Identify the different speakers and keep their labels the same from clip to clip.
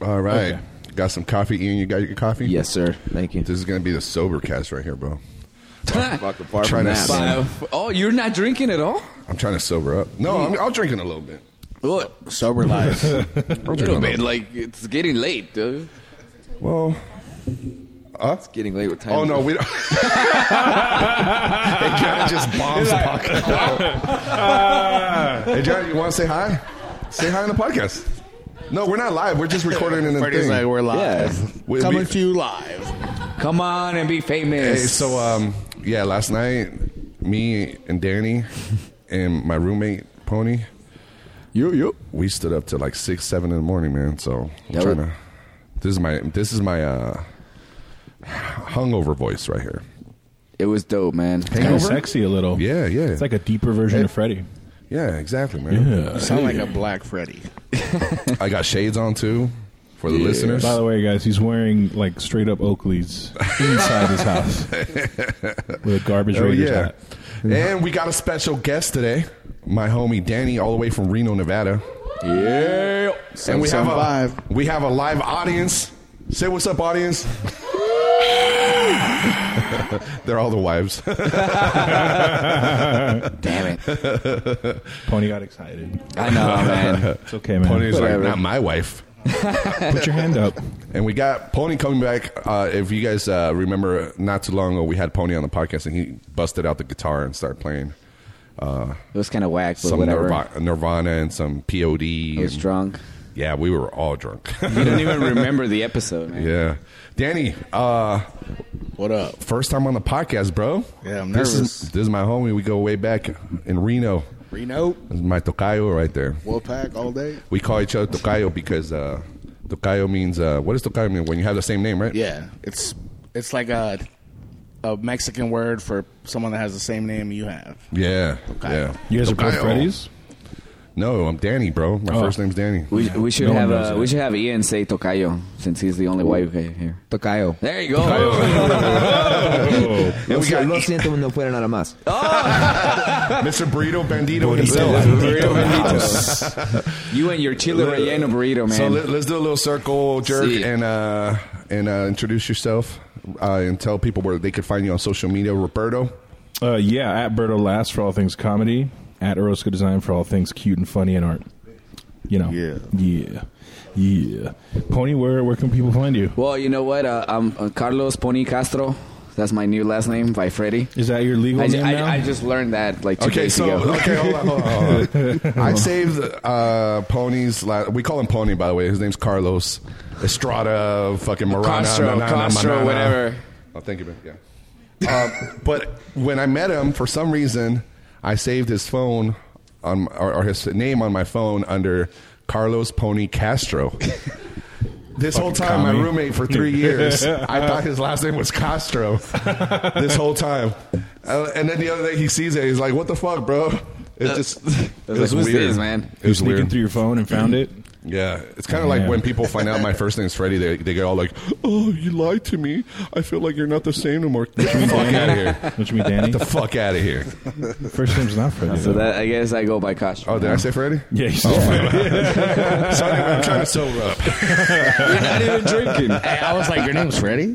Speaker 1: All right.
Speaker 2: Okay.
Speaker 1: Got some coffee, Ian? You got your coffee?
Speaker 3: Yes, sir. Thank you.
Speaker 1: This is going to be the sober cast right here, bro.
Speaker 3: Fuck apart
Speaker 1: Trying
Speaker 3: from
Speaker 1: to
Speaker 3: that.
Speaker 1: see.
Speaker 3: man.
Speaker 2: Uh, oh, you're not drinking at all?
Speaker 1: I'm trying to sober up. No, I'm, I'll drink in a little bit.
Speaker 2: What?
Speaker 3: Sober life.
Speaker 1: I'll drink in
Speaker 2: little
Speaker 1: a
Speaker 2: bit. Like it's getting late, dude.
Speaker 1: Well,
Speaker 3: it's getting late with time.
Speaker 1: oh no, we don't. it kind of just bombs the podcast. hey, John, you want to say hi? Say hi on the podcast. No, we're not live. We're just recording in the
Speaker 4: Freddie's
Speaker 1: thing.
Speaker 4: like, we're live.
Speaker 3: Yeah.
Speaker 1: We-
Speaker 4: Coming
Speaker 1: we-
Speaker 4: to you live.
Speaker 2: Come on and be
Speaker 1: Hey,
Speaker 2: famous.
Speaker 1: so um, yeah, last night, me and Danny and my roommate Pony,
Speaker 3: You, you.
Speaker 1: we stood up to like six, seven in the morning, man. So I'm
Speaker 3: Yep.
Speaker 1: trying to. This is my this is my uh, hungover voice right here.
Speaker 3: It was dope, man.
Speaker 5: Kind of sexy a little.
Speaker 1: Yeah, yeah.
Speaker 5: It's like a deeper version
Speaker 1: Hey.
Speaker 5: of Freddy.
Speaker 1: Yeah, exactly, man.
Speaker 4: You sound like a black Freddy.
Speaker 1: I got shades on too for the listeners.
Speaker 5: By the way, guys, he's wearing like straight up Oakley's inside his house with a garbage
Speaker 1: Oh
Speaker 5: Raiders
Speaker 1: yeah.
Speaker 5: hat.
Speaker 1: And we got a special guest today, my homie Danny, all the way from Reno, Nevada.
Speaker 3: Yeah.
Speaker 1: and we have a
Speaker 4: Five.
Speaker 1: we have a live audience. Say what's up, audience. They're all the wives.
Speaker 3: Damn it.
Speaker 5: Pony got excited.
Speaker 3: I know, man.
Speaker 5: It's okay, man.
Speaker 1: Pony's like
Speaker 3: Whatever.
Speaker 1: not my wife.
Speaker 5: Put your hand up.
Speaker 1: And we got Pony coming back. Uh, if you guys uh, remember, not too long ago, we had Pony on the podcast, and he busted out the guitar and started playing uh,
Speaker 3: It was kind of whack, but
Speaker 1: some
Speaker 3: whatever.
Speaker 1: Nirvana, Nirvana and some POD.
Speaker 3: I was
Speaker 1: and-
Speaker 3: drunk.
Speaker 1: Yeah, we were all drunk.
Speaker 3: You don't even remember the episode, man.
Speaker 1: yeah, Danny, uh,
Speaker 4: What up?
Speaker 1: first time on the podcast, bro.
Speaker 4: Yeah, I'm
Speaker 1: This is,
Speaker 4: nervous.
Speaker 1: this is my homie. We go way back in Reno.
Speaker 4: Reno,
Speaker 1: This is my tocayo right there.
Speaker 4: Wolfpack all day?
Speaker 1: We call each other tocayo because uh, tocayo means uh, what does tocayo mean when you have the same name, right?
Speaker 4: Yeah. It's it's like a a Mexican word for someone that has the same name you have.
Speaker 1: yeah,
Speaker 4: Tocayo.
Speaker 1: yeah.
Speaker 5: You guys are both
Speaker 1: Tocayo.
Speaker 5: Freddy's?
Speaker 1: No, I'm Danny, bro. My
Speaker 5: Oh.
Speaker 1: first name's Danny.
Speaker 3: We, we should
Speaker 5: No one
Speaker 3: have
Speaker 5: knows
Speaker 3: uh,
Speaker 5: that.
Speaker 3: we should have Ian say Tocayo since he's the only white guy here.
Speaker 6: Tocayo.
Speaker 3: There you go.
Speaker 1: And we got
Speaker 6: Lo siento, no fuera nada más.
Speaker 1: Mr. Burrito Bandito
Speaker 3: Burrito
Speaker 1: himself.
Speaker 3: Benditos. you and your chile relleno burrito, man.
Speaker 1: So let, us do a little circle jerk
Speaker 3: See.
Speaker 1: and uh, and uh, introduce yourself uh, and tell people where they could find you on social media. Roberto,
Speaker 5: Uh, yeah, at Berto Last for all things comedy, at Orozco Design for all things cute and funny and art. You know,
Speaker 4: Yeah.
Speaker 5: yeah, yeah. Pony, where where can people find you?
Speaker 3: well, you know what? Uh, I'm uh, Carlos Pony Castro. That's my new last name by Freddy.
Speaker 5: Is that your legal
Speaker 3: I,
Speaker 5: name
Speaker 3: I,
Speaker 5: now?
Speaker 3: I just learned that like two
Speaker 1: Okay,
Speaker 3: days
Speaker 1: so
Speaker 3: ago.
Speaker 1: okay, hold on, hold on, hold on. I saved uh, Pony's. La- we call him Pony, by the way. His name's Carlos Estrada, fucking Marana,
Speaker 3: Castro,
Speaker 1: na- na- na-
Speaker 3: Castro,
Speaker 1: na- na-
Speaker 3: whatever.
Speaker 1: Oh, thank you, man. Yeah. Um, but when I met him, for some reason, I saved his phone on or, or his name on my phone under Carlos Pony Castro. This whole time,
Speaker 5: commie.
Speaker 1: my roommate for three years, I thought his last name was Castro. This whole time, Uh, and then the other day he sees it, he's like, "What the fuck, bro?" It just it
Speaker 3: like,
Speaker 1: was
Speaker 3: "Who's
Speaker 1: weird,
Speaker 3: this, man?"
Speaker 1: It was
Speaker 5: Sneaking
Speaker 1: weird.
Speaker 5: through your phone and found it.
Speaker 1: yeah, it's kind of like
Speaker 5: Yeah.
Speaker 1: when people find out my first name's Freddie, they they get all like, "Oh, you lied to me. I feel like you're not the same anymore." Get the fuck out of here.
Speaker 5: Don't you mean Danny?
Speaker 1: Get the fuck out of here.
Speaker 5: First name's not Freddy.
Speaker 3: so
Speaker 5: though.
Speaker 3: that I guess I go by Castro.
Speaker 1: Oh, did I say Freddie?
Speaker 5: yeah, you said Freddy.
Speaker 1: Sorry, I'm trying to sober up.
Speaker 3: You're not even drinking.
Speaker 4: Hey, I was like, Your name's Freddy?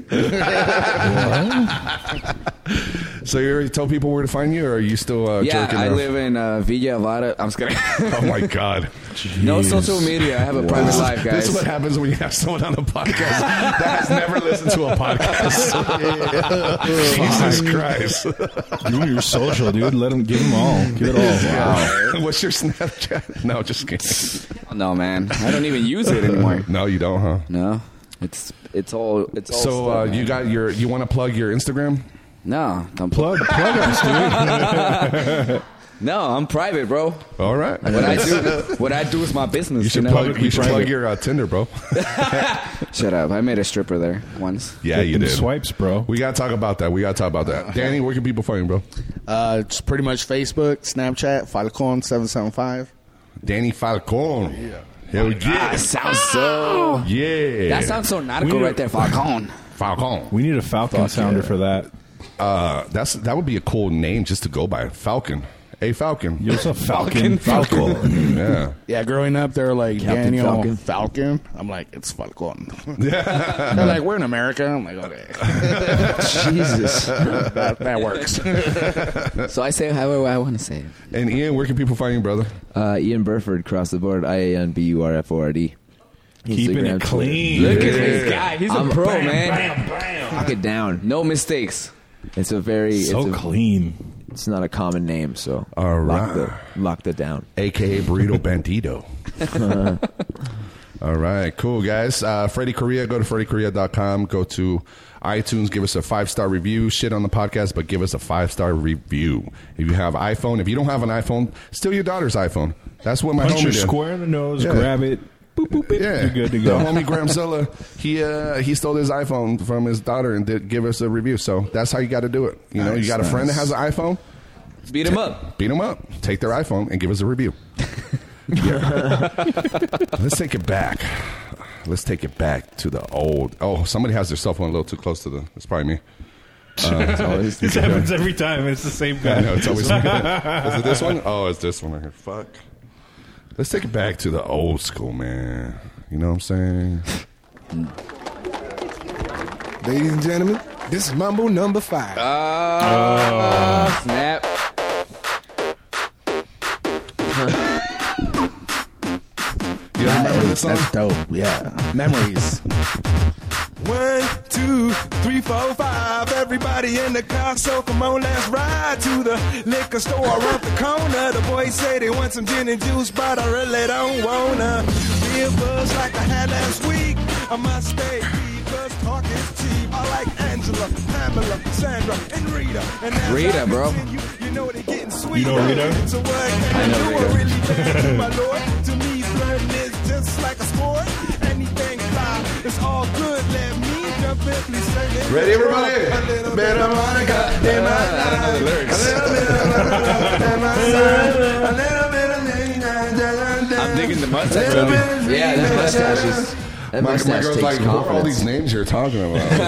Speaker 1: So you already tell people where to find you, or are you still uh,
Speaker 3: Yeah,
Speaker 1: jerking
Speaker 3: I
Speaker 1: off?
Speaker 3: live in uh, Villa Vara. I'm just kidding.
Speaker 1: Oh my god.
Speaker 3: no social media. I have a private life, guys.
Speaker 1: This is what happens when you have someone on the podcast that has never listened to a podcast. Jesus Christ.
Speaker 5: Do your social, dude. Let him give them all. Give it
Speaker 3: Oh,
Speaker 5: all.
Speaker 1: What's your Snapchat? No, just kidding.
Speaker 3: no, man. I don't even use it anymore.
Speaker 1: No, you don't, huh?
Speaker 3: No, it's it's all it's all.
Speaker 1: So uh,
Speaker 3: stuff,
Speaker 1: you
Speaker 3: man.
Speaker 1: got your you want to plug your Instagram?
Speaker 3: no. Don't plug.
Speaker 5: Plug, plug us, dude.
Speaker 3: No, I'm private, bro.
Speaker 1: All right.
Speaker 3: What I do, what I do is my business.
Speaker 1: You should
Speaker 3: know?
Speaker 1: plug you should
Speaker 5: private.
Speaker 1: plug your uh, Tinder, bro.
Speaker 3: Shut up! I made a stripper there once.
Speaker 1: Yeah, you
Speaker 5: Them
Speaker 1: did.
Speaker 5: Swipes, bro.
Speaker 1: We gotta talk about that. We gotta talk about that. Danny, where can people find you, bro?
Speaker 4: Uh, it's pretty much Facebook, Snapchat, Falcon775.
Speaker 1: Danny Falcon. Yeah. Hell
Speaker 3: Ah,
Speaker 1: yeah.
Speaker 3: sounds so.
Speaker 1: Yeah.
Speaker 3: That sounds so
Speaker 5: We
Speaker 3: nautical
Speaker 5: need-
Speaker 3: right there, Falcon.
Speaker 1: Falcon.
Speaker 5: We need a Falcon sounder for that.
Speaker 1: Uh, that's that would be a cool name just to go by Falcon. A Falcon.
Speaker 5: You're so Falcon. Falcon.
Speaker 1: Yeah.
Speaker 4: Yeah, growing up, they're like
Speaker 7: Captain
Speaker 4: Daniel
Speaker 7: Falcon.
Speaker 4: Falcon. I'm like, it's Falcon. they're like, we're in America. I'm like, okay,
Speaker 7: Jesus.
Speaker 4: that, that works.
Speaker 6: Uh,
Speaker 7: so I say however I want to say it.
Speaker 1: And Ian, where can people find you, brother?
Speaker 6: Uh, Ian Burford, cross the board, I A N B U R F O R D.
Speaker 5: Keeping
Speaker 6: Instagram,
Speaker 5: it
Speaker 6: Twitter.
Speaker 5: clean.
Speaker 3: Look at this guy. He's
Speaker 6: I'm-
Speaker 3: a pro, man.
Speaker 6: Lock it down.
Speaker 3: No mistakes.
Speaker 6: It's a very,
Speaker 5: So
Speaker 6: it's, a,
Speaker 5: clean.
Speaker 6: it's not a common name, so
Speaker 1: All
Speaker 6: lock,
Speaker 1: right.
Speaker 6: the, lock the down.
Speaker 1: AKA Burrito Bandito. All right, cool, guys. Uh, Freddy Korea, go to freddykorea.com. Go to iTunes, give us a five star review. Shit on the podcast, but give us a five star review. If you have iPhone, if you don't have an iPhone, steal your daughter's iPhone. That's what my
Speaker 5: Punch
Speaker 1: homie
Speaker 5: her
Speaker 1: did.
Speaker 5: square in the nose,
Speaker 1: Yeah.
Speaker 5: grab it. Boop, boop, boop.
Speaker 1: Yeah,
Speaker 5: You're good to
Speaker 1: The
Speaker 5: go.
Speaker 1: homie Gramzilla, he uh, he stole his iPhone from his daughter and did give us a review. So that's how you got to do it. You know, you
Speaker 4: Nice,
Speaker 1: got a friend that has an iPhone,
Speaker 3: Beat him up.
Speaker 1: beat them up, take their iPhone, and give us a review. Yeah. Let's take it back. Let's take it back to the old. Oh, somebody has their cell phone a little too close to the. It's probably me. Uh,
Speaker 5: this happens every time. It's the same guy.
Speaker 1: I know it's always. is it this one? Oh, it's this one right here. Fuck. Let's take it back to the old school, man. You know what I'm saying?
Speaker 8: Ladies and gentlemen, this is Mumble number five.
Speaker 1: Uh,
Speaker 3: Snap.
Speaker 1: You don't remember this song?
Speaker 4: That's dope. Yeah, memories.
Speaker 8: One, two, three, four, five. Everybody in the car, so come on, let's ride to the liquor store around the corner. The boys say they want some gin and juice, but I really don't wanna. Beer buzz like I had last week. I must stay deep, 'cause talk is cheap. I like Angela, Pamela, Sandra, and Rita. And as I
Speaker 7: Rita, bro.
Speaker 8: continue, You know they getting sweet.
Speaker 5: know Rita?
Speaker 8: So what can I,
Speaker 7: know
Speaker 8: do?
Speaker 7: Rita.
Speaker 8: I really can't, my lord. To me, flirting is just like a sport. Anything fly, it's all good. Let me jump in, please sing it.
Speaker 1: Ready, everybody?
Speaker 8: A little bit
Speaker 1: Better
Speaker 8: of Monica in my life. A little bit of Monica in my side. A little bit of Nina.
Speaker 3: I'm digging the
Speaker 8: A
Speaker 3: mustache.
Speaker 8: little bit of Rita.
Speaker 7: Yeah, that mustache is. That
Speaker 1: My, my
Speaker 7: mustache
Speaker 1: girl's
Speaker 7: takes
Speaker 1: like, what are all
Speaker 7: confidence.
Speaker 1: these names you're talking about?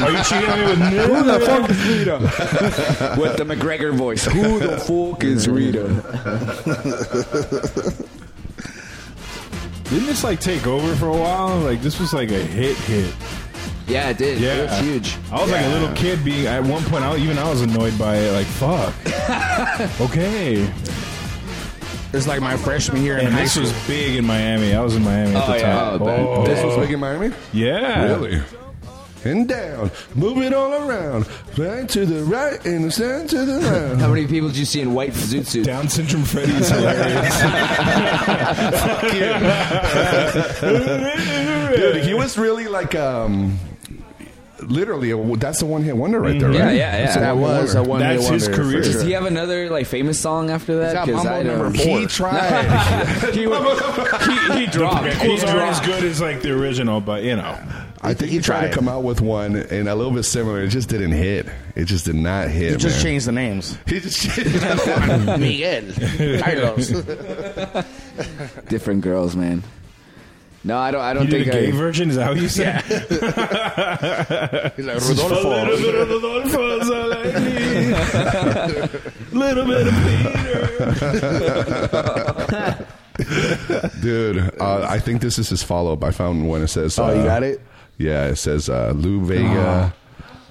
Speaker 5: Are you cheating on me with Who the fuck is Rita?
Speaker 3: With the McGregor voice. Who the fuck is Rita?
Speaker 5: Didn't this like take over for a while? Like this was like a hit hit.
Speaker 7: Yeah, it did.
Speaker 5: Yeah.
Speaker 7: It was huge.
Speaker 5: I was like a little kid being at one point. I, even I was annoyed by it. Like fuck. okay.
Speaker 4: It's like my freshman year in
Speaker 5: And
Speaker 4: high
Speaker 5: this
Speaker 4: school.
Speaker 5: was big in Miami. I was in Miami at
Speaker 3: Oh,
Speaker 5: the
Speaker 3: yeah.
Speaker 5: time.
Speaker 7: Oh, man.
Speaker 1: this was big in Miami?
Speaker 5: yeah.
Speaker 1: Really? And down, move it all around, right to the right and the center to the left.
Speaker 6: How many people did you see in white zoot suits?
Speaker 5: Down syndrome Freddy's hilarious.
Speaker 1: Dude, he was really like, um, literally, a, that's the one hit wonder right there,
Speaker 3: Yeah,
Speaker 1: right?
Speaker 3: yeah, yeah.
Speaker 1: That's the
Speaker 3: That
Speaker 1: one-hit
Speaker 4: was a
Speaker 1: wonder.
Speaker 4: one
Speaker 5: That's his career.
Speaker 3: Does he have another like famous song after that?
Speaker 4: got
Speaker 3: Because
Speaker 4: Mambo
Speaker 3: I
Speaker 4: number
Speaker 3: don't.
Speaker 4: four.
Speaker 1: He tried.
Speaker 3: He, was- he, he dropped. He
Speaker 5: Equals aren't as
Speaker 3: dropped.
Speaker 5: good as like the original, but you know.
Speaker 1: I think he tried to come out with one and a little bit similar. It just didn't hit. It just did not hit.
Speaker 4: You just
Speaker 1: man.
Speaker 4: changed the names.
Speaker 1: He just
Speaker 4: Miguel, Carlos.
Speaker 7: Different girls, man. No, I don't. I don't
Speaker 5: You did
Speaker 7: think
Speaker 5: a gay
Speaker 7: I.
Speaker 5: version? Is that what you said?
Speaker 4: He's like Rodolfo.
Speaker 5: little bit of
Speaker 1: Dude, uh, I think this is his follow up. I found one. It says,
Speaker 4: Oh, you
Speaker 1: uh,
Speaker 4: got it?
Speaker 1: Yeah, it says uh, Lou Vega.
Speaker 6: Oh.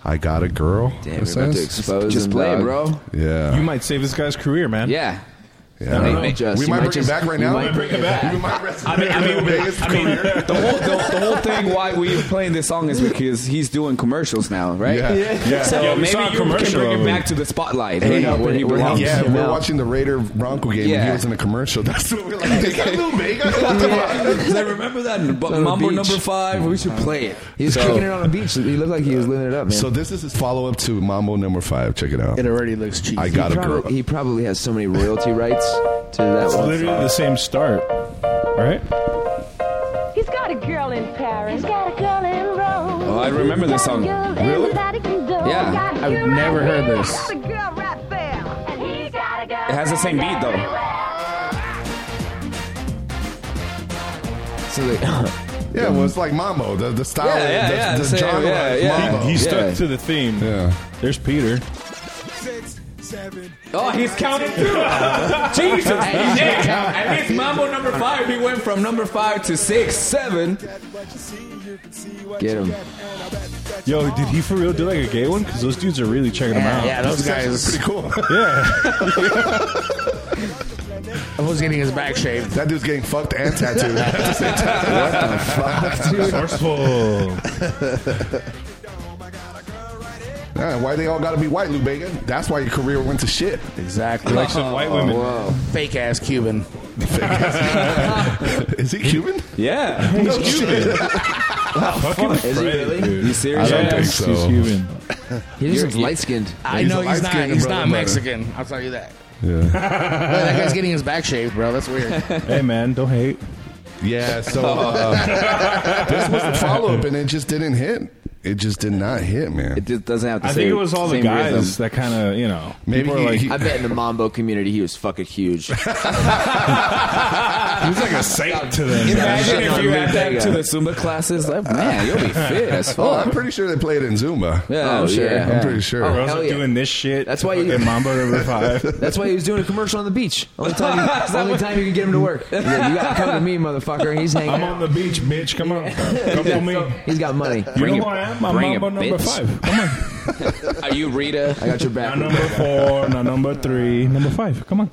Speaker 1: I got a girl.
Speaker 7: Damn, we're
Speaker 1: it
Speaker 7: about to
Speaker 1: says.
Speaker 7: expose Just him, play, dog. bro.
Speaker 1: yeah,
Speaker 5: You might save this guy's career, man.
Speaker 7: Yeah.
Speaker 1: yeah.
Speaker 7: Hey,
Speaker 5: know.
Speaker 7: hey, just-
Speaker 1: we
Speaker 7: you
Speaker 1: might bring
Speaker 7: just-
Speaker 1: it back right
Speaker 7: you
Speaker 1: now.
Speaker 7: might bring it back.
Speaker 1: We might rest-
Speaker 3: I mean, I mean,
Speaker 1: Lou Vega's
Speaker 3: I mean,
Speaker 1: career.
Speaker 3: the whole the, the whole thing why we're playing this song is because he's doing commercials now, right?
Speaker 1: Yeah. Yeah. Yeah.
Speaker 3: So
Speaker 5: Yeah, we
Speaker 3: maybe
Speaker 5: saw a
Speaker 3: you
Speaker 5: commercial
Speaker 3: can bring
Speaker 5: of
Speaker 3: it
Speaker 5: him.
Speaker 3: back to the spotlight, you know, where he
Speaker 7: Yeah.
Speaker 3: belongs.
Speaker 1: Yeah,
Speaker 7: Yeah.
Speaker 1: we were watching the Raider Bronco game. and he
Speaker 3: Yeah.
Speaker 1: was in a commercial. That's what we're like. Is that Lou Vega? What the fuck?
Speaker 3: I remember that
Speaker 7: the
Speaker 3: Mambo
Speaker 7: beach.
Speaker 3: number five. We should play it.
Speaker 6: He was
Speaker 1: So-
Speaker 6: kicking it on the beach. He looked like he was living it up, man.
Speaker 1: So this is his follow up to Mambo Number Five. Check it out.
Speaker 4: It already looks cheesy.
Speaker 1: I got a
Speaker 6: Probably-
Speaker 1: girl.
Speaker 6: he probably has so many royalty rights to that
Speaker 5: It's
Speaker 6: one.
Speaker 5: literally the same start. All right?
Speaker 9: He's got a girl in Paris. He's got a girl in Rome.
Speaker 3: Oh, I remember this song.
Speaker 9: Really?
Speaker 3: Yeah.
Speaker 4: I've never heard this.
Speaker 9: Got a girl right there. And he's got a girl
Speaker 3: It has the same
Speaker 9: right
Speaker 3: beat, though.
Speaker 9: everywhere.
Speaker 6: So they-
Speaker 1: Yeah, well, it's like Mambo. The, the style,
Speaker 3: Yeah, yeah,
Speaker 1: the,
Speaker 3: yeah,
Speaker 1: the
Speaker 3: same,
Speaker 1: genre
Speaker 3: yeah,
Speaker 1: is
Speaker 3: yeah.
Speaker 1: Mambo.
Speaker 5: He
Speaker 3: Yeah.
Speaker 5: stuck to the theme.
Speaker 1: Yeah.
Speaker 5: There's Peter.
Speaker 8: Six,
Speaker 10: having.
Speaker 3: Oh, he's counting through. Jesus. And, and, and he's mambo number five. He went from number five to six, seven.
Speaker 6: Get him.
Speaker 5: Yo, did he for real do like a gay one? Because those dudes are really checking him out.
Speaker 4: Yeah, those guys.
Speaker 1: Pretty cool.
Speaker 4: Who's getting his back shaved?
Speaker 1: that dude's getting fucked and tattooed.
Speaker 5: Forceful.
Speaker 1: Nah, why they all got to be white, Lou Bega? That's why your career went to shit.
Speaker 4: Exactly.
Speaker 5: Like some white women.
Speaker 4: Fake ass Cuban.
Speaker 1: Is he Cuban?
Speaker 2: Yeah.
Speaker 5: He's Cuban. Fucking
Speaker 3: Is he
Speaker 5: Frank,
Speaker 3: really?
Speaker 5: dude.
Speaker 3: You serious?
Speaker 1: I don't think
Speaker 5: Yes, he's
Speaker 1: so.
Speaker 5: Cuban.
Speaker 6: He was light skinned.
Speaker 4: I
Speaker 1: He's
Speaker 4: know
Speaker 1: a
Speaker 4: he's not.
Speaker 1: light-skinned
Speaker 4: He's
Speaker 1: brother,
Speaker 4: not
Speaker 1: brother.
Speaker 4: Mexican. I'll tell you that. But that guy's getting his back shaved,
Speaker 6: Oh,
Speaker 4: bro. That's weird.
Speaker 5: Hey man, don't hate.
Speaker 1: Yeah. So uh, this was the follow up, and it just didn't hit. It just did not hit,
Speaker 6: It
Speaker 1: man.
Speaker 6: just doesn't have to
Speaker 5: I think it was all the guys that kind of you know.
Speaker 1: Maybe
Speaker 5: people are
Speaker 1: he,
Speaker 5: like,
Speaker 1: he-
Speaker 6: I bet in the Mambo community he was fucking huge.
Speaker 5: he's like a saint to them.
Speaker 2: Imagine if you had that
Speaker 6: Yeah.
Speaker 2: to the Zumba classes. Like,
Speaker 4: Uh,
Speaker 3: Man, you'll be fit as fuck.
Speaker 1: oh, I'm pretty sure they played it in Zumba.
Speaker 3: Yeah,
Speaker 6: Oh,
Speaker 3: I'm sure.
Speaker 6: yeah.
Speaker 1: I'm pretty sure.
Speaker 6: Oh.
Speaker 5: Girls
Speaker 6: Hell
Speaker 5: are
Speaker 6: yeah.
Speaker 5: doing this shit.
Speaker 6: That's why you-
Speaker 5: in Mambo Number Five.
Speaker 6: That's why he was doing a commercial on the beach. Only time, you, only time you could get him to work. He's like, you gotta come to me, motherfucker. He's hanging.
Speaker 5: I'm
Speaker 6: out.
Speaker 5: on the beach, bitch. Come on, come with me.
Speaker 6: He's got money.
Speaker 5: You know
Speaker 3: Bring
Speaker 5: who I
Speaker 3: it-
Speaker 5: am? I'm
Speaker 3: bring
Speaker 5: Mambo
Speaker 3: it,
Speaker 5: Number
Speaker 3: bitch.
Speaker 5: Five. Come on.
Speaker 3: Are you Rita?
Speaker 6: I got your
Speaker 5: Not
Speaker 6: back.
Speaker 5: number four. Not number three. Number five. Come on.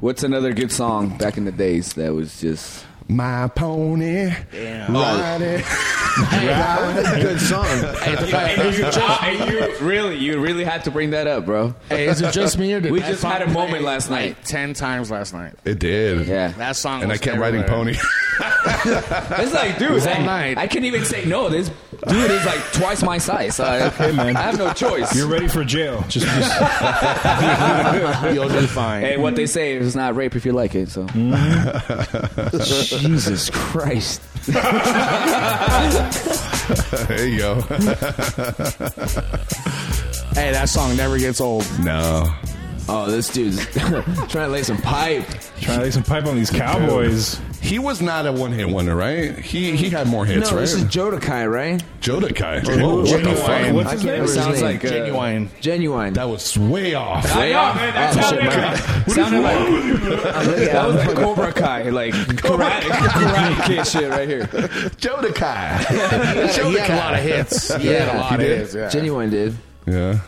Speaker 3: What's another good song back in the days that was just
Speaker 1: My pony.
Speaker 4: Damn.
Speaker 1: riding-
Speaker 6: Good song.
Speaker 3: and you really, you really had to bring that up, bro.
Speaker 4: Hey, is it just me or did
Speaker 3: We
Speaker 4: that
Speaker 3: just
Speaker 4: song
Speaker 3: had a moment
Speaker 4: play,
Speaker 3: last
Speaker 4: like,
Speaker 3: night.
Speaker 4: ten times last night.
Speaker 1: It did.
Speaker 3: Yeah,
Speaker 4: That song.
Speaker 1: And I
Speaker 4: was
Speaker 1: kept writing
Speaker 4: everywhere.
Speaker 1: pony.
Speaker 3: it's like, dude,
Speaker 4: That
Speaker 3: I,
Speaker 4: night.
Speaker 3: I can't even say no. This dude is like twice my size. I,
Speaker 5: man.
Speaker 3: I have no choice.
Speaker 5: You're ready for jail. Just, just
Speaker 4: You'll do fine.
Speaker 3: hey, what they say is not rape if you like it. So
Speaker 6: Mm-hmm. Jesus Christ.
Speaker 1: there you go.
Speaker 4: Hey, that song never gets old.
Speaker 1: no.
Speaker 6: Oh, this dude's trying to lay some pipe.
Speaker 5: trying to lay some pipe on these cowboys.
Speaker 1: He was not a one hit wonder, right? He he had more hits,
Speaker 6: no,
Speaker 1: right?
Speaker 6: this is Jodakai, right?
Speaker 1: Jodakai.
Speaker 4: Who-
Speaker 1: Whoa, what the
Speaker 4: Genuine.
Speaker 1: fuck?
Speaker 5: What's
Speaker 6: I
Speaker 5: his name?
Speaker 6: can't remember his
Speaker 3: sounds
Speaker 6: name.
Speaker 3: like uh,
Speaker 4: Genuine.
Speaker 6: genuine.
Speaker 1: That was way off.
Speaker 3: I know, man, that sounded like, sounded like,
Speaker 6: I'm looking-
Speaker 3: that was
Speaker 6: I'm
Speaker 3: like
Speaker 6: looking-
Speaker 3: Cobra Kai, like karate, karate kid shit right here.
Speaker 1: Jodakai.
Speaker 4: He had a lot of hits. He had a
Speaker 6: Yeah.
Speaker 4: lot
Speaker 1: He
Speaker 4: of
Speaker 1: did?
Speaker 4: hits. Yeah.
Speaker 6: Genuine, dude.
Speaker 1: Yeah.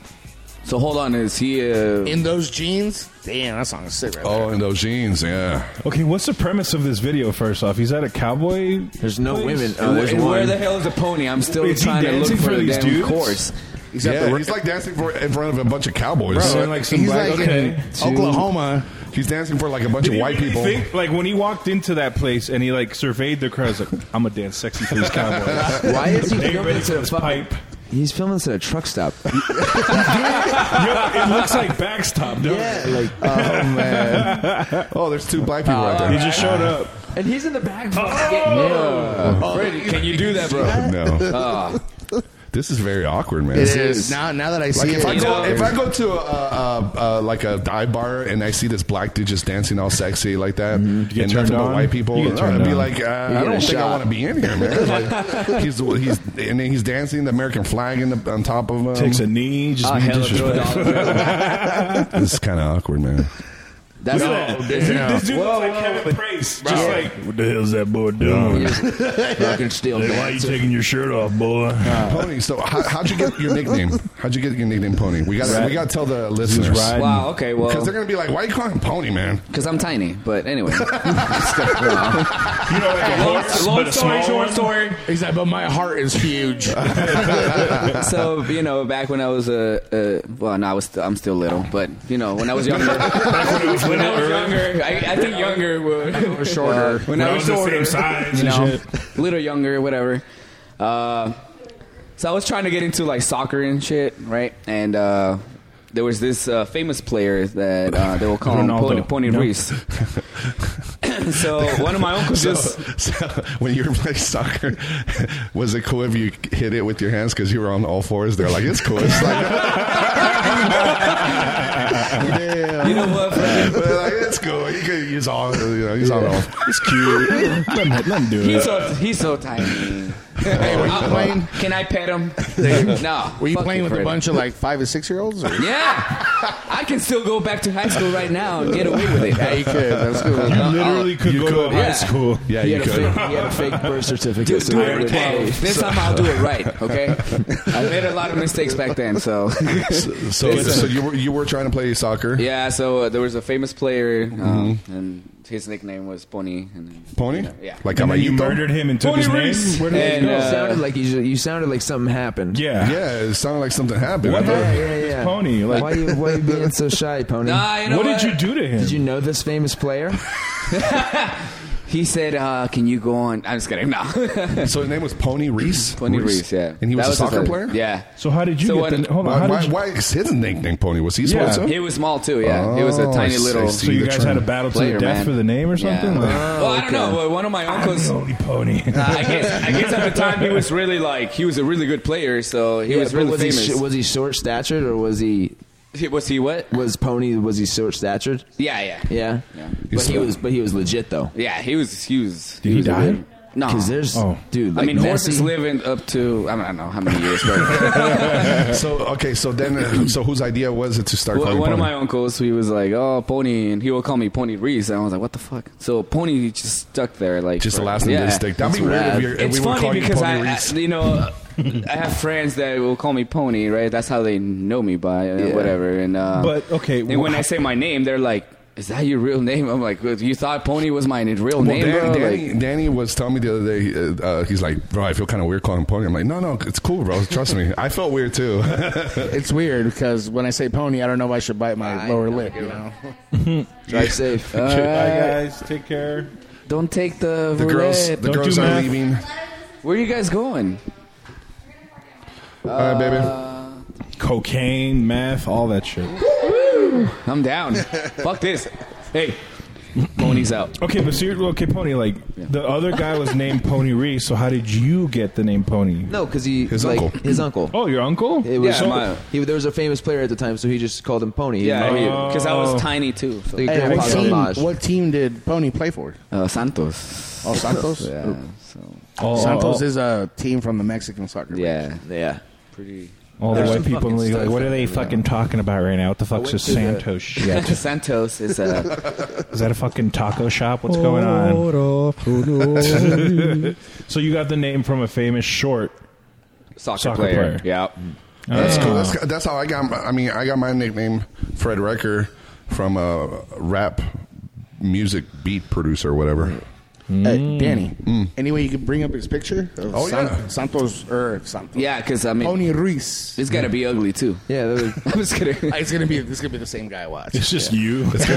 Speaker 3: So hold on, is he? Uh,
Speaker 4: In those jeans, damn, that song is sick. Right
Speaker 1: Oh, and those jeans, yeah.
Speaker 5: Okay, what's the premise of this video? First off, he's at a cowboy.
Speaker 6: There's no
Speaker 5: place?
Speaker 6: women. Oh, there's
Speaker 3: and where
Speaker 6: one.
Speaker 3: the hell is the pony? I'm still
Speaker 5: Is he
Speaker 3: trying to look
Speaker 5: dancing
Speaker 3: for,
Speaker 5: for
Speaker 3: the
Speaker 5: these
Speaker 3: damn
Speaker 5: dudes?
Speaker 3: course.
Speaker 1: He's yeah, he's like dancing for, in front of a bunch of cowboys.
Speaker 5: Bro, and like some
Speaker 4: he's
Speaker 5: black.
Speaker 4: like
Speaker 5: okay.
Speaker 4: in Oklahoma.
Speaker 1: He's dancing for like a bunch
Speaker 5: Did
Speaker 1: of
Speaker 5: you
Speaker 1: white
Speaker 5: really
Speaker 1: people.
Speaker 5: Think, like when he walked into that place and he like surveyed the crowd, he's like, "I'm gonna dance sexy for these cowboys."
Speaker 6: Why is he
Speaker 5: They
Speaker 6: filming
Speaker 5: ready
Speaker 6: this
Speaker 5: for
Speaker 6: at a
Speaker 5: this
Speaker 6: fucking?
Speaker 5: pipe.
Speaker 6: He's filming this at a truck stop.
Speaker 5: Yo, it looks like backstop, dude.
Speaker 6: like,
Speaker 1: Oh man! Oh, there's two black people
Speaker 6: Uh,
Speaker 1: out there.
Speaker 5: He just showed up.
Speaker 6: and he's in the back.
Speaker 5: Oh!
Speaker 3: Brady, can you do that, bro?
Speaker 1: Oh, no. This is very awkward, man.
Speaker 4: It is. Now, now that I see
Speaker 1: Like if
Speaker 4: it,
Speaker 1: I
Speaker 4: you
Speaker 1: go
Speaker 4: know,
Speaker 1: if I go to a, a, a, a like a dive bar and I see this black dude just dancing all sexy like that
Speaker 5: Mm-hmm. get
Speaker 1: and nothing
Speaker 5: turned
Speaker 1: but
Speaker 5: on.
Speaker 1: white people,
Speaker 5: You get
Speaker 1: I'm
Speaker 5: turned
Speaker 1: gonna be
Speaker 5: on.
Speaker 1: like, uh, I
Speaker 6: get
Speaker 1: don't
Speaker 6: a
Speaker 1: think I
Speaker 6: shot.
Speaker 1: want to be in here, man. Like, he's he's and then he's dancing the American flag in the, on top of him.
Speaker 5: Takes a knee. Just
Speaker 3: Oh,
Speaker 5: be
Speaker 3: hell, throw it
Speaker 5: disrespectful.
Speaker 3: all over.
Speaker 1: this is kind of awkward, man.
Speaker 6: That's
Speaker 5: Look
Speaker 6: all.
Speaker 5: at that. This dude- this dude looks like Kevin Price. Just like, what the hell's that boy doing?
Speaker 6: Fucking still
Speaker 5: Hey,
Speaker 6: man.
Speaker 5: taking your shirt off, boy?
Speaker 1: Uh, Pony. So how, how'd you get your nickname? How'd you get your nickname, Pony? We got to we got to tell the listeners
Speaker 5: riding.
Speaker 3: Wow. Okay. Well,
Speaker 1: because they're gonna be like, why are you calling him Pony, man?
Speaker 3: because I'm tiny. But anyway,
Speaker 5: You know, like a horse, but a small one.
Speaker 3: story.
Speaker 4: he's like, but my heart is huge.
Speaker 3: So you know, back when I was a uh, well, no, I was I'm still little, but you know, when I was younger, when I was younger, I, I think younger were shorter. When I
Speaker 5: Around
Speaker 3: was
Speaker 5: the
Speaker 3: shorter,
Speaker 5: same size
Speaker 3: you
Speaker 5: and
Speaker 3: know,
Speaker 5: shit.
Speaker 3: little younger, whatever. Uh, so I was trying to get into like soccer and shit, right? And uh, there was this uh, famous player that uh, they will call him Pony,
Speaker 5: Ronaldo.
Speaker 3: Pony
Speaker 5: No.
Speaker 3: Ruiz. so one of my uncles
Speaker 1: So,
Speaker 3: just
Speaker 1: so when you were playing soccer, was it cool if you hit it with your hands because you were on all fours? They're like, it's cool. It's like,
Speaker 3: you know what? friend?
Speaker 1: they're like, it's cool. You could use all. You know, he's on all.
Speaker 5: It's cute. let, him, let him do
Speaker 3: He's
Speaker 5: it.
Speaker 3: so he's so tiny.
Speaker 4: Hey, were you playing?
Speaker 3: Can I pet him? no.
Speaker 4: Were you
Speaker 3: Fuck
Speaker 4: playing with a
Speaker 3: Fredo.
Speaker 4: bunch of like five and six year olds? or-
Speaker 3: Yeah, I can still go back to high school right now and get away with it.
Speaker 4: Yeah, you could. That's cool. Oh,
Speaker 5: You literally could go to high
Speaker 3: yeah.
Speaker 5: school.
Speaker 1: Yeah,
Speaker 6: He
Speaker 1: you
Speaker 6: had, a
Speaker 1: could.
Speaker 6: fake, he had a fake birth certificate.
Speaker 3: Dude,
Speaker 6: so
Speaker 3: do
Speaker 6: he
Speaker 3: it
Speaker 6: would-
Speaker 3: with hey, This time I'll do it right, okay? I made a lot of mistakes back then, so
Speaker 1: So, so you were you were trying to play soccer?
Speaker 3: yeah. So uh, there was a famous player, um, and his nickname was Pony. And then,
Speaker 1: Mm-hmm. Pony?
Speaker 3: Yeah.
Speaker 1: Like
Speaker 5: And then you
Speaker 1: Caballito?
Speaker 5: murdered him and took his name. Where did
Speaker 3: And,
Speaker 6: You
Speaker 5: that
Speaker 3: uh,
Speaker 6: sounded like you, you sounded like something happened.
Speaker 5: go? Yeah.
Speaker 1: Yeah, it sounded like something happened.
Speaker 5: What
Speaker 1: I
Speaker 6: yeah,
Speaker 5: happened?
Speaker 1: thought-
Speaker 6: yeah, yeah.
Speaker 5: Pony, like-
Speaker 6: why you why you being so shy, pony?
Speaker 3: Nah, you know
Speaker 5: what
Speaker 3: what,
Speaker 5: did you do to him?
Speaker 6: Did you know this famous player?
Speaker 3: He said, uh, "Can you go on?" I'm just kidding. No,
Speaker 1: So his name was Pony Reese?
Speaker 3: Pony Reese. Yeah,
Speaker 1: And he was
Speaker 3: That
Speaker 1: a
Speaker 3: his
Speaker 1: soccer
Speaker 3: other-
Speaker 1: player?
Speaker 3: Yeah.
Speaker 5: so how did you
Speaker 3: So
Speaker 5: get
Speaker 3: what-
Speaker 5: the hold on?
Speaker 1: Why,
Speaker 5: how
Speaker 1: why,
Speaker 5: did you,
Speaker 1: why is his nickname Pony? Was he
Speaker 5: Yeah.
Speaker 1: supposed to?
Speaker 3: He was small too. Yeah, it was a
Speaker 1: Oh, I
Speaker 3: tiny
Speaker 1: see, I
Speaker 3: little.
Speaker 1: see.
Speaker 5: so you
Speaker 1: the
Speaker 5: guys
Speaker 1: term?
Speaker 5: had a battle to
Speaker 3: Player,
Speaker 5: the death
Speaker 3: man.
Speaker 5: for the name or something?
Speaker 3: Yeah.
Speaker 5: Like,
Speaker 3: well, I don't know.
Speaker 6: okay.
Speaker 3: But one of my
Speaker 5: I'm
Speaker 3: uncles.
Speaker 5: the only pony.
Speaker 3: I guess I guess at the time he was really like he was a really good player, so he
Speaker 6: Yeah,
Speaker 3: was
Speaker 6: but
Speaker 3: really
Speaker 6: was
Speaker 3: famous.
Speaker 6: He, sh- was he short statured or was he
Speaker 3: He- was he what?
Speaker 6: was pony? Was he short statured?
Speaker 3: Yeah, yeah,
Speaker 6: Yeah.
Speaker 3: Yeah.
Speaker 6: But he
Speaker 1: small.
Speaker 6: was but he was legit though.
Speaker 3: yeah. He was he was.
Speaker 5: Did he die?
Speaker 3: No,
Speaker 6: Because there's
Speaker 5: Oh.
Speaker 6: dude.
Speaker 3: I
Speaker 6: Like
Speaker 3: mean
Speaker 6: Messi,
Speaker 3: horses living up to I don't, I don't know how many years. But
Speaker 1: So okay, so then, so whose idea was it to start
Speaker 3: one
Speaker 1: calling
Speaker 3: one of
Speaker 1: Pony?
Speaker 3: my uncles, he was like, "Oh, Pony," and he would call me Pony Reese. And I was like, "What the fuck?" So Pony just stuck there, like
Speaker 1: Just the
Speaker 3: for-
Speaker 1: last name didn't stick. That'd be weird
Speaker 3: That's
Speaker 1: if
Speaker 3: rad.
Speaker 1: you're- if
Speaker 3: It's
Speaker 1: we were
Speaker 3: funny
Speaker 1: calling you
Speaker 3: because
Speaker 1: Pony
Speaker 3: I, I-
Speaker 1: Reese.
Speaker 3: you know, uh, I have friends that will call me Pony, right? That's how they know me by uh, whatever. And uh,
Speaker 5: But, okay,
Speaker 3: and when
Speaker 5: wh-
Speaker 3: I say my name, they're like. Is that your real name? I'm like, you thought Pony was my real
Speaker 1: Well,
Speaker 3: name,
Speaker 1: Dan-
Speaker 3: bro? Like-
Speaker 1: Danny, Danny was telling me the other day. Uh, uh, he's like, "Bro, I feel kind of weird calling him Pony." I'm like, "No, no, it's cool, bro. Trust me. I felt weird too."
Speaker 4: It's weird because when I say pony, I don't know if I should bite my lower lip. You know,
Speaker 6: drive safe.
Speaker 5: Bye guys, take care.
Speaker 3: Don't take the,
Speaker 1: The girls, the
Speaker 3: roulette.
Speaker 5: Don't
Speaker 1: girls
Speaker 5: do
Speaker 1: are
Speaker 5: math.
Speaker 4: Uh,
Speaker 1: leaving.
Speaker 3: Where are you guys going?
Speaker 1: All right, baby.
Speaker 3: uh,
Speaker 6: Uh,
Speaker 5: Cocaine, meth, all that shit.
Speaker 3: I'm down. Fuck this. Hey, ponies out.
Speaker 5: Okay, but seriously, okay, Pony. Like the other guy was named Pony Reese. So how did you get the name Pony?
Speaker 6: no, because he
Speaker 1: His
Speaker 6: like,
Speaker 1: uncle.
Speaker 6: His uncle.
Speaker 5: Oh, your uncle?
Speaker 6: It was
Speaker 3: Yeah, my-
Speaker 6: he, there was a famous player at the time, so he just called him pony. He-
Speaker 3: Yeah,
Speaker 5: Oh.
Speaker 3: because I was tiny too. so-
Speaker 6: Like,
Speaker 4: Hey, what
Speaker 6: grandfather
Speaker 4: team?
Speaker 6: homage.
Speaker 4: What team did Pony play for?
Speaker 3: Uh, Santos.
Speaker 4: Oh, Santos.
Speaker 3: Yeah. So
Speaker 5: Oh,
Speaker 4: Santos
Speaker 5: oh,
Speaker 4: is a team from the Mexican soccer. league.
Speaker 3: yeah.
Speaker 6: Yeah.
Speaker 3: Pretty.
Speaker 5: all the
Speaker 6: There's
Speaker 5: white
Speaker 6: some
Speaker 5: people in the
Speaker 6: fucking
Speaker 5: league. Like,
Speaker 6: stuff
Speaker 5: what are
Speaker 6: that-
Speaker 5: they
Speaker 6: yeah.
Speaker 5: fucking talking about right now? What the fuck's a
Speaker 6: went to the-
Speaker 5: Santos shit?
Speaker 3: Santos is a.
Speaker 5: Is that a fucking taco shop? What's going on? so you got the name from a famous short.
Speaker 3: Soccer,
Speaker 5: Soccer player.
Speaker 3: player. Yeah.
Speaker 1: That's
Speaker 5: Ah.
Speaker 1: cool. That's, that's how I got. my- I mean, I got my nickname Fred Recker from a rap music beat producer, or whatever. Mm.
Speaker 4: Hey, Danny. Any way you could bring up his picture? Of
Speaker 1: Oh,
Speaker 4: San-
Speaker 1: yeah.
Speaker 4: Santos or Santos.
Speaker 3: Yeah, because I mean,
Speaker 4: Pony Ruiz.
Speaker 3: it's got to be ugly too.
Speaker 6: Yeah. That was,
Speaker 3: I'm just kidding.
Speaker 4: It's gonna be. It's gonna be the same guy. I watch.
Speaker 5: It's just you.
Speaker 3: it's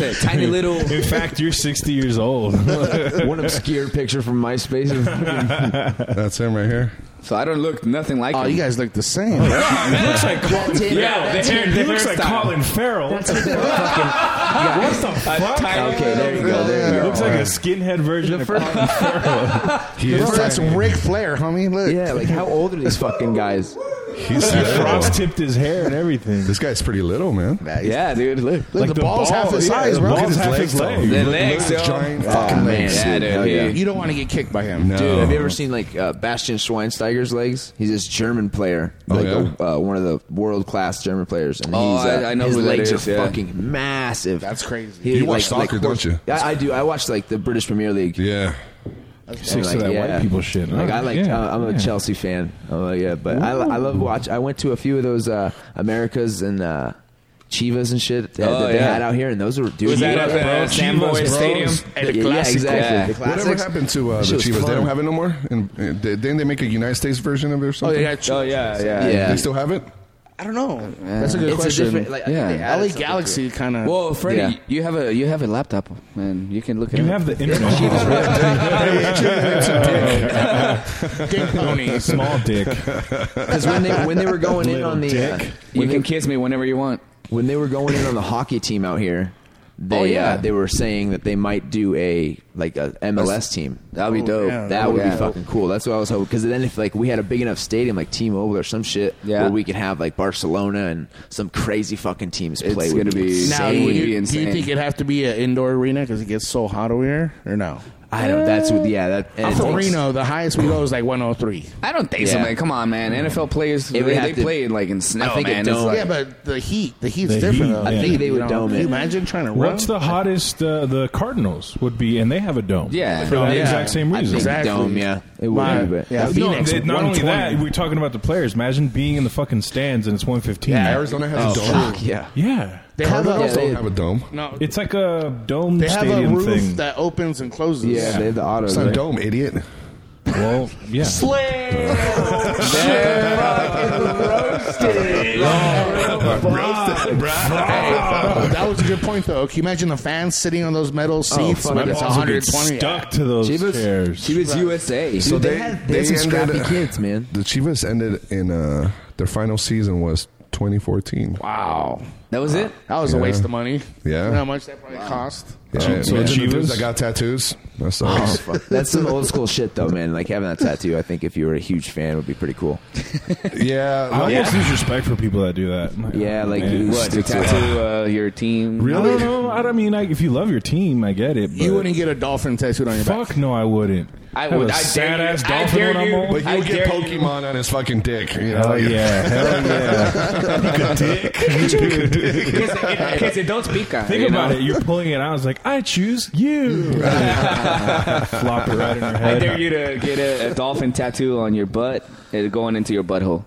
Speaker 3: a tiny little.
Speaker 5: In fact, you're 60 years old.
Speaker 6: one obscure picture from MySpace.
Speaker 1: That's him right here.
Speaker 3: So I don't look nothing like
Speaker 4: Oh,
Speaker 3: him.
Speaker 4: you guys look the same.
Speaker 5: looks
Speaker 4: That's
Speaker 5: like Colin.
Speaker 3: Yeah, the hair, the
Speaker 5: He looks like
Speaker 3: hairstyle.
Speaker 5: Colin Farrell. What the fuck?
Speaker 3: tiny
Speaker 6: okay, there you go. There you go.
Speaker 5: Looks like a skinhead version of Colin Farrell.
Speaker 4: that's Ric Flair, homie. Look.
Speaker 6: Yeah, like how old are these fucking guys?
Speaker 1: He's
Speaker 5: Frost tipped his hair and everything.
Speaker 1: This guy's pretty little, man.
Speaker 4: Nice.
Speaker 3: yeah, dude. Look.
Speaker 4: Look, the, ball's half his
Speaker 5: yeah,
Speaker 4: size,
Speaker 5: the
Speaker 4: bro.
Speaker 5: ball's
Speaker 4: Look at his
Speaker 5: half
Speaker 4: leg.
Speaker 5: his leg.
Speaker 3: The
Speaker 1: Look
Speaker 3: legs, yo.
Speaker 1: at those giant fucking legs.
Speaker 3: Yeah, dude.
Speaker 6: yeah.
Speaker 3: he-
Speaker 4: You don't want to get kicked by him.
Speaker 1: No.
Speaker 6: Dude, have you ever seen like uh, Bastian Schweinsteiger's legs? He's this German player, like
Speaker 1: yeah?
Speaker 6: uh, one of the world class German players, and
Speaker 3: Oh,
Speaker 6: he's, uh,
Speaker 3: I- I know
Speaker 6: his
Speaker 3: who that
Speaker 6: legs
Speaker 3: is,
Speaker 6: are
Speaker 3: yeah.
Speaker 6: fucking massive.
Speaker 4: That's crazy.
Speaker 6: He,
Speaker 1: You watch soccer, don't you?
Speaker 6: I, I do. I watch like the British Premier League.
Speaker 1: Yeah.
Speaker 5: Sticks to
Speaker 6: Like,
Speaker 5: that
Speaker 6: yeah.
Speaker 5: white people shit.
Speaker 6: Like I
Speaker 5: Alright,
Speaker 6: like,
Speaker 5: yeah,
Speaker 6: uh, I'm
Speaker 5: yeah.
Speaker 6: a Chelsea fan. I'm like, yeah, but I, I love watch. I went to a few of those uh, Americas and uh, Chivas and shit that,
Speaker 3: Oh,
Speaker 6: that they
Speaker 3: yeah.
Speaker 6: had out here, and those were dude.
Speaker 3: Was that
Speaker 6: yeah,
Speaker 3: at the
Speaker 6: bro.
Speaker 3: Sam
Speaker 5: Chivas,
Speaker 3: Boy
Speaker 5: bros.
Speaker 3: Stadium?
Speaker 6: Yeah, yeah, exactly.
Speaker 3: Yeah.
Speaker 6: The
Speaker 1: Whatever
Speaker 6: classics.
Speaker 1: happened to uh,
Speaker 6: That
Speaker 1: the
Speaker 6: shit was
Speaker 1: Chivas? They
Speaker 6: fun.
Speaker 1: don't have it no more. And uh, they- didn't they make a United States version of it or something?
Speaker 3: Oh yeah, yeah.
Speaker 6: Yeah.
Speaker 1: They still have it.
Speaker 4: I don't know. That's a good
Speaker 6: It's a
Speaker 4: question.
Speaker 6: different. Like, I think
Speaker 3: Yeah.
Speaker 6: they added
Speaker 4: LA
Speaker 6: something to it.
Speaker 4: Galaxy kind of.
Speaker 3: Well, Freddie,
Speaker 6: Yeah.
Speaker 3: you have a you have a laptop, man. You can look at
Speaker 5: You
Speaker 3: it.
Speaker 5: have the internet.
Speaker 4: Dick ponies.
Speaker 5: Small dick.
Speaker 6: Because when they when they were going in
Speaker 5: Little
Speaker 6: on the uh,
Speaker 5: dick.
Speaker 3: you
Speaker 6: when,
Speaker 3: can
Speaker 6: they,
Speaker 3: kiss me whenever you want.
Speaker 6: when they were going in on the hockey team out here, they
Speaker 3: Oh, yeah.
Speaker 6: uh, they were saying that they might do a like a MLS team.
Speaker 3: That'd be dope.
Speaker 4: yeah.
Speaker 6: That would
Speaker 3: Oh, Yeah.
Speaker 6: be fucking cool. That's what I was hoping. Because then if like we had a big enough stadium like T-Mobile or some shit,
Speaker 3: Yeah.
Speaker 6: where we could have like Barcelona and some crazy fucking teams
Speaker 3: It's
Speaker 6: play.
Speaker 3: gonna
Speaker 6: would
Speaker 3: be-
Speaker 6: insane.
Speaker 4: now,
Speaker 3: Insane.
Speaker 4: would you-
Speaker 3: Be
Speaker 4: do you
Speaker 3: insane.
Speaker 4: think it'd have to be an indoor arena because it gets so hot over here, or no?
Speaker 6: I don't. That's what. Yeah. That. and
Speaker 4: I'm
Speaker 6: it's-
Speaker 4: from Reno. The highest we go is like 103.
Speaker 3: I don't think so,
Speaker 6: Yeah.
Speaker 3: man. Come on, man. NFL players,
Speaker 6: It
Speaker 3: they,
Speaker 6: would have
Speaker 3: they
Speaker 6: to-
Speaker 3: played like in snow,
Speaker 6: think it
Speaker 3: man. It's
Speaker 6: don't-
Speaker 3: like-
Speaker 4: Mm-hmm. yeah, but the heat, the heat's
Speaker 5: The
Speaker 4: different.
Speaker 5: heat,
Speaker 4: though.
Speaker 5: I think
Speaker 6: they would
Speaker 4: You know,
Speaker 6: dome
Speaker 4: can
Speaker 6: it.
Speaker 4: You imagine trying to run.
Speaker 5: What's the hottest? Uh, the Cardinals would be, and they have a dome.
Speaker 3: Yeah.
Speaker 5: for that
Speaker 4: Yeah.
Speaker 5: exact same
Speaker 6: I think
Speaker 5: reason.
Speaker 4: Exactly.
Speaker 6: dome. Yeah. It would.
Speaker 4: My-
Speaker 6: be, but
Speaker 4: yeah, Phoenix.
Speaker 5: no,
Speaker 4: at
Speaker 5: they- not only that,
Speaker 4: 120.
Speaker 5: we're talking about the players. Imagine being in the fucking stands and it's one fifteen.
Speaker 4: Yeah,
Speaker 1: Arizona
Speaker 3: Oh,
Speaker 1: has a dome.
Speaker 6: Yeah.
Speaker 5: yeah,
Speaker 4: they have a,
Speaker 1: Cardinals
Speaker 6: Yeah,
Speaker 1: don't
Speaker 6: they-
Speaker 1: have a dome.
Speaker 4: no,
Speaker 5: it's like a dome
Speaker 4: they have a
Speaker 5: stadium
Speaker 4: roof
Speaker 5: thing.
Speaker 4: that opens and closes.
Speaker 6: Yeah. They have the auto.
Speaker 1: It's not a
Speaker 6: right?
Speaker 1: dome, idiot.
Speaker 5: well, yeah,
Speaker 1: Roasted,
Speaker 4: Oh, that was a good point, though. Can you imagine the fans sitting on those metal
Speaker 1: Oh,
Speaker 5: Oh,
Speaker 4: seats
Speaker 6: fuck,
Speaker 4: when
Speaker 6: my
Speaker 4: it's
Speaker 5: Also get
Speaker 4: 120?
Speaker 5: stuck to those chairs.
Speaker 3: She was USA.
Speaker 1: So
Speaker 6: Dude, they,
Speaker 1: they-
Speaker 6: had,
Speaker 1: they
Speaker 6: they had some
Speaker 1: ended-
Speaker 6: scrappy kids, man.
Speaker 1: The Chivas ended in uh, their final season was 2014.
Speaker 4: Wow.
Speaker 3: That was it.
Speaker 4: That was a
Speaker 1: Yeah.
Speaker 4: waste of money.
Speaker 1: Yeah.
Speaker 4: You know how much that probably cost?
Speaker 1: Yeah,
Speaker 5: so
Speaker 1: imagine the
Speaker 5: Chivas-
Speaker 1: dudes that got tattoos. That sucks.
Speaker 6: Oh, That's some old school shit, though, man. Like having that tattoo, I think if you were a huge fan, would be pretty cool.
Speaker 1: yeah,
Speaker 5: I
Speaker 1: like-
Speaker 5: almost lose respect for people that do that. My-
Speaker 6: Yeah, like
Speaker 5: man.
Speaker 6: you
Speaker 3: What to
Speaker 6: stick to
Speaker 3: tattoo uh, your team?
Speaker 5: I don't know. I don't mean, like, if you love your team, I get it. But
Speaker 4: You wouldn't get a dolphin tattooed on your back.
Speaker 5: Fuck no, I wouldn't.
Speaker 3: I
Speaker 5: Have
Speaker 3: would.
Speaker 5: a
Speaker 3: I dare
Speaker 5: sad
Speaker 3: you.
Speaker 5: ass
Speaker 3: I
Speaker 5: dolphin
Speaker 3: dare
Speaker 5: when I'm
Speaker 3: you.
Speaker 5: old.
Speaker 1: but he
Speaker 3: I
Speaker 1: would get
Speaker 3: dare you.
Speaker 1: Pokemon on his fucking dick. You know,
Speaker 5: Hell
Speaker 1: like-
Speaker 5: yeah, hell yeah.
Speaker 6: uh,
Speaker 3: Because it don't speak. uh,
Speaker 5: Think about it. You're pulling it out. I was like, I choose you. Flop it right in her
Speaker 3: I dare
Speaker 5: head.
Speaker 3: you to get a, a dolphin tattoo on your butt, uh, going into your butthole.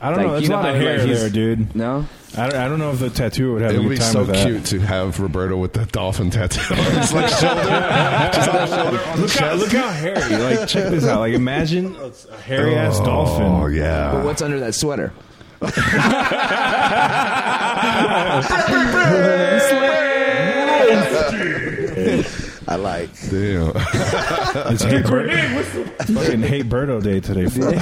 Speaker 5: I don't know.
Speaker 3: Like,
Speaker 5: That's
Speaker 3: you
Speaker 5: a
Speaker 3: know
Speaker 5: lot of
Speaker 3: how,
Speaker 5: hair
Speaker 3: like, he's-
Speaker 5: there, dude.
Speaker 3: No,
Speaker 5: I don't, I don't know if the tattooer would have
Speaker 1: It
Speaker 5: a
Speaker 1: would
Speaker 5: good
Speaker 1: be
Speaker 5: time
Speaker 1: so
Speaker 5: with that.
Speaker 1: cute to have Roberto with the dolphin tattoo on his like, shoulder. Just on his shoulder, on
Speaker 5: Look how,
Speaker 1: the chest.
Speaker 5: look how hairy. Like, check this out. Like, imagine a hairy ass
Speaker 1: oh,
Speaker 5: dolphin.
Speaker 1: yeah.
Speaker 6: But what's under that sweater?
Speaker 4: I like.
Speaker 1: Damn.
Speaker 5: It's hate Bird- fucking hate Birdo day today. fool.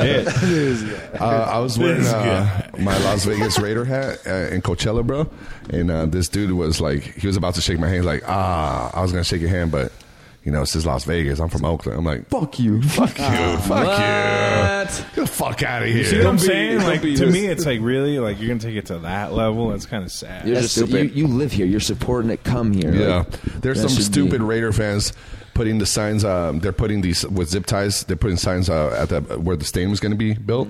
Speaker 5: Shit.
Speaker 1: Uh, I was wearing
Speaker 5: This is
Speaker 1: uh, my Las Vegas Raider hat uh, in Coachella, bro. And uh, this dude was like, he was about to shake my hand. He's like, ah, I was going to shake your hand, but, you know, this is Las Vegas. I'm from Oakland. I'm like, fuck you. Fuck you. fuck you. Get the fuck out of here.
Speaker 5: See what I'm
Speaker 1: Don't be-
Speaker 5: saying?
Speaker 1: don't
Speaker 5: Like,
Speaker 1: be
Speaker 5: to
Speaker 1: this-
Speaker 5: me, it's like, really? Like, you're going to take it to that level? That's kind of sad.
Speaker 6: You're
Speaker 3: That's
Speaker 6: just, you,
Speaker 3: stupid.
Speaker 6: you live here. You're supporting it. Come here.
Speaker 1: Yeah,
Speaker 6: Like,
Speaker 1: there's
Speaker 6: that
Speaker 1: some
Speaker 6: should
Speaker 1: stupid
Speaker 6: be-
Speaker 1: Raider fans putting the signs. Um, they're putting these with zip ties. They're putting signs uh, at the where the stadium is going to be built,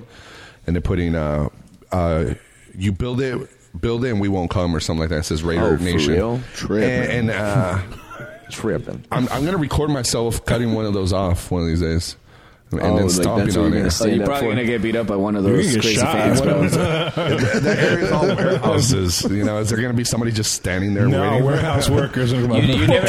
Speaker 1: and they're putting uh, uh, you build it, build it, and we won't come or something like that. It says Raider
Speaker 6: Oh, for
Speaker 1: Nation.
Speaker 6: real?
Speaker 1: And, and uh,
Speaker 6: tripping.
Speaker 1: I'm, I'm going to record myself cutting one of those off one of these days, and
Speaker 6: Oh,
Speaker 1: then
Speaker 6: like, that's
Speaker 1: stomping
Speaker 6: what
Speaker 1: on
Speaker 6: you're gonna
Speaker 1: it.
Speaker 3: oh,
Speaker 6: Stand
Speaker 3: you're
Speaker 6: up
Speaker 3: probably
Speaker 6: for-
Speaker 3: gonna get beat up by one of
Speaker 5: You're
Speaker 3: those
Speaker 5: gonna get
Speaker 3: crazy
Speaker 5: shot.
Speaker 3: fans.
Speaker 5: What
Speaker 3: Bro.
Speaker 1: that area's all warehouses. You know, is there going to be somebody just standing there
Speaker 5: No,
Speaker 1: waiting?
Speaker 5: warehouse workers. are gonna
Speaker 3: You,
Speaker 5: be
Speaker 3: you
Speaker 5: like,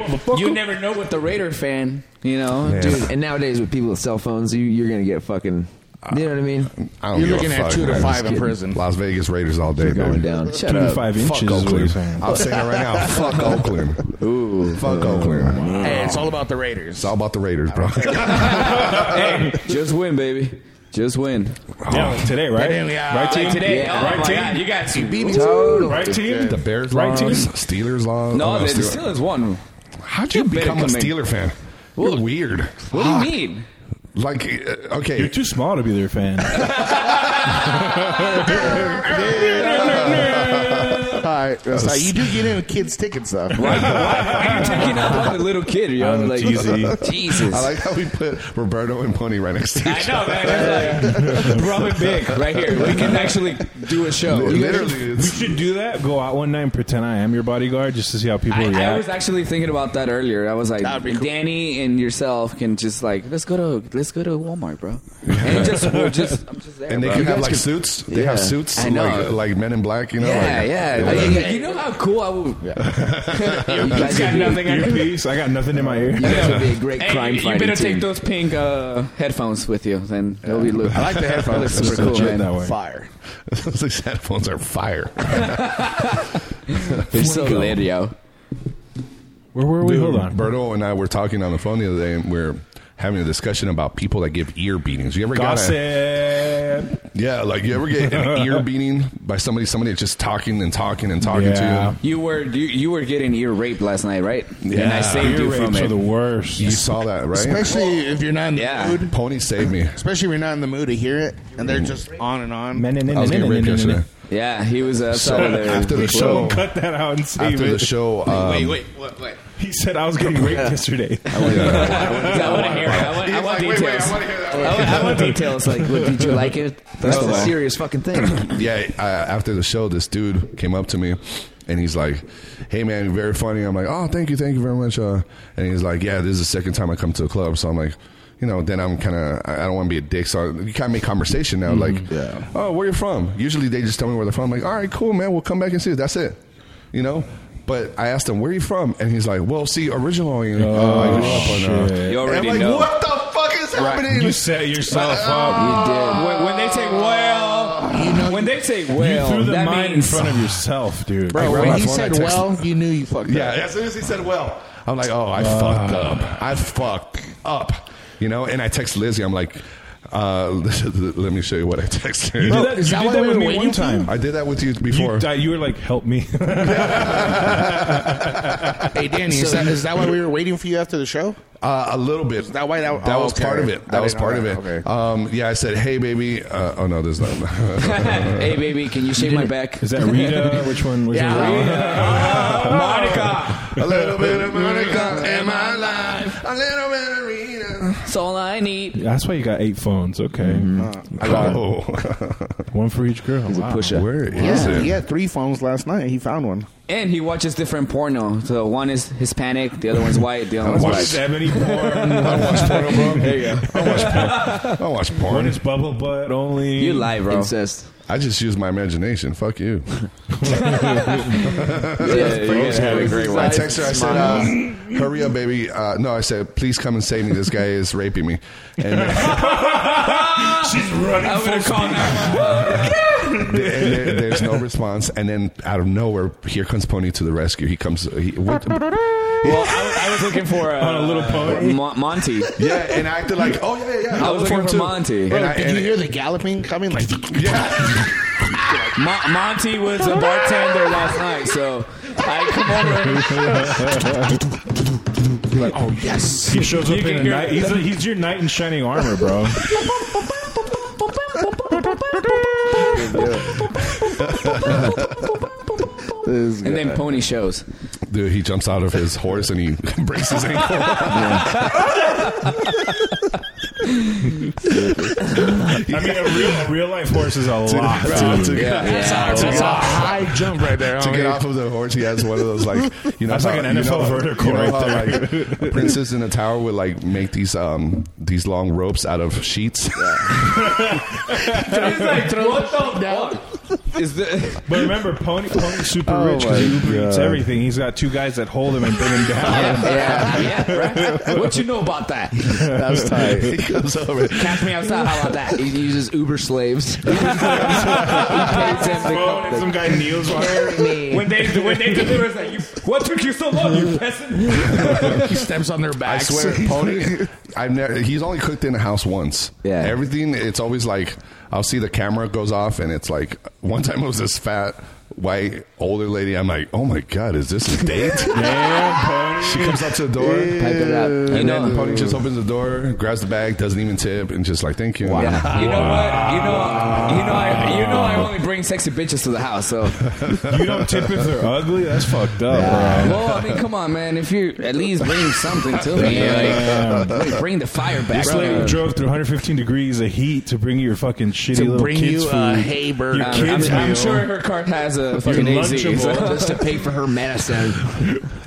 Speaker 3: never,
Speaker 5: "Fuck
Speaker 3: you, you never know with the Raider fan. You know,
Speaker 1: Yeah.
Speaker 6: Dude, and nowadays with people with cell phones, you, you're gonna get fucking. You know what I mean?
Speaker 1: I don't
Speaker 4: You're
Speaker 1: give a
Speaker 4: looking at
Speaker 1: fuck,
Speaker 4: two to
Speaker 1: man.
Speaker 4: five in prison.
Speaker 1: Las Vegas Raiders all day.
Speaker 6: Going
Speaker 1: baby.
Speaker 6: down.
Speaker 5: Two to five
Speaker 1: Fuck
Speaker 5: inches is what you're
Speaker 1: Oakland.
Speaker 5: saying.
Speaker 1: I'm saying it right now. Fuck Oakland. Ooh. Fuck Oakland.
Speaker 4: Hey, it's all about the Raiders.
Speaker 1: It's all about the Raiders, bro.
Speaker 3: hey, just win, baby. Just win.
Speaker 5: Yeah, like today, right?
Speaker 4: Today, yeah.
Speaker 5: Right team?
Speaker 3: Like today,
Speaker 5: Yeah.
Speaker 3: oh
Speaker 5: Right
Speaker 3: my
Speaker 5: team?
Speaker 3: God, you got to beat
Speaker 6: Total.
Speaker 5: Right team?
Speaker 1: the Bears
Speaker 5: Right
Speaker 1: lost,
Speaker 5: team?
Speaker 1: Steelers lost.
Speaker 3: No,
Speaker 1: Oh,
Speaker 3: the
Speaker 1: Steelers-
Speaker 3: Steelers won.
Speaker 1: How'd you,
Speaker 3: You better
Speaker 1: become a
Speaker 3: come in.
Speaker 1: Steeler fan? You're weird.
Speaker 3: What do you mean?
Speaker 1: Like, uh, okay.
Speaker 5: You're too small to be their fan.
Speaker 4: All right, that's how you do get in kids' tickets though.
Speaker 3: Why are you taking up on the little kid? You
Speaker 5: I
Speaker 3: know,
Speaker 5: don't know,
Speaker 3: like
Speaker 5: TZ.
Speaker 3: Jesus.
Speaker 1: I like how we put Roberto and Pony right next to
Speaker 3: I
Speaker 1: each
Speaker 3: know, man. Like, Robin Big, right here. We can actually do a show.
Speaker 1: other.
Speaker 3: You guys-
Speaker 1: Literally,
Speaker 5: We
Speaker 1: it's,
Speaker 5: should do that. Go out one night and pretend I am your bodyguard just to see how people react.
Speaker 3: I, I was actually thinking about that earlier. I was like,
Speaker 4: That'd be cool.
Speaker 3: Danny and yourself can just like let's go to let's go to Walmart, bro. And just we'll just I'm just there.
Speaker 1: and they
Speaker 3: bro.
Speaker 1: can
Speaker 3: You
Speaker 1: have
Speaker 3: guys
Speaker 1: like
Speaker 3: can-
Speaker 1: suits. They have
Speaker 6: Yeah.
Speaker 1: suits
Speaker 3: I know.
Speaker 1: like like Men in Black. You know,
Speaker 3: yeah,
Speaker 1: like,
Speaker 3: yeah.
Speaker 1: they
Speaker 3: Like,
Speaker 1: like-
Speaker 3: you, you know how cool I would. you guys
Speaker 5: got
Speaker 3: would be-
Speaker 5: nothing in peace. I got nothing in my ear.
Speaker 6: That would be a great
Speaker 3: Hey,
Speaker 6: crime
Speaker 3: you
Speaker 6: fighting
Speaker 3: better
Speaker 6: team.
Speaker 3: take those pink uh, headphones with you, then it'll be look. I like the headphones.
Speaker 5: It's
Speaker 3: super cool,
Speaker 5: legit
Speaker 3: man.
Speaker 5: that way.
Speaker 4: Fire.
Speaker 1: These headphones are fire.
Speaker 3: They're so lit, yo.
Speaker 5: Where were we?
Speaker 1: Dude,
Speaker 5: Hold on.
Speaker 1: Berto and I were talking on the phone the other day, and we are having a discussion about people that give ear beatings. You ever
Speaker 5: Gossip.
Speaker 1: got a, yeah, like you ever get an ear beating by somebody, somebody that's just talking and talking and talking
Speaker 5: Yeah.
Speaker 1: to you.
Speaker 3: You were you, you were getting ear raped last night, right? Yeah. And I saved
Speaker 5: Ear
Speaker 3: you from
Speaker 5: rapes are
Speaker 3: it.
Speaker 5: the worst.
Speaker 1: You saw that, right?
Speaker 4: Especially if you're not in the
Speaker 3: Yeah.
Speaker 4: mood.
Speaker 1: Pony saved me. Mm.
Speaker 4: Especially if you're not in the mood to hear it, and they're just on and on.
Speaker 5: Men and
Speaker 1: I was getting raped yesterday.
Speaker 3: yeah, he was uh,
Speaker 1: So
Speaker 3: so,
Speaker 1: after the show,
Speaker 5: Cut that out and save
Speaker 1: after the
Speaker 5: it.
Speaker 1: show, um,
Speaker 3: wait, wait.
Speaker 5: He said I was getting raped yesterday.
Speaker 3: I want to hear it. I want,
Speaker 1: He's
Speaker 3: I want
Speaker 1: like, wait,
Speaker 3: details.
Speaker 1: wait, I wanna hear that one.
Speaker 3: I want- I want details. Like, what, did you like it?
Speaker 6: That's
Speaker 3: Oh,
Speaker 6: a
Speaker 3: wow.
Speaker 6: serious fucking thing.
Speaker 1: yeah, uh, after the show, this dude came up to me and he's like, hey, man, you're very funny. I'm like, oh, thank you, thank you very much. Uh, and he's like, yeah, this is the second time I come to a club. So I'm like, you know, then I'm kind of, I I don't want to be a dick. So you kind of make conversation now.
Speaker 5: Mm-hmm.
Speaker 1: Like, oh, where you from? Usually they just tell me where they're from. I'm like, all right, cool, man. We'll come back and see you. That's it. You know? But I asked him, where you from? And he's like, well, see, originally, uh, I grew up on, uh,
Speaker 5: Oh, shit.
Speaker 2: You
Speaker 1: and I'm
Speaker 2: already
Speaker 1: like,
Speaker 2: know.
Speaker 1: what the fuck is happening?
Speaker 5: You set yourself
Speaker 4: Uh,
Speaker 5: up.
Speaker 2: When, when they say well, when they say
Speaker 5: You
Speaker 2: well,
Speaker 5: threw the
Speaker 2: that
Speaker 5: mine in
Speaker 2: means
Speaker 5: front of yourself, dude.
Speaker 1: I
Speaker 4: Bro,
Speaker 1: grabbed
Speaker 4: when
Speaker 1: my
Speaker 4: he
Speaker 1: phone, I
Speaker 4: said
Speaker 1: texted-
Speaker 4: well, you knew you fucked
Speaker 1: Yeah,
Speaker 4: up.
Speaker 1: as soon as he said, well, I'm like, oh, I
Speaker 5: Uh,
Speaker 1: fucked up. I fucked up. You know, and I text Lizzie, I'm like, uh, let me show you what I texted.
Speaker 5: You did that,
Speaker 4: is
Speaker 5: you
Speaker 4: that
Speaker 5: did
Speaker 4: what
Speaker 5: that
Speaker 4: we
Speaker 5: with
Speaker 4: were
Speaker 5: me
Speaker 4: waiting
Speaker 5: one
Speaker 4: for?
Speaker 5: time.
Speaker 1: I did that with you before.
Speaker 5: You, died, you were like, help me.
Speaker 4: Hey, Danny, is, that, is that why we were waiting for you after the show?
Speaker 1: Uh, a little bit.
Speaker 4: that why that- oh,
Speaker 1: was
Speaker 4: okay.
Speaker 1: part of it.
Speaker 4: I
Speaker 1: That
Speaker 4: didn't
Speaker 1: was
Speaker 4: know
Speaker 1: part of
Speaker 4: that.
Speaker 1: it.
Speaker 4: Okay.
Speaker 1: Um, yeah, I said, hey, baby. Uh, oh, no, there's not.
Speaker 3: hey, baby, can you shave my back?
Speaker 5: Is that Rita? Which one was
Speaker 4: Yeah,
Speaker 5: it?
Speaker 3: Monica,
Speaker 1: a little bit of Monica in my life. A little bit of Rita.
Speaker 3: that's all I need.
Speaker 5: That's why you got eight phones. Okay,
Speaker 1: Oh,
Speaker 5: one for each girl. He's
Speaker 6: a pusher.
Speaker 1: where is
Speaker 4: Yeah,
Speaker 1: it?
Speaker 4: he had three phones last night. He found one.
Speaker 3: And he watches different porno. So one is Hispanic, the other one's white, the other one's
Speaker 1: Why
Speaker 5: One
Speaker 1: Watch.
Speaker 5: is
Speaker 1: is
Speaker 3: black.
Speaker 5: ebony porn.
Speaker 1: I watch porn, bro. There you go. I watch porn. I watch
Speaker 5: one
Speaker 1: porn.
Speaker 5: is bubble butt only.
Speaker 3: You lie, bro.
Speaker 6: Incest.
Speaker 1: I just use my imagination. Fuck you. I text her. I said, uh, "Hurry up, baby." Uh, no, I said, "Please come and save me. This guy is raping me." And then,
Speaker 5: She's running.
Speaker 3: I'm gonna call now.
Speaker 1: and there- there's no response. And then out of nowhere, here comes Pony to the rescue. He comes. He, what,
Speaker 3: Well, I, I was looking for uh,
Speaker 5: a little pony.
Speaker 3: Mo- Monty.
Speaker 1: yeah, and I acted like, "Oh yeah, yeah."
Speaker 3: I was
Speaker 1: for
Speaker 3: looking
Speaker 1: him
Speaker 3: for
Speaker 1: too.
Speaker 3: Monty.
Speaker 1: And I,
Speaker 4: Did
Speaker 1: and-
Speaker 4: you hear the galloping coming? Like,
Speaker 1: Yeah,
Speaker 3: Mo- Monty was a bartender last night, so I come over.
Speaker 1: oh,
Speaker 5: He shows
Speaker 2: You
Speaker 5: up in a
Speaker 2: can hear-
Speaker 5: night. He's, a, he's your knight in shining armor, bro.
Speaker 3: And then Pony shows.
Speaker 1: dude. He jumps out of his horse and he breaks his ankle.
Speaker 5: I mean, a real a real life horse is a lot.
Speaker 1: Bro, to
Speaker 5: dude.
Speaker 1: get-
Speaker 4: that's a high jump right there.
Speaker 1: to get off of the horse, he has one of those like you know
Speaker 5: That's like an
Speaker 1: you
Speaker 5: NFL vertical right
Speaker 1: there. Like, princes in the tower would like make these um these long ropes out of sheets.
Speaker 3: Is the
Speaker 5: But remember, Pony Pony's super
Speaker 3: Oh
Speaker 5: rich because he Uber eats everything. He's got two guys that hold him and bring him down.
Speaker 3: yeah, yeah, right? What you know about that?
Speaker 1: That's tight. he comes over.
Speaker 3: Catch me outside. How about that?
Speaker 6: He uses Uber slaves.
Speaker 5: Phone and some guy kneels while
Speaker 2: when they when they deliver, it's like, you, what took you so long? You peasant.
Speaker 4: He steps on their
Speaker 1: I
Speaker 4: backs.
Speaker 1: swear, Pony. I've never. He's only cooked in the house once.
Speaker 6: Yeah.
Speaker 1: Everything. It's always like I'll see the camera goes off, and it's like one time it was this fat white older lady. I'm like, oh my god, is this a date?
Speaker 5: Damn,
Speaker 1: she comes up to the door.
Speaker 6: Pipe it up.
Speaker 1: And
Speaker 3: You know-
Speaker 1: then Pony just opens the door, grabs the bag, doesn't even tip, and just like, thank you.
Speaker 3: You know what? You know, you know, I, you know, I only bring sexy bitches to the house. So,
Speaker 5: Pony. You don't tip if they're ugly? That's fucked up, bro.
Speaker 3: well, I mean, come on, man. If you at least bring something to me, like, let me bring the fire back.
Speaker 5: This lady drove through 115 degrees of heat to bring you your fucking shitty
Speaker 4: to
Speaker 5: little
Speaker 4: bring
Speaker 5: kids
Speaker 4: you
Speaker 5: food.
Speaker 4: a hay bird.
Speaker 5: Your
Speaker 3: Um,
Speaker 5: kids
Speaker 3: I'm, I'm
Speaker 5: meal.
Speaker 3: sure her cart has a fucking
Speaker 5: Your
Speaker 3: AZ.
Speaker 5: Lunchable.
Speaker 3: so-
Speaker 6: Just to pay for her medicine.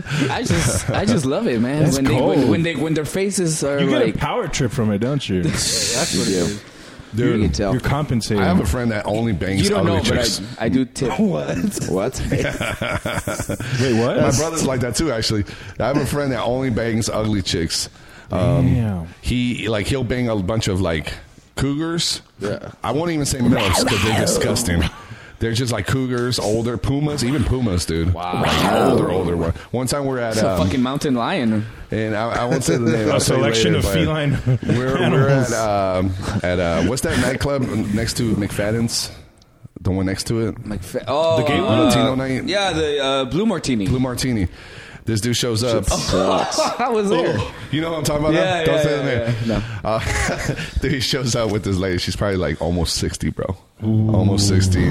Speaker 3: I just, I just love it, man.
Speaker 5: That's
Speaker 3: when, they, when,
Speaker 5: cold.
Speaker 3: when they, when their faces are
Speaker 5: You get
Speaker 3: like,
Speaker 5: a power trip from it, don't you?
Speaker 6: You can tell.
Speaker 5: You're compensating.
Speaker 1: I have a friend that only bangs
Speaker 3: you don't
Speaker 1: ugly
Speaker 3: know,
Speaker 1: chicks.
Speaker 3: but I, I do tip.
Speaker 6: What?
Speaker 5: Wait, what?
Speaker 1: My brother's like that too. Actually, I have a friend that only bangs ugly chicks. Um,
Speaker 5: Damn.
Speaker 1: He like he'll bang a bunch of like cougars. Yeah. I won't even say males because they're disgusting. They're just like cougars, older pumas, even pumas, dude. Wow. Like older, older one. One time we're at
Speaker 3: It's a
Speaker 1: um,
Speaker 3: fucking mountain lion.
Speaker 1: and I, I won't say the name. I'll
Speaker 5: A
Speaker 1: tell you
Speaker 5: selection
Speaker 1: later,
Speaker 5: of
Speaker 1: but uh,
Speaker 5: feline
Speaker 1: We're, we're
Speaker 5: animals.
Speaker 1: at um, at uh, what's that nightclub next to McFadden's? The one next to it.
Speaker 3: Like, fa- oh,
Speaker 1: The gay one?
Speaker 3: uh,
Speaker 1: Latino night?
Speaker 3: Yeah, the uh, blue martini.
Speaker 1: Blue Martini. This dude shows up.
Speaker 3: I was there.
Speaker 1: Oh, you know what I'm talking about?
Speaker 3: Yeah,
Speaker 1: now? Don't
Speaker 3: yeah,
Speaker 1: say
Speaker 3: yeah,
Speaker 1: the name. Uh, dude, he shows up with this lady. She's probably like almost 60, bro. Almost 60.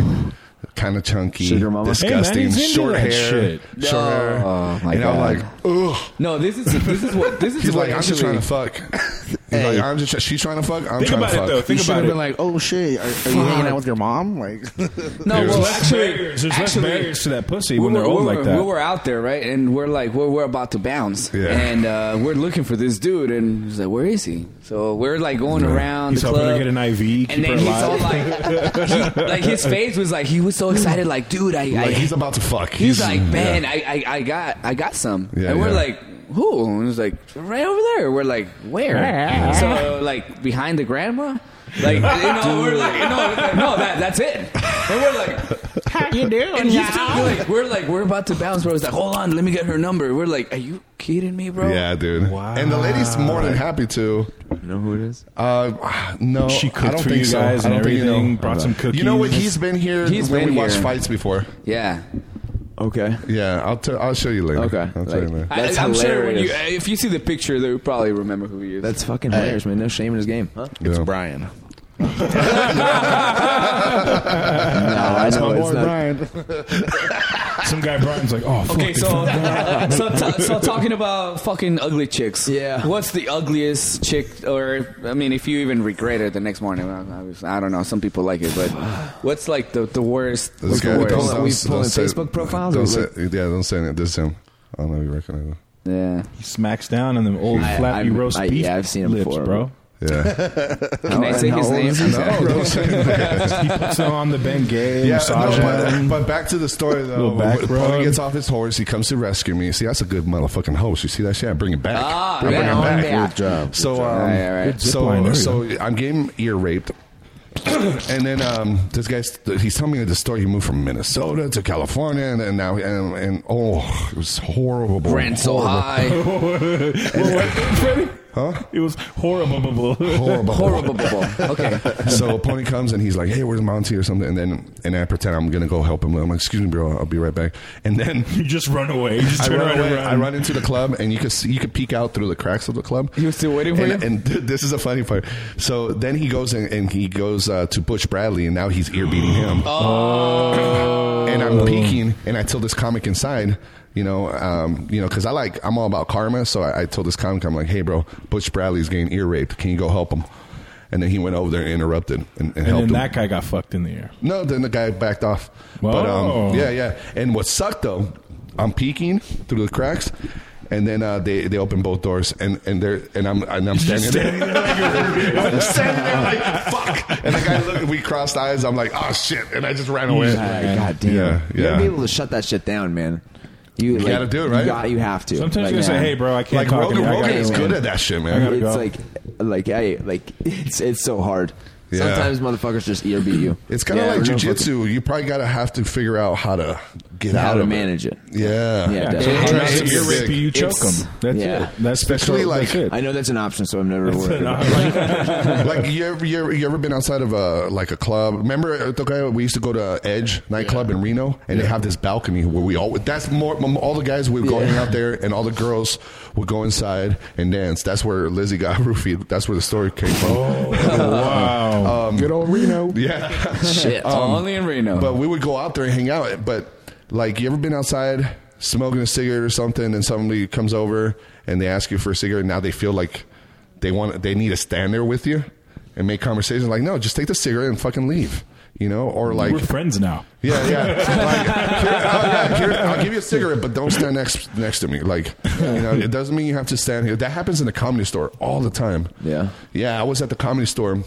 Speaker 1: kind of chunky,
Speaker 3: Sugar mama?
Speaker 1: disgusting,
Speaker 5: Hey, man, he's into
Speaker 1: short hair,
Speaker 5: that shit.
Speaker 1: short hair.
Speaker 3: Oh, my
Speaker 1: and I'm
Speaker 3: God.
Speaker 1: like, ugh.
Speaker 3: No, this is this is what this is.
Speaker 1: He's
Speaker 3: what
Speaker 1: like, I'm just
Speaker 3: actually-
Speaker 1: trying to fuck. He's like, I'm just. She's trying to fuck. I'm
Speaker 5: Think
Speaker 1: trying
Speaker 5: about
Speaker 1: to
Speaker 5: it
Speaker 1: fuck.
Speaker 5: though.
Speaker 4: You
Speaker 5: Think
Speaker 4: should
Speaker 5: about
Speaker 4: have
Speaker 5: it.
Speaker 4: been like, "Oh shit, are, are you hanging out with your mom?" Like,
Speaker 3: No,
Speaker 1: There's
Speaker 3: well,
Speaker 1: less
Speaker 3: actually,
Speaker 5: barriers- there's less
Speaker 3: actually,
Speaker 5: barriers to that pussy when they're old
Speaker 3: we were,
Speaker 5: like that.
Speaker 3: We were out there, right? And we're like, we're, we're about to bounce,
Speaker 1: Yeah.
Speaker 3: and uh, we're looking for this dude, and he's like, where is he? So we're like going around.
Speaker 5: He's
Speaker 3: the
Speaker 5: hoping to
Speaker 3: club,
Speaker 5: get an IV, keep
Speaker 3: and then
Speaker 5: her
Speaker 3: he's
Speaker 5: alive.
Speaker 3: all like, he, like his face was like he was so excited, like, dude, I, I
Speaker 1: Like, he's about to fuck.
Speaker 3: He's like, man,
Speaker 1: yeah.
Speaker 3: I, I, I got I got some.
Speaker 1: Yeah,
Speaker 3: and we're
Speaker 1: yeah.
Speaker 3: like, who? And he's like, right over there. We're like, where? so like behind the grandma? Like you know, we're like, no, we're like, no, that, that's it. And we're like, how you doing? And he's still, we're like, we're like, we're about to bounce, bro. He's like, hold on, let me get her number. We're like, are you kidding me, bro?
Speaker 1: yeah, dude. And the lady's more than happy to.
Speaker 6: You know who it is?
Speaker 1: Uh, no,
Speaker 5: She
Speaker 1: I
Speaker 5: cooked
Speaker 1: don't
Speaker 5: for
Speaker 1: think
Speaker 5: you
Speaker 1: so.
Speaker 5: guys
Speaker 1: I
Speaker 5: and
Speaker 1: don't think you know.
Speaker 5: everything. Brought some cookies.
Speaker 1: You know what? He's been here.
Speaker 3: He's
Speaker 1: when
Speaker 3: been
Speaker 1: we watched
Speaker 3: here.
Speaker 1: fights before.
Speaker 3: yeah.
Speaker 6: Okay.
Speaker 1: Yeah, I'll t- I'll show you later.
Speaker 6: Okay,
Speaker 1: I'll tell you
Speaker 6: like-
Speaker 1: later.
Speaker 3: I,
Speaker 6: That's
Speaker 3: I'm sure when you,
Speaker 6: hilarious.
Speaker 3: if you see the picture, they'll probably remember who he is.
Speaker 6: That's fucking hilarious, man. No shame in his game. Huh?
Speaker 1: It's yeah.
Speaker 4: Brian.
Speaker 6: No, I know it's not.
Speaker 4: Brian.
Speaker 5: some guy Brian's like, oh, fuck
Speaker 3: Okay,
Speaker 5: it.
Speaker 3: so uh, so, ta so talking about fucking ugly chicks.
Speaker 6: Yeah.
Speaker 3: What's the ugliest chick, or I mean, if you even regret it the next morning? well, obviously, I don't know. Some people like it, but what's like the the worst?
Speaker 1: This
Speaker 3: what's the
Speaker 1: guy,
Speaker 3: worst?
Speaker 1: don't,
Speaker 6: Oh, pulling-
Speaker 1: don't,
Speaker 6: we
Speaker 1: don't
Speaker 6: pulling
Speaker 1: say-
Speaker 6: Facebook profiles or
Speaker 1: Don't
Speaker 6: what?
Speaker 1: say, yeah, don't say it. This is him. I don't know if you recognize him.
Speaker 3: Yeah.
Speaker 5: he smacks down on them old
Speaker 6: I-
Speaker 5: flappy
Speaker 6: I'm-
Speaker 5: roast
Speaker 6: I-
Speaker 5: beef
Speaker 6: yeah, I've seen him
Speaker 5: lips,
Speaker 6: before.
Speaker 5: bro.
Speaker 1: Yeah.
Speaker 3: Can I say
Speaker 6: how
Speaker 3: his
Speaker 6: old
Speaker 3: name?
Speaker 6: is this
Speaker 1: no, don't say it.
Speaker 5: he puts them on the Bengay,
Speaker 1: Yeah,
Speaker 5: massage
Speaker 1: no, but,
Speaker 5: them.
Speaker 1: but back to the story though.
Speaker 5: Little back
Speaker 1: When
Speaker 5: rub.
Speaker 1: Pony gets off his horse. He comes to rescue me. See, that's a good motherfucking host. You see that shit? I bring it back.
Speaker 3: Ah,
Speaker 1: I bring
Speaker 3: yeah.
Speaker 1: it back.
Speaker 4: Good job.
Speaker 1: So, um,
Speaker 3: Right, right.
Speaker 5: Zipline
Speaker 1: so,
Speaker 5: area.
Speaker 1: so I'm getting ear raped. and then um, this guy's he's telling me the story. He moved from Minnesota to California, and, and now and, and oh, it was horrible.
Speaker 3: Rent so
Speaker 1: horrible,
Speaker 3: high.
Speaker 5: It was horrible.
Speaker 1: horrible,
Speaker 3: Horrible. Okay.
Speaker 1: so Pony comes and he's like, "Hey, where's Monty or something?" And then and I pretend I'm gonna go help him. I'm like, "Excuse me, bro, I'll be right back." And then
Speaker 5: you just run away. You just
Speaker 1: I
Speaker 5: turn
Speaker 1: run
Speaker 5: around
Speaker 1: away.
Speaker 5: and run.
Speaker 1: I run into the club, and you could see, you could peek out through the cracks of the club.
Speaker 3: He was still waiting for
Speaker 1: and,
Speaker 3: you?
Speaker 1: And th- this is a funny part. So then he goes and, and he goes uh, to Butch Bradley, and now he's ear beating him. oh. and I'm peeking, and I tell this comic inside. You know, um, you know, because I like I'm all about karma. So I, I told this comic, I'm like, "Hey, bro, Butch Bradley's getting ear raped. Can you go help him?" And then he went over there and interrupted and, and
Speaker 5: and
Speaker 1: helped
Speaker 5: then
Speaker 1: him.
Speaker 5: that guy got fucked in the air.
Speaker 1: No, then the guy backed off. But
Speaker 5: Wow.
Speaker 1: um, yeah, yeah. And what sucked though, I'm peeking through the cracks, and then uh, they they open both doors, and and they're and I'm and I'm standing there. I'm standing there like fuck. And the guy looked, we crossed eyes. I'm like, oh shit, and I just ran away.
Speaker 6: Ah, God damn.
Speaker 1: Yeah,
Speaker 6: You
Speaker 1: yeah.
Speaker 6: gotta be able to shut that shit down, man. You, like,
Speaker 1: gotta do it, right?
Speaker 6: You, got, you have to.
Speaker 5: Sometimes
Speaker 6: Like,
Speaker 5: you say,
Speaker 6: yeah.
Speaker 5: "Hey, bro, I can't
Speaker 1: Like
Speaker 5: talk."
Speaker 1: Rogan,
Speaker 5: to you. I
Speaker 1: Rogan
Speaker 5: gotta
Speaker 1: is
Speaker 5: go.
Speaker 1: good at that shit,
Speaker 5: I gotta
Speaker 1: man.
Speaker 5: go.
Speaker 6: It's like, like, hey, like, it's it's so hard.
Speaker 1: Yeah.
Speaker 6: Sometimes motherfuckers just ear beat you.
Speaker 1: It's kind of
Speaker 6: Yeah,
Speaker 1: like
Speaker 6: no fucking-
Speaker 1: jujitsu. You probably gotta have to figure out how to get
Speaker 6: How
Speaker 1: out
Speaker 6: to
Speaker 1: of
Speaker 6: manage it.
Speaker 1: Yeah,
Speaker 6: Yeah,
Speaker 5: Yeah,
Speaker 6: definitely.
Speaker 5: so
Speaker 1: It-
Speaker 5: how
Speaker 1: it's-
Speaker 5: nice if you're
Speaker 1: it's-
Speaker 5: rapey, you choke
Speaker 3: it's-
Speaker 5: him. That's
Speaker 6: yeah.
Speaker 5: it. That's
Speaker 1: Especially
Speaker 5: that's all-
Speaker 1: like-
Speaker 5: that's it.
Speaker 6: I know that's an option, so I'm never worried. about it.
Speaker 5: Like,
Speaker 1: like you ever, you ever you ever been outside of a like a club? Remember the guy we used to go to Edge nightclub in Reno, and they have this balcony where we all that's more all the guys would go hang out there, and all the girls would go inside and dance. That's where Lizzie got roofied. That's where the story came from.
Speaker 5: Oh,
Speaker 1: Um,
Speaker 5: wow.
Speaker 1: Good old Reno. Yeah. Um,
Speaker 3: Shit. Only in Reno.
Speaker 1: But we would go out there and hang out. But like, you ever been outside smoking a cigarette or something, and somebody comes over and they ask you for a cigarette? And now they feel like they want, they need to stand there with you and make conversation. Like, no, just take the cigarette and fucking leave. You know, or like,
Speaker 5: We're friends now.
Speaker 1: yeah, yeah. Like, here, oh, yeah, here, I'll give you a cigarette, but don't stand next next to me. Like, you know, it doesn't mean you have to stand here. That happens in the comedy store all the time.
Speaker 6: Yeah.
Speaker 1: yeah. I was at the comedy store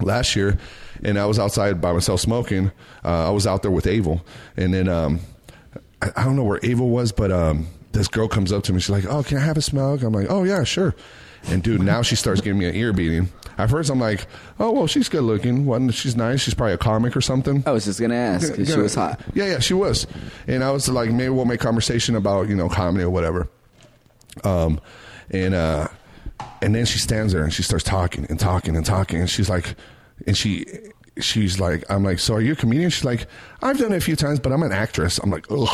Speaker 1: last year, and I was outside by myself smoking. Uh, I was out there with Abel, and then um, I, I don't know where Abel was, but um, this girl comes up to me. She's like, "Oh, can I have a smoke?" I'm like, "Oh yeah, sure." And dude, now she starts giving me an ear beating. At first, I'm like, "Oh well, she's good looking. One, she's nice. She's probably a comic or something."
Speaker 3: I was just gonna ask. 'cause she
Speaker 1: Yeah.
Speaker 3: was hot.
Speaker 1: Yeah, yeah, she was. And I was like, maybe we'll make conversation about you know comedy or whatever. Um, and uh, and then she stands there and she starts talking and talking and talking and she's like, and she. She's like, I'm like, so are you a comedian? She's like, I've done it a
Speaker 5: Uh,
Speaker 1: few times, but I'm an actress. I'm like, ugh,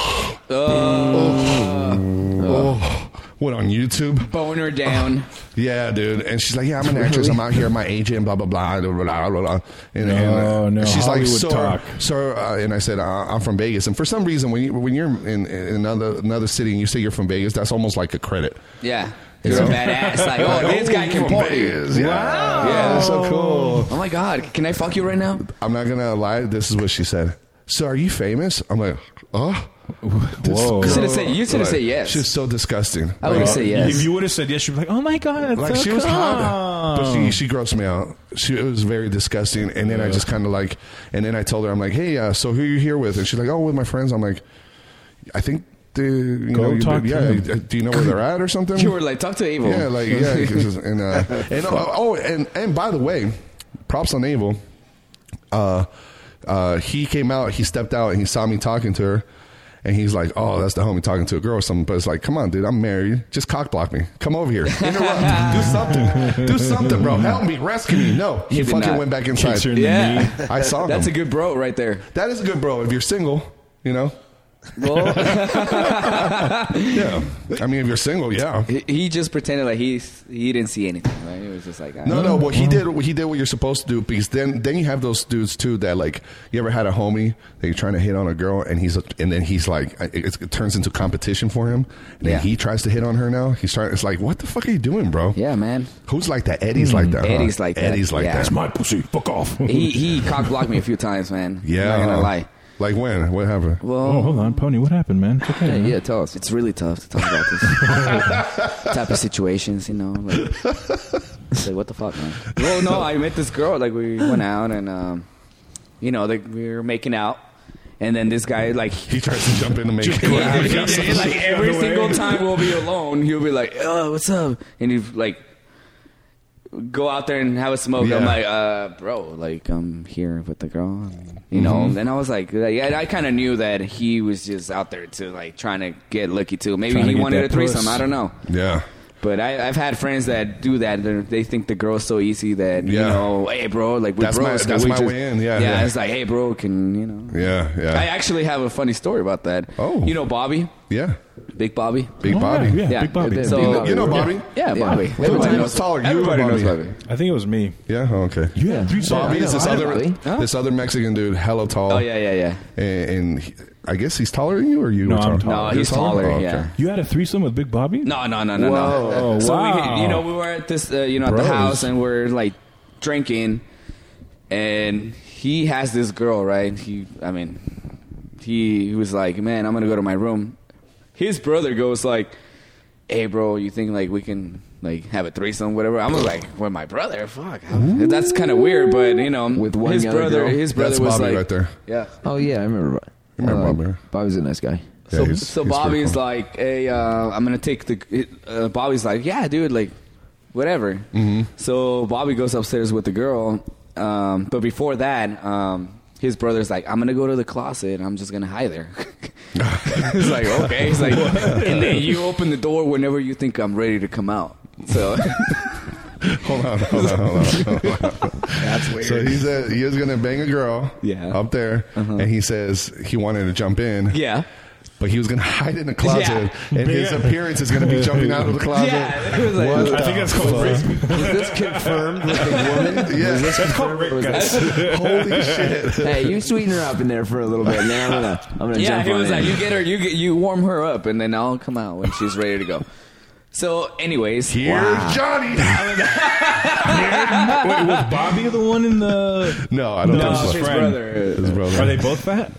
Speaker 1: oh, What on YouTube?
Speaker 3: Boner down.
Speaker 1: Yeah, dude. And she's like, yeah, I'm an actress. I'm out here. My agent, blah, blah, blah, blah, blah, blah. blah. And,
Speaker 5: No,
Speaker 1: and, uh,
Speaker 5: no,
Speaker 1: She's like,
Speaker 5: Hollywood
Speaker 1: so,
Speaker 5: talk.
Speaker 1: so uh, and I said, uh, I'm from Vegas. And for some reason, when, you, when you're in, in another, another city and you say you're from Vegas, that's almost like a credit.
Speaker 3: Yeah. It's a badass. Like, oh, this guy
Speaker 1: you
Speaker 3: can
Speaker 1: from
Speaker 3: point.
Speaker 1: Vegas. Yeah. Wow. Yeah, that's so cool.
Speaker 3: Oh my God! Can I fuck you right now?
Speaker 1: I'm not going to lie. This is what she said. So are you famous? I'm like, oh.
Speaker 5: Whoa.
Speaker 3: You should've said- you should've said yes.
Speaker 1: She's so disgusting.
Speaker 3: I would have said
Speaker 5: If
Speaker 3: yes.
Speaker 5: you would have said yes, you'd be like, "Oh my god,
Speaker 1: like
Speaker 5: so
Speaker 1: she was hot,
Speaker 5: calm."
Speaker 1: but she she grossed me out. She it was very disgusting. And then I just kind of like, and then I told her I'm like, hey, uh, so who are you here with? And she's like, oh, with my friends. I'm like, I think the you
Speaker 5: Go
Speaker 1: know, you-
Speaker 5: talk to
Speaker 1: yeah,
Speaker 5: them.
Speaker 1: uh, do you know where they're at or something?
Speaker 3: You were like, talk to Abel.
Speaker 1: yeah, like yeah, and uh, and oh, oh, and and by the way, props on Abel. Uh, uh, he came out, he stepped out, and he saw me talking to her. And he's like, "Oh, that's the homie talking to a girl or something." But it's like, "Come on, dude, I'm married. Just cock block me. Come over here. Interrupt. Do something. Do something, bro. Help me. Rescue me." No, he,
Speaker 3: He did
Speaker 1: fucking
Speaker 3: not.
Speaker 1: went back
Speaker 5: Kicks
Speaker 1: inside.
Speaker 5: her in the knee.
Speaker 3: yeah.
Speaker 1: I saw
Speaker 3: That's a
Speaker 1: him.
Speaker 3: good bro right there.
Speaker 1: that is a good bro. If you're single, you know. yeah. I mean, if you're single, yeah.
Speaker 3: He- He just pretended like he he didn't see anything. Right? He was just like, I
Speaker 1: No, no.
Speaker 3: Mm.
Speaker 1: Well, he did. He did what you're supposed to do because then, then you have those dudes too that like you ever had a homie that you're trying to hit on a girl and he's and then he's like it, it turns into competition for him and then
Speaker 3: Yeah.
Speaker 1: he tries to hit on her now. He's trying. It's like what the fuck are you doing, bro?
Speaker 3: Yeah, man. Mm,
Speaker 1: Who's like that? Eddie's like that. huh?
Speaker 3: Eddie's like that,
Speaker 1: Eddie's like
Speaker 3: yeah.
Speaker 1: that.
Speaker 3: That's
Speaker 1: my pussy. Fuck off.
Speaker 3: He he cock blocked me a few times, man.
Speaker 1: yeah.
Speaker 3: I'm not gonna lie.
Speaker 1: Like when? What happened?
Speaker 5: Oh,
Speaker 3: Well,
Speaker 5: hold on, Pony. What happened, man? It's okay,
Speaker 3: yeah,
Speaker 5: man.
Speaker 3: yeah, tell us. It's really tough to talk about this type of situations, you know. Like, it's like, what the fuck, man? Well, no, I met this girl. Like, we went out and, um, you know, like we were making out, and then this guy, like,
Speaker 1: He tries to jump in and make.
Speaker 3: Yeah, he- he- like every single time we'll be alone, he'll be like, "Oh, what's up?" And he'd like go out there and have a smoke. I'm
Speaker 1: Yeah.
Speaker 3: like, "Uh, bro, like I'm here with the girl," and, you know. And I was like, like, yeah, I kind of knew that he was just out there to like trying to get lucky too. Maybe
Speaker 5: Trying to
Speaker 3: he
Speaker 5: get
Speaker 3: wanted a
Speaker 5: that
Speaker 3: threesome.
Speaker 5: puss.
Speaker 3: I don't know.
Speaker 1: yeah.
Speaker 3: But I, I've had friends that do that. They're, they think the girl's so easy that you
Speaker 1: Yeah.
Speaker 3: know, hey, bro, like we're
Speaker 1: That's my-
Speaker 3: bros, can
Speaker 1: that's
Speaker 3: we
Speaker 1: my
Speaker 3: just-"
Speaker 1: way in, yeah, yeah.
Speaker 3: yeah. It's like, hey, bro, can you know?
Speaker 1: Yeah. Yeah.
Speaker 3: I actually have a funny story about that.
Speaker 1: Oh.
Speaker 3: you know, Bobby,
Speaker 1: yeah.
Speaker 3: Big Bobby.
Speaker 1: Big
Speaker 5: Oh,
Speaker 1: Bobby.
Speaker 5: Yeah,
Speaker 3: Yeah,
Speaker 5: Big Bobby.
Speaker 3: so-
Speaker 1: You know- you know Bobby.
Speaker 3: Yeah, Bobby.
Speaker 6: Yeah.
Speaker 1: Everybody knows taller. You or
Speaker 3: Everybody knows
Speaker 1: Bobby?
Speaker 3: Bobby.
Speaker 5: I think it was me.
Speaker 1: Yeah. Oh, okay.
Speaker 5: You had three
Speaker 1: Bobby
Speaker 6: Yeah,
Speaker 1: is this
Speaker 6: I know
Speaker 1: other
Speaker 6: Bobby.
Speaker 1: this other Mexican dude, hella tall.
Speaker 3: Oh yeah, yeah, yeah.
Speaker 1: and, and he, I guess he's taller than you, or you?
Speaker 5: No,
Speaker 1: were
Speaker 5: I'm
Speaker 1: taller?
Speaker 5: taller.
Speaker 3: No,
Speaker 1: You're
Speaker 3: he's taller.
Speaker 1: Oh, okay.
Speaker 3: Yeah.
Speaker 5: You had a threesome with Big Bobby?
Speaker 3: No, no, no, no,
Speaker 5: Whoa.
Speaker 3: no. so
Speaker 5: Wow.
Speaker 3: we, you know, we were at this, uh, you know, at
Speaker 5: Bros.
Speaker 3: the house, and we're like drinking, and he has this girl, right? He, I mean, he, he was like, man, I'm gonna go to my room. His brother goes like, hey, bro, you think like we can like have a threesome, whatever? I'm like, with my brother, fuck, that's kind of weird, but you know,
Speaker 6: With one
Speaker 3: his
Speaker 6: other
Speaker 3: brother,
Speaker 6: girl?
Speaker 3: his brother
Speaker 1: That's
Speaker 3: was
Speaker 1: Bobby
Speaker 3: like,
Speaker 1: right there.
Speaker 3: yeah.
Speaker 6: Oh yeah, I remember.
Speaker 1: You remember
Speaker 6: Uh,
Speaker 1: Bobby.
Speaker 6: Bobby's a nice guy.
Speaker 1: Yeah,
Speaker 3: so
Speaker 1: he's-
Speaker 3: so
Speaker 1: he's pretty
Speaker 3: Bobby's
Speaker 1: cool.
Speaker 3: like, hey, uh, I'm gonna take the. Uh, Bobby's like, yeah, dude, like, whatever.
Speaker 1: Mm-hmm.
Speaker 3: So Bobby goes upstairs with the girl, um, but before that, um, his brother's like, I'm gonna go to the closet. and I'm just gonna hide there. He's like, okay. He's like, and then you open the door whenever you think I'm ready to come out. So
Speaker 1: Hold on, hold on, hold on. That's weird. So he's a, he was gonna bang a girl.
Speaker 3: Yeah. Uh-huh.
Speaker 1: Up there, and he says he wanted to jump in.
Speaker 3: yeah,
Speaker 1: But he was gonna hide in the closet, and his appearance is gonna be jumping out of the closet.
Speaker 3: yeah. It was like,
Speaker 1: What
Speaker 5: I think that's called rape.
Speaker 6: Is this confirmed with the woman?
Speaker 1: Yeah.
Speaker 6: Is this confirmed? or was this-
Speaker 1: Holy shit!
Speaker 6: hey, you sweeten her up in there for a little bit, and then I'm gonna, I'm gonna
Speaker 3: yeah,
Speaker 6: jump
Speaker 3: he
Speaker 6: on
Speaker 3: was
Speaker 6: in.
Speaker 3: like, you get her, you get, you warm her up, and then I'll come out when she's ready to go. So, anyways,
Speaker 1: Here's Johnny.
Speaker 5: Wait, was Bobby the one in the?
Speaker 1: No, Oh, I don't
Speaker 5: No,
Speaker 1: think so.
Speaker 5: his
Speaker 3: his brother,
Speaker 1: His brother.
Speaker 5: Are they both fat?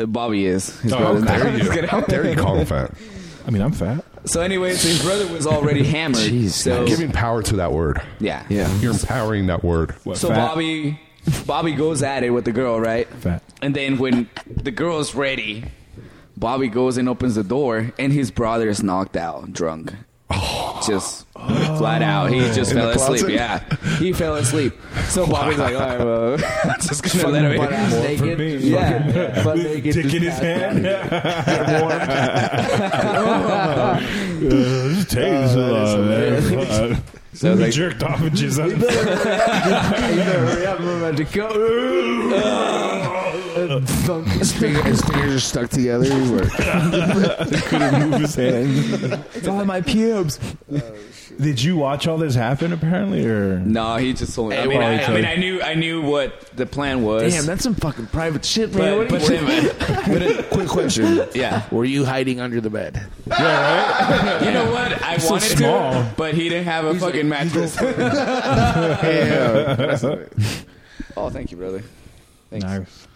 Speaker 3: uh, Bobby is. His
Speaker 5: Oh,
Speaker 3: brother's
Speaker 5: okay.
Speaker 1: Dare
Speaker 3: not.
Speaker 1: you? How dare you call him fat?
Speaker 5: I mean, I'm fat.
Speaker 3: So, anyways, his brother was already hammered.
Speaker 6: Jeez,
Speaker 3: so,
Speaker 1: Giving power to that word.
Speaker 3: yeah,
Speaker 6: yeah.
Speaker 1: You're empowering that word.
Speaker 5: What,
Speaker 3: So
Speaker 5: fat?
Speaker 3: Bobby, Bobby goes at it with the girl, right?
Speaker 5: Fat.
Speaker 3: And then when the girl's ready, Bobby goes and opens the door, and his brother is knocked out, drunk. Just flat out, he just
Speaker 1: Oh. In
Speaker 3: fell
Speaker 1: the
Speaker 3: asleep.
Speaker 1: closet?
Speaker 3: Yeah, he fell asleep. So Bobby's like, "All right, well, I'm just gonna let him."
Speaker 6: Butt ass
Speaker 5: for
Speaker 6: naked.
Speaker 5: me.
Speaker 6: Yeah, butt naked.
Speaker 5: Dick
Speaker 6: just
Speaker 5: in his
Speaker 6: passed
Speaker 5: hand.
Speaker 8: Uh,
Speaker 5: Just take this along, man. Fuck.
Speaker 3: So
Speaker 5: He
Speaker 3: like-
Speaker 5: jerked off and just.
Speaker 6: out. Hey, you better hurry up, I'm about to go.
Speaker 4: His, finger, his fingers are stuck together. He's like,
Speaker 6: It's all in my pubes.
Speaker 5: Did you watch all this happen? Apparently, or
Speaker 3: No, Uh, he just told me. I
Speaker 5: Well,
Speaker 3: mean, I,
Speaker 5: it's
Speaker 3: I, mean,
Speaker 5: like-
Speaker 3: I knew, I knew what the plan was.
Speaker 6: Damn, that's some fucking private shit, man. What
Speaker 3: but,
Speaker 6: are
Speaker 3: but
Speaker 6: you saying?
Speaker 3: then,
Speaker 4: quick question:
Speaker 3: yeah,
Speaker 4: Were you hiding under the bed?
Speaker 3: you know what? I wanted
Speaker 5: small.
Speaker 3: to, but he didn't have a fucking mattress. oh, thank you, brother. Thanks.
Speaker 5: Nice.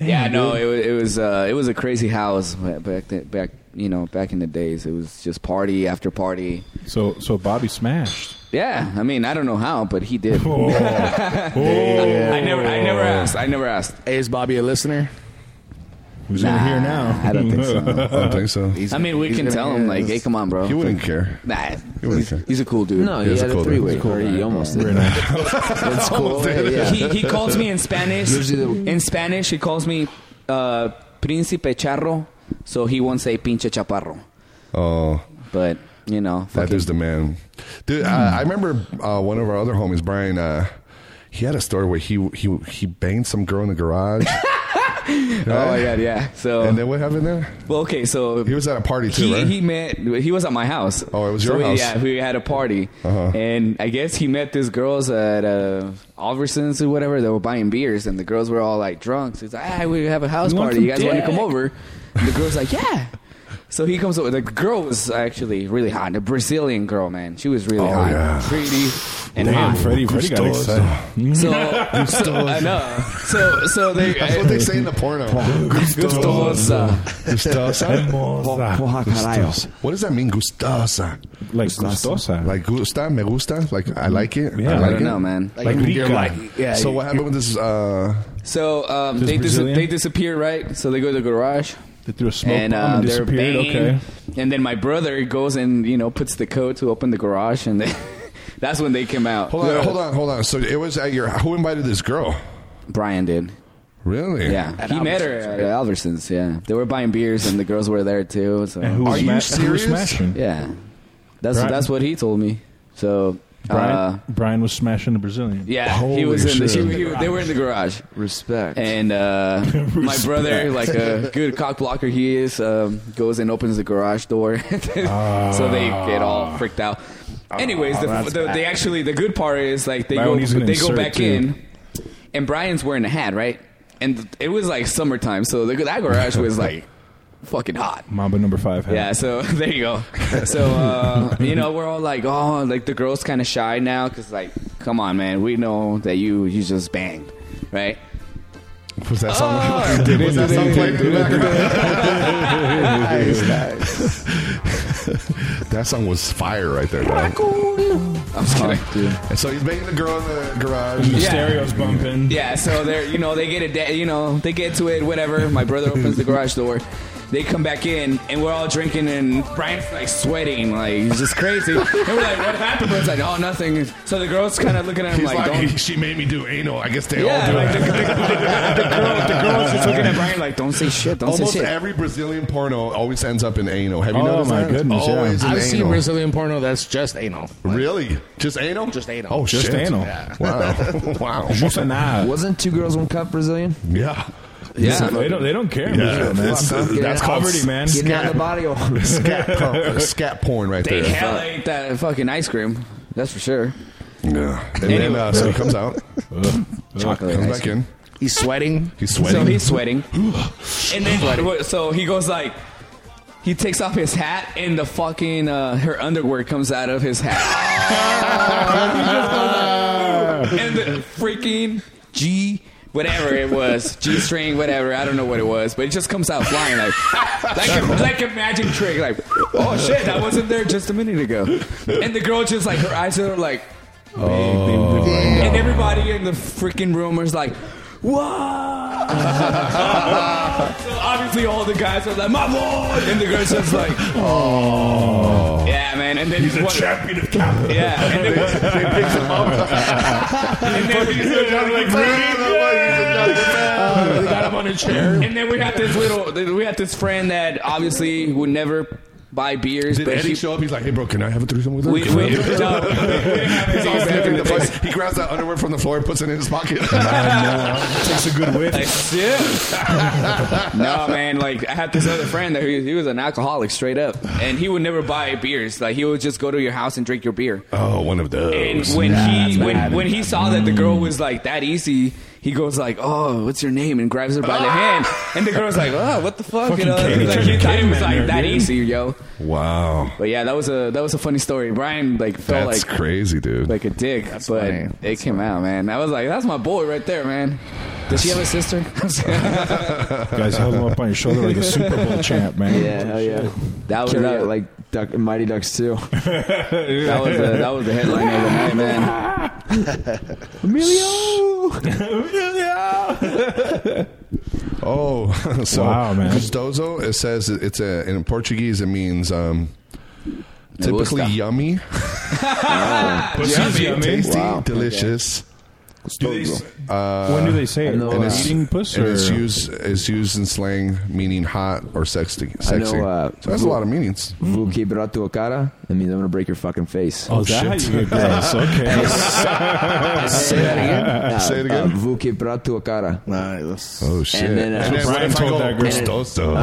Speaker 3: yeah, no, it was it was uh, it was a crazy house ba- back then, back you know back in the days. It was just party after party.
Speaker 5: So so Bobby smashed.
Speaker 3: Yeah, I mean I don't know how, but he did.
Speaker 5: Oh,
Speaker 3: I never I never asked. I never asked.
Speaker 4: Hey, is Bobby a listener?
Speaker 5: who's in here now?
Speaker 4: Ah,
Speaker 3: I don't think so.
Speaker 1: I don't think so.
Speaker 4: He's-
Speaker 3: I mean, we
Speaker 4: he's
Speaker 3: can
Speaker 4: gonna-
Speaker 3: tell him like,
Speaker 4: he's-
Speaker 3: hey, come on, bro.
Speaker 1: He wouldn't care.
Speaker 3: Nah,
Speaker 1: He wouldn't care.
Speaker 3: he's a cool dude.
Speaker 6: No,
Speaker 1: It
Speaker 6: he
Speaker 1: was
Speaker 6: had
Speaker 1: a
Speaker 6: a
Speaker 1: cool
Speaker 6: three-way.
Speaker 1: dude. It was a cool
Speaker 6: or he almost did. That's cool. Yeah, yeah.
Speaker 3: he, he calls me in Spanish.
Speaker 6: Usually the-
Speaker 3: in Spanish, he calls me uh, Príncipe Charro, so he won't say Pinche Chaparro.
Speaker 1: Oh,
Speaker 3: But, you know, fuck
Speaker 1: that
Speaker 3: it.
Speaker 1: is the man, dude. I, I remember uh, one of our other homies, Brian. Uh, he had a story where he he he banged some girl in the garage.
Speaker 3: oh my god, yeah. So,
Speaker 1: And then what happened there?
Speaker 3: well, okay, so
Speaker 1: He was at a party too,
Speaker 3: he,
Speaker 1: right?
Speaker 3: he met he was at my house.
Speaker 1: Oh, it was
Speaker 3: So
Speaker 1: your
Speaker 3: we-
Speaker 1: house.
Speaker 3: Yeah, we had a party,
Speaker 1: Uh-huh.
Speaker 3: and I guess he met these girls at uh, Alversons or whatever. They were buying beers, and the girls were all like drunk. So he's like, "Ah, we have a house
Speaker 5: You want
Speaker 3: party. You
Speaker 5: some
Speaker 3: guys want to come
Speaker 5: dick?"
Speaker 3: over?" And the girls like, "Yeah." So he comes over. The girl was actually really hot. The Brazilian girl, man, she was really
Speaker 1: Oh,
Speaker 3: hot,
Speaker 1: yeah.
Speaker 3: pretty, and
Speaker 5: Damn,
Speaker 3: hot.
Speaker 5: Freddie, Freddie got
Speaker 1: Gustoso.
Speaker 5: excited.
Speaker 3: So, so I know. So so they.
Speaker 1: That's what they say in the porno.
Speaker 3: Gustosa.
Speaker 1: Gustosa.
Speaker 6: Oaxaca, Rayos.
Speaker 1: What does that mean, gustosa?
Speaker 5: Like gustosa.
Speaker 1: Like gusta, me gusta, like I like it.
Speaker 5: Yeah.
Speaker 1: I
Speaker 3: I
Speaker 1: like
Speaker 3: don't
Speaker 1: it.
Speaker 3: know, man.
Speaker 5: like
Speaker 4: you're
Speaker 5: Rica.
Speaker 4: like- yeah.
Speaker 1: so
Speaker 4: you-
Speaker 1: what happened with this? Uh,
Speaker 3: So um,
Speaker 5: Just
Speaker 3: they dis-
Speaker 5: Brazilian?
Speaker 3: they disappear, right? So they go to the garage
Speaker 5: They threw a smoke
Speaker 3: and
Speaker 5: bomb
Speaker 3: uh,
Speaker 5: and
Speaker 3: they're
Speaker 5: disappeared.
Speaker 3: banging.
Speaker 5: Okay.
Speaker 3: And then my brother goes and you know puts the code to open the garage, and they, that's when they came out.
Speaker 1: hold on, hold on, hold on. So it was at your. Who invited this girl?
Speaker 3: Brian did.
Speaker 1: Really?
Speaker 3: Yeah, he met her at Alversons. Yeah, they were buying beers, and the girls were there too. So
Speaker 5: And who was
Speaker 1: Are you
Speaker 5: sma- Who was
Speaker 1: serious?
Speaker 5: smashing?
Speaker 3: yeah, that's
Speaker 5: Brian-
Speaker 3: that's what he told me. So.
Speaker 5: Brian,
Speaker 3: Uh,
Speaker 5: Brian was smashing the Brazilian.
Speaker 3: yeah,
Speaker 1: Holy
Speaker 3: he was in the,
Speaker 1: shit.
Speaker 3: he- he- they were in the garage.
Speaker 6: Respect.
Speaker 3: And uh, my
Speaker 5: Respect.
Speaker 3: brother, like a good cock blocker he is, um, goes and opens the garage door. so they get all freaked out. Anyways, the, the, they actually, the good part is like they
Speaker 5: That
Speaker 3: go,
Speaker 5: one he's gonna
Speaker 3: they go
Speaker 5: insert,
Speaker 3: back
Speaker 5: too.
Speaker 3: in, and Brian's wearing a hat, right? And it was like summertime, so the, that garage was like fucking hot.
Speaker 5: Mamba number five. Had
Speaker 3: Yeah, so there you go. So uh, you know, we're all like, oh, like the girl's kind of shy now because, like, come on, man, we know that you you just banged, right? Oh.
Speaker 1: Was that someone? was that someone playing in the background? That song was fire right there. Dog.
Speaker 3: I'm just kidding.
Speaker 1: And so he's banging the girl in the garage.
Speaker 5: The
Speaker 3: Yeah.
Speaker 5: stereo's bumping.
Speaker 3: Yeah, so they're you know they get it, da- you know they get to it, whatever. My brother opens the garage door. They come back in and we're all drinking and Brian's like sweating, like it's just crazy. and we're like, what happened? But it's like, oh, nothing. So the girl's kind of looking at him
Speaker 1: He's
Speaker 3: like,
Speaker 1: like,
Speaker 3: don't.
Speaker 1: she made me do anal. I guess they all
Speaker 3: Yeah,
Speaker 1: do
Speaker 3: like
Speaker 1: it.
Speaker 3: the, the, the, the girl, the girl's just looking at Brian like, don't say shit, don't
Speaker 1: Almost
Speaker 3: say shit.
Speaker 1: every Brazilian porno always ends up in anal. Have you
Speaker 5: Oh,
Speaker 1: noticed
Speaker 5: my
Speaker 1: that?
Speaker 5: goodness, yeah.
Speaker 1: Always in
Speaker 4: I've
Speaker 1: anal.
Speaker 4: seen Brazilian porno that's just anal.
Speaker 1: Really? Just anal?
Speaker 4: Just anal.
Speaker 1: Oh,
Speaker 5: Just
Speaker 1: shit.
Speaker 5: anal.
Speaker 1: Wow. wow.
Speaker 5: Nah.
Speaker 6: Wasn't two girls one cup Brazilian?
Speaker 1: Yeah.
Speaker 5: They don't. They don't care. in Brazil, man.
Speaker 1: That's,
Speaker 5: It's-
Speaker 1: that's
Speaker 5: it's
Speaker 1: called
Speaker 5: poverty, man.
Speaker 6: Getting out of the body. hole.
Speaker 1: Scat, pump, scat porn right
Speaker 3: They
Speaker 1: there.
Speaker 3: hell ate that fucking ice cream. That's for sure.
Speaker 1: Yeah. And then uh, so he comes out,
Speaker 3: Chocolate
Speaker 1: comes
Speaker 3: ice
Speaker 1: back in.
Speaker 4: He's sweating.
Speaker 1: He's sweating.
Speaker 3: So he's sweating. and then so he goes like he takes off his hat and the fucking uh, her underwear comes out of his hat. and the freaking G whatever it was, G string, whatever, I don't know what it was, but it just comes out flying like like a, like a magic trick, like oh shit, I wasn't there just a minute ago. And the girl just like her eyes are like and everybody in the freaking room was like, "Whoa!" so obviously, all the guys are like, "My lord!" And the girls just like, "Oh,
Speaker 4: Oh.
Speaker 3: yeah, man." And then he's a champion of capital. Yeah, and then, and then we-
Speaker 4: they got him on a chair.
Speaker 3: and then we had this little, we had this friend that obviously would never buy beers.
Speaker 1: Did
Speaker 3: but
Speaker 1: Eddie
Speaker 3: she-
Speaker 1: show up? He's like, hey, bro, can I have a threesome with her?
Speaker 3: We, we,
Speaker 1: Can I have a threesome?"
Speaker 3: no,
Speaker 1: He's all sniffing the place. He grabs that underwear from the floor and puts it in his pocket.
Speaker 5: Takes a good whiff.
Speaker 3: no, man. Like I had this other friend that he, he was an alcoholic, straight up, and he would never buy beers. Like he would just go to your house and drink your beer.
Speaker 1: oh, one of those.
Speaker 3: And when he when, when he saw that the girl was like that easy, he goes like, "Oh, what's your name?" and grabs her by the hand, and the girl's like, "Oh, what the fuck?" You know,
Speaker 5: Katie
Speaker 3: like,
Speaker 5: took
Speaker 3: he
Speaker 5: the
Speaker 3: thought it was
Speaker 5: caveman
Speaker 3: like
Speaker 5: there,
Speaker 3: that
Speaker 5: dude.
Speaker 3: easy, yo.
Speaker 1: wow.
Speaker 3: But yeah, that was a that was a funny story. Brian like felt
Speaker 1: That's
Speaker 3: like
Speaker 1: crazy, dude.
Speaker 3: like a dick, but
Speaker 4: funny.
Speaker 3: it came out, man. I was like, "That's my boy right there, man." Does she have a sister?
Speaker 5: guys held him up on your shoulder like a Super Bowl champ, man.
Speaker 6: Yeah, hell yeah.
Speaker 3: that was
Speaker 6: Carry
Speaker 3: that,
Speaker 6: out like Duck, Mighty Ducks too.
Speaker 3: that was the, that was the headline of the night, man.
Speaker 1: Oh, so
Speaker 5: Wow, man.
Speaker 1: gustoso. It says it- it's a in Portuguese. It means um, typically
Speaker 3: gusta.
Speaker 1: yummy,
Speaker 5: Pussy's yummy.
Speaker 1: tasty,
Speaker 6: Oh. Wow.
Speaker 1: delicious.
Speaker 5: Do they s- when do they say it?
Speaker 6: I know,
Speaker 5: When
Speaker 6: uh,
Speaker 5: eating puss
Speaker 1: And
Speaker 5: or
Speaker 1: it's used it's used in slang meaning hot or sexy. sexy.
Speaker 6: uh,
Speaker 1: so that's a lot of meanings.
Speaker 6: Vou quebrar tua cara. That means I'm gonna break your fucking face.
Speaker 5: Oh, is that how you get gross? Okay.
Speaker 6: say that again.
Speaker 1: Say it again.
Speaker 6: Uh, vou quebrar tua cara.
Speaker 4: Nah, that's-
Speaker 1: Oh shit!
Speaker 6: then, uh,
Speaker 1: And then what
Speaker 5: Brian
Speaker 1: if I
Speaker 5: told
Speaker 1: go,
Speaker 5: that girl-
Speaker 1: gustoso,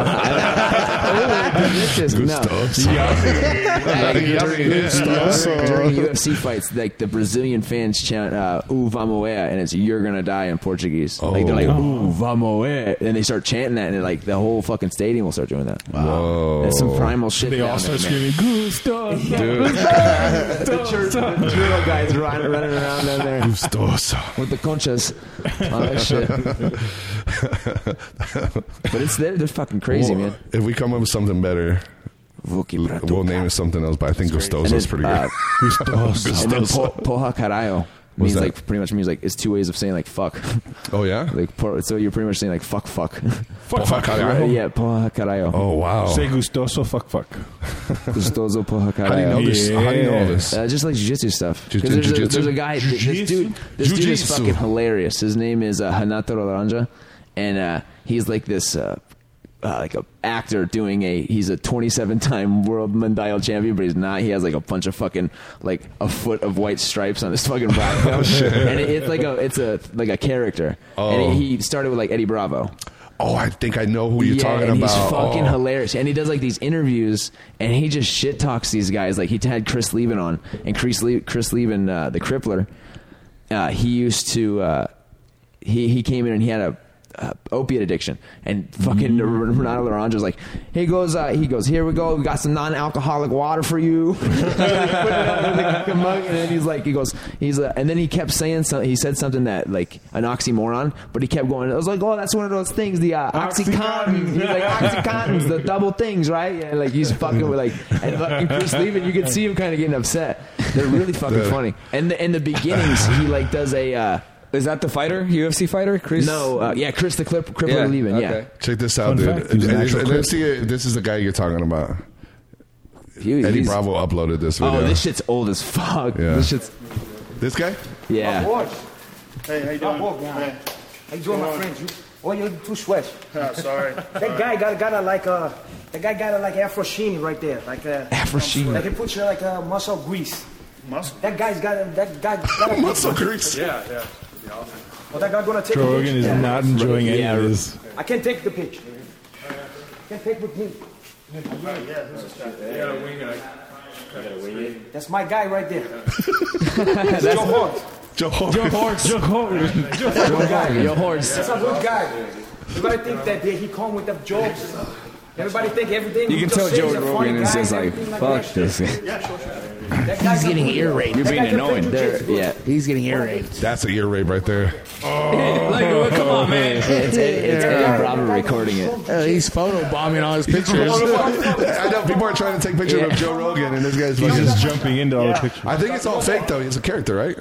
Speaker 6: Oh, Delicious. No.
Speaker 1: gustoso.
Speaker 6: During UFC fights, like the Brazilian fans chant uh, "U vamoea," and it's "You're gonna die" in Portuguese. Like they're like "U vamoea," and they start chanting that, and like the whole fucking stadium will start doing that.
Speaker 1: Whoa.
Speaker 6: That's some primal shit.
Speaker 5: They
Speaker 6: down
Speaker 5: all
Speaker 6: there,
Speaker 5: start
Speaker 6: man.
Speaker 5: screaming, Gusto.
Speaker 6: The church, the judo guys running, running around down there
Speaker 1: Gustoso.
Speaker 6: with the conchas, all that shit. but it's they're, they're fucking crazy,
Speaker 1: Well,
Speaker 6: man.
Speaker 1: If we come up with something better,
Speaker 6: Vou quebrar tua
Speaker 1: we'll name it something else. But I think gustoso is pretty
Speaker 6: uh,
Speaker 1: good.
Speaker 6: And then
Speaker 1: Gustoso.
Speaker 6: po- poha carayo
Speaker 1: What's
Speaker 6: means
Speaker 1: that?
Speaker 6: like pretty much means like it's two ways of saying like fuck.
Speaker 1: Oh yeah.
Speaker 6: Like por- so you're pretty much saying like fuck fuck.
Speaker 1: Fuck, fuck,
Speaker 6: Right,
Speaker 1: carajo.
Speaker 6: yeah, poha carayo.
Speaker 1: Oh wow.
Speaker 5: Say gustoso, fuck, fuck.
Speaker 6: Gustoso poha carayo.
Speaker 1: How do you know this? How do you know
Speaker 5: Yeah.
Speaker 1: this?
Speaker 6: Uh, just like jujitsu stuff.
Speaker 1: Ju-
Speaker 6: 'Cause there's, a,
Speaker 1: jujitsu?
Speaker 6: there's a guy, th- this dude, this dude is
Speaker 1: Jujitsu.
Speaker 6: fucking hilarious. His name is uh, Hanato Laranja, and uh, he's like this, uh, uh, like a actor doing a. He's a 27 time world mundial champion, but he's not. He has like a bunch of fucking like a foot of white stripes on his fucking black belt, and it, it's like a it's a like a character.
Speaker 1: Oh.
Speaker 6: And he he started with like Eddie Bravo.
Speaker 1: Oh, I think I know who you're
Speaker 6: yeah,
Speaker 1: talking
Speaker 6: and
Speaker 1: about.
Speaker 6: He's fucking
Speaker 1: oh.
Speaker 6: hilarious, and he does like these interviews, and he just shit talks these guys. Like he had Chris Leben on, and Chris Le- Chris Leben, uh, the Crippler, uh, he used to uh, he he came in and he had a. Uh, opiate addiction and
Speaker 1: Mm.
Speaker 6: fucking Renato Laranja's like he goes uh, he goes here we go we got some non-alcoholic water for you Put it under the fucking mug, and then he's like he goes he's uh, and then he kept saying something he said something that like an oxymoron but he kept going I was like oh that's one of those things the uh, oxycontin he's like oxycontins the double things right yeah like he's fucking with like and fucking Chris Levin you can see him kind of getting upset they're really fucking funny and the, in the beginnings he like does a uh,
Speaker 3: Is that the fighter, UFC fighter, Chris?
Speaker 6: no, uh, yeah, Chris the Clip, Crippler
Speaker 3: Yeah,
Speaker 6: Levin,
Speaker 3: okay.
Speaker 1: Check this
Speaker 5: Fun
Speaker 1: out, dude.
Speaker 5: fact, he was an
Speaker 1: And
Speaker 5: actual
Speaker 1: it's- let's
Speaker 5: clerk.
Speaker 1: see. It. This is the guy you're talking about.
Speaker 6: yeah. He-
Speaker 1: Eddie
Speaker 6: he's-
Speaker 1: Bravo uploaded this video.
Speaker 6: Oh, this shit's old as fuck.
Speaker 1: Yeah.
Speaker 6: This shit's
Speaker 1: This guy?
Speaker 6: yeah.
Speaker 11: Hey, how you doing?
Speaker 8: How you doing, my
Speaker 11: on.
Speaker 8: friend? You, oh, you're too sweat.
Speaker 11: Oh, sorry.
Speaker 8: That guy got got a like uh, that guy got a like Afro sheen right there, like uh,
Speaker 6: Afro sheen.
Speaker 8: Like he put you like a uh, muscle grease.
Speaker 11: Muscle.
Speaker 8: That guy's got a, that guy got a
Speaker 1: Muscle grease.
Speaker 11: Yeah, yeah.
Speaker 8: Well, that guy gonna take.
Speaker 5: Joe
Speaker 8: the
Speaker 5: Rogan
Speaker 8: picture.
Speaker 5: is
Speaker 8: Yeah.
Speaker 5: not enjoying any
Speaker 6: Yeah.
Speaker 5: of this.
Speaker 8: I can't take the pitch. Can't take with me. That's my guy right there. That's Joe Horn.
Speaker 1: Joe.
Speaker 6: Your guy, your horse.
Speaker 8: That's a good guy. Everybody think that they- he come with the jokes. Everybody think everything.
Speaker 3: You
Speaker 8: he
Speaker 3: can
Speaker 8: just
Speaker 3: tell
Speaker 8: says
Speaker 3: Joe
Speaker 8: is a funny
Speaker 3: Rogan is
Speaker 8: guy
Speaker 3: just
Speaker 8: and
Speaker 3: like,
Speaker 8: everything
Speaker 3: fuck
Speaker 8: that.
Speaker 3: this.
Speaker 8: That guy's getting ear raped. You're
Speaker 3: being annoying.
Speaker 6: They're- yeah,
Speaker 8: He's getting ear raped.
Speaker 1: That's an ear rape right there.
Speaker 3: like, well, come on, man.
Speaker 6: it's, it's Eddie Bravo recording it.
Speaker 4: Uh, he's photo bombing all his pictures.
Speaker 1: I know people are trying to take pictures of Joe Rogan, and this guy's fucking.
Speaker 5: Just jumping into all the pictures.
Speaker 1: I think it's all fake though. He's a character, right?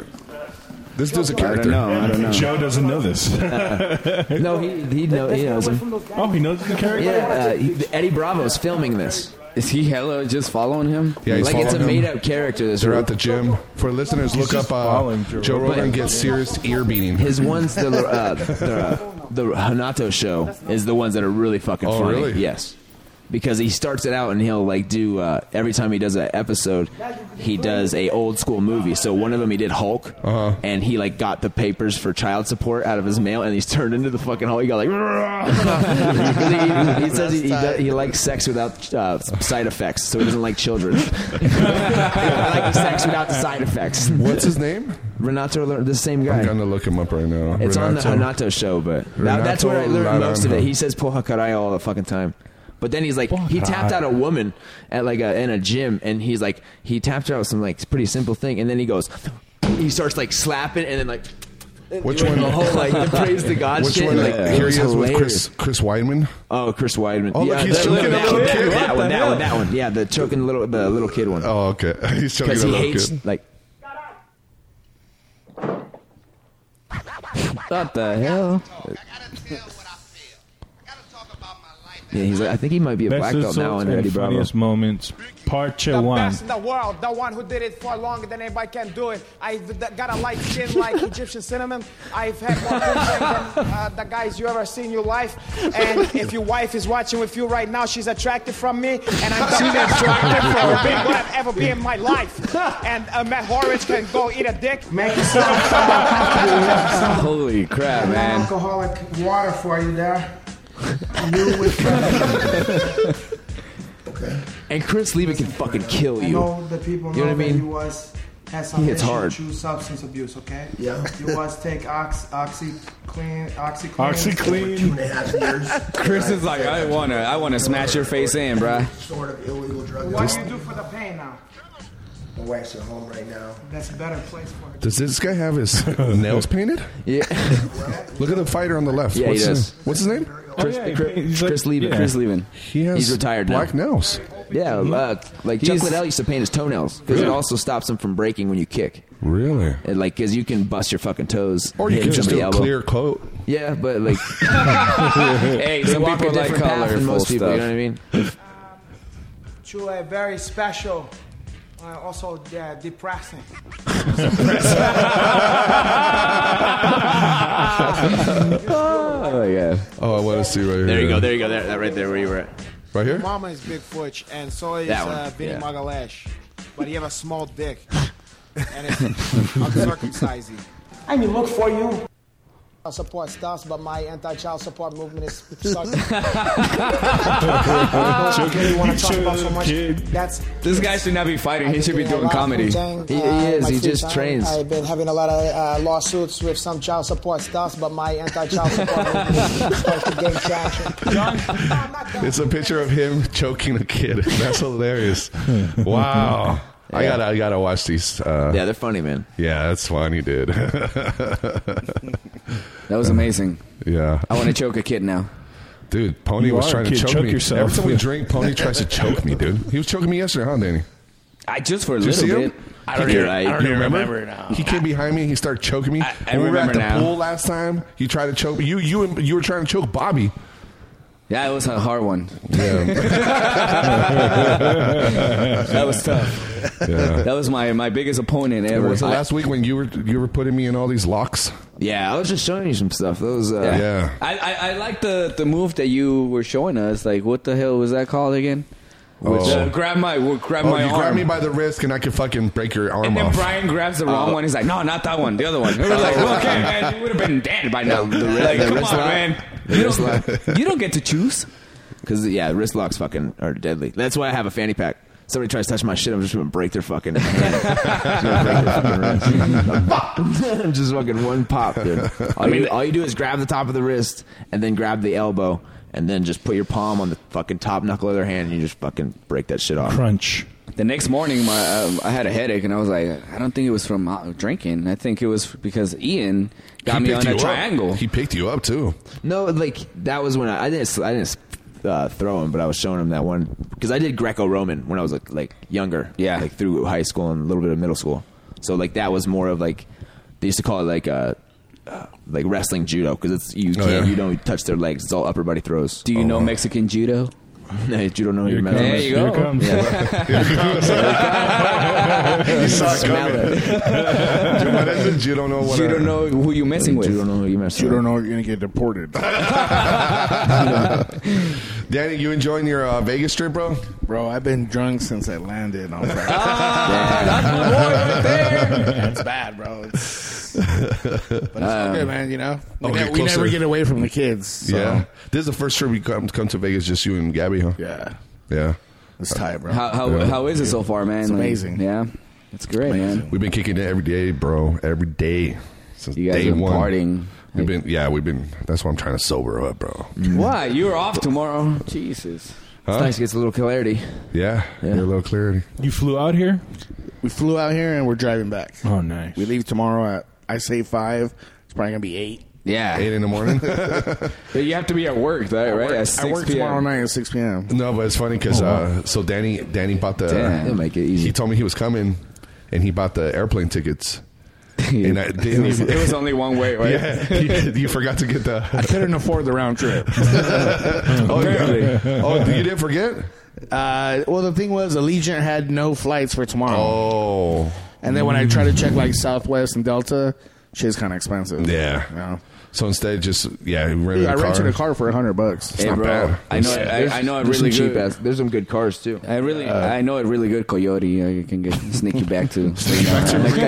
Speaker 1: This dude's a character.
Speaker 3: I don't
Speaker 5: Joe doesn't know this.
Speaker 6: Uh, No, he he, know, he knows him.
Speaker 5: oh, he knows the character?
Speaker 6: Yeah, uh, he, Eddie Bravo's filming this.
Speaker 3: Is he hella just following him?
Speaker 1: Yeah, he's
Speaker 6: like it's a
Speaker 1: following him.
Speaker 6: made up character. This
Speaker 1: They're at the gym. For listeners, look
Speaker 5: just
Speaker 1: up uh,
Speaker 5: following Joe
Speaker 1: Joe
Speaker 5: Rogan.
Speaker 1: Rogan gets serious ear beating.
Speaker 6: his ones the uh, the, uh, the Hanato show is the ones that are really fucking
Speaker 1: Oh,
Speaker 6: funny.
Speaker 1: really?
Speaker 6: Yes. because he starts it out and he'll like do uh, every time he does an episode, he does a old school movie. So one of them he did Hulk,
Speaker 1: Uh-huh.
Speaker 6: and he like got the papers for child support out of his mail, and he's turned into the fucking Hulk. He got like. he, he says he, he, does, he likes sex without uh, side effects, so he doesn't like children. I like sex without the side effects.
Speaker 1: What's his name?
Speaker 6: Renato, Lo- the same guy.
Speaker 1: I'm gonna look him up right now.
Speaker 6: It's on the
Speaker 1: Renato.
Speaker 6: Renato show, but that, that's
Speaker 1: Renato
Speaker 6: where I learned most of it.
Speaker 1: Naranjo.
Speaker 6: He says "poja carayo" all the fucking time. But then he's like, he tapped out a woman at like a, in a gym, and he's like, he tapped her out some like pretty simple thing, and then he goes, he starts like slapping, and then like,
Speaker 1: Which one?
Speaker 6: The whole like the praise to God
Speaker 1: Which
Speaker 6: shit.
Speaker 1: one?
Speaker 6: Like, it
Speaker 1: Here
Speaker 6: was
Speaker 1: he is with
Speaker 6: hilarious.
Speaker 1: Chris, Chris Weidman.
Speaker 6: Oh, Chris Weidman.
Speaker 1: Oh, look,
Speaker 6: yeah,
Speaker 1: he's
Speaker 6: that-
Speaker 1: choking
Speaker 6: that
Speaker 1: a little
Speaker 6: one,
Speaker 1: kid.
Speaker 6: That
Speaker 1: What
Speaker 6: one,
Speaker 1: the
Speaker 6: that
Speaker 1: hell?
Speaker 6: one, that one. Yeah, the choking little, the little kid one.
Speaker 1: Oh, okay. He's choking
Speaker 6: Because
Speaker 1: a
Speaker 6: he
Speaker 1: little
Speaker 6: hates
Speaker 1: kid.
Speaker 6: like. What the hell? Yeah, he's. Like, I think he might be a black belt now in Eddie Bravo.
Speaker 5: funniest moments, part
Speaker 8: The
Speaker 5: one.
Speaker 8: best in the world, the one who did it for longer than anybody can do it. I've th- got a light chin like Egyptian cinnamon. I've had more paycheck than uh, the guys you ever seen in your life. And if your wife is watching with you right now, she's attracted from me, and I'm she's attracted from a big what I've ever been in my life. And uh, Matt Horwitz can go eat a dick. Make
Speaker 3: Holy crap, man.
Speaker 8: alcoholic water for you there. You with
Speaker 6: And Chris Levin can fucking kill
Speaker 12: I
Speaker 6: you.
Speaker 12: know the people
Speaker 6: You
Speaker 12: know,
Speaker 6: know what I
Speaker 12: that
Speaker 6: mean?
Speaker 12: he was has
Speaker 6: He
Speaker 12: some
Speaker 6: hits hard.
Speaker 12: issue to substance abuse. Okay. Yeah. You was take ox oxy clean oxy clean.
Speaker 5: OxyClean.
Speaker 12: Two and a half years.
Speaker 3: Chris is like, I wanna, I wanna smash your face in, bruh.
Speaker 12: Sort of illegal drug.
Speaker 8: What do you do for the pain now?
Speaker 12: My wife's at home right now.
Speaker 8: That's a better place for her.
Speaker 1: Does this guy have his nails painted?
Speaker 6: Yeah.
Speaker 1: Look at the fighter on the left.
Speaker 6: Yeah, he
Speaker 1: what's
Speaker 6: does.
Speaker 1: His, what's his name?
Speaker 6: Chris, Chris, Chris Levin. Chris Levin.
Speaker 1: He has
Speaker 6: He's retired now.
Speaker 1: black nails.
Speaker 6: Yeah,
Speaker 1: Mm-hmm.
Speaker 6: uh, like Chuck Liddell used to paint his toenails because it also stops him from breaking when you kick.
Speaker 1: Really?
Speaker 6: And, like, because you can bust your fucking toes
Speaker 1: Or you
Speaker 6: hitting
Speaker 1: can just do
Speaker 6: somebody's
Speaker 1: a
Speaker 6: elbow.
Speaker 1: clear coat.
Speaker 6: Yeah, but like,
Speaker 3: Hey,
Speaker 6: they
Speaker 3: some
Speaker 6: walk a
Speaker 3: people like
Speaker 6: different path
Speaker 3: colorful
Speaker 6: than most
Speaker 3: stuff.
Speaker 6: people. You know what I mean?
Speaker 8: to a very special, uh, also uh, depressing.
Speaker 6: oh my god!
Speaker 1: Oh, I want to see right here.
Speaker 6: There you go. There you go. There, that right there where you were at.
Speaker 1: Right here?
Speaker 8: Mama is Bigfoot, and so is
Speaker 6: That one,
Speaker 8: uh, Vinny
Speaker 6: yeah.
Speaker 8: Magalash, but he have a small dick, and it's uncircumcised.
Speaker 12: I mean, look for you.
Speaker 8: I support stuffs, but my anti-child support movement is sucking. really want to talk about so much. That's
Speaker 3: This guy should not be fighting. He should be doing comedy.
Speaker 6: He-
Speaker 8: uh,
Speaker 6: he is. He just trains.
Speaker 8: I've been having a lot of uh, lawsuits with some child support stuff, but my anti-child support movement is starting to gain traction.
Speaker 1: It's a picture of him choking a kid. That's hilarious. Wow. I gotta, I gotta watch these. Uh,
Speaker 6: Yeah, they're funny, man.
Speaker 1: yeah, that's funny, dude.
Speaker 3: That was amazing.
Speaker 1: yeah,
Speaker 3: I wanna choke a kid now.
Speaker 1: dude. Pony
Speaker 5: You
Speaker 1: was
Speaker 5: are a
Speaker 1: trying to
Speaker 5: kid.
Speaker 1: choke,
Speaker 5: Choke
Speaker 1: me.
Speaker 5: yourself.
Speaker 1: Every time we drink, Pony tries to choke me, dude. He was choking me yesterday, huh, Danny?
Speaker 3: I just for a
Speaker 1: Did you
Speaker 3: little
Speaker 1: see
Speaker 3: bit.
Speaker 1: him?
Speaker 3: I
Speaker 1: He
Speaker 3: don't
Speaker 1: came-
Speaker 3: know. I,
Speaker 1: I
Speaker 3: I,
Speaker 1: don't remember.
Speaker 4: remember now.
Speaker 1: He came behind me. He started choking me.
Speaker 3: I- I
Speaker 1: when we were at
Speaker 3: remember
Speaker 1: the
Speaker 3: now.
Speaker 1: pool last time, he tried to choke me. You, you, and- you were trying to choke Bobby.
Speaker 3: yeah, it was a hard one.
Speaker 1: Yeah,
Speaker 3: That was tough. That was my, my biggest opponent ever.
Speaker 1: was it
Speaker 3: I-
Speaker 1: last week when you were you were putting me in all these locks?
Speaker 6: Yeah, I was just showing you some stuff. That was uh,
Speaker 1: Yeah.
Speaker 3: I, I, I like the, the move that you were showing us. Like, what the hell was that called again? Which,
Speaker 1: Oh.
Speaker 3: uh, grab my, well, grab
Speaker 1: Oh,
Speaker 3: my
Speaker 1: you
Speaker 3: arm.
Speaker 1: grab me by the wrist and I can fucking break your arm
Speaker 3: and then
Speaker 1: off. Oh.
Speaker 3: Brian grabs the wrong one. He's like, no, not that one, the other one. It was like, okay, man, you would have been dead by now. like,
Speaker 6: the
Speaker 3: come
Speaker 6: wrist
Speaker 3: on,
Speaker 6: lock?
Speaker 3: man.
Speaker 6: The
Speaker 3: You
Speaker 6: wrist
Speaker 3: don't, you don't get to choose.
Speaker 6: Because yeah, wrist locks fucking are deadly. That's why I have a fanny pack. Somebody tries to touch my shit, I'm just gonna break their fucking. hand. Just gonna break their fucking wrist. just fucking one pop, dude. All, I mean, you, all you do is grab the top of the wrist and then grab the elbow and then just put your palm on the fucking top knuckle of their hand and you just fucking break that shit off.
Speaker 5: Crunch.
Speaker 3: The next morning, my um, I had a headache, and I was like, I don't think it was from uh, drinking. I think it was because Ian got me
Speaker 1: picked
Speaker 3: on
Speaker 1: you
Speaker 3: a
Speaker 1: up.
Speaker 3: triangle.
Speaker 1: He picked you up too.
Speaker 6: No, like that was when I, I didn't I didn't uh, throw him, but I was showing him that one because I did Greco Roman when I was like, like younger,
Speaker 3: Yeah.
Speaker 6: like through high school and a little bit of middle school. So like that was more of like they used to call it like uh, uh, like wrestling judo because it's you can't
Speaker 1: Oh, yeah. Oh,
Speaker 6: you don't touch their legs. It's all upper body throws.
Speaker 3: Do you know Mexican judo?
Speaker 6: no, you don't know your
Speaker 5: comes-
Speaker 3: There
Speaker 6: metal.
Speaker 3: you go.
Speaker 5: Here comes.
Speaker 1: you saw it
Speaker 6: Smell
Speaker 1: coming.
Speaker 6: it.
Speaker 1: Dude, what is it? You don't know what.
Speaker 3: You
Speaker 1: I-
Speaker 3: don't know who you're messing
Speaker 6: You
Speaker 3: with.
Speaker 6: don't know who you messing with.
Speaker 4: know you're gonna get deported.
Speaker 1: Danny, you enjoying your uh, Vegas trip, bro?
Speaker 4: Bro, I've been drunk since I landed. I was like,
Speaker 3: Ah,
Speaker 4: That's bad, bro. It's, but it's all good, man. You know, we,
Speaker 1: I'll
Speaker 4: ne-
Speaker 1: get
Speaker 4: we never
Speaker 1: closer.
Speaker 4: get away from the kids. So.
Speaker 1: Yeah. This is the first trip we come, come to Vegas, just you and Gabby, huh?
Speaker 4: Yeah.
Speaker 1: Yeah.
Speaker 4: It's tight, bro.
Speaker 3: How how,
Speaker 1: Yeah.
Speaker 3: how is it so far, man?
Speaker 4: It's
Speaker 3: Like,
Speaker 4: amazing.
Speaker 3: yeah, it's great, man.
Speaker 1: We've been kicking it every day, bro. Every day since
Speaker 3: You guys
Speaker 1: day
Speaker 3: are
Speaker 1: one.
Speaker 3: partying.
Speaker 1: We've been, yeah, we've been. That's why I'm trying to sober up, bro.
Speaker 3: Why you're off tomorrow? Jesus,
Speaker 1: Huh?
Speaker 3: it's nice to get a little clarity.
Speaker 1: Yeah, Get a little clarity.
Speaker 5: You flew out here?
Speaker 4: We flew out here and we're driving back.
Speaker 5: Oh, nice.
Speaker 4: We leave tomorrow at I say five. It's probably gonna be eight.
Speaker 3: Yeah,
Speaker 1: eight in the morning.
Speaker 3: But you have to be at work, though, right? At
Speaker 4: I work
Speaker 3: 6 p.m.
Speaker 4: tomorrow night at six p.m.
Speaker 1: No, but it's funny because uh, so Danny Danny bought the.
Speaker 3: Oh, Damn, he'll make it easy.
Speaker 1: He told me he was coming, and he bought the airplane tickets. and I
Speaker 3: It
Speaker 1: didn't
Speaker 3: was,
Speaker 1: even-
Speaker 3: it was only one way, right?
Speaker 1: yeah, you, you forgot to get the.
Speaker 4: I couldn't afford the round trip.
Speaker 1: oh,
Speaker 3: Apparently.
Speaker 1: yeah. oh, you didn't forget?
Speaker 4: Uh, well, the thing was, Allegiant had no flights for tomorrow,
Speaker 1: Oh,
Speaker 4: and then when I tried to check like Southwest and Delta, shit's kind of expensive.
Speaker 1: yeah.
Speaker 4: You know?
Speaker 1: So instead, just yeah, rented
Speaker 4: Dude, I
Speaker 1: a car.
Speaker 4: rented a car for hundred bucks.
Speaker 3: Hey,
Speaker 1: not
Speaker 3: bro,
Speaker 1: bad.
Speaker 3: I know, I, I know, it really
Speaker 6: cheap
Speaker 3: good.
Speaker 6: ass. There's some good cars too.
Speaker 3: I really,
Speaker 6: Uh,
Speaker 3: I know it really good. Coyote, I can get sneak you back to.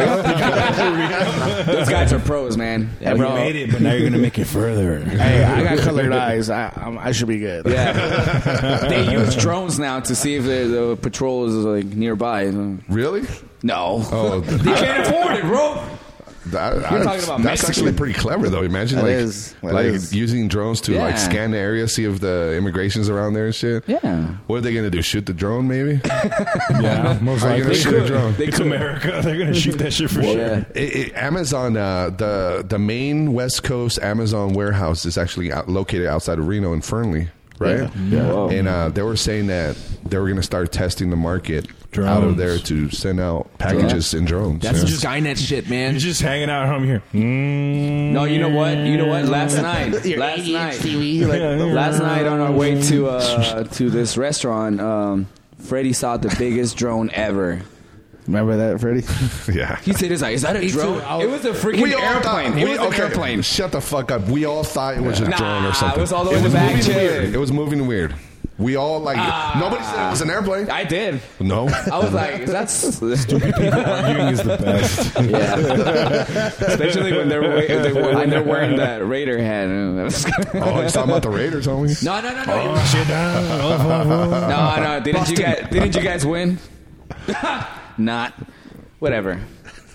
Speaker 3: Those guys are pros, man. Hey, bro.
Speaker 5: it, but now you're gonna make it further.
Speaker 4: Hey, I got colored eyes. I I'm, I should be good.
Speaker 3: Yeah, they use drones now to see if the, the patrol is like nearby. No,
Speaker 1: Really? Oh,
Speaker 3: they can't afford it, bro.
Speaker 1: That,
Speaker 3: You're
Speaker 1: I-
Speaker 3: talking about
Speaker 1: that's
Speaker 3: Mexico.
Speaker 1: actually pretty clever, though. Imagine
Speaker 4: That
Speaker 1: like
Speaker 4: is. That
Speaker 1: like
Speaker 4: is.
Speaker 1: using drones to
Speaker 3: Yeah.
Speaker 1: like scan the area, see if the immigration's around there and shit.
Speaker 3: Yeah.
Speaker 1: What are they gonna do? Shoot the drone, maybe?
Speaker 5: Yeah, most
Speaker 1: Are you
Speaker 5: likely.
Speaker 1: gonna shoot a drone?
Speaker 3: They
Speaker 5: It's
Speaker 3: could.
Speaker 5: America. They're gonna shoot that shit for
Speaker 3: Well,
Speaker 5: sure.
Speaker 3: yeah.
Speaker 1: It, it- Amazon, uh, the the main West Coast Amazon warehouse is actually out, located outside of Reno and Fernley, right?
Speaker 3: Yeah. Wow.
Speaker 1: And uh, they were saying that they were going to start testing the market out
Speaker 5: Drones.
Speaker 1: of there to send out packages in drones.
Speaker 6: That's
Speaker 1: yeah.
Speaker 6: just Skynet shit, man.
Speaker 5: You're just hanging out at home here. Mm.
Speaker 3: No, you know what? You know what? Last night,
Speaker 4: Your
Speaker 3: last night,
Speaker 4: ADHD, like-
Speaker 3: last night on our way to uh, to this restaurant, um, Freddie saw the biggest drone ever.
Speaker 4: Remember that, Freddie?
Speaker 1: yeah.
Speaker 3: He said, "Is like, is that a drone? It was a freaking
Speaker 1: all thought-
Speaker 3: airplane. it
Speaker 1: we-
Speaker 3: was
Speaker 1: okay,
Speaker 3: an airplane.
Speaker 1: Shut the fuck up. We all thought it was a
Speaker 3: Nah,
Speaker 1: drone or
Speaker 3: it
Speaker 1: something.
Speaker 3: was all the way in the back,
Speaker 1: moving
Speaker 3: chill.
Speaker 1: weird. It was moving weird. We all like nobody said it was an airplane.
Speaker 3: I did.
Speaker 1: no.
Speaker 3: I was like, that's
Speaker 5: Arguing is the best.
Speaker 3: especially when they're wa- they- when they're wearing that Raider hat. no,
Speaker 1: oh, he's talking about the Raiders, homie. Oh,
Speaker 3: no, no, no,
Speaker 5: shit.
Speaker 3: no, no. Didn't you guys? Didn't you guys win? Not. Whatever.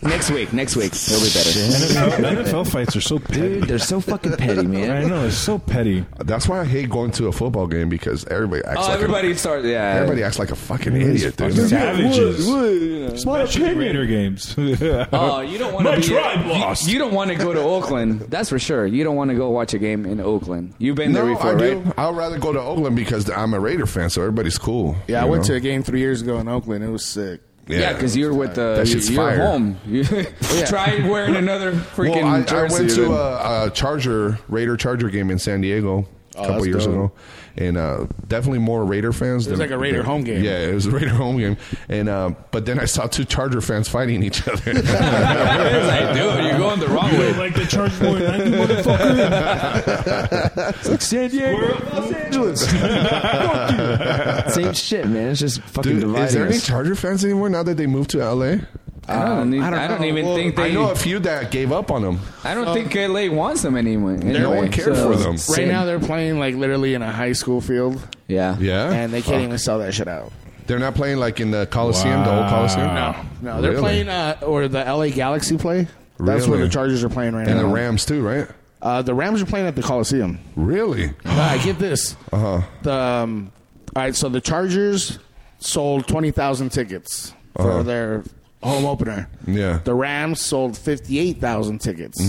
Speaker 3: Next week. Next week. It'll be better.
Speaker 5: NFL, NFL fights are so petty.
Speaker 6: Dude, they're so fucking petty, man.
Speaker 5: I know it's so petty.
Speaker 1: That's why I hate going to a football game because everybody acts
Speaker 3: Oh,
Speaker 1: like
Speaker 3: everybody
Speaker 1: a,
Speaker 3: starts. Yeah.
Speaker 1: everybody acts like a fucking
Speaker 5: Everybody's
Speaker 1: idiot,
Speaker 5: fucking
Speaker 1: dude.
Speaker 5: savages.
Speaker 3: It's my
Speaker 5: Especially Raider games.
Speaker 3: Oh, you don't want
Speaker 5: My
Speaker 3: to be.
Speaker 5: tribe
Speaker 3: you-
Speaker 5: lost.
Speaker 3: You, don't want to go to Oakland. That's for sure. You don't want to go watch a game in Oakland. You've been there
Speaker 1: No,
Speaker 3: before,
Speaker 1: I do.
Speaker 3: right?
Speaker 1: I'd rather go to Oakland because I'm a Raider fan, so everybody's cool.
Speaker 4: Yeah, I
Speaker 1: you
Speaker 4: went
Speaker 1: know?
Speaker 4: to a game three years ago in Oakland. It was sick.
Speaker 3: Yeah, because you're with the
Speaker 1: That shit's
Speaker 3: you're
Speaker 1: fire. Oh,
Speaker 3: home. You try wearing another freaking
Speaker 1: Well, I, I
Speaker 3: jersey.
Speaker 1: went
Speaker 3: then.
Speaker 1: to a, a Charger Raider Charger game in San Diego a couple
Speaker 4: Oh, that's
Speaker 1: years
Speaker 4: dope.
Speaker 1: ago, and uh, definitely more Raider fans. It
Speaker 4: was like a Raider home game.
Speaker 1: Yeah, it was a Raider home game, and uh, but then I saw two Charger fans fighting each other.
Speaker 3: it's like, dude, you're going the wrong way.
Speaker 5: like the charge boy, motherfucker.
Speaker 6: San Diego, Los Angeles. Same shit, man. It's just fucking
Speaker 1: Dude,
Speaker 6: dividing
Speaker 1: is there any
Speaker 6: us.
Speaker 1: Charger fans anymore now that they moved to LA?
Speaker 3: I don't, even-
Speaker 4: Uh, I don't
Speaker 3: I don't
Speaker 4: know.
Speaker 3: even
Speaker 4: Well,
Speaker 3: think they.
Speaker 1: I know a few that gave up on them.
Speaker 3: I don't think LA wants them anymore.
Speaker 1: No one cared for them.
Speaker 4: Right now, they're playing like literally in a high school field,
Speaker 3: yeah,
Speaker 1: Yeah,
Speaker 4: and they can't even sell that shit out.
Speaker 1: they're not playing like in the Coliseum, the old Coliseum.
Speaker 5: Wow.
Speaker 4: No, they're
Speaker 1: Really?
Speaker 4: playing uh, or the LA Galaxy play. That's where
Speaker 1: Really?
Speaker 4: the Chargers are playing right
Speaker 1: and the
Speaker 4: now.
Speaker 1: Rams too, right?
Speaker 4: uh, the Rams are playing at the Coliseum.
Speaker 1: Really?
Speaker 4: All right, get this. Uh-huh. The um, all right, so the Chargers sold twenty thousand tickets for
Speaker 1: Uh-huh.
Speaker 4: their home opener.
Speaker 1: Yeah. Mm-hmm.
Speaker 4: The Rams sold fifty eight thousand tickets.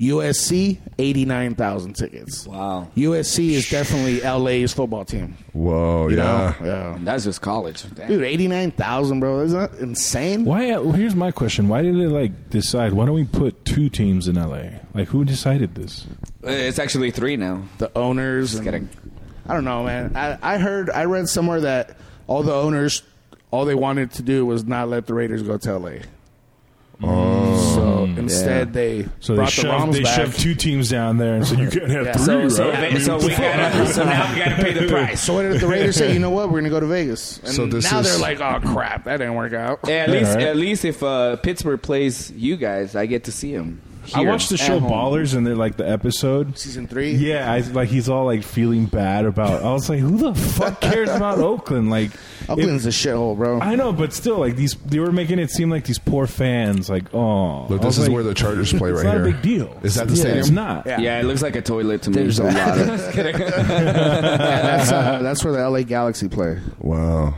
Speaker 4: USC eighty nine thousand tickets.
Speaker 3: Wow.
Speaker 4: USC is definitely LA's football team.
Speaker 1: Whoa, Oh, yeah.
Speaker 4: Yeah.
Speaker 3: that's just college. Damn.
Speaker 4: Dude, eighty nine thousand, bro. Isn't that insane?
Speaker 5: Why? uh, Well, here's my question. Why did they like decide? Why don't we put two teams in LA? Like, who decided this?
Speaker 3: Uh, It's actually three now.
Speaker 4: The owners. and-
Speaker 3: kidding.
Speaker 4: I don't know, man. I, I heard I read somewhere that all the owners all they wanted to do was not let the Raiders go to LA. So instead, they
Speaker 5: Oh. Mm, so they
Speaker 4: brought the
Speaker 5: shoved,
Speaker 4: Roms
Speaker 5: they
Speaker 4: back.
Speaker 5: shoved two teams down there, and so you couldn't have
Speaker 4: Yeah.
Speaker 5: three,
Speaker 4: So-
Speaker 5: right?
Speaker 4: so
Speaker 5: I
Speaker 4: they-
Speaker 5: mean,
Speaker 4: so
Speaker 5: what the
Speaker 4: we
Speaker 5: fuck?
Speaker 4: gotta- so now we gotta
Speaker 5: pay the price.
Speaker 4: So what did the Raiders say? You know what? We're gonna go to Vegas. And
Speaker 5: So this
Speaker 4: now
Speaker 5: is-
Speaker 4: they're like, oh crap, that didn't work out.
Speaker 3: Yeah, at least at least if uh, Pittsburgh plays you guys, I get to see him.
Speaker 5: I watched the show Ballers, and they're like the episode
Speaker 4: season three.
Speaker 5: Yeah, I, like he's all like feeling bad about. I was like, who the fuck cares about Oakland? Like,
Speaker 4: Oakland's a shithole, bro.
Speaker 5: I know, but still, like these, they were making it seem like these poor fans. Like, oh,
Speaker 1: Look,
Speaker 5: I was
Speaker 1: this is
Speaker 5: like,
Speaker 1: where the Chargers play
Speaker 5: it's
Speaker 1: right
Speaker 5: not
Speaker 1: here.
Speaker 5: A big deal.
Speaker 1: Is that the
Speaker 5: yeah,
Speaker 1: stadium?
Speaker 5: It's not.
Speaker 3: Yeah. it looks like a toilet to me.
Speaker 5: There's a lot of-
Speaker 3: Just kidding.
Speaker 4: that's, uh, that's where the LA Galaxy play.
Speaker 1: Wow,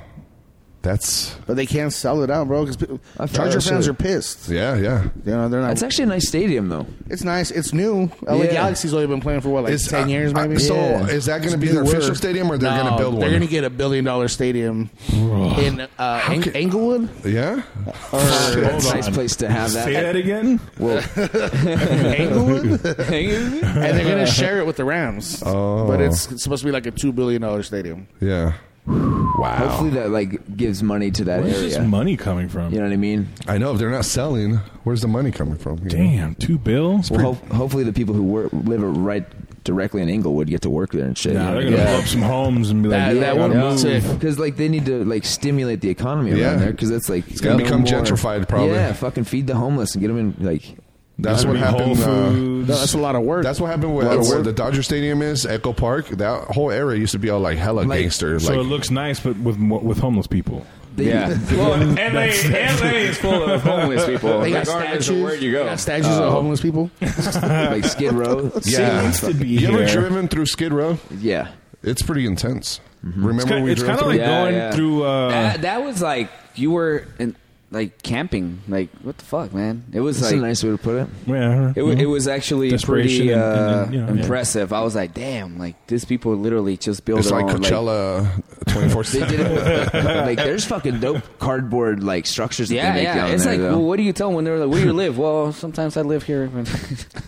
Speaker 1: that's.
Speaker 4: But they can't sell it out, bro. Because
Speaker 6: thought
Speaker 4: Charger
Speaker 6: so.
Speaker 4: fans are pissed.
Speaker 1: Yeah, yeah.
Speaker 4: You know, they're not.
Speaker 6: It's actually a nice stadium, though.
Speaker 4: It's nice. It's new. LA
Speaker 6: Yeah.
Speaker 4: Galaxy's only been playing for what, like
Speaker 6: It's,
Speaker 4: ten
Speaker 6: uh,
Speaker 4: years, maybe.
Speaker 6: uh, so Yeah.
Speaker 1: is that gonna be their official stadium, or they're
Speaker 4: No,
Speaker 1: gonna build one?
Speaker 4: They're gonna get a billion dollar stadium in uh, Ang- Englewood.
Speaker 1: Yeah.
Speaker 4: Or
Speaker 6: That's a nice place to have that.
Speaker 5: Say that again.
Speaker 6: Well,
Speaker 4: Englewood, and they're gonna share it with the Rams.
Speaker 1: Oh.
Speaker 4: But it's, it's supposed to be like a two billion dollar stadium.
Speaker 1: Yeah. Wow.
Speaker 6: Hopefully that like gives money to that
Speaker 5: Where's this
Speaker 6: area.
Speaker 5: money coming from?
Speaker 6: You know what I mean?
Speaker 1: I know if they're not selling, where's the money coming from? you know?
Speaker 5: Damn, two bills.
Speaker 6: Well, ho- hopefully the people who work, live right directly in Inglewood get to work there and shit.
Speaker 5: Nah,
Speaker 6: you know?
Speaker 5: they're gonna
Speaker 6: Yeah.
Speaker 5: blow up some homes and be like,
Speaker 4: That-
Speaker 5: yeah,
Speaker 4: that would
Speaker 5: gotta
Speaker 4: be sick.
Speaker 5: move.
Speaker 6: Because like they need to like stimulate the economy
Speaker 1: Yeah.
Speaker 6: around there because that's like
Speaker 1: It's gonna
Speaker 6: you know,
Speaker 1: become
Speaker 6: more-
Speaker 1: gentrified, probably.
Speaker 6: Yeah, fucking feed the homeless and get them in like.
Speaker 1: That's
Speaker 5: Gotta
Speaker 1: what
Speaker 5: be Whole
Speaker 1: happened. Uh,
Speaker 5: Foods.
Speaker 4: That's a lot of work.
Speaker 1: that's what happened with
Speaker 4: Lot of
Speaker 1: where
Speaker 4: work.
Speaker 1: the Dodger Stadium is, Echo Park. That whole area used to be all like hella
Speaker 6: Like-
Speaker 1: gangster.
Speaker 5: so it
Speaker 1: Like,
Speaker 5: looks nice, but with mo- with homeless people.
Speaker 6: They,
Speaker 3: Yeah.
Speaker 5: Oh,
Speaker 3: well, LA, LA is full of homeless people.
Speaker 4: They got
Speaker 3: regardless of
Speaker 4: statues.
Speaker 3: where you go.
Speaker 4: They got statues of homeless people.
Speaker 6: like Skid Row.
Speaker 1: Oh. yeah,
Speaker 5: Seems to be
Speaker 1: you ever
Speaker 5: here.
Speaker 1: driven through Skid Row?
Speaker 6: Yeah. Mm-hmm.
Speaker 1: It's pretty intense. Remember
Speaker 5: It's ki-
Speaker 1: we
Speaker 5: it's
Speaker 1: drove
Speaker 5: kinda
Speaker 1: through?
Speaker 5: like- going through, uh,
Speaker 3: that, that was like you were in like camping. Like what the fuck, man? It was
Speaker 6: That's
Speaker 3: like
Speaker 6: a nice way to put it.
Speaker 5: Yeah,
Speaker 3: It, wa- it was actually
Speaker 5: Uh-huh. Mm-hmm. Desperation
Speaker 3: pretty
Speaker 5: and- and-
Speaker 3: uh,
Speaker 5: and, you know, yeah.
Speaker 3: impressive. I was like, damn, like these people literally just build
Speaker 1: it's
Speaker 3: their
Speaker 1: like
Speaker 3: own,
Speaker 1: Coachella twenty four
Speaker 6: They did
Speaker 1: seven.
Speaker 6: it. With, like there's fucking dope cardboard like structures. That
Speaker 3: yeah,
Speaker 6: they make
Speaker 3: yeah.
Speaker 6: down
Speaker 3: It's
Speaker 6: there,
Speaker 3: like,
Speaker 6: though.
Speaker 3: well, what do you tell them when they're like, where do you live? well, sometimes I live here.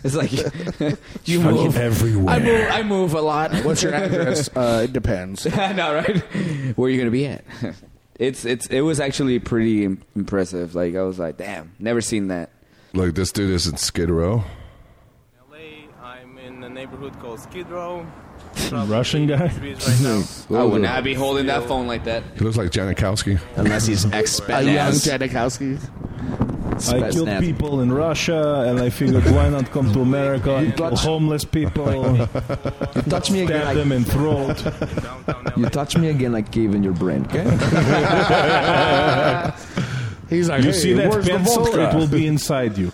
Speaker 3: it's like, you
Speaker 5: Fucking
Speaker 3: move.
Speaker 5: everywhere.
Speaker 3: I move, I move a lot.
Speaker 4: What's your address? uh, it depends.
Speaker 3: I know, right? Where are you gonna be at? it's it's it was actually pretty im- impressive. Like I was like, damn, never seen that.
Speaker 1: Look, this dude is in Skid Row.
Speaker 13: LA. I'm in a neighborhood called Skid Row.
Speaker 5: Russian guy.
Speaker 6: Oh,
Speaker 3: I would not be holding that phone like that.
Speaker 1: He looks like Janikowski.
Speaker 6: Unless he's
Speaker 4: A young
Speaker 6: ex-Spetsnaz.
Speaker 4: Janikowski.
Speaker 5: I killed
Speaker 6: Spetsnaz.
Speaker 5: people in Russia, and I figured why not come to America and kill homeless people,
Speaker 6: Touch me again.
Speaker 5: stab
Speaker 6: Like,
Speaker 5: them in throat.
Speaker 6: you touch me again, like gave in your brain. Okay.
Speaker 4: He's like,
Speaker 5: You
Speaker 4: hey,
Speaker 5: see that
Speaker 4: where's the
Speaker 5: pencil?
Speaker 4: vodka?
Speaker 5: It will be inside you.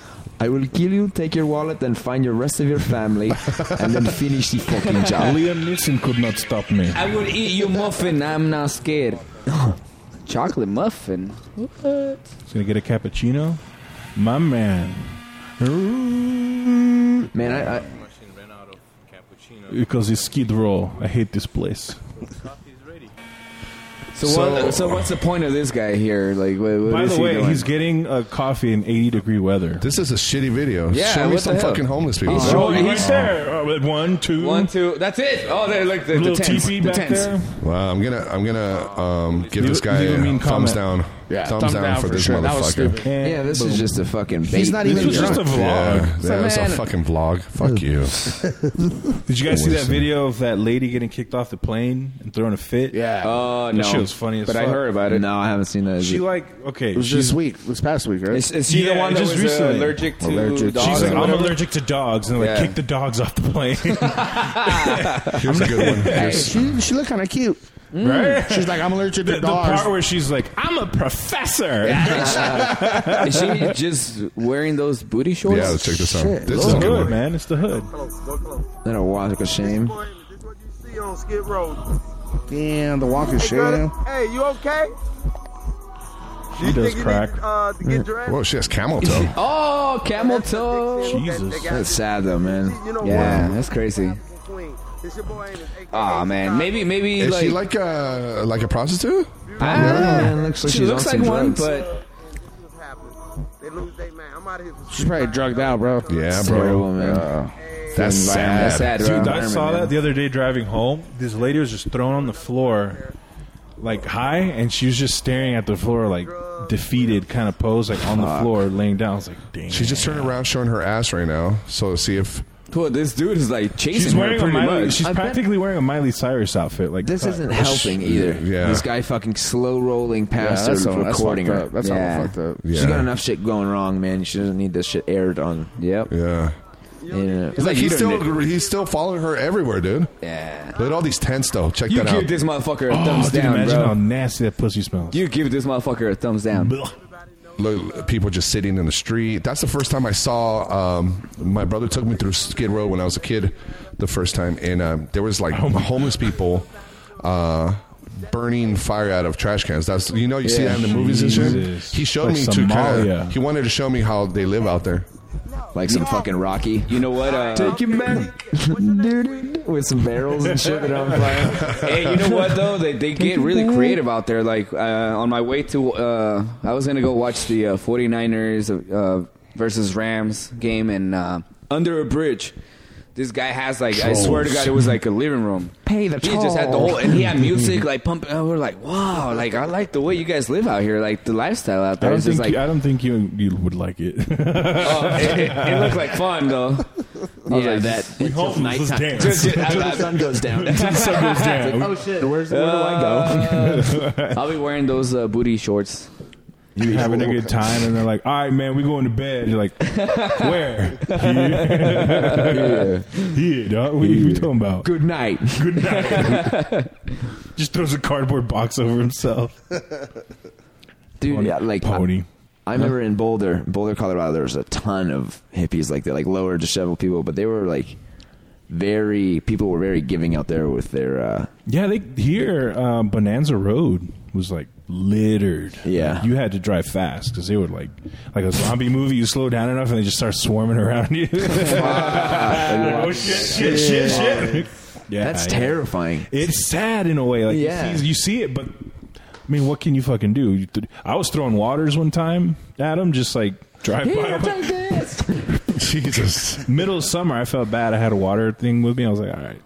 Speaker 6: I will kill you, take your wallet, and find your rest of your family, and then finish the fucking job.
Speaker 5: Liam Neeson could not stop me.
Speaker 3: I would eat you muffin. I'm not scared. Chocolate muffin. What?
Speaker 5: He's gonna get a cappuccino, my man.
Speaker 6: Man, I, I,
Speaker 13: Machine ran out of cappuccino.
Speaker 5: Because it's Skid Row. I hate this place.
Speaker 13: Coffee's ready.
Speaker 3: So,
Speaker 1: So-
Speaker 3: what, so what's the point of this guy here? Like, what, what
Speaker 5: By
Speaker 3: is
Speaker 5: the
Speaker 3: he
Speaker 5: way,
Speaker 3: doing?
Speaker 5: he's getting a coffee in 80 degree weather.
Speaker 1: This is a shitty video.
Speaker 3: Yeah,
Speaker 1: Show me
Speaker 3: what
Speaker 1: some
Speaker 3: the hell?
Speaker 1: fucking homeless people.
Speaker 3: He's
Speaker 5: Oh,
Speaker 3: showing-
Speaker 5: right there. Oh, wait, One, two.
Speaker 3: one, two. That's it. Oh, there, look the, the
Speaker 5: Little
Speaker 3: tents.
Speaker 5: teepee
Speaker 3: the
Speaker 5: back
Speaker 3: tents.
Speaker 5: there.
Speaker 1: Wow, I'm gonna I'm gonna um, give
Speaker 5: Leave-
Speaker 1: this guy
Speaker 5: leave a
Speaker 1: a
Speaker 5: mean
Speaker 1: thumbs
Speaker 5: comment.
Speaker 1: down.
Speaker 4: Yeah,
Speaker 1: thumbs,
Speaker 4: thumbs
Speaker 1: down,
Speaker 4: down
Speaker 1: for
Speaker 4: for
Speaker 1: this
Speaker 4: sure. That was
Speaker 1: motherfucker.
Speaker 4: stupid.
Speaker 5: And
Speaker 6: yeah, this
Speaker 5: boom.
Speaker 6: is just a fucking bait.
Speaker 4: He's not even
Speaker 5: This was just a
Speaker 4: drunk.
Speaker 5: vlog.
Speaker 1: Yeah,
Speaker 3: So,
Speaker 1: yeah, it's a
Speaker 3: man-
Speaker 1: fucking vlog. Fuck you.
Speaker 5: Did you guys see that
Speaker 1: Listen.
Speaker 5: video of that lady getting kicked off the plane and throwing a fit?
Speaker 4: Yeah.
Speaker 3: Oh
Speaker 5: That
Speaker 3: no,
Speaker 5: shit was funny as
Speaker 3: but I
Speaker 5: fuck.
Speaker 3: heard about it.
Speaker 6: No, I haven't seen that.
Speaker 5: She like okay.
Speaker 4: it was
Speaker 5: she's
Speaker 4: this week, this past week, right?
Speaker 3: Is, is she
Speaker 5: Yeah,
Speaker 3: the one that
Speaker 5: just
Speaker 3: was uh,
Speaker 5: recently.
Speaker 3: allergic to
Speaker 4: Allergic.
Speaker 3: dogs?
Speaker 5: she's like
Speaker 3: or
Speaker 5: I'm
Speaker 3: whatever?
Speaker 5: allergic to dogs and they're like
Speaker 3: Yeah.
Speaker 5: kick the dogs off the plane.
Speaker 1: Here's a good one. Here's-
Speaker 4: she she looked kind of cute.
Speaker 5: Mm. right?
Speaker 4: She's like, I'm allergic to
Speaker 5: The, the
Speaker 4: dogs.
Speaker 5: part where she's like I'm a professor.
Speaker 3: Is she just wearing those booty shorts?
Speaker 1: yeah, check this out.
Speaker 6: Shit,
Speaker 1: This
Speaker 5: It's
Speaker 1: is a
Speaker 5: the
Speaker 1: good
Speaker 5: hood,
Speaker 1: one.
Speaker 5: man. It's the hood.
Speaker 6: Then a walk of shame.
Speaker 13: Boy, this is what you see on Skid Row.
Speaker 4: Damn, the walk of
Speaker 13: Hey, brother.
Speaker 4: shame.
Speaker 13: Hey, you okay?
Speaker 5: She does crack.
Speaker 13: uh, to get dressed?
Speaker 1: Whoa, she has camel toe.
Speaker 3: Oh, camel
Speaker 13: That's the big
Speaker 3: toe.
Speaker 13: thing.
Speaker 5: Jesus.
Speaker 13: They got
Speaker 6: That's
Speaker 13: this-
Speaker 6: sad though, man.
Speaker 13: You know
Speaker 3: Yeah,
Speaker 13: what?
Speaker 3: that's crazy.
Speaker 13: Queen. It's your boy, Amos, aka
Speaker 3: Aw man, maybe maybe
Speaker 1: Is
Speaker 3: like,
Speaker 1: she like a like a prostitute?
Speaker 3: I
Speaker 6: Yeah,
Speaker 3: don't know.
Speaker 6: man, looks like
Speaker 3: she
Speaker 6: she's
Speaker 3: looks
Speaker 6: on
Speaker 3: like
Speaker 6: some
Speaker 3: one,
Speaker 6: drugs.
Speaker 3: but
Speaker 13: They lose their man. I'm out of here. for-
Speaker 4: She's probably drugged out, bro.
Speaker 1: Yeah,
Speaker 6: It's
Speaker 1: bro.
Speaker 6: terrible, man.
Speaker 4: Uh,
Speaker 1: That's
Speaker 6: That's
Speaker 1: sad.
Speaker 6: sad,
Speaker 5: Dude,
Speaker 6: bro.
Speaker 5: I saw that the other day driving home. This lady was just thrown on the floor, like high, and she was just staring at the floor, like defeated kind of pose, like on the floor, laying down. I was like, dang.
Speaker 1: She's just turning around, showing her ass right now. So see if.
Speaker 3: Cool. This dude is like chasing
Speaker 5: She's wearing a
Speaker 1: pretty
Speaker 5: Miley,
Speaker 1: much.
Speaker 5: she's
Speaker 1: I bet-
Speaker 5: practically wearing a Miley Cyrus outfit. Like
Speaker 6: This
Speaker 5: cut.
Speaker 6: isn't helping either.
Speaker 1: Yeah.
Speaker 6: This guy fucking slow rolling
Speaker 5: Yeah,
Speaker 6: past
Speaker 5: that's
Speaker 6: her
Speaker 5: all- that's
Speaker 6: recording
Speaker 5: fucked
Speaker 6: her.
Speaker 5: up. That's all fucked up.
Speaker 6: She's
Speaker 5: Yeah.
Speaker 6: got enough shit going wrong, man. She doesn't need this shit aired on. Yep.
Speaker 1: Yeah.
Speaker 6: It's
Speaker 1: It's like he's still he's still following her everywhere, dude.
Speaker 3: Yeah.
Speaker 1: Look at all these tents though. Check
Speaker 3: You
Speaker 1: that
Speaker 3: give
Speaker 1: out.
Speaker 3: this motherfucker a
Speaker 5: Oh,
Speaker 3: thumbs
Speaker 5: dude,
Speaker 3: down,
Speaker 5: imagine
Speaker 3: bro.
Speaker 5: how nasty that pussy smells.
Speaker 3: You give this motherfucker a thumbs down.
Speaker 1: Look, people just sitting in the street. That's the first time I saw. Um, my brother took me through Skid Row when I was a kid, the first time, and um, there was
Speaker 5: Oh
Speaker 1: like homeless people uh, burning fire out of trash cans. That's you know you see
Speaker 5: Yeah.
Speaker 1: that in the movies and shit.
Speaker 5: Jesus.
Speaker 1: He showed
Speaker 5: Like
Speaker 1: me to kind
Speaker 5: Somalia.
Speaker 1: of. He wanted to show me how they live out there.
Speaker 6: Like some fucking Rocky.
Speaker 3: You know what? Uh,
Speaker 6: Take him back, dude, with some barrels and shit that are on fire.
Speaker 3: hey, you know what though? They they get really creative out there. Like uh, on my way to, uh, I was gonna go watch the uh, 49ers uh, versus Rams game, and uh, under a bridge, this guy has like I swear to God, it was like a living room.
Speaker 6: Pay the
Speaker 3: He just had the
Speaker 6: toll.
Speaker 3: whole, and he had music like pumping. And we're like, wow, like I like the way you guys live out here, like the lifestyle out
Speaker 5: I
Speaker 3: there.
Speaker 5: don't
Speaker 3: It's just
Speaker 5: think
Speaker 3: like
Speaker 5: you, I don't think you you would like it.
Speaker 3: Oh, it, it, it looked like fun though. yeah, that.
Speaker 5: We hope this is
Speaker 3: nighttime.
Speaker 5: dance.
Speaker 3: Just- uh, just-
Speaker 5: Until
Speaker 3: I-
Speaker 5: the
Speaker 3: I-
Speaker 5: sun goes down. Until the sun goes down.
Speaker 3: It's like,
Speaker 5: Oh,
Speaker 3: shit! Where's
Speaker 5: where do I
Speaker 3: go? I'll be wearing those uh, booty shorts.
Speaker 5: you having a good time, and they're like, "All right, man, we going to bed." You're like, "Where? Here, Here, dog. What are you talking about?
Speaker 6: Good night.
Speaker 5: Good night." Just throws a cardboard box over himself.
Speaker 6: dude. yeah, like
Speaker 5: pony.
Speaker 6: I, I remember in Boulder, Boulder, Colorado, there was a ton of hippies like that, like lower disheveled people, but they were like very people were very giving out there with their uh
Speaker 5: Yeah, they here um, Bonanza Road was like littered.
Speaker 6: Yeah.
Speaker 5: you had to drive fast because they would like like a zombie movie. You slow down enough, and they just start swarming around you. oh shit! Shit! Shit! Shit! Yeah,
Speaker 6: That's
Speaker 5: yeah.
Speaker 6: terrifying.
Speaker 5: It's sad in a way. Like
Speaker 6: Yeah.
Speaker 5: you, see, you see it, but I mean, what can you fucking do? You th- I was throwing waters one time at him, just like drive by. Jesus. Middle of summer, I felt bad. I had a water thing with me. I was like, all right,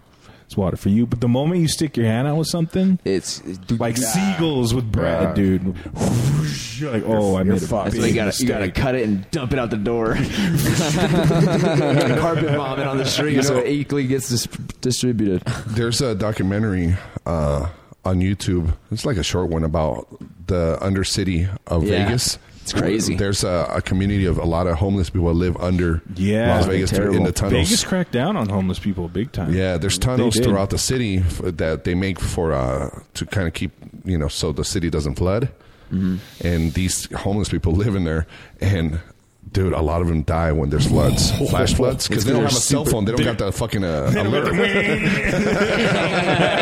Speaker 5: it's water for you. But the moment you stick your hand out with something,
Speaker 6: it's
Speaker 5: like seagulls with bread,
Speaker 6: Yeah.
Speaker 5: dude. Whoosh. You're like, oh, I made a
Speaker 6: That's
Speaker 5: big
Speaker 6: why you gotta,
Speaker 5: mistake.
Speaker 6: you gotta cut it and dump it out the door. Carpet bomb it on the street
Speaker 1: You
Speaker 6: so
Speaker 1: know-
Speaker 6: it equally gets dis- distributed.
Speaker 1: There's a documentary uh, on YouTube. It's like a short one about the undercity of
Speaker 6: Yeah.
Speaker 1: Vegas.
Speaker 6: It's crazy.
Speaker 1: There's a, a community of a lot of homeless people that live under
Speaker 5: yeah,
Speaker 1: Las Vegas through- in the tunnels.
Speaker 5: Vegas cracked down on homeless people big time.
Speaker 1: Yeah, there's tunnels
Speaker 5: Uh, They did.
Speaker 1: throughout the city f- that they make for uh, to kind of keep you know so the city doesn't flood.
Speaker 5: Mm-hmm.
Speaker 1: And these homeless people live in there, and dude, a lot of them die when there's floods, flash floods, because they don't have a cell phone. They don't got the fucking uh, alert.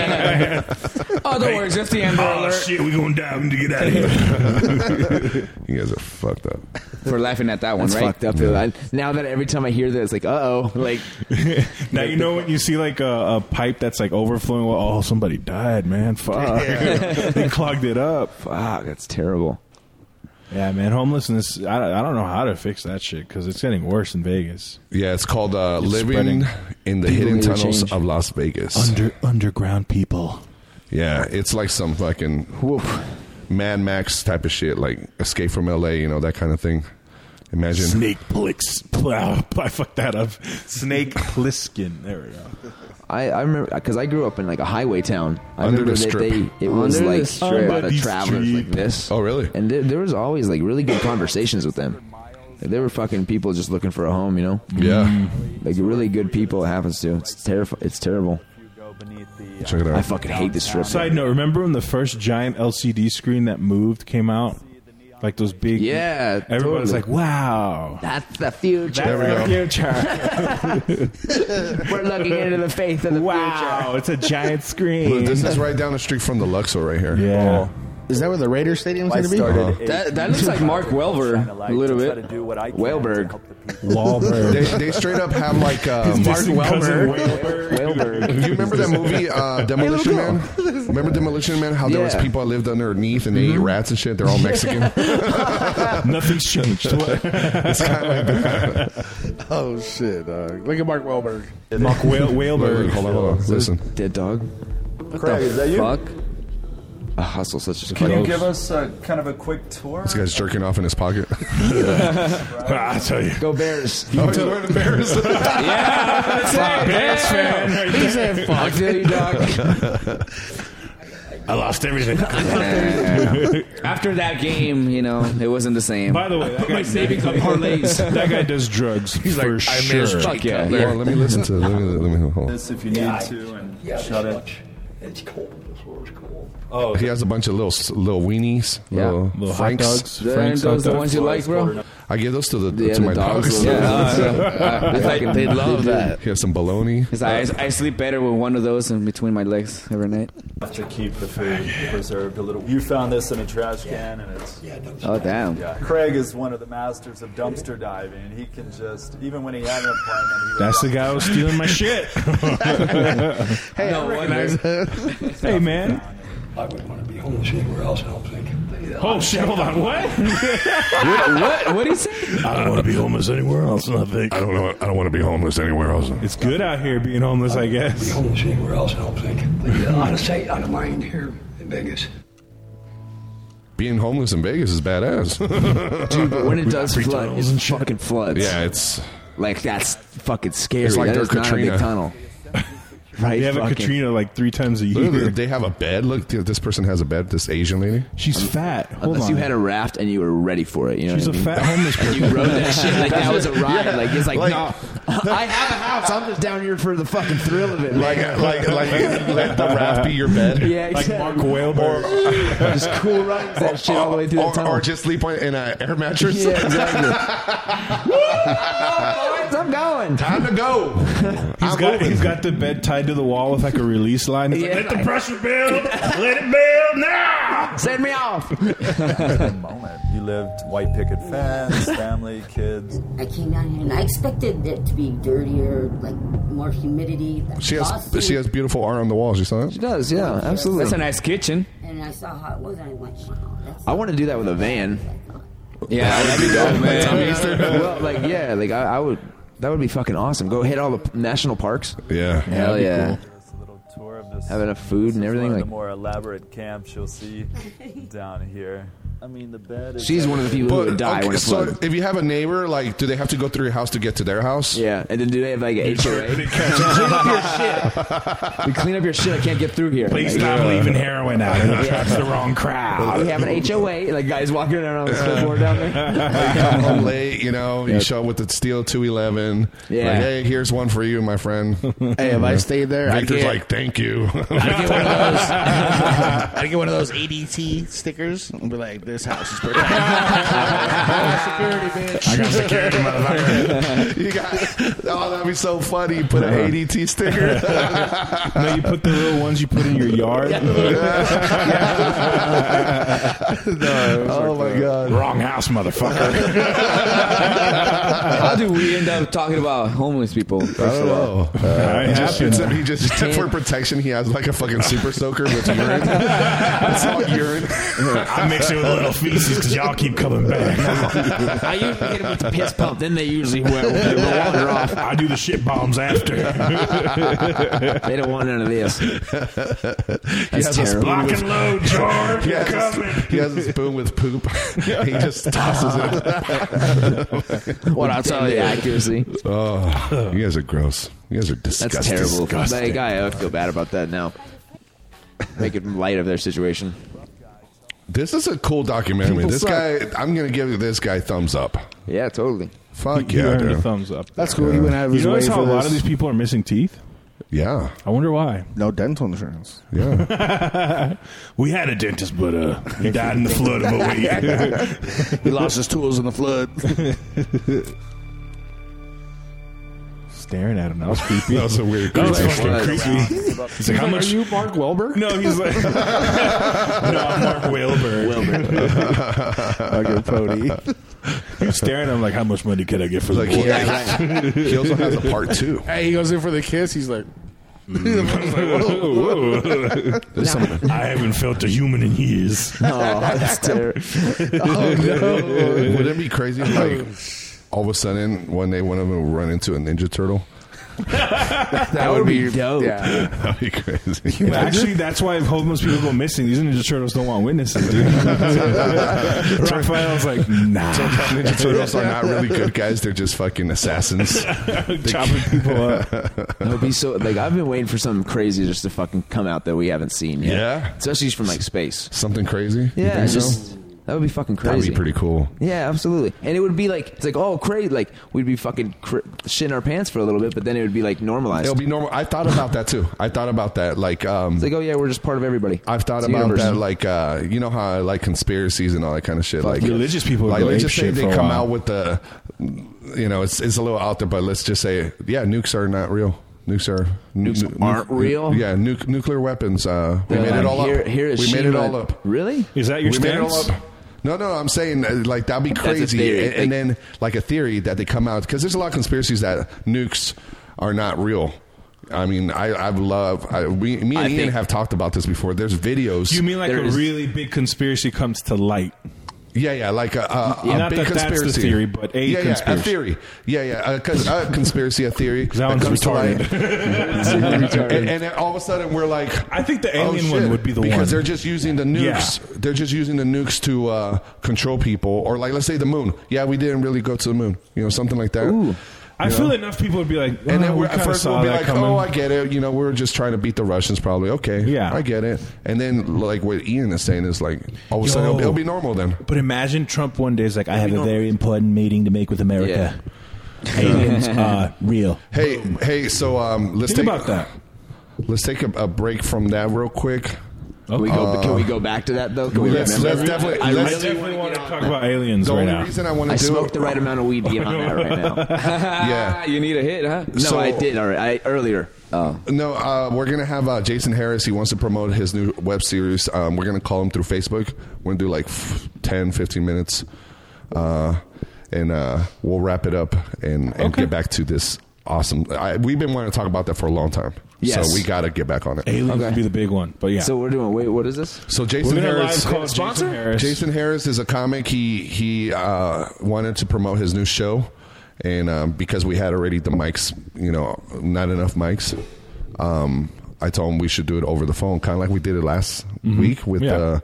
Speaker 3: Oh, don't worry, it's just the Amber Alert.
Speaker 5: shit, we gonna die. We need to get out of here.
Speaker 1: you guys are fucked up.
Speaker 3: We're laughing at that one,
Speaker 6: That's
Speaker 3: right?
Speaker 6: fucked up. dude. I- now that every time I hear that, it's like, uh oh, like
Speaker 5: now you know when you see like a, a pipe that's like overflowing. Well, oh, somebody died, man. Fuck, they clogged it up.
Speaker 6: Fuck, that's terrible.
Speaker 5: Yeah, man, homelessness. I, don't- I don't know how to fix that shit because it's getting worse in Vegas.
Speaker 1: Yeah, it's called uh,
Speaker 5: It's spreading.
Speaker 1: Living in the
Speaker 5: People
Speaker 1: Hidden
Speaker 5: need to
Speaker 1: Tunnels
Speaker 5: change.
Speaker 1: of Las Vegas.
Speaker 5: underground people.
Speaker 1: yeah, it's like some fucking Mad Max type of shit, like Escape from LA, you know, that kind of thing. Imagine.
Speaker 5: Snake Plix. I fucked that up. Snake Pliskin. There we go.
Speaker 6: I, I remember because I grew up in like a highway town. I
Speaker 1: Under
Speaker 6: remember
Speaker 1: the
Speaker 6: that
Speaker 1: strip.
Speaker 6: they it was
Speaker 3: Under the
Speaker 6: like
Speaker 3: strip.
Speaker 6: a lot
Speaker 3: Under
Speaker 6: of
Speaker 3: the
Speaker 6: travelers like
Speaker 3: strip.
Speaker 6: this.
Speaker 1: Oh, really?
Speaker 6: And there, there was always like really good conversations with them. Like, they were fucking people just looking for a home, you know?
Speaker 1: Yeah.
Speaker 6: Like really good people. It happens to. It's terrible. It's terrible.
Speaker 1: Check it out.
Speaker 6: I fucking hate this strip.
Speaker 5: Side note: Remember when the first giant LCD screen that moved came out? Like those big.
Speaker 6: Yeah,
Speaker 5: Everybody's
Speaker 6: totally.
Speaker 5: like, "Wow."
Speaker 6: That's the future.
Speaker 5: That's the future.
Speaker 6: We're looking into the faith of the
Speaker 5: wow, it's a giant
Speaker 1: Look,
Speaker 5: screen.
Speaker 1: this is right down the street from the Luxor right here. Oh.
Speaker 5: Yeah.
Speaker 4: Is that where the Raider Stadium's going to be?
Speaker 3: That, that looks like Mark Welver a little bit.
Speaker 6: Whalberg.
Speaker 1: They,
Speaker 5: Wahlberg.
Speaker 1: they straight up have like um,
Speaker 5: Mark Welber.
Speaker 1: Do you remember that movie uh, Demolition
Speaker 6: Hey,
Speaker 1: Man? Remember Demolition Man? How there was
Speaker 6: Yeah.
Speaker 1: people that lived underneath and they ate rats and shit. They're all Mexican.
Speaker 5: Nothing's changed.
Speaker 1: it's kind of like that.
Speaker 4: Oh shit! Uh, look at Mark Wahlberg.
Speaker 5: Mark Whale,
Speaker 1: Wait, wait,
Speaker 5: Whalberg.
Speaker 1: hold on, hold on. Listen.
Speaker 6: Dead dog.
Speaker 3: What the fuck?
Speaker 6: a hustle such as
Speaker 1: Can
Speaker 10: Can
Speaker 1: you
Speaker 10: you
Speaker 1: Gross.
Speaker 10: give
Speaker 1: give
Speaker 10: us kind of a quick tour?
Speaker 1: This guy's jerking off in his pocket. I tell you,
Speaker 6: go Bears.
Speaker 1: Oh, he's wearing the Bears.
Speaker 10: Bears fan right He said, there. "Fuck."
Speaker 6: I tell you,
Speaker 10: dog.
Speaker 5: I lost everything.
Speaker 3: After that game, you know, it wasn't the same. By
Speaker 5: the way, that guy-
Speaker 1: That guy
Speaker 5: does drugs. He's
Speaker 1: like,
Speaker 5: for
Speaker 1: I
Speaker 5: sure.
Speaker 1: missed.
Speaker 5: Fuck yeah.
Speaker 1: Hold on, let me listen to. Let me, let me hold on.
Speaker 10: This if you need to, and shut it. It's cold. This world's cold.
Speaker 1: Oh, he has a bunch of little s- little weenies,
Speaker 10: Yeah.
Speaker 1: little,
Speaker 10: Little hot
Speaker 1: Franks.
Speaker 10: dogs, Those Franks are hot the dogs. ones you like, bro?
Speaker 1: I give those to the
Speaker 3: Yeah,
Speaker 1: to
Speaker 3: the
Speaker 1: my
Speaker 3: dogs.
Speaker 1: dogs.
Speaker 3: Yeah, uh, they like- they love that.
Speaker 1: He has some bologna.
Speaker 3: Cause I, I sleep better with one of those in between my legs every night.
Speaker 10: Have to keep the food preserved a little. You found this in a trash can, and it's yeah.
Speaker 3: Oh damn!
Speaker 10: Yeah, Craig is one of the masters of dumpster diving, and he can just even when he had an appointment. He would
Speaker 5: That's the guy who was stealing my shit.
Speaker 10: Hey,
Speaker 5: No
Speaker 10: I
Speaker 5: wonder.
Speaker 10: recognize-
Speaker 5: hey, man.
Speaker 14: I wouldn't want to be homeless anywhere else. I don't think.
Speaker 5: Oh shit! Hold on. What?
Speaker 1: Uh-huh.
Speaker 3: what? What is it?
Speaker 14: I don't want to be homeless anywhere else. I think.
Speaker 1: I don't know. I don't want to be homeless anywhere else.
Speaker 5: It's good out here being homeless, I guess.
Speaker 14: homeless anywhere else. I don't think. But, uh, out of sight, out of mind here in Vegas.
Speaker 1: Being homeless in Vegas is badass.
Speaker 6: Dude, but when it does flood, it fucking floods.
Speaker 1: Yeah, it's
Speaker 6: like that's fucking scary.
Speaker 1: It's like
Speaker 6: That
Speaker 1: their
Speaker 6: is not a big
Speaker 1: Katrina.
Speaker 6: tunnel. Right,
Speaker 5: They have a
Speaker 6: fucking-
Speaker 5: Katrina like three times a
Speaker 1: Look,
Speaker 5: year.
Speaker 1: they have a bed. Look, th- this person has a bed. This Asian lady.
Speaker 5: She's fat. Hold
Speaker 6: Unless
Speaker 5: on.
Speaker 6: you had a raft and you were ready for it, you know.
Speaker 5: She's
Speaker 6: what I
Speaker 5: a
Speaker 6: mean?
Speaker 5: fat homeless
Speaker 6: And you
Speaker 5: person.
Speaker 6: rode that shit like that was a ride.
Speaker 5: Yeah.
Speaker 6: Like it's like,
Speaker 5: Like-
Speaker 6: no, I have a house. I'm just down here for the fucking thrill of it. man.
Speaker 1: Like, like, like, let the raft be your bed.
Speaker 6: Yeah, exactly.
Speaker 1: Like
Speaker 6: Wahlberg. just cool runs that shit all the way through
Speaker 1: or,
Speaker 6: the tunnel.
Speaker 1: or just sleep on, in an air mattress.
Speaker 6: Yeah, exactly. Woo, boys, I'm going.
Speaker 1: Time to go.
Speaker 5: He's got he's got the bed tied to the wall with like a release line. It's like, Let the pressure build. Let it build now.
Speaker 6: Send me off.
Speaker 10: moment. You lived white picket fence, family, kids.
Speaker 15: I came down here and I expected it to be dirtier, like more humidity.
Speaker 1: She has
Speaker 15: Boston,
Speaker 1: she has beautiful art on the walls. You saw that? She
Speaker 6: does. Yeah, absolutely.
Speaker 3: That's a nice kitchen.
Speaker 15: And I saw how it was, and I went, wow, that's
Speaker 6: I want to do that with a van.
Speaker 3: Yeah, that would be dope, man. Tommy Easter.
Speaker 6: well, like yeah, like I, I would. That would be fucking awesome. Go hit all the p- national parks.
Speaker 1: Yeah,
Speaker 6: hell yeah.
Speaker 10: Tour of this.
Speaker 6: Have enough food and
Speaker 10: this is
Speaker 6: everything,
Speaker 10: One of
Speaker 6: like-
Speaker 10: the more elaborate camps you'll see down here. I mean, the bed. Is
Speaker 1: But, okay, so if you have a neighbor, like, do they have to go through your house to get to their house?
Speaker 6: Yeah, and then do they have like an HOA? clean up your shit. We clean up your shit. I can't get through here.
Speaker 5: Please stop leaving heroin out. It attracts the wrong crowd.
Speaker 6: We have an HOA. Like guys walking around on the skateboard down there.
Speaker 1: You come home late, you know, you show up with the steel 211.
Speaker 6: Yeah.
Speaker 1: Like, hey, here's one for you, my friend.
Speaker 4: Hey, if I stayed there, I
Speaker 1: Victor's
Speaker 4: get-
Speaker 1: like, thank you.
Speaker 4: I get one of those ADT stickers and be like, "This house is perfect." security, bitch.
Speaker 1: I got security, motherfucker. you got, oh, that'd be so funny. Put an ADT sticker.
Speaker 5: no, you put the little ones you put in your yard.
Speaker 1: oh my god!
Speaker 5: Wrong house, motherfucker.
Speaker 3: How do we end up talking about homeless people? I
Speaker 1: don't know.
Speaker 5: it
Speaker 1: he, just,
Speaker 5: happens.
Speaker 1: Oh. Uh, he just for protection. He has like a fucking super soaker with urine. it's all urine.
Speaker 5: I mix it with a little feces because y'all keep coming back.
Speaker 6: I usually hit them with the piss pump. Then they usually will.
Speaker 5: They
Speaker 6: They
Speaker 5: will
Speaker 6: will
Speaker 5: wander off. I do the shit bombs after.
Speaker 6: They don't want none of this.
Speaker 1: He has a spoon
Speaker 5: Lock
Speaker 1: with,
Speaker 5: and load, George.
Speaker 1: he,
Speaker 5: You're
Speaker 1: has a,
Speaker 5: coming.
Speaker 1: he has a spoon with poop. he just tosses it.
Speaker 6: What I'll tell you. Accuracy.
Speaker 1: Oh, you guys are gross. You guys are disgusting.
Speaker 6: That's terrible.
Speaker 1: Disgusting.
Speaker 6: Like I, I feel bad about that now. Making light of their situation.
Speaker 1: This is a cool documentary.
Speaker 6: People
Speaker 1: this
Speaker 6: suck.
Speaker 1: guy, I'm gonna give this guy thumbs up.
Speaker 6: Yeah, totally.
Speaker 1: Fuck
Speaker 5: You
Speaker 1: yeah,
Speaker 5: earned
Speaker 1: dude.
Speaker 5: a thumbs up.
Speaker 4: That's cool. He went out of
Speaker 5: You
Speaker 4: his way
Speaker 5: notice how
Speaker 4: for
Speaker 5: a lot
Speaker 4: this.
Speaker 5: of these people are missing teeth?
Speaker 1: Yeah,
Speaker 5: I wonder why.
Speaker 4: No dental insurance.
Speaker 1: yeah.
Speaker 5: We had a dentist, but uh, he died in the flood of a week.
Speaker 4: he lost his tools in the flood.
Speaker 5: Staring at him. That was creepy.
Speaker 1: That was a weird
Speaker 5: That was
Speaker 1: creepy
Speaker 5: fucking
Speaker 1: actually.
Speaker 5: creepy. He's like, how much?
Speaker 4: you Mark Welber?
Speaker 5: No, he's like, no, I'm Mark Wilbur.
Speaker 4: Fucking pony.
Speaker 5: He was staring at him like, how much money could I get for the
Speaker 1: Like,
Speaker 5: boy?
Speaker 1: yeah, he also has a part two.
Speaker 4: Hey, he goes in for the kiss. He's like,
Speaker 5: Whoa.
Speaker 1: There's some-
Speaker 5: I haven't felt a human in years.
Speaker 6: Oh, that's terrible.
Speaker 1: Oh, Wouldn't it be crazy? if, Like all of a sudden, one day, one of them will run into a Ninja Turtle.
Speaker 4: that,
Speaker 5: would be
Speaker 4: dope.
Speaker 1: That'd be crazy.
Speaker 5: You actually, that's why homeless people go missing. These Ninja Turtles don't want witnesses, dude. Raphael's like, nah.
Speaker 1: Ninja Turtles are not really good guys. They're just fucking assassins.
Speaker 5: Chopping people up.
Speaker 6: It'll be so like I've been waiting for something crazy just to fucking come out that we haven't seen yet.
Speaker 1: Yeah?
Speaker 6: especially from like space.
Speaker 1: Something crazy? You
Speaker 6: Yeah,
Speaker 1: think so?
Speaker 6: just that would be fucking crazy.
Speaker 1: That'd be pretty cool.
Speaker 6: Yeah, absolutely. And it would be like it's like oh crazy, like we'd be fucking cr- shitting our pants for a little bit, but then it would be like normalized.
Speaker 1: It'll be normal. I thought about that too. I thought about that. Like, um,
Speaker 6: it's like oh yeah, we're just part of everybody.
Speaker 1: I've thought
Speaker 6: It's a
Speaker 1: about
Speaker 6: universe.
Speaker 1: that, like uh, you know how I like conspiracies and all that kind of shit. Like
Speaker 5: Religious people
Speaker 1: like
Speaker 5: go
Speaker 1: let's just
Speaker 5: ape
Speaker 1: say
Speaker 5: shit
Speaker 1: they
Speaker 5: for a
Speaker 1: come
Speaker 5: while.
Speaker 1: out with the, you know, it's it's a little out there, but let's just say, yeah, nukes are not real. Nukes are nu-
Speaker 6: Nukes aren't real?
Speaker 1: Yeah, nu- nuclear weapons. Uh, we
Speaker 6: They're
Speaker 1: made
Speaker 6: like,
Speaker 1: it all
Speaker 6: "Here-
Speaker 1: up.
Speaker 6: here is
Speaker 1: we made it
Speaker 6: Shima."
Speaker 1: all up.
Speaker 6: Really?
Speaker 5: Is that your
Speaker 1: we made it all
Speaker 5: stance?
Speaker 1: up. No, no, I'm saying uh, like that'd be
Speaker 6: That's a
Speaker 1: crazy,
Speaker 6: theory.
Speaker 1: and, and then like a theory that they come out because there's a lot of conspiracies that nukes are not real. I mean, I I've love I, we me and
Speaker 5: I
Speaker 1: Ian
Speaker 5: think-
Speaker 1: have talked about this before. There's videos.
Speaker 5: You mean like a really big conspiracy comes to light?
Speaker 1: Yeah, yeah, like a, a, a
Speaker 5: Not
Speaker 1: big
Speaker 5: that that's the
Speaker 1: conspiracy
Speaker 5: theory, but a
Speaker 1: yeah, yeah, a
Speaker 5: conspiracy.
Speaker 1: theory. Yeah, yeah, a, cons- a conspiracy, a theory that
Speaker 5: one's
Speaker 1: comes to light.
Speaker 5: retarded.
Speaker 1: and, and then all of a sudden we're like,
Speaker 5: I think the
Speaker 1: oh,
Speaker 5: alien
Speaker 1: shit,
Speaker 5: one would be the
Speaker 1: because
Speaker 5: one.
Speaker 1: they're just using the nukes. They're just using the nukes to uh, control people, or like let's say the moon. Yeah, we didn't really go to the moon. You know, something like that.
Speaker 5: I
Speaker 1: You know?
Speaker 5: feel enough people would be like, "Oh,
Speaker 1: And then we're,
Speaker 5: we
Speaker 1: at
Speaker 5: kind of
Speaker 1: first
Speaker 5: saw
Speaker 1: we'll be
Speaker 5: that
Speaker 1: like,
Speaker 5: coming.
Speaker 1: "Oh, I get it. You know, we're just trying to beat the Russians, probably. Okay, yeah, I get it." And then, like what Ian is saying is like, all of a sudden,
Speaker 5: Yo.
Speaker 1: it'll, it'll be normal then.
Speaker 5: But imagine Trump one day is like, I have a
Speaker 1: normal.
Speaker 5: very important meeting to make with America. Aliens are real.
Speaker 1: Hey, hey. So um, let's
Speaker 5: uh, Think
Speaker 1: take
Speaker 5: about that.
Speaker 1: Let's take a, a break from that real quick.
Speaker 6: Can we go,
Speaker 1: Uh,
Speaker 6: can we go back to that though? Can we
Speaker 1: let's,
Speaker 6: remember?
Speaker 1: let's definitely.
Speaker 6: I
Speaker 1: let's-
Speaker 6: really
Speaker 5: want to talk about aliens
Speaker 1: The
Speaker 5: right
Speaker 1: only
Speaker 5: now.
Speaker 1: reason I want
Speaker 6: I
Speaker 1: to do
Speaker 6: smoked
Speaker 1: it,
Speaker 6: the right amount of weed to get on that right now.
Speaker 1: Uh, Yeah.
Speaker 6: you need a hit, huh? No,
Speaker 1: So-
Speaker 6: I did. All right, I, earlier. Oh,
Speaker 1: no, uh, we're gonna have uh, Jason Harris. He wants to promote his new web series. Um, we're gonna call him through Facebook. We're gonna do like f- 10, 15 minutes, uh, and uh, we'll wrap it up and, and get back to this awesome. I, we've been wanting to talk about that for a long time,
Speaker 6: Yes.
Speaker 1: so we got to get back on it.
Speaker 5: Aliens would be the big one. But yeah.
Speaker 6: So we're doing. Wait, what is this?
Speaker 1: So Jason
Speaker 5: We're gonna
Speaker 1: Harris,
Speaker 5: live call Sponsor? Jason Harris.
Speaker 1: Jason Harris is a comic. He he uh, wanted to promote his new show, and um, because we had already the mics, you know, not enough mics. Um, I told him we should do it over the phone, kind of like we did it last
Speaker 5: Mhm.
Speaker 1: week with
Speaker 5: Yeah.
Speaker 1: uh,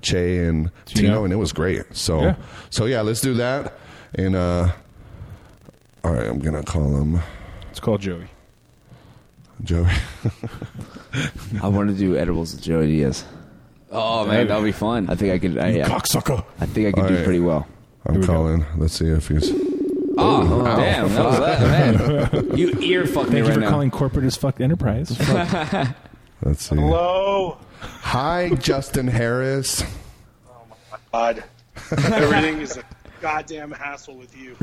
Speaker 1: Che and
Speaker 5: Tino.
Speaker 1: Tino. and it was great. So
Speaker 5: Yeah.
Speaker 1: so yeah, let's do that. And uh, all right, I'm gonna call him
Speaker 5: It's called Joey.
Speaker 1: Joey.
Speaker 6: I want to do edibles with Joey Diaz.
Speaker 3: Oh man, that'll be fun.
Speaker 6: I think I could. I, yeah.
Speaker 5: Cocksucker.
Speaker 6: I think I could
Speaker 1: All
Speaker 6: do
Speaker 1: right.
Speaker 6: pretty well.
Speaker 1: I'm calling. Let's see if he's.
Speaker 3: Oh, damn, that was that man. You ear fucked me
Speaker 5: Thank you
Speaker 3: right
Speaker 5: for
Speaker 3: now.
Speaker 5: calling corporate as fuck enterprise.
Speaker 1: Let's see.
Speaker 11: Hello.
Speaker 1: Hi, Justin Harris.
Speaker 11: God. Everything is a goddamn hassle with you.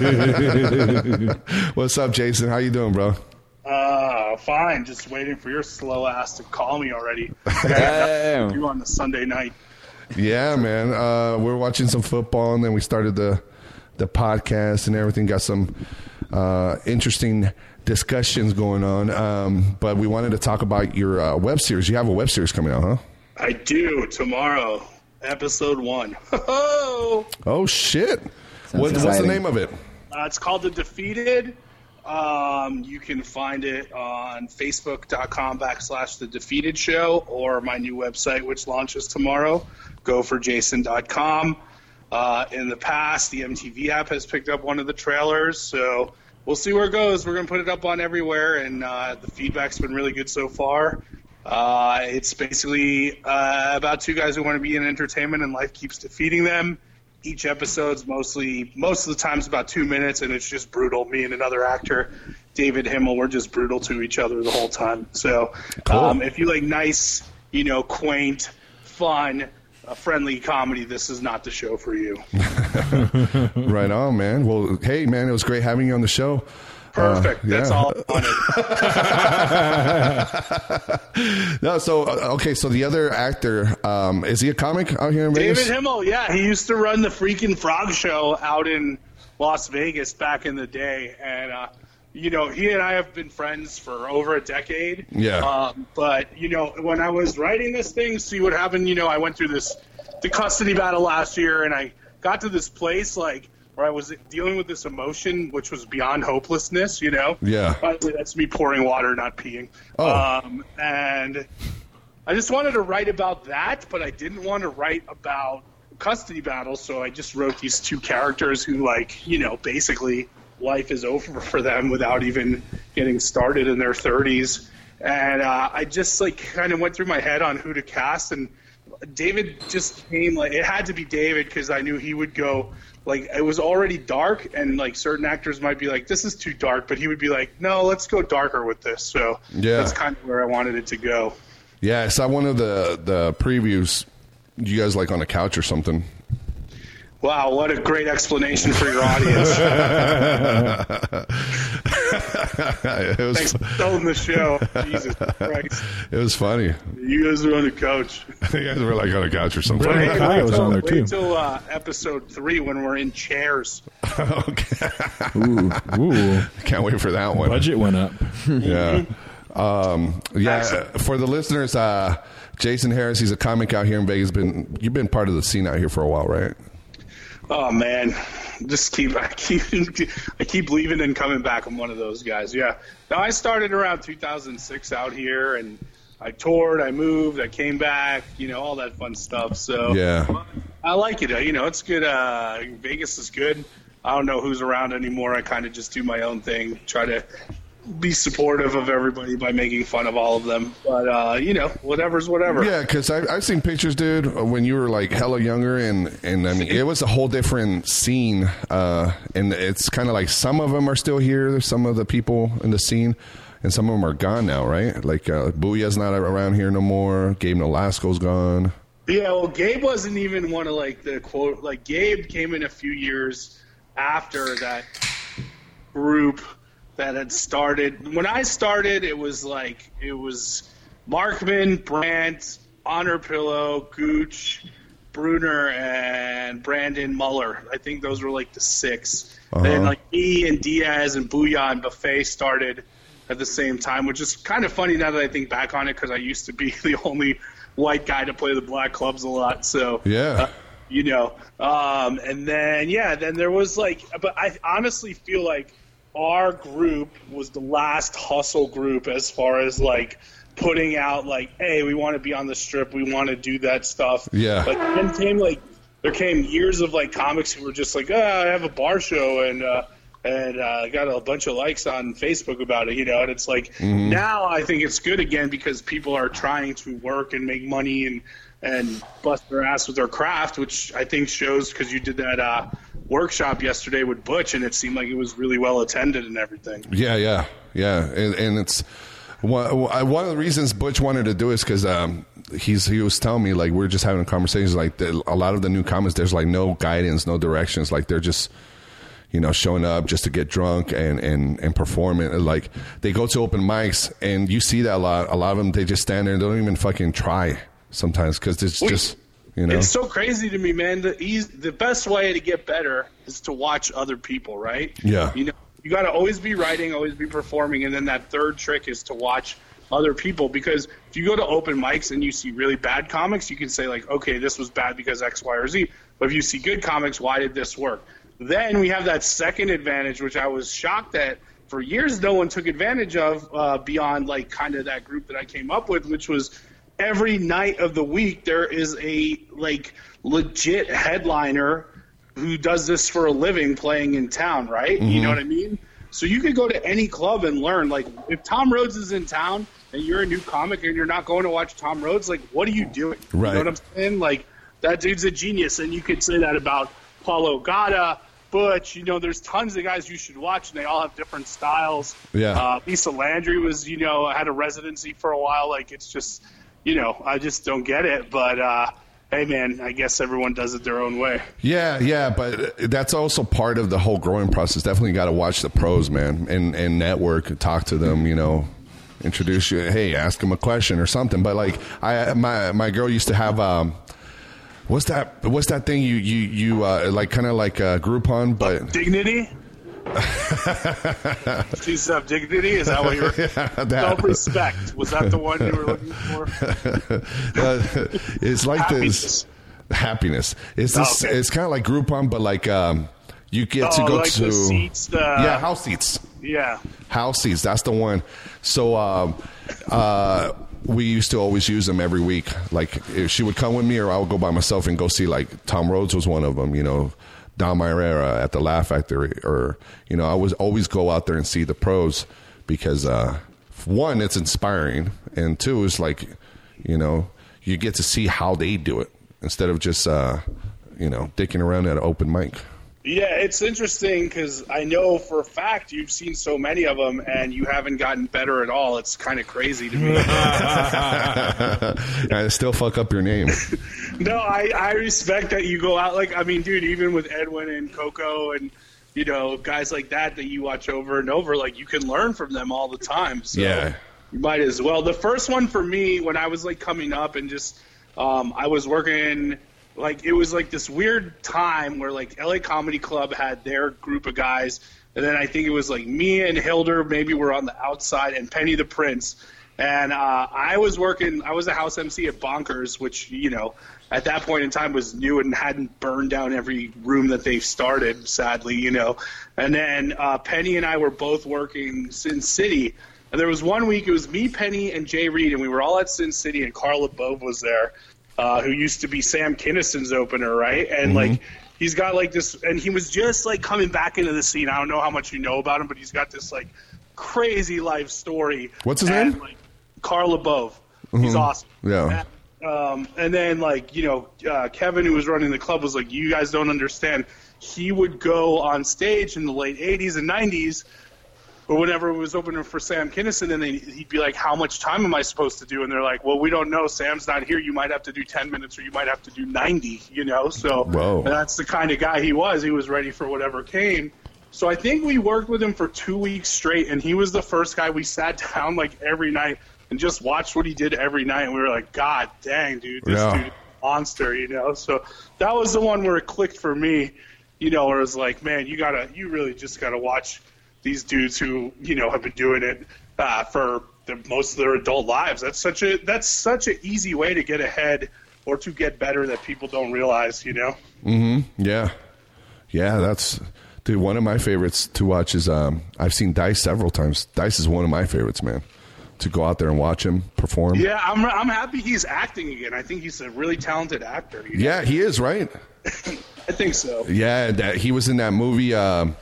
Speaker 1: What's up, Jason? How you doing, bro?
Speaker 11: Uh, fine. Just waiting for your slow ass to call me already.
Speaker 1: Damn.
Speaker 11: You on the Sunday night.
Speaker 1: Yeah, man. Uh, we we're watching some football, and then we started the the podcast and everything. Got some uh, interesting discussions going on. Um, but we wanted to talk about your uh, web series. You have a web series coming out, huh?
Speaker 11: I do tomorrow, episode one. Oh,
Speaker 1: Oh shit! What, what's the
Speaker 6: exciting.
Speaker 1: name of it?
Speaker 11: Uh, it's called The Defeated. Um, you can find it on facebook.com backslash The Defeated Show or my new website, which launches tomorrow, goforjason.com. Uh, in the past, the MTV app has picked up one of the trailers, so we'll see where it goes. We're going to put it up on everywhere, and uh, the feedback's been really good so far. Uh, it's basically uh, about two guys who want to be in entertainment, and life keeps defeating them each episode's mostly most of the time's about two minutes and it's just brutal me and another actor david himmel we're just brutal to each other the whole time so um, if you like nice you know quaint fun uh, friendly comedy this is not the show for you
Speaker 1: right on, man. Well, hey, man, it was great having you on the show. Uh,
Speaker 11: Perfect. That's all
Speaker 1: no, so uh, okay, so the other actor um, is he a comic out here in
Speaker 11: david
Speaker 1: Vegas?
Speaker 11: himmel yeah he used to run the freaking frog show out in las vegas back in the day and uh, you know he and i have been friends for over a decade
Speaker 1: Yeah.
Speaker 11: Um, but you know, when I was writing this thing, see what happened. You know, I went through this the custody battle last year, and I got to this place like where I was dealing with this emotion, which was beyond hopelessness. You know.
Speaker 1: Yeah.
Speaker 11: By the way, that's me pouring water, not peeing.
Speaker 1: Oh.
Speaker 11: Um, and I just wanted to write about that, but I didn't want to write about custody battles, so I just wrote these two characters who, like, you know, basically life is over for them without even getting started in their 30s. And uh, I just, like, kind of went through my head on who to cast, and David just came, like, it had to be David because I knew he would go, like, it was already dark, and, like, certain actors might be like, this is too dark, but he would be like, no, let's go darker with this. So
Speaker 1: Yeah.
Speaker 11: that's kind of where I wanted it to go.
Speaker 1: Yeah, I saw one of the the previews. You guys like on a couch or something?
Speaker 11: Wow, what a great explanation for your audience.
Speaker 1: it was
Speaker 11: Thanks for selling the show. Jesus Christ.
Speaker 1: it was funny.
Speaker 11: You guys are on the couch.
Speaker 1: you guys were like on a couch or something.
Speaker 11: Wait till- Wait till uh, episode three when we're in chairs.
Speaker 1: Ooh, can't wait for that one.
Speaker 5: Budget went up.
Speaker 1: yeah. Um, yeah. For the listeners, uh, Jason Harris, he's a comic out here in Vegas. Been you've been part of the scene out here for a while, right?
Speaker 11: Oh man, just keep I keep I keep leaving and coming back. I'm one of those guys. Yeah. Now I started around 2006 out here, and I toured, I moved, I came back, you know, all that fun stuff. So
Speaker 1: Yeah.
Speaker 11: I like it. Uh, You know, it's good. Uh, Vegas is good. I don't know who's around anymore. I kind of just do my own thing, try to be supportive of everybody by making fun of all of them. But uh, you know, whatever's whatever.
Speaker 1: Yeah, because I've seen pictures, dude, when you were like hella younger, and and I mean, it was a whole different scene. Uh, and it's kind of like some of them are still here, some of the people in the scene, and some of them are gone now, right? Like uh, Booyah's not around here no more. Gabe Nolasco's gone.
Speaker 11: Yeah, well, Gabe wasn't even one of like the quote. Like Gabe came in a few years after that group that had started. When I started, it was like it was Markman, Brandt, Honor Pillow, Gooch, Bruner, and Brandon Muller. I think those were like the 6 Then
Speaker 1: Uh-huh.
Speaker 11: like me E and Diaz and Booyah and Buffet started at the same time, which is kind of funny now that I think back on it because I used to be the only white guy to play the black clubs a lot. So
Speaker 1: Yeah.
Speaker 11: you know. Um, and then yeah, then there was like, but I honestly feel like our group was the last hustle group as far as like putting out like, hey, we want to be on the strip, we want to do that stuff.
Speaker 1: Yeah.
Speaker 11: But then came like there came years of like comics who were just like, oh, I have a bar show and. uh and uh, got a bunch of likes on Facebook about it, you know. And it's like
Speaker 16: Mm-hmm.
Speaker 1: Mhm.
Speaker 11: now I think it's good again because people are trying to work and make money and and bust their ass with their craft, which I think shows because you did that uh, workshop yesterday with Butch, and it seemed like it was really well attended and everything.
Speaker 1: Yeah, yeah, yeah, and, and it's one one of the reasons Butch wanted to do is because um, he's he was telling me like we are just having conversations like the, a lot of the new comments there's like no guidance, no directions, like they're just you know showing up just to get drunk and and and perform it. And, Like they go to open mics and you see that a lot. A lot of them they just stand there and they don't even fucking try sometimes because it's just you know
Speaker 11: It's so crazy to me, man. The eas the best way to get better is to watch other people, right?
Speaker 1: Yeah.
Speaker 11: You know, you got to always be writing, always be performing, and then that third trick is to watch other people because if you go to open mics and you see really bad comics, you can say like, okay, this was bad because X, Y, or Z. But if you see good comics, why did this work? Then we have that second advantage, which I was shocked at. For years, no one took advantage of uh, beyond like kind of that group that I came up with, which was every night of the week there is a like legit headliner who does this for a living playing in town, right? You
Speaker 17: Mhm.
Speaker 11: know what I mean? So you could go to any club and learn. Like if Tom Rhodes is in town and you're a new comic and you're not going to watch Tom Rhodes, like what are you doing? You
Speaker 1: Right.
Speaker 11: know what I'm saying? Like that dude's a genius, and you could say that about Paulo Gada, Butch. You know, there's tons of guys you should watch, and they all have different styles.
Speaker 1: Yeah.
Speaker 11: Uh, Lisa Landry was, you know, had a residency for a while. Like it's just, you know, I just don't get it. But uh, hey, man, I guess everyone does it their own way.
Speaker 1: Yeah, yeah, but that's also part of the whole growing process. Definitely got to watch the pros, man, and and network, and talk to them, you know, introduce you. Hey, ask them a question or something. But like, I my my girl used to have um, what's that? What's that thing you you you uh, like? Kind of like uh, Groupon, but
Speaker 11: Dignity. She's of dignity. Is that what you were?
Speaker 1: Yeah, that.
Speaker 11: Self respect. Was that the one you were looking for?
Speaker 1: Uh, it's like this happiness. It's this.
Speaker 11: Oh, okay.
Speaker 1: It's kind of like Groupon, but like um, You get to
Speaker 11: Oh,
Speaker 1: go
Speaker 11: like
Speaker 1: to
Speaker 11: the seats, the-
Speaker 1: yeah house seats.
Speaker 11: Yeah.
Speaker 1: House seats. That's the one. So um, uh, we used to always use them every week. Like if she would come with me, or I would go by myself and go see. Like Tom Rhodes was one of them. You know, Don Myrera at the Laugh Factory, or you know, I was always go out there and see the pros because uh, one, it's inspiring, and two, is like you know, you get to see how they do it instead of just uh, you know dicking around at an open mic.
Speaker 11: Yeah, it's interesting because I know for a fact you've seen so many of them and you haven't gotten better at all. It's kind of crazy to me.
Speaker 1: I still fuck up your name.
Speaker 11: no, I, I respect that you go out. Like, I mean, dude, even with Edwin and Coco and, you know, guys like that that you watch over and over, like, you can learn from them all the time. So
Speaker 1: yeah.
Speaker 11: You might as well. The first one for me when I was like coming up and just um, I was working like it was like this weird time where like LA Comedy Club had their group of guys, and then I think it was like me and Hilder maybe were on the outside and Penny the Prince. And uh, I was working. I was a house MC at Bonkers, which you know, at that point in time was new and hadn't burned down every room that they've started. Sadly, you know. And then uh, Penny and I were both working Sin City, and there was one week it was me, Penny, and Jay Reed, and we were all at Sin City, and Carla Bove was there, uh, who used to be Sam Kinnison's opener, right? And like he's got like this, and he was just like coming back into the scene. I don't know how much you know about him, but he's got this like crazy life story.
Speaker 1: What's his
Speaker 11: And,
Speaker 1: name?
Speaker 11: Like, Carla Bove. He's
Speaker 1: Mhm.
Speaker 11: awesome.
Speaker 1: Yeah.
Speaker 11: Um, and then, like, you know, uh, Kevin, who was running the club, was like, you guys don't understand. He would go on stage in the late 80s and 90s or whenever it was opening for Sam Kinison, and they, he'd be like, how much time am I supposed to do? And they're like, well, we don't know. Sam's not here. You might have to do 10 minutes or you might have to do 90, you know? So
Speaker 8: Oh.
Speaker 1: Whoa.
Speaker 11: that's the kind of guy he was. He was ready for whatever came. So I think we worked with him for two weeks straight, and he was the first guy we sat down like every night and just watched what he did every night. And we were like, God dang, dude, this
Speaker 1: Yeah.
Speaker 11: dude is a monster, you know. So that was the one where it clicked for me, you know, where it was like, man, you gotta, you really just gotta watch these dudes who you know have been doing it uh, for the, most of their adult lives. That's such a that's such an easy way to get ahead or to get better that people don't realize, you know.
Speaker 1: hmm Yeah. Yeah, that's dude, one of my favorites to watch is um I've seen Dice several times. Dice is one of my favorites, man. To go out there and watch him perform.
Speaker 11: Yeah, I'm I'm happy he's acting again. I think he's a really talented actor. you know?
Speaker 1: Yeah, he is, right?
Speaker 11: I think so.
Speaker 1: Yeah, that he was in that movie um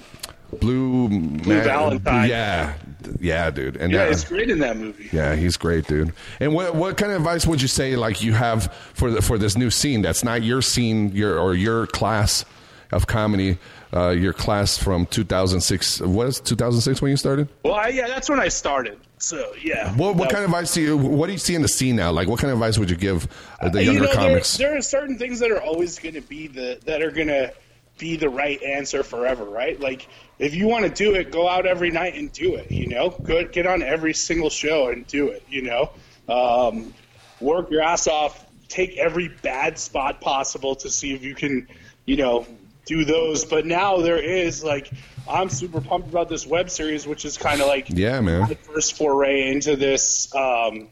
Speaker 1: Blue Blue
Speaker 11: Valentine.
Speaker 1: Yeah. Yeah, dude. And uh,
Speaker 11: yeah,
Speaker 1: that-
Speaker 11: it's great in that movie.
Speaker 1: Yeah, he's great, dude. And what what kind of advice would you say like you have for the, for this new scene that's not your scene, your or your class of comedy, uh, your class from 2006? What is 2006 when you started?
Speaker 11: Well, I, yeah, that's when I started. So yeah.
Speaker 1: What what
Speaker 11: That-
Speaker 1: kind of advice do you what do you see in the scene now? Like what kind of advice would you give uh, the
Speaker 11: you know,
Speaker 1: younger
Speaker 11: there-
Speaker 1: comics?
Speaker 11: There, are certain things that are always going to be the that are going to be the right answer forever, right? Like if you want to do it, go out every night and do it. You know, go get on every single show and do it. You know, um, work your ass off. Take every bad spot possible to see if you can, you know, do those. But now there is like, I'm super pumped about this web series, which is kind of like
Speaker 1: yeah, man.
Speaker 11: my first foray into this, um,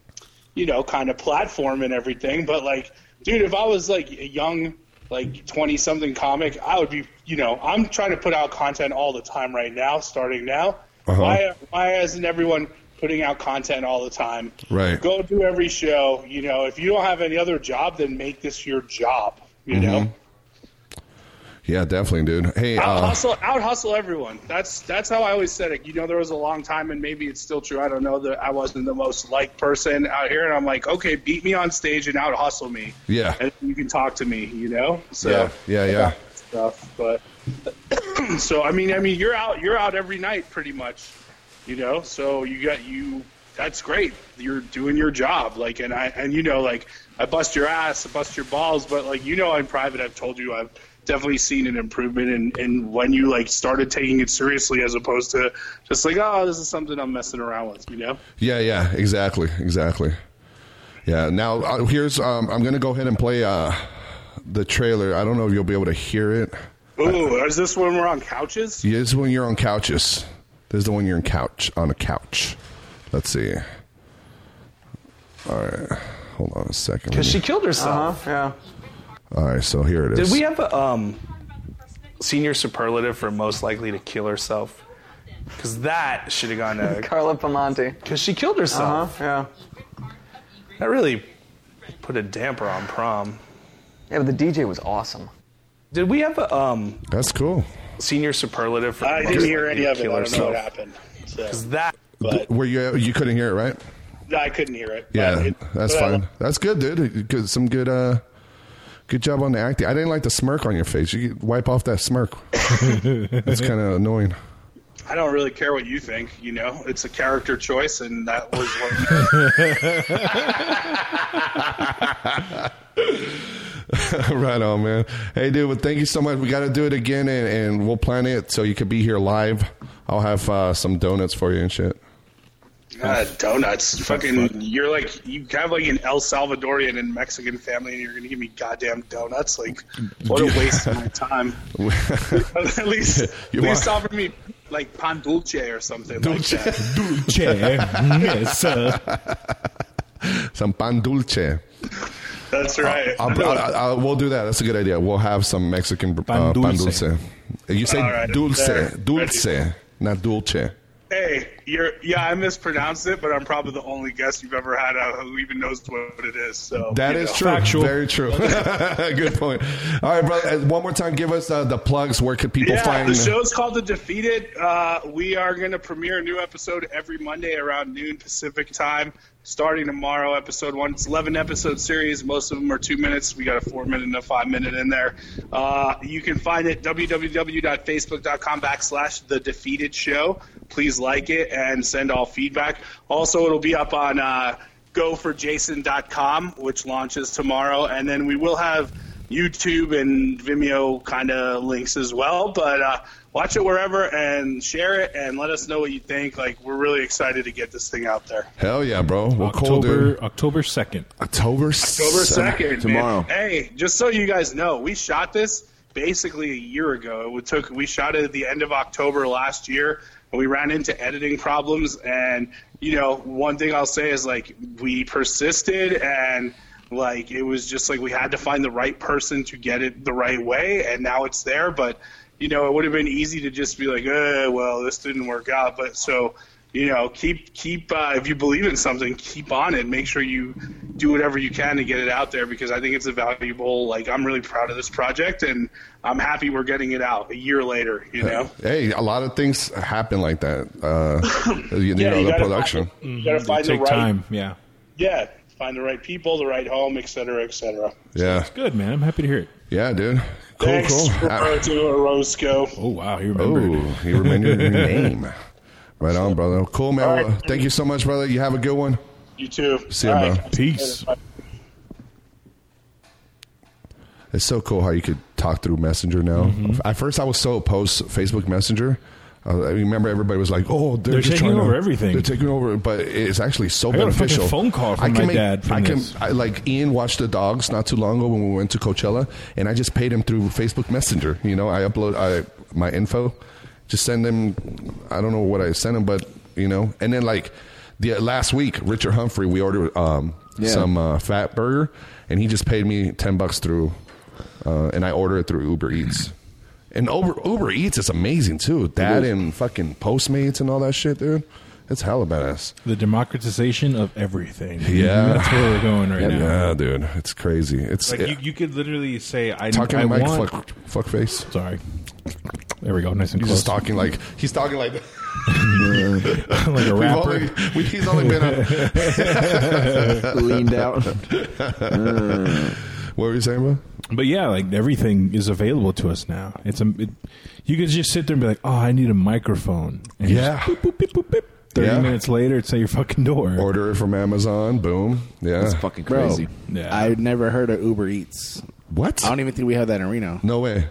Speaker 11: you know, kind of platform and everything. But like, dude, if I was like a young, like twenty something comic, I would be, you know, I'm trying to put out content all the time right now, starting now.
Speaker 1: Uh-huh.
Speaker 11: Why, why isn't everyone putting out content all the time?
Speaker 1: Right.
Speaker 11: Go do every show. You know, if you don't have any other job, then make this your job. You know,
Speaker 1: Mm-hmm. Yeah, definitely, dude. Hey,
Speaker 11: out
Speaker 1: uh,
Speaker 11: hustle, out hustle everyone. That's that's how I always said it. You know, there was a long time, and maybe it's still true. I don't know that I wasn't the most liked person out here, and I'm like, okay, beat me on stage and out hustle me,
Speaker 1: yeah,
Speaker 11: and you can talk to me. You know, so
Speaker 1: yeah, yeah, yeah.
Speaker 11: stuff. But so I mean, I mean, you're out, you're out every night pretty much. You know, so you got you. That's great. You're doing your job, like, and I and you know, like, I bust your ass, I bust your balls, but like, you know, in private, I've told you, I've definitely seen an improvement in, in when you like started taking it seriously as opposed to just like, oh, this is something I'm messing around with. You know.
Speaker 1: Yeah, yeah, exactly, exactly. Yeah. Now uh, here's um, I'm gonna go ahead and play uh, the trailer. I don't know if you'll be able to hear it.
Speaker 11: Ooh, is this when we're on couches?
Speaker 1: Yeah, this is when you're on couches. This is the one you're on couch on a couch. Let's see. All right, hold on a second.
Speaker 17: Because she killed herself.
Speaker 1: All right, so here it is.
Speaker 17: Did we have a um?
Speaker 11: senior superlative for most likely to kill herself. Because that should have gone to
Speaker 17: Carla Pamonti.
Speaker 11: Because she killed herself.
Speaker 17: Uh-huh,
Speaker 11: Yeah. That really put a damper on prom.
Speaker 17: Yeah, but the DJ was awesome.
Speaker 11: Did we have a um,
Speaker 1: That's cool.
Speaker 11: senior superlative for
Speaker 13: I
Speaker 11: most
Speaker 13: didn't hear
Speaker 11: likely
Speaker 13: any
Speaker 11: to
Speaker 13: of it. I
Speaker 11: kill
Speaker 13: don't know
Speaker 11: herself?
Speaker 13: what happened. So,
Speaker 11: Because that.
Speaker 1: Th- Were you you couldn't hear it, right?
Speaker 13: I couldn't hear it. but
Speaker 1: Yeah,
Speaker 13: it-
Speaker 1: that's
Speaker 13: but I-
Speaker 1: fine. That's good, dude. Good, some good. uh Good job on the acting. I didn't like the smirk on your face. You could wipe off that smirk. That's kind of annoying.
Speaker 11: I don't really care what you think. You know, it's a character choice, and that was what.
Speaker 1: right on, man. Hey, dude, well, thank you so much. We got to do it again, and, and we'll plan it so you could be here live. I'll have uh, some donuts for you and shit.
Speaker 11: God, Uh, donuts. Fucking, you're like, you have like an El Salvadorian and Mexican family, and you're going to give me goddamn donuts? Like, what a waste of my time. at least,
Speaker 1: You
Speaker 11: at least
Speaker 1: want-
Speaker 11: offer me like pan dulce or something like that.
Speaker 1: dulce,
Speaker 13: uh.
Speaker 1: some pan dulce.
Speaker 11: That's right.
Speaker 1: Uh, I'll, I'll, I'll, we'll do that. That's a good idea. We'll have some Mexican pan, uh,
Speaker 11: Pan
Speaker 1: pan
Speaker 11: dulce.
Speaker 1: dulce. You say
Speaker 11: All right,
Speaker 1: dulce,
Speaker 11: there.
Speaker 1: dulce, not dulce.
Speaker 11: hey, you're, yeah, I mispronounced it, but I'm probably the only guest you've ever had uh, who even knows what it is. So
Speaker 1: That
Speaker 11: you
Speaker 1: is
Speaker 11: know.
Speaker 1: true. Very true. good point. All right, brother. uh, One more time, give us uh, the plugs. Where could people
Speaker 11: yeah,
Speaker 1: find
Speaker 11: the show's called The Defeated. Uh, we are going to premiere a new episode every Monday around noon Pacific time, starting tomorrow. Episode one, it's eleven episode series. Most of them are two minutes. We got a four minute and a five minute in there. Uh, you can find it www.facebook.com backslash The Defeated Show. Please like it and send all feedback. Also, it'll be up on uh, goforjason.com, which launches tomorrow, and then we will have. YouTube and Vimeo kind of links as well. But uh, watch it wherever and share it and let us know what you think. Like we're really excited to get this thing out there.
Speaker 1: Hell yeah, bro. Well, cool,
Speaker 5: October
Speaker 1: dude.
Speaker 5: October second.
Speaker 1: October
Speaker 11: October second,
Speaker 5: tomorrow.
Speaker 11: Hey, just so you guys know, we shot this basically a year ago. It took we shot it at the end of October last year. and We ran into editing problems, and you know, one thing I'll say is like we persisted, and like it was just like we had to find the right person to get it the right way, and now it's there. But you know, it would have been easy to just be like, uh, well, this didn't work out. But so, you know, keep keep uh, if you believe in something, keep on it. Make sure you do whatever you can to get it out there because I think it's a valuable. Like I'm really proud of this project, and I'm happy we're getting it out a year later. You know,
Speaker 1: Hey, a lot of things happen like that. Uh, you,
Speaker 11: Yeah,
Speaker 1: know,
Speaker 11: you
Speaker 1: the
Speaker 11: gotta
Speaker 1: production.
Speaker 11: find- you gotta Mhm. find They the take right- time,
Speaker 5: Yeah.
Speaker 11: yeah, find the right people, the right home, et cetera, et cetera.
Speaker 1: Yeah.
Speaker 5: Good man. I'm happy to hear it.
Speaker 1: Yeah, dude. Cool,
Speaker 11: Thanks,
Speaker 1: cool. Uh,
Speaker 11: Roberto Orozco.
Speaker 5: Oh wow, he
Speaker 1: oh,
Speaker 5: remembered.
Speaker 1: you remembered your name. Right on, brother. Cool, man. Well, thank you so much, brother. You have a good one.
Speaker 11: You too.
Speaker 1: See ya,
Speaker 11: All
Speaker 1: bro.
Speaker 11: right.
Speaker 1: Peace. It's so cool how you could talk through Messenger now.
Speaker 5: Mm-hmm.
Speaker 1: At first, I was so opposed to Facebook Messenger. Uh, I remember everybody was like, "Oh, they're,
Speaker 5: They're
Speaker 1: just
Speaker 5: taking
Speaker 1: trying to-
Speaker 5: over everything.
Speaker 1: They're taking over." But it's actually so
Speaker 5: I got a fucking
Speaker 1: beneficial.
Speaker 5: phone call from
Speaker 1: I can
Speaker 5: my
Speaker 1: make-
Speaker 5: dad from
Speaker 1: I can
Speaker 5: this.
Speaker 1: I, like Ian watched the dogs not too long ago when we went to Coachella, and I just paid him through Facebook Messenger. You know, I upload I, my info, just send him. I don't know what I sent him, but you know, and then like the last week, Richard Humphrey, we ordered um,
Speaker 2: Yeah.
Speaker 1: some uh, fat burger, and he just paid me ten bucks through, uh, and I order it through Uber Eats. And Uber, Uber Eats is amazing too. That and fucking Postmates and all that shit, dude. It's hella badass.
Speaker 5: The democratization of everything.
Speaker 1: Yeah,
Speaker 5: That's where we're going right now.
Speaker 1: Yeah, dude, it's crazy. It's
Speaker 5: Like you, you could literally say, "I,
Speaker 1: talking
Speaker 5: I
Speaker 1: to Mike
Speaker 5: want."
Speaker 1: fuck, fuck face.
Speaker 5: Sorry. There we go. Nice and
Speaker 1: he's
Speaker 5: close.
Speaker 1: just talking like he's talking like
Speaker 5: like a
Speaker 1: We've
Speaker 5: rapper.
Speaker 1: only- we- he's only been a-
Speaker 5: Leaned out.
Speaker 1: what were you saying, bro?
Speaker 5: But yeah, like everything is available to us now. It's a, it, you could just sit there and be like, "Oh, I need a microphone." And
Speaker 1: Yeah.
Speaker 5: just boop, boop, boop, boop, boop. Thirty
Speaker 1: Yeah.
Speaker 5: minutes later, it's at your fucking door.
Speaker 1: Order it from Amazon. Boom. Yeah,
Speaker 5: That's fucking
Speaker 4: Bro,
Speaker 5: Yeah.
Speaker 4: I never heard of Uber Eats.
Speaker 1: What?
Speaker 4: I don't even think we have that in Reno.
Speaker 1: No way.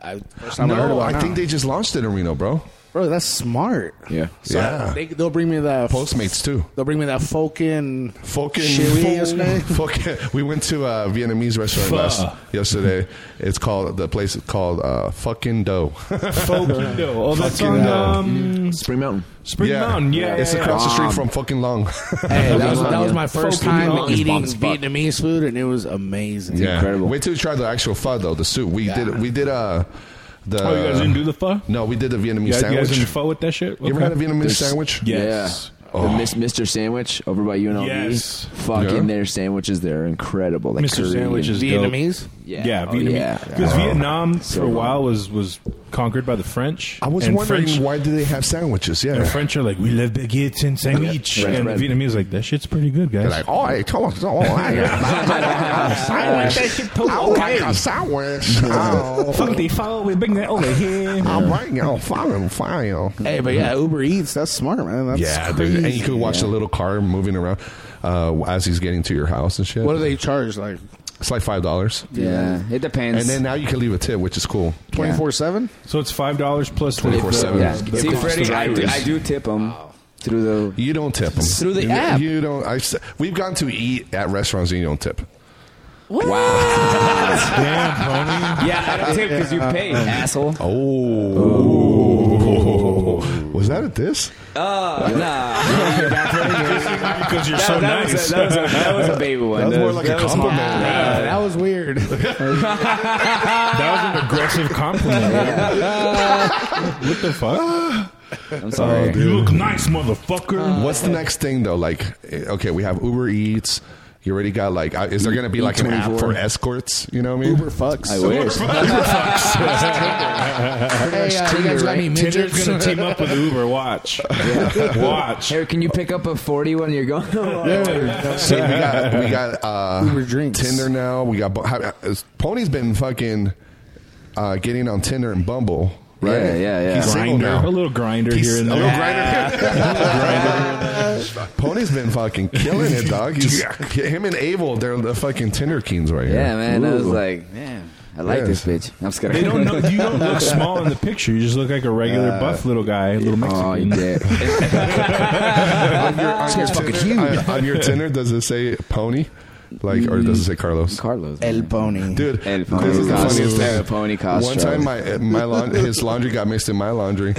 Speaker 4: I, first time I heard
Speaker 1: No,
Speaker 4: about
Speaker 1: I
Speaker 4: it now.
Speaker 1: think they just launched it in Reno, bro.
Speaker 4: Bro, that's smart.
Speaker 1: Yeah.
Speaker 4: So
Speaker 1: Yeah.
Speaker 4: They, they'll bring me the
Speaker 1: Postmates too.
Speaker 4: They'll bring me that fucking
Speaker 1: fucking
Speaker 4: shit we ate yesterday.
Speaker 1: Fucking, we went to a Vietnamese restaurant
Speaker 4: Pho.
Speaker 1: last, yesterday. It's called the place is called uh, fucking dough.
Speaker 5: Fucking dough. Oh, that's
Speaker 1: Fucking uh,
Speaker 5: on,
Speaker 1: dough.
Speaker 5: um,
Speaker 6: Spring Mountain.
Speaker 5: Spring Mountain. Yeah,
Speaker 1: it's
Speaker 5: yeah, yeah.
Speaker 1: across the street
Speaker 5: Um,
Speaker 1: from fucking long.
Speaker 4: Hey, that was, that was my first
Speaker 5: Fucking
Speaker 4: time
Speaker 5: long.
Speaker 4: eating
Speaker 5: Bomb spot.
Speaker 4: Vietnamese food, and it was amazing.
Speaker 1: Wait till you try the actual pho though, the soup. We
Speaker 4: Yeah.
Speaker 1: did we did a The
Speaker 5: Oh, you guys didn't do
Speaker 1: the pho? No, we did the Vietnamese
Speaker 5: You guys- you guys
Speaker 1: sandwich.
Speaker 5: didn't pho with that shit?
Speaker 1: You ever
Speaker 5: Okay.
Speaker 1: had a Vietnamese
Speaker 5: There's-
Speaker 1: sandwich? Oh.
Speaker 5: Yes.
Speaker 6: Yeah. The Mis- Mr. Sandwich over by UNLV.
Speaker 5: Yes.
Speaker 6: E. Fucking
Speaker 5: Yeah.
Speaker 6: their sandwiches there are incredible. Like
Speaker 5: Mr.
Speaker 6: curry
Speaker 5: Sandwich
Speaker 6: and-
Speaker 5: is dope.
Speaker 6: Yeah.
Speaker 5: yeah,
Speaker 6: Oh,
Speaker 5: Vietnamese.
Speaker 6: yeah.
Speaker 5: Because
Speaker 6: Oh.
Speaker 5: Vietnam
Speaker 6: So
Speaker 5: for a
Speaker 6: good.
Speaker 5: while was was conquered by the French.
Speaker 1: I was
Speaker 5: and
Speaker 1: wondering
Speaker 5: French,
Speaker 1: why do they have sandwiches? Yeah,
Speaker 5: The French are like, we love baguettes and sandwich,
Speaker 1: Right,
Speaker 5: and
Speaker 1: right.
Speaker 5: the Vietnamese are like, that shit's pretty good, guys.
Speaker 1: They're like, oh, hey, tell us, oh, I want that shit too. I like a sandwich. Oh.
Speaker 5: Fuck the phone. We bring that over here.
Speaker 1: I'll bring y'all fucking fire.
Speaker 4: Hey, but yeah, Uber Eats, that's smart, man. That's
Speaker 1: yeah,
Speaker 4: crazy.
Speaker 1: dude. And you could watch
Speaker 4: Yeah.
Speaker 1: the little car moving around uh, as he's getting to your house and shit.
Speaker 4: What do they charge? Like
Speaker 1: It's like five dollars.
Speaker 4: Yeah, it depends.
Speaker 1: And then now you can leave a tip, which is cool.
Speaker 4: 24/7?
Speaker 5: So it's five dollars plus
Speaker 1: twenty four seven.
Speaker 3: Yeah. See, Freddie, I do, I do tip them through
Speaker 1: the. You don't tip them
Speaker 3: through the app.
Speaker 1: You don't. I, s- we've gone to eat at restaurants and you don't tip.
Speaker 3: yeah, I don't tip because you pay, asshole.
Speaker 1: Oh. Was that a diss?
Speaker 3: Oh, nah.
Speaker 5: because
Speaker 1: you're so nice.
Speaker 3: Was a, that, was a, that was a baby one.
Speaker 1: That was more like a
Speaker 3: was-
Speaker 1: compliment.
Speaker 3: Yeah.
Speaker 4: that was weird.
Speaker 5: that
Speaker 4: Ah!
Speaker 5: was an aggressive compliment.
Speaker 4: Uh,
Speaker 5: what the fuck?
Speaker 3: I'm
Speaker 1: sorry.
Speaker 5: you look nice, motherfucker.
Speaker 1: Oh,
Speaker 4: Uh,
Speaker 1: What's the next thing though? Like, eh, okay, we have Uber Eats. You already got like, uh, is there going to be like an app for
Speaker 4: E24?
Speaker 1: escorts? You know what I mean?
Speaker 4: Uber fucks. I wish.
Speaker 1: Uber fucks.
Speaker 4: Hey, uh, you guys got any midgets?
Speaker 5: Tinder's gonna team up with Uber. Watch, watch.
Speaker 6: Hey, can you pick up a forty when you're going?
Speaker 1: So we got we got uh,
Speaker 6: Uber drinks.
Speaker 1: Tinder now. We got Bu- how- is- Pony's been fucking uh, getting on Tinder and Bumble. Right?
Speaker 5: Yeah, yeah, yeah.
Speaker 1: He's single
Speaker 5: Grinder. A
Speaker 1: now.
Speaker 5: little grinder
Speaker 1: He's-
Speaker 5: here and
Speaker 1: A little
Speaker 5: there.
Speaker 1: grinder here. Pony's been fucking killing it, dog. He's, him and Abel, they're the fucking Tinder kings right here.
Speaker 8: Yeah, man. I was
Speaker 1: Ooh.
Speaker 8: like, man, I like
Speaker 1: Yes.
Speaker 8: this bitch. I'm just kidding.
Speaker 5: They don't know. You don't look small in the picture. You just look like a regular
Speaker 8: Uh,
Speaker 5: buff little guy, little Mexican.
Speaker 8: Oh, you did.
Speaker 1: on your, on your Tinder, on- on your Tinder, does it say Pony? Like, or does it say Carlos?
Speaker 8: Carlos.
Speaker 4: El Pony.
Speaker 1: Dude,
Speaker 8: El
Speaker 1: This is the
Speaker 8: Castro.
Speaker 1: funniest thing.
Speaker 8: El Pony Castro.
Speaker 1: One time, my my laun- his laundry got mixed in my laundry, and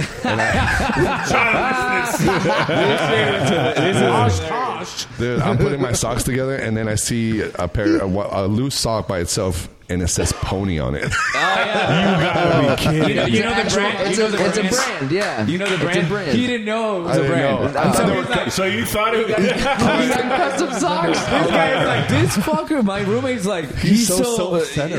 Speaker 1: I. Dude, I'm putting my socks together, and then I see a pair, a, wa- a loose sock by itself, and it says "pony" on it.
Speaker 3: Oh, yeah.
Speaker 1: You gotta be kidding.
Speaker 3: You know, you know the
Speaker 1: Actual-
Speaker 3: brand.
Speaker 6: it's
Speaker 3: you know
Speaker 6: a-
Speaker 3: the
Speaker 6: it's a
Speaker 3: brand.
Speaker 6: brand, yeah.
Speaker 3: You know the
Speaker 6: It's a
Speaker 3: brand.
Speaker 6: brand.
Speaker 3: He didn't know Oh, it was
Speaker 1: I
Speaker 3: a
Speaker 1: didn't
Speaker 3: brand.
Speaker 1: know. I
Speaker 3: So
Speaker 1: didn't
Speaker 3: he's like,
Speaker 5: So you thought it?
Speaker 3: He's like,
Speaker 6: custom socks.
Speaker 3: This guy is like, this fucker. My roommate's like, he's,
Speaker 6: so
Speaker 3: centered.
Speaker 6: self-centered.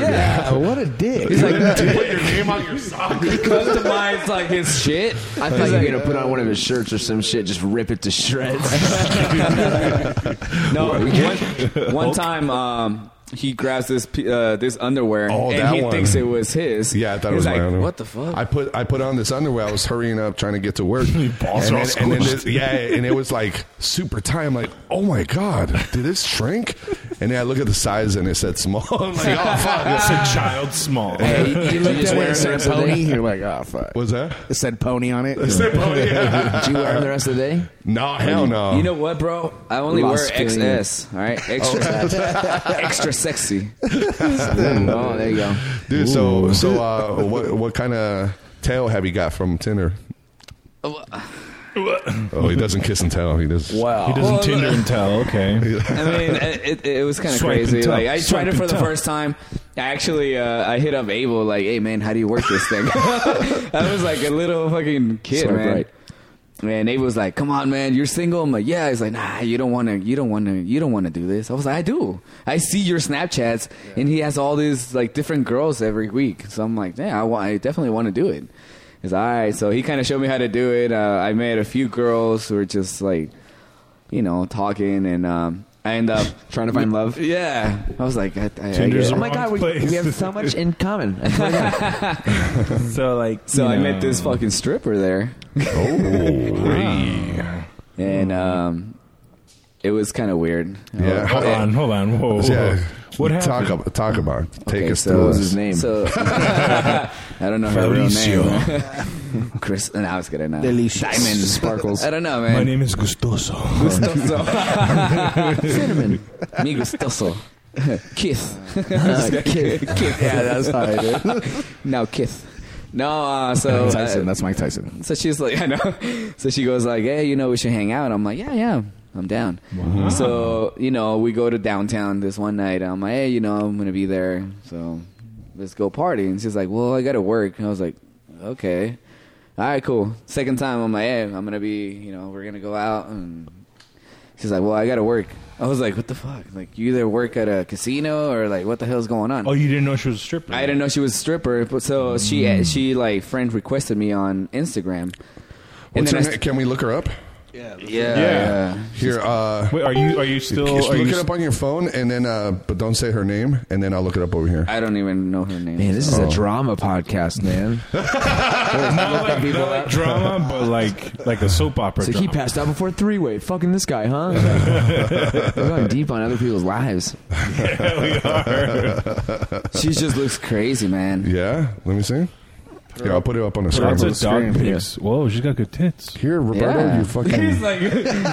Speaker 3: Yeah.
Speaker 4: what a dick.
Speaker 3: He's like,
Speaker 1: Did you put your name on your sock?
Speaker 3: he customized like his shit.
Speaker 6: I thought you were gonna put on one of his shirts or some shit, just rip it to shreds.
Speaker 3: No, one, one time um, he grabs this p- uh, this underwear
Speaker 1: Oh,
Speaker 3: and
Speaker 1: that
Speaker 3: he
Speaker 1: one.
Speaker 3: thinks it was his.
Speaker 1: Yeah, I thought it
Speaker 3: He's
Speaker 1: was
Speaker 3: like,
Speaker 1: my underwear.
Speaker 3: What the fuck?
Speaker 1: I put I put on this underwear. I was hurrying up, trying to get to work.
Speaker 5: balls are all squished.
Speaker 1: this- yeah, and it was like super tight. I'm like, oh my god, did this shrink? And then I look at the size, and it said small. I'm like, oh fuck.
Speaker 5: It's a child small.
Speaker 4: You looked at it, it said pony. You're like, oh fuck.
Speaker 1: What's that?
Speaker 4: It said pony on it.
Speaker 1: It said pony.
Speaker 6: Do you wear them the rest of the day?
Speaker 1: No, hell no.
Speaker 3: You know what, bro? I only
Speaker 6: Lost
Speaker 3: wear
Speaker 6: feeling.
Speaker 3: XS. All right, extra, Oh. extra sexy.
Speaker 6: Oh, there you go.
Speaker 1: dude. So so uh, what what kind of tail have you got from Tinder? Oh, he doesn't kiss and tell. He does.
Speaker 5: He doesn't
Speaker 3: Well,
Speaker 5: Tinder and tell. Okay.
Speaker 3: I mean, uh, it, it, it was kind of
Speaker 5: Swipe and
Speaker 3: crazy.
Speaker 5: tap.
Speaker 3: Like I
Speaker 5: Swipe
Speaker 3: tried it for
Speaker 5: and
Speaker 3: the
Speaker 5: tap.
Speaker 3: first time. I actually uh, I hit up Abel like, "Hey man, how do you work this thing?" I was like a little fucking kid,
Speaker 6: Swipe
Speaker 3: man.
Speaker 6: right.
Speaker 3: And Abel was like, "Come on, man, you're single." I'm like, "Yeah." He's like, "Nah, you don't want to. You don't want to. You don't want to do this." I was like, "I do. I see your Snapchats, and he has all these like different girls every week." So I'm like, "Yeah, I, wa- I definitely want to do it." He's like, all right. So he kind of showed me how to do it. Uh, I met a few girls who were just like you know, talking and um, I end up
Speaker 6: Trying to find love.
Speaker 3: Yeah, I was like, I, I, I
Speaker 5: Tinder's
Speaker 3: get-
Speaker 5: a
Speaker 6: Oh my
Speaker 5: Wrong
Speaker 6: god, we,
Speaker 5: place.
Speaker 6: we have so much in common.
Speaker 5: So like.
Speaker 3: so
Speaker 5: you
Speaker 3: I
Speaker 5: know.
Speaker 3: met this fucking stripper there,
Speaker 1: Oh,
Speaker 3: and um, it was kind of weird.
Speaker 1: yeah.
Speaker 5: Hold on. Hold on. Whoa. whoa.
Speaker 1: Yeah.
Speaker 5: What happened?
Speaker 1: Talk about talk about. it. Take
Speaker 3: Okay,
Speaker 1: us
Speaker 3: so-
Speaker 1: through.
Speaker 6: What
Speaker 1: it.
Speaker 6: was his name?
Speaker 3: So I don't know her real name. Chris, no, I was gonna know.
Speaker 4: Delicious.
Speaker 3: Diamond
Speaker 6: Sparkles.
Speaker 3: I don't know,
Speaker 5: My
Speaker 3: man.
Speaker 5: name is Gustoso.
Speaker 3: Gustoso.
Speaker 6: Cinnamon.
Speaker 3: Mi gustoso. Kiss.
Speaker 6: kiss.
Speaker 3: kiss.
Speaker 4: Yeah, that's how I did.
Speaker 3: Now kiss. No, uh, so
Speaker 4: Tyson.
Speaker 3: uh,
Speaker 4: That's Mike Tyson.
Speaker 3: So she's like, I know. So she goes like, hey, you know, we should hang out. I'm like, yeah, yeah, I'm down. So you know, we go to downtown this one night. I'm like, hey, you know, I'm gonna be there. So let's go party. And she's like, well, I gotta work. And I was like, okay, all right, cool. Second time, I'm like, hey, I'm gonna be, you know, we're gonna go out. And she's like, well, I gotta work. I was like, what the fuck? Like, you either work at a casino or like, what the hell's going on?
Speaker 5: Oh, you didn't know she was a stripper.
Speaker 3: I didn't know she was a stripper, but so
Speaker 1: Hmm.
Speaker 3: she she like friend requested me on Instagram.
Speaker 1: What's her
Speaker 3: I
Speaker 1: na- Can we look her up?
Speaker 3: Yeah,
Speaker 5: Yeah.
Speaker 3: yeah.
Speaker 1: Here, uh,
Speaker 5: Wait, are you are you still
Speaker 1: Just
Speaker 5: are
Speaker 1: look
Speaker 5: you
Speaker 1: it up on your phone, and then uh, but don't say her name, and then I'll look it up over here.
Speaker 3: I don't even know her name.
Speaker 6: Man, this is
Speaker 1: Oh.
Speaker 6: a drama podcast, man.
Speaker 5: not like, not like drama, but like like a soap opera.
Speaker 6: So he
Speaker 5: drama.
Speaker 6: passed out before three way. Fucking this guy, huh? We're going deep on other people's lives.
Speaker 3: She just looks crazy, man.
Speaker 1: Yeah, let me see. Yeah, I'll put it up on the screen.
Speaker 5: Lots of dog pics. Whoa, she's got good tits.
Speaker 1: Here, Roberto,
Speaker 5: Yeah.
Speaker 1: you fucking.
Speaker 3: like,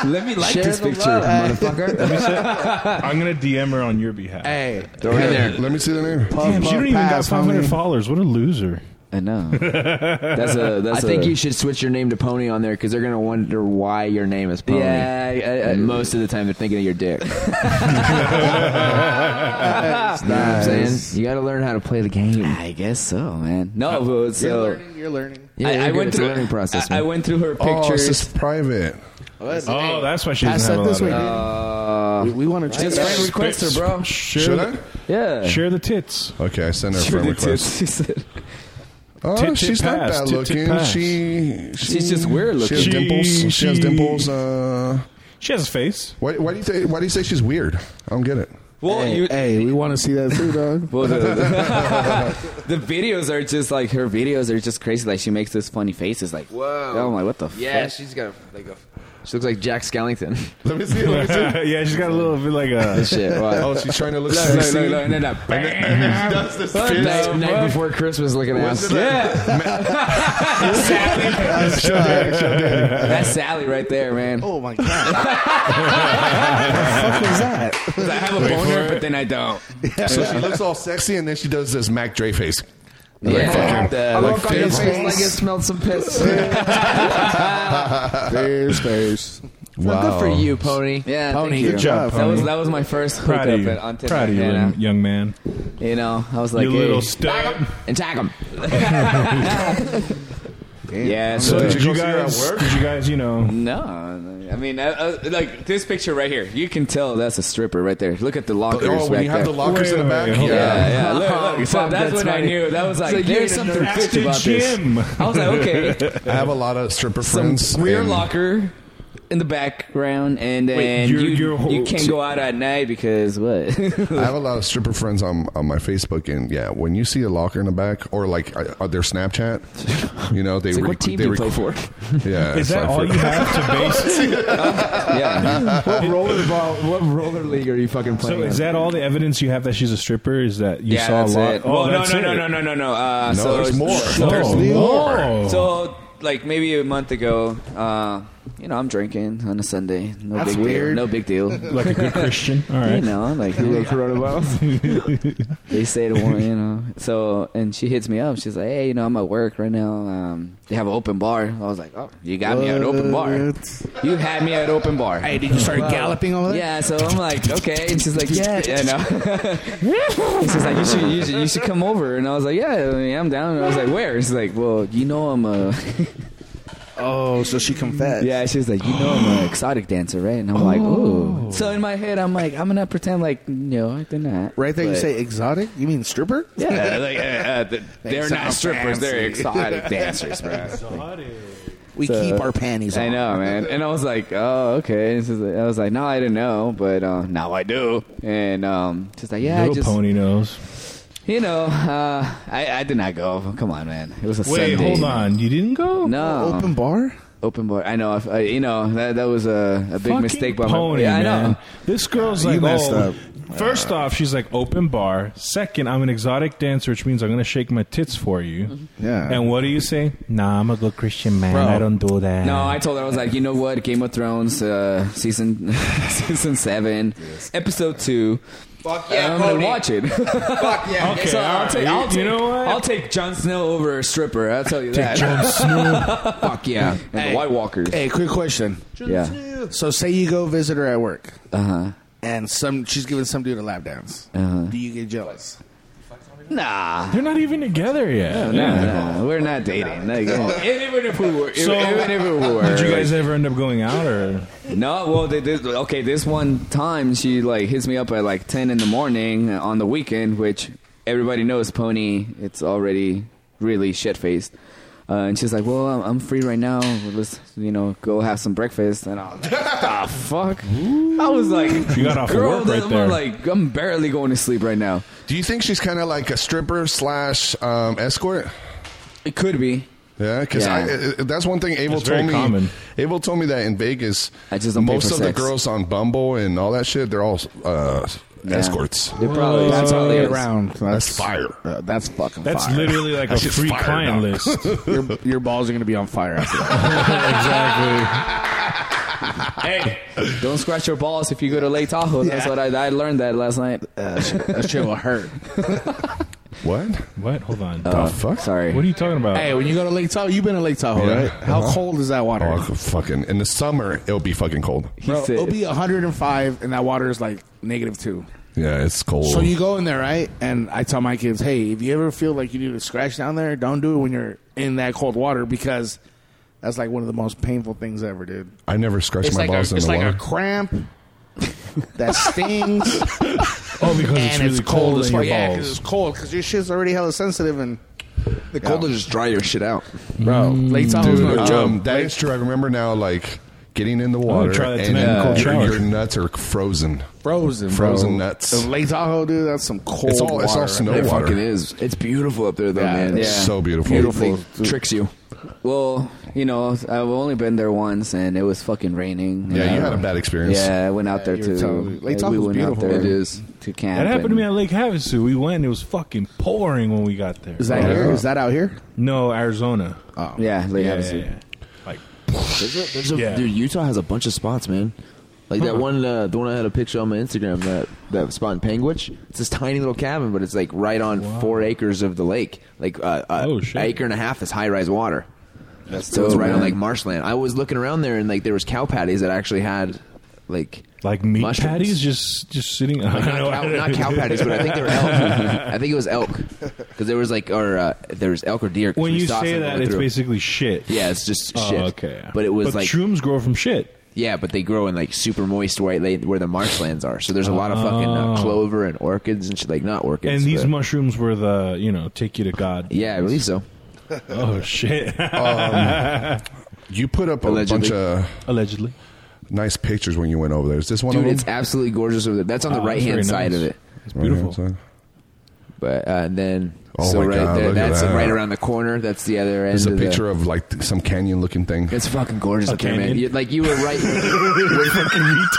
Speaker 3: let me like
Speaker 5: Share
Speaker 3: this
Speaker 5: the
Speaker 3: picture,
Speaker 5: love.
Speaker 3: motherfucker.
Speaker 5: Let me say- I'm gonna DM her on your behalf.
Speaker 4: Hey,
Speaker 1: Throw it in. Let me see the name.
Speaker 5: Damn, she don't even got 500 followers. What a loser.
Speaker 3: I know.
Speaker 5: that's
Speaker 3: a- that's
Speaker 6: I think
Speaker 3: a-
Speaker 6: you should switch your name to Pony on there because they're gonna wonder why your name is Pony.
Speaker 3: Yeah, I- I-
Speaker 6: And most of the time they're thinking of your dick.
Speaker 3: Nice.
Speaker 6: You know what I'm saying? You got to learn how to play the game.
Speaker 3: I guess so, man. No, but so
Speaker 4: You're learning.
Speaker 6: Yeah,
Speaker 3: I,
Speaker 6: you're
Speaker 3: I
Speaker 6: good.
Speaker 3: went
Speaker 6: It's a
Speaker 3: through
Speaker 6: learning process,
Speaker 3: I, I
Speaker 6: man.
Speaker 3: went through her
Speaker 1: Oh,
Speaker 3: pictures.
Speaker 1: this is private.
Speaker 5: Oh, that's why she
Speaker 4: Pass
Speaker 5: doesn't
Speaker 4: that
Speaker 5: have a
Speaker 4: this
Speaker 5: lot
Speaker 4: way,
Speaker 5: of.
Speaker 4: dude. we want to check
Speaker 3: Uh, just
Speaker 4: it out.
Speaker 3: friend request her, bro.
Speaker 1: Should
Speaker 5: Share,
Speaker 3: Yeah.
Speaker 5: the, share the tits.
Speaker 1: Okay, I sent her a
Speaker 3: Sure
Speaker 1: friend
Speaker 3: did, too.
Speaker 1: request.
Speaker 3: She said-
Speaker 1: Oh,
Speaker 5: Tit, tit,
Speaker 1: she's not
Speaker 5: pass.
Speaker 1: bad
Speaker 5: Tit, tit,
Speaker 1: looking.
Speaker 5: pass.
Speaker 1: she, she
Speaker 3: She's just weird
Speaker 1: She has
Speaker 5: looking.
Speaker 1: dimples. She, has
Speaker 5: She-
Speaker 1: dimples. Uh,
Speaker 5: She has a face.
Speaker 1: why, why do you say? Why do you say she's weird? I don't get it.
Speaker 3: Well,
Speaker 4: Hey,
Speaker 3: you,
Speaker 4: hey, we want to see that too, dog.
Speaker 3: well the, the, the videos are just like her videos are just crazy. Like she makes those funny faces. Like,
Speaker 6: Whoa.
Speaker 3: oh my, what the
Speaker 6: Yeah,
Speaker 3: fuck?
Speaker 6: she's got a, like a. She looks like Jack Skellington.
Speaker 1: Let me see. Let me see.
Speaker 5: yeah, she's got a little bit like a.
Speaker 6: This shit. What?
Speaker 1: Oh, she's trying to look
Speaker 3: Look,
Speaker 1: sexy.
Speaker 3: look, look, look, no, no.
Speaker 1: And then- and then she does this fist.
Speaker 6: Night, night before Christmas, looking
Speaker 1: What's
Speaker 6: ass.
Speaker 1: it-
Speaker 3: That's Sally right there, man.
Speaker 4: Oh my god!
Speaker 3: I have a boner, but then I don't.
Speaker 1: So she looks all sexy, and then she does this Mac Dre face.
Speaker 3: Yeah.
Speaker 1: fucking-
Speaker 3: The-
Speaker 1: like
Speaker 6: Look on your
Speaker 1: face.
Speaker 6: face like it smelled some piss.
Speaker 4: There's space.
Speaker 1: Wow.
Speaker 6: Good for you, Pony.
Speaker 3: yeah,
Speaker 4: Pony,
Speaker 3: thank
Speaker 4: good
Speaker 3: you.
Speaker 4: job,
Speaker 3: That was
Speaker 5: Pony.
Speaker 3: that was my first
Speaker 5: Proud of
Speaker 3: hookup
Speaker 5: you,
Speaker 3: at, on Tinder.
Speaker 5: proud of you,
Speaker 3: and,
Speaker 5: little- young man.
Speaker 3: uh, you know, I was like,
Speaker 5: you
Speaker 3: hey,
Speaker 5: little stud.
Speaker 6: And tag him.
Speaker 3: yeah.
Speaker 5: So
Speaker 3: so-
Speaker 5: did you
Speaker 1: go see her at
Speaker 5: guys?
Speaker 1: work?
Speaker 5: Did you guys? You know,
Speaker 3: No, I mean, I, I, like this picture right here, you can tell that's a stripper right there. Look at the lockers
Speaker 1: Oh,
Speaker 3: back
Speaker 1: when you have
Speaker 3: there.
Speaker 1: the lockers
Speaker 5: Wait,
Speaker 1: in the back.
Speaker 5: wait, hold on.
Speaker 3: yeah, yeah. Look, look. So
Speaker 6: Fuck,
Speaker 3: that's
Speaker 6: that's
Speaker 3: when I
Speaker 6: funny.
Speaker 3: knew that was like
Speaker 6: So you
Speaker 3: there's
Speaker 6: ain't
Speaker 3: something
Speaker 6: a nerd.
Speaker 3: fishy about this.
Speaker 5: Jim.
Speaker 3: I was like, okay,
Speaker 1: I have a lot of stripper
Speaker 3: some
Speaker 1: friends.
Speaker 3: rear
Speaker 1: and-
Speaker 3: locker in the background, and then
Speaker 5: Wait,
Speaker 3: you
Speaker 5: you're- you're whole-
Speaker 3: you can't go out at night because what?
Speaker 1: I have a lot of stripper friends on on my Facebook, and yeah, when you see a locker in the back or like uh, uh, their Snapchat, you know they
Speaker 6: It's like,
Speaker 1: re-
Speaker 6: what team
Speaker 1: they
Speaker 6: do you
Speaker 1: rec-
Speaker 6: play for?
Speaker 1: Yeah,
Speaker 5: is
Speaker 1: it's
Speaker 5: that
Speaker 1: like
Speaker 5: all
Speaker 1: for-
Speaker 5: you have to base?
Speaker 3: yeah,
Speaker 6: What roller ball? What roller league are you fucking playing?
Speaker 5: So is that all the evidence you have that she's a stripper? Is that you
Speaker 3: yeah.
Speaker 5: saw
Speaker 3: That's
Speaker 5: a lot?
Speaker 3: it.
Speaker 5: Oh,
Speaker 3: well, no,
Speaker 5: that's
Speaker 3: no,
Speaker 5: it.
Speaker 3: no, no, no, no, no. Uh,
Speaker 1: No,
Speaker 3: so
Speaker 1: there's more.
Speaker 3: So,
Speaker 1: There's
Speaker 5: more.
Speaker 3: So, like maybe a month ago, uh, you know, I'm drinking on a Sunday. No
Speaker 4: That's
Speaker 3: big deal.
Speaker 4: weird.
Speaker 3: No big deal.
Speaker 5: Like a good Christian. All
Speaker 3: You
Speaker 5: right.
Speaker 3: know, like
Speaker 6: coronavirus?
Speaker 3: they say to one, you know. So and she hits me up. She's like, "Hey, you know, I'm at work right now. Um, they have an open bar." I was like, "Oh, you got me at an open bar. You had me at open bar."
Speaker 4: Hey, did you start galloping over there?
Speaker 3: Yeah, so I'm like, okay, and she's like, yeah, yeah, no. And she's like, you should, you should, you should come over, and I was like, yeah, I mean, I'm down. And I was like, where? She's like, well, you know, I'm a,
Speaker 4: Oh, so she confessed. Oh.
Speaker 3: yeah. She's like, you know, I'm an exotic dancer, right? And I'm like, ooh. So in my head, I'm like, I'm gonna pretend like, no, I did not.
Speaker 4: Right there, you
Speaker 3: But-
Speaker 4: say exotic? You mean stripper?
Speaker 3: yeah, like, uh, uh, they're
Speaker 4: sound
Speaker 3: not strippers, they're
Speaker 4: fancy.
Speaker 3: exotic dancers, bro.
Speaker 4: We
Speaker 3: So-
Speaker 4: keep our panties on.
Speaker 3: I know, man. And I was like, oh, okay. And she's like- I was like, no, I didn't know, but uh, now I do. And um, she's like, yeah, I
Speaker 5: Little
Speaker 3: just,
Speaker 5: pony nose.
Speaker 3: you know, uh, I, I did not go. Come on, man. It was a
Speaker 5: Wait,
Speaker 3: Sunday.
Speaker 5: hold on. You didn't go?
Speaker 3: No, open,
Speaker 4: Open bar?
Speaker 3: bar. I know. If, I, you know that that was a, a big
Speaker 5: Fucking
Speaker 3: mistake by
Speaker 5: pony,
Speaker 3: my. Yeah, I
Speaker 5: man.
Speaker 3: know.
Speaker 5: This girl's
Speaker 4: You
Speaker 5: like,
Speaker 4: messed
Speaker 5: oh.
Speaker 4: up.
Speaker 5: First off, she's like open bar. Second, I'm an exotic dancer, which means I'm gonna shake my tits for you.
Speaker 6: Mm-hmm.
Speaker 4: Yeah.
Speaker 5: And what do you say? Nah, I'm a good Christian man.
Speaker 4: Bro.
Speaker 5: I don't do that.
Speaker 3: No, I told her I was like, you know what, Game of Thrones uh, season season seven, episode two. Fuck yeah, I'm gonna watch it. Fuck yeah.
Speaker 5: Okay,
Speaker 3: so I'll
Speaker 5: alright.
Speaker 3: take, I'll take,
Speaker 5: You- you know what?
Speaker 3: I'll take Jon Snow over a stripper. I'll tell you that. Fuck yeah, and the White Walkers.
Speaker 4: Hey, quick question.
Speaker 3: Yeah.
Speaker 4: So say you go visit her at work,
Speaker 3: Uh huh.
Speaker 4: and some she's giving some dude a lap dance.
Speaker 3: Uh-huh.
Speaker 4: Do you get jealous?
Speaker 3: Nah.
Speaker 5: They're not even together yet.
Speaker 3: No, no, no. We're not dating. Like, Oh, even if we were,
Speaker 5: So,
Speaker 3: even if we were,
Speaker 5: did you
Speaker 3: like-
Speaker 5: guys ever end up going out or?
Speaker 3: No, well, they, this, okay. This one time, she like hits me up at like ten in the morning on the weekend, which everybody knows. Pony, it's already really shit faced, uh, and she's like, "Well, I'm, I'm free right now. Let's you know go have some breakfast." And I was like, "Ah, fuck!" I was like,
Speaker 5: You got off of
Speaker 3: "Girl,
Speaker 5: work right
Speaker 3: I'm
Speaker 5: there."
Speaker 3: like, I'm barely going to sleep right now."
Speaker 1: Do you think she's kind of like a stripper slash um, escort?
Speaker 3: It could be.
Speaker 1: Yeah, because
Speaker 3: Yeah.
Speaker 1: that's one thing Abel
Speaker 5: It's very
Speaker 1: told me.
Speaker 5: common.
Speaker 1: Abel told me that in Vegas,
Speaker 3: I just don't pay
Speaker 1: most
Speaker 3: for
Speaker 1: of
Speaker 3: sex.
Speaker 1: the girls on Bumble and all that shit, they're all uh,
Speaker 3: Yeah.
Speaker 1: escorts.
Speaker 3: They probably- that's
Speaker 4: all
Speaker 3: probably
Speaker 4: the way
Speaker 3: is.
Speaker 4: around.
Speaker 1: That's fire.
Speaker 4: Uh, that's fucking.
Speaker 5: That's
Speaker 4: fire.
Speaker 5: literally like a
Speaker 1: That's just
Speaker 5: free
Speaker 1: fire,
Speaker 5: client
Speaker 1: dog.
Speaker 5: list.
Speaker 4: your, your balls are gonna be on fire after that.
Speaker 5: exactly.
Speaker 3: Hey, don't scratch your balls if you go to Lake Tahoe. That's
Speaker 4: Yeah. Uh,
Speaker 3: what I, I learned that last night.
Speaker 4: That shit will hurt.
Speaker 1: What
Speaker 5: What? Hold on.
Speaker 1: the fuck?
Speaker 3: Uh, Sorry. uh,
Speaker 5: what are you talking about?
Speaker 4: Hey, when you go to Lake Tahoe, you've been to Lake Tahoe,
Speaker 1: Yeah.
Speaker 4: right? How
Speaker 1: Uh-huh.
Speaker 4: cold is that water?
Speaker 1: Oh, fucking in the summer, it'll be fucking cold.
Speaker 4: Bro,
Speaker 3: said-
Speaker 4: it'll be 105, and that water is like negative two.
Speaker 1: Yeah, it's
Speaker 5: Oh.
Speaker 1: cold.
Speaker 4: So you go in there, right? And I tell my kids, hey, if you ever feel like you need to scratch down there, don't do it when you're in that cold water because that's like one of the most painful things ever, dude.
Speaker 1: I never scratch
Speaker 4: It's
Speaker 1: my
Speaker 4: like, a,
Speaker 1: balls in
Speaker 4: it's
Speaker 1: the
Speaker 4: like a
Speaker 1: water.
Speaker 4: cramp that stings,
Speaker 5: oh, because it's
Speaker 4: and
Speaker 5: really
Speaker 4: it's cold as
Speaker 5: in your
Speaker 4: fuck. Yeah, because
Speaker 5: balls.
Speaker 4: it's cold because your shit's already hella sensitive and.
Speaker 18: The cold will just dry your shit out.
Speaker 4: Bro, Lake Tahoe's
Speaker 1: Dude,
Speaker 4: no joke.
Speaker 1: um, that is true. I remember now, like getting in the
Speaker 5: gonna
Speaker 1: water
Speaker 5: try that
Speaker 1: and
Speaker 5: tonight in a cold
Speaker 1: your,
Speaker 5: shower.
Speaker 1: your nuts are frozen.
Speaker 4: Frozen, bro.
Speaker 1: Frozen nuts.
Speaker 4: And Lake Tahoe, dude, that's some cold
Speaker 1: It's all-
Speaker 4: water.
Speaker 1: it's all snow.
Speaker 18: It
Speaker 1: water.
Speaker 18: fucking is. It's beautiful up there, though,
Speaker 4: Yeah.
Speaker 18: man.
Speaker 3: Yeah.
Speaker 1: So beautiful.
Speaker 18: Beautiful. Tricks you.
Speaker 3: Well, you know, I've only been there once, and it was fucking raining.
Speaker 1: Yeah,
Speaker 3: And,
Speaker 1: you
Speaker 3: uh,
Speaker 1: had a bad experience.
Speaker 3: Yeah, I went out there
Speaker 4: you were
Speaker 3: to.
Speaker 4: telling me. Lake
Speaker 3: uh, we
Speaker 4: Tahoe's
Speaker 3: went out
Speaker 4: beautiful.
Speaker 3: there
Speaker 4: It
Speaker 18: is.
Speaker 3: to camp.
Speaker 5: That happened to me
Speaker 3: and-
Speaker 5: at Lake Havasu. We went. It was fucking pouring when we got there.
Speaker 4: Is that here? Is that out here?
Speaker 5: no Arizona?
Speaker 4: Oh.
Speaker 3: Yeah, Lake
Speaker 5: yeah,
Speaker 3: Havasu.
Speaker 5: yeah, yeah. Like
Speaker 6: There's a, there's a,
Speaker 5: Yeah.
Speaker 6: Dude, Utah has a bunch of spots, man. Like that one, uh, the one I had a picture on my Instagram. That that spot in Panguitch. It's this tiny little cabin, but it's like right on four acres of the lake. Like uh, uh,
Speaker 5: Oh, shit.
Speaker 6: an acre and a half is high rise water. so
Speaker 3: dope,
Speaker 6: it's right on
Speaker 3: man.
Speaker 6: like marshland. I was looking around there, and like there was cow patties that actually had like
Speaker 5: like meat
Speaker 6: mushrooms.
Speaker 5: patties, just just sitting.
Speaker 6: Like,
Speaker 5: I
Speaker 6: not,
Speaker 5: know.
Speaker 6: cow, not cow patties, but I think they were elk. I think it was elk because there was like or uh, there was elk or deer. 'cause
Speaker 5: when
Speaker 6: we
Speaker 5: you
Speaker 6: saw
Speaker 5: say
Speaker 6: something
Speaker 5: that,
Speaker 6: going
Speaker 5: it's
Speaker 6: through.
Speaker 5: basically shit.
Speaker 6: yeah, it's just
Speaker 5: Oh,
Speaker 6: shit.
Speaker 5: okay.
Speaker 6: but it was like
Speaker 5: shrooms grow from shit.
Speaker 6: Yeah, but they grow in like super moist where, they, where the marshlands are. So there's a lot of fucking uh,
Speaker 5: Oh.
Speaker 6: clover and orchids and shit. Like not orchids.
Speaker 5: And these
Speaker 6: but-
Speaker 5: mushrooms were the you know take you to God.
Speaker 6: yeah, I believe so.
Speaker 5: Oh shit.
Speaker 1: Um, You put up a
Speaker 6: Allegedly.
Speaker 1: bunch of
Speaker 5: Allegedly.
Speaker 1: nice pictures when you went over there. Is this one
Speaker 6: Dude,
Speaker 1: of them?
Speaker 6: it's absolutely gorgeous over there. That's on the
Speaker 5: Oh,
Speaker 6: right
Speaker 5: that's very
Speaker 6: hand side
Speaker 5: nice.
Speaker 6: of it.
Speaker 5: It's
Speaker 1: Right
Speaker 5: beautiful.
Speaker 1: outside.
Speaker 6: But uh, and then
Speaker 1: Oh
Speaker 6: so
Speaker 1: my
Speaker 6: right
Speaker 1: God,
Speaker 6: there,
Speaker 1: look at
Speaker 6: that's
Speaker 1: that.
Speaker 6: right around the corner. That's the other end.
Speaker 1: There's a
Speaker 6: of the-
Speaker 1: picture of like th- some canyon looking thing.
Speaker 6: it's fucking gorgeous up there, man.
Speaker 5: canyon.
Speaker 6: You, like you were right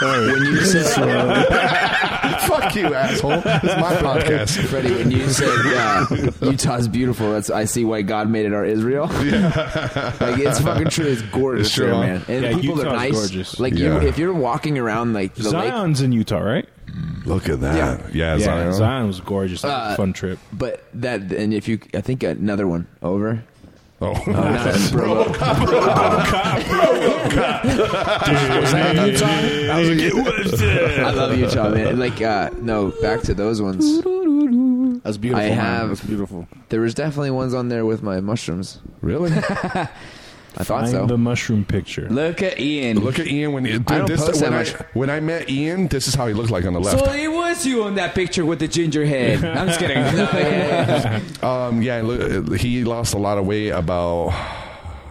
Speaker 6: when you said
Speaker 1: Fuck you, asshole. It's my podcast.
Speaker 6: Freddie, when you said uh, Utah's beautiful. That's I see why God made it our Israel. like it's fucking true. It's gorgeous,
Speaker 1: It's true,
Speaker 6: there,
Speaker 1: huh?
Speaker 6: man. And
Speaker 5: Yeah,
Speaker 6: people are
Speaker 5: Utah's
Speaker 6: nice.
Speaker 5: gorgeous.
Speaker 6: Like
Speaker 1: Yeah.
Speaker 6: you, if you're walking around like the lake,
Speaker 5: Zion's in Utah, right?
Speaker 1: Mm, Look at that. Yeah,
Speaker 5: yeah,
Speaker 1: Zion.
Speaker 5: Zion was gorgeous. That was a
Speaker 6: Uh,
Speaker 5: fun trip.
Speaker 6: but that and if you, I think another one over.
Speaker 1: Oh,
Speaker 6: Not bro. I love Utah, man. Like uh, no, back to those ones.
Speaker 4: That's beautiful.
Speaker 6: I
Speaker 4: man.
Speaker 6: have-
Speaker 4: That's beautiful.
Speaker 6: There was definitely ones on there with my mushrooms.
Speaker 1: really?
Speaker 6: I thought
Speaker 5: Find
Speaker 6: so.
Speaker 5: the mushroom picture.
Speaker 3: Look at Ian.
Speaker 1: Look at Ian when he, dude,
Speaker 6: I don't
Speaker 1: this,
Speaker 6: post
Speaker 1: when,
Speaker 6: that
Speaker 1: I,
Speaker 6: much.
Speaker 1: when I met Ian, this is how he looked like on the left.
Speaker 3: so it was you on that picture with the ginger head. I'm just kidding. No, yeah.
Speaker 1: Um, yeah, lo- he lost a lot of weight about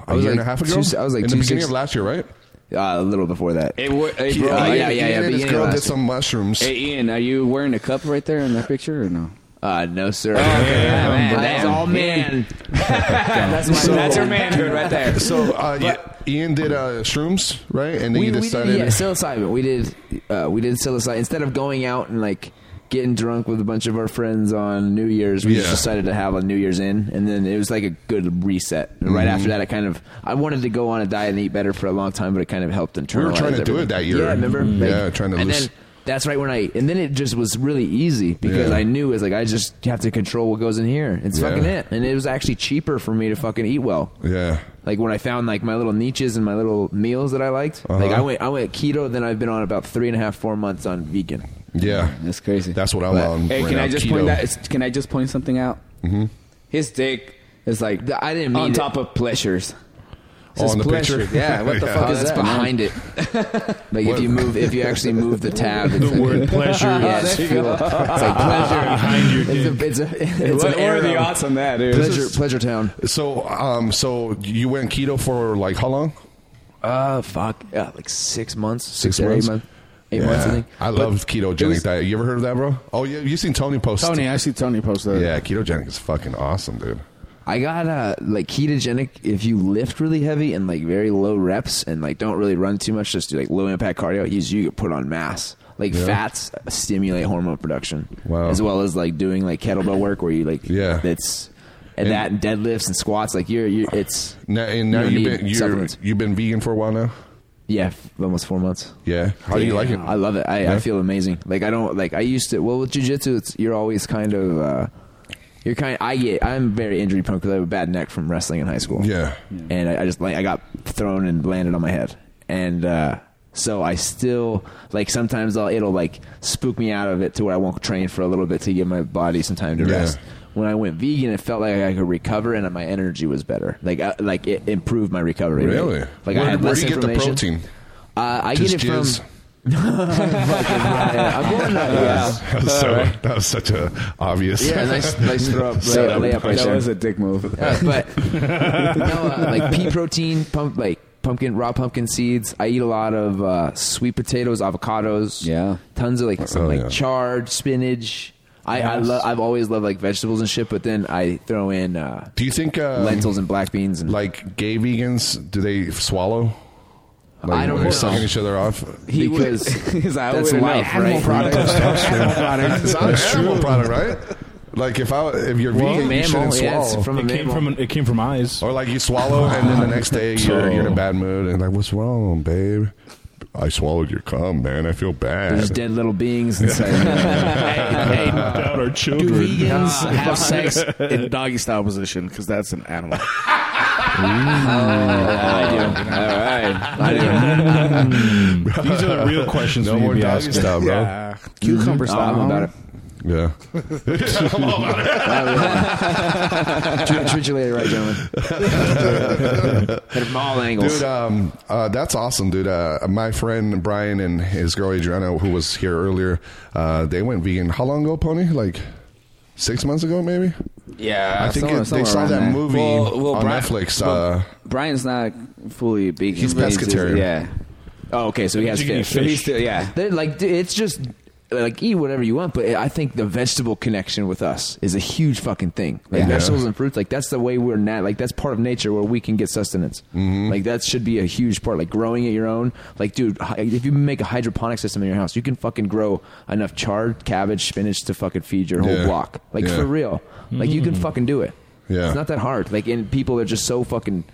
Speaker 1: a
Speaker 6: was
Speaker 1: year and a
Speaker 6: like
Speaker 1: half ago.
Speaker 6: two- I was like
Speaker 1: in the
Speaker 6: two
Speaker 1: beginning
Speaker 6: six-
Speaker 1: of last year, right?
Speaker 6: Uh, a little before that.
Speaker 3: Hey, wha- hey,
Speaker 1: He-
Speaker 3: bro.
Speaker 1: Ian-
Speaker 6: uh, yeah, yeah, yeah,
Speaker 1: Ian and his
Speaker 6: beginning of
Speaker 1: girl
Speaker 6: last
Speaker 1: did
Speaker 6: year.
Speaker 1: some mushrooms.
Speaker 3: Hey, Ian, are you wearing a cup right there in that picture or no?
Speaker 6: Uh, no, sir.
Speaker 3: Yeah, man,
Speaker 6: But
Speaker 3: that's all man. that's my,
Speaker 1: So-
Speaker 3: that's your manhood right there.
Speaker 1: So uh, yeah, Ian did uh, shrooms, right? And then
Speaker 6: we,
Speaker 1: you
Speaker 6: we
Speaker 1: decided.
Speaker 6: did yeah, psilocybin. We did uh, we did psilocybin instead of going out and like getting drunk with a bunch of our friends on New Year's. We
Speaker 1: Yeah.
Speaker 6: just decided to have a New Year's in, and then it was like a good reset. And Right
Speaker 1: Mm-hmm.
Speaker 6: after that, I kind of I wanted to go on a diet and eat better for a long time, but it kind of helped internalize.
Speaker 1: We were trying to do
Speaker 6: everything.
Speaker 1: it that year.
Speaker 6: Yeah, remember?
Speaker 1: Mhm.
Speaker 6: Like,
Speaker 1: Yeah, trying to
Speaker 6: and
Speaker 1: lose-
Speaker 6: Then, that's right when I and then it just was really easy because
Speaker 1: Yeah.
Speaker 6: I knew it's like I just have to control what goes in here. It's
Speaker 1: Yeah.
Speaker 6: fucking it, and it was actually cheaper for me to fucking eat well
Speaker 1: yeah.
Speaker 6: like when I found like my little niches and my
Speaker 1: Uh-huh.
Speaker 6: little meals that I liked. Like I went I went keto, then I've been on about three and a half, four months on vegan.
Speaker 1: Yeah,
Speaker 2: that's crazy.
Speaker 1: That's what I'm
Speaker 2: But-
Speaker 1: on.
Speaker 2: Hey,
Speaker 1: right
Speaker 2: can
Speaker 1: now,
Speaker 2: I just
Speaker 1: keto.
Speaker 2: point that? it's- Can I just point something out?
Speaker 1: Mhm.
Speaker 2: His dick is like I didn't
Speaker 1: mean
Speaker 2: on
Speaker 1: it.
Speaker 2: top of pleasures. It
Speaker 1: Oh,
Speaker 2: says
Speaker 1: on the
Speaker 2: pleasure.
Speaker 1: picture?
Speaker 2: Yeah, what the
Speaker 1: Yeah.
Speaker 2: fuck
Speaker 1: Oh,
Speaker 2: is
Speaker 1: that's
Speaker 2: that, man?
Speaker 1: behind
Speaker 6: it. Like if you move, if you actually move the tab, it's like-
Speaker 2: word pleasure
Speaker 6: Yeah,
Speaker 2: is-
Speaker 6: it's, fuel. it's like pleasure behind your It's, a, it's, a, it's
Speaker 2: What-
Speaker 6: an
Speaker 2: what are the
Speaker 6: arrow.
Speaker 2: odds on that, dude?
Speaker 6: Pleasure,
Speaker 1: This is-
Speaker 6: pleasure town.
Speaker 1: So, um, so you went keto for like how long?
Speaker 6: Uh, fuck, yeah, like six months,
Speaker 1: Six
Speaker 6: to eight
Speaker 1: months?
Speaker 6: month- eight months, I think. But-
Speaker 1: love ketogenic diet. You ever heard of that, bro? Oh, yeah, you seen Tony post?
Speaker 6: Tony,
Speaker 1: I see Tony post that. Yeah, ketogenic is fucking awesome, dude.
Speaker 6: I got uh like ketogenic if you lift really heavy and like very low reps and like don't really run too much, just do like low impact cardio, you you could put on mass. Like
Speaker 1: Yeah.
Speaker 6: fats stimulate hormone production. Wow. As well as like doing like kettlebell work where you like yeah. it's and, that and deadlifts and squats, like you're you it's
Speaker 1: Now, and now
Speaker 6: you
Speaker 1: you've
Speaker 6: need
Speaker 1: been you're,
Speaker 6: supplements.
Speaker 1: you've been vegan for a while now.
Speaker 6: Yeah, f- almost four months.
Speaker 1: Yeah, how do you
Speaker 6: Yeah.
Speaker 1: like it?
Speaker 6: I love it. I, I
Speaker 1: Yeah?
Speaker 6: feel amazing. Like I don't like I used to. Well, with jujitsu, it's you're always kind of uh, you're kind. I get. I'm very injury prone because I have a bad neck from wrestling in high school.
Speaker 1: Yeah,
Speaker 6: and I, I just like I got thrown and landed on my head, and uh, so I still like sometimes I'll it'll like spook me out of it to where I won't train for a little bit to give my body some time to
Speaker 1: Yeah.
Speaker 6: rest. When I went vegan, it felt like I could recover and my energy was better. Like uh, like it improved my recovery. rate.
Speaker 1: Really?
Speaker 6: Like
Speaker 1: Where-
Speaker 6: I had
Speaker 1: where
Speaker 6: less
Speaker 1: do you get the
Speaker 6: inflammation.
Speaker 1: protein?
Speaker 6: Uh, I
Speaker 1: Just
Speaker 6: get it
Speaker 1: jizz?
Speaker 6: from. yeah, I'm going that. Yeah.
Speaker 1: That was, so, that was such a obvious.
Speaker 6: Yeah, nice- nice throw up, lay-
Speaker 1: setup.
Speaker 6: lay up right That there. was a
Speaker 2: dick move.
Speaker 6: Uh, but no, uh, like pea protein, pump like pumpkin, raw pumpkin seeds. I eat a lot of uh, sweet potatoes, avocados. Yeah, tons of like some
Speaker 2: Oh,
Speaker 6: like
Speaker 2: yeah.
Speaker 6: chard, spinach. I, I
Speaker 2: Yes.
Speaker 6: love. I've always loved like vegetables and shit, but then I throw in. Uh,
Speaker 1: Do you think uh,
Speaker 6: lentils and black beans and
Speaker 1: like gay vegans? Do they swallow? Like,
Speaker 6: I don't
Speaker 1: when they're
Speaker 6: know.
Speaker 1: sucking each other off.
Speaker 6: He was- Because I that's wouldn't know. life, Animal right? product. Animal product.
Speaker 1: It's an
Speaker 6: That's
Speaker 1: animal
Speaker 6: true.
Speaker 1: product, right? Like if I if you're
Speaker 5: Well,
Speaker 1: vegan, you
Speaker 5: mammal,
Speaker 1: shouldn't
Speaker 5: yeah,
Speaker 1: swallow.
Speaker 5: it's from a It came mammal. from
Speaker 1: it came from eyes, or like you swallow and then the next day you're, you're in a bad mood and like what's wrong, babe? I swallowed your cum, man. I feel bad.
Speaker 6: There's dead little beings inside.
Speaker 1: Hey, hey,
Speaker 4: About
Speaker 1: our children.
Speaker 4: Do vegans
Speaker 1: Nah.
Speaker 4: have sex in doggy style position? Because that's an animal.
Speaker 6: I do.
Speaker 4: All right.
Speaker 5: These are the real questions
Speaker 1: No
Speaker 5: we need
Speaker 1: more
Speaker 5: to be
Speaker 1: doggy
Speaker 5: asking.
Speaker 1: style, bro.
Speaker 5: Yeah.
Speaker 4: Cucumber style.
Speaker 6: Uh-huh.
Speaker 1: Yeah. I'm all about it.
Speaker 6: treat, treat you later, right, gentlemen? Hit 'em all angles.
Speaker 1: Dude, um, uh, that's awesome, dude. Uh, my friend Brian and his girl Adriana, who was here earlier, uh, they went vegan. How long ago, Pony? Like six months ago, maybe.
Speaker 2: Yeah,
Speaker 1: I think
Speaker 2: somewhere-
Speaker 1: it- they
Speaker 2: somewhere
Speaker 1: saw
Speaker 2: around
Speaker 1: that
Speaker 2: there.
Speaker 1: movie
Speaker 2: Well- well,
Speaker 1: on
Speaker 2: Brian-
Speaker 1: Netflix.
Speaker 2: well,
Speaker 1: uh,
Speaker 2: Brian's not fully vegan.
Speaker 1: He's
Speaker 2: but
Speaker 1: pescatarian.
Speaker 2: yeah. Oh, okay. So he has
Speaker 6: You can eat
Speaker 2: fish. So he's
Speaker 6: fish.
Speaker 2: still, yeah.
Speaker 6: They're like, dude, it's just like eat whatever you want, but I think the vegetable connection with us is a huge fucking thing. Like
Speaker 2: Yeah.
Speaker 6: vegetables and fruits, like that's the way we're not. Like that's part of nature where we can get sustenance. Like that should be a huge part. Like growing it your own. Like, dude, hy- if you make a hydroponic system in your house, you can fucking grow enough chard, cabbage, spinach to fucking feed your whole
Speaker 1: Yeah.
Speaker 6: block. Like
Speaker 1: Yeah.
Speaker 6: for real. Like you can
Speaker 1: Mm.
Speaker 6: fucking do it.
Speaker 1: Yeah.
Speaker 6: It's not that hard. Like, and people are just so fucking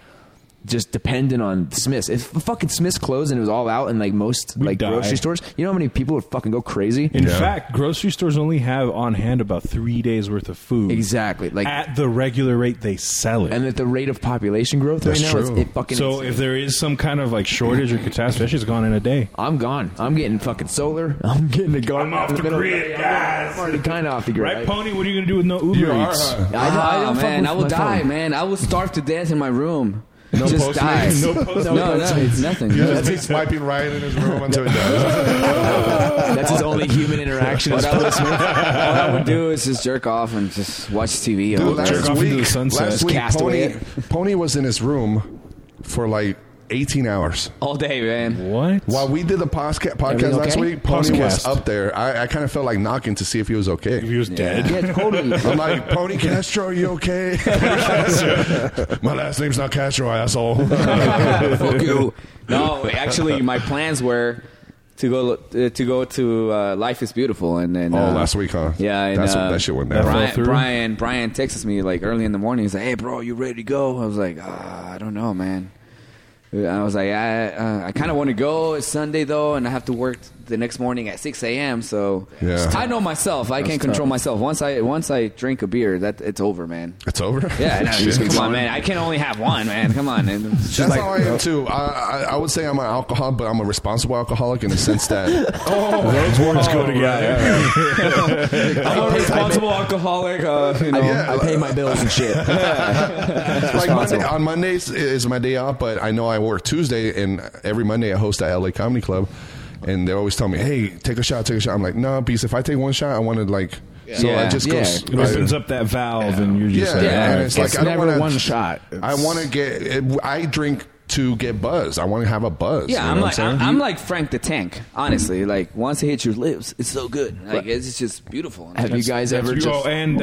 Speaker 6: just dependent on Smiths. If fucking Smiths closed and it was all out and like most like
Speaker 5: die.
Speaker 6: grocery stores, you know how many people would fucking go crazy?
Speaker 5: In fact, grocery stores only have on hand about three days worth of food.
Speaker 6: Exactly. Like
Speaker 5: at the regular rate they sell it,
Speaker 6: and at the rate of population growth right now, it's, it fucking.
Speaker 5: so if there is some kind of like shortage or catastrophe, that shit's gone in a day.
Speaker 6: I'm gone. I'm getting fucking solar. I'm getting a garden.
Speaker 5: off
Speaker 6: in
Speaker 5: the
Speaker 6: middle of
Speaker 5: grid,
Speaker 6: day.
Speaker 5: guys.
Speaker 6: I'm already kind of off the grid.
Speaker 5: Right, Pony? What are you gonna do with no Uber
Speaker 6: You are,
Speaker 5: Eats?
Speaker 6: huh?
Speaker 2: I,
Speaker 6: Ah,
Speaker 2: I don't fuck
Speaker 6: man,
Speaker 2: with
Speaker 6: I will
Speaker 2: my
Speaker 6: die,
Speaker 2: phone. man. I will starve to death in my room.
Speaker 1: No
Speaker 2: Just
Speaker 1: Postmates?
Speaker 2: die.
Speaker 1: No
Speaker 2: no, no,
Speaker 1: Postmates?
Speaker 2: nothing.
Speaker 1: You just be swiping Ryan in his room until he dies.
Speaker 6: That's his only human interaction.
Speaker 2: What
Speaker 6: is
Speaker 2: I, would,
Speaker 6: Postmates.
Speaker 2: what I would do is just jerk off and just watch TV. all
Speaker 1: Dude,
Speaker 2: day.
Speaker 1: last week, last week Pony, Pony was in his room for like 18 hours.
Speaker 2: all day, man.
Speaker 5: What?
Speaker 1: While we did the posca- podcast
Speaker 2: Everything
Speaker 1: last
Speaker 2: okay?
Speaker 1: week, Pony was
Speaker 2: Podcast.
Speaker 1: up there. I, I kind of felt like knocking to see if he was okay. If he was
Speaker 5: dead.
Speaker 2: Yeah, totally.
Speaker 1: I'm like, Pony Castro, are you okay? My last name's not Castro, asshole.
Speaker 2: Fuck you. No, actually, my plans were to go uh, to go to uh, Life is Beautiful, and then
Speaker 1: Oh,
Speaker 2: uh,
Speaker 1: last week, huh?
Speaker 2: Yeah, and,
Speaker 1: That's-
Speaker 2: uh,
Speaker 1: that shit went down. That fell
Speaker 2: Brian,
Speaker 1: through?
Speaker 2: Brian, Brian texts me like early in the morning. He's like, "Hey, bro, you ready to go?" I was like, ah, "I don't know, man." I was like, "I uh, I kind of want to go. It's Sunday though, and I have to work the next morning at 6 a.m. So
Speaker 1: Yeah.
Speaker 2: I know myself. I
Speaker 1: That's
Speaker 2: can't control
Speaker 1: tough.
Speaker 2: myself. Once I once I drink a beer, that it's over, man.
Speaker 1: It's over.
Speaker 2: Yeah, no,
Speaker 1: Shit.
Speaker 2: come on, man. I can only have one, man. Come on, man.
Speaker 1: That's how I am too. I, I, I would say I'm an alcoholic, but I'm a responsible alcoholic in the sense that
Speaker 2: Oh.
Speaker 1: those words go together.
Speaker 2: I'm a responsible alcoholic. Uh, you know,
Speaker 1: Yeah.
Speaker 6: I pay my bills and shit.
Speaker 1: like Monday, on Mondays is my day off, but I know I work Tuesday, and every Monday I host at LA Comedy Club, and they always tell me, "Hey, take a shot, take a shot." I'm like, "No, because if I take one shot, I want to like." So I just go.
Speaker 5: It opens up that valve, and you're just
Speaker 1: Yeah,
Speaker 5: like, all
Speaker 1: and
Speaker 5: right,
Speaker 1: it's
Speaker 5: fuck
Speaker 1: like
Speaker 5: it.
Speaker 1: I don't want
Speaker 5: one shot.
Speaker 1: I want to get. It, I drink to get buzzed. I want to have a buzz. you
Speaker 2: Yeah, I'm
Speaker 1: know
Speaker 2: like
Speaker 1: what
Speaker 2: I'm,
Speaker 1: saying?
Speaker 2: I'm like Frank the Tank. Honestly, like once it hits your lips, it's so good. Like it's it's just beautiful.
Speaker 1: That's- that's you all-
Speaker 2: Oh,
Speaker 1: I'm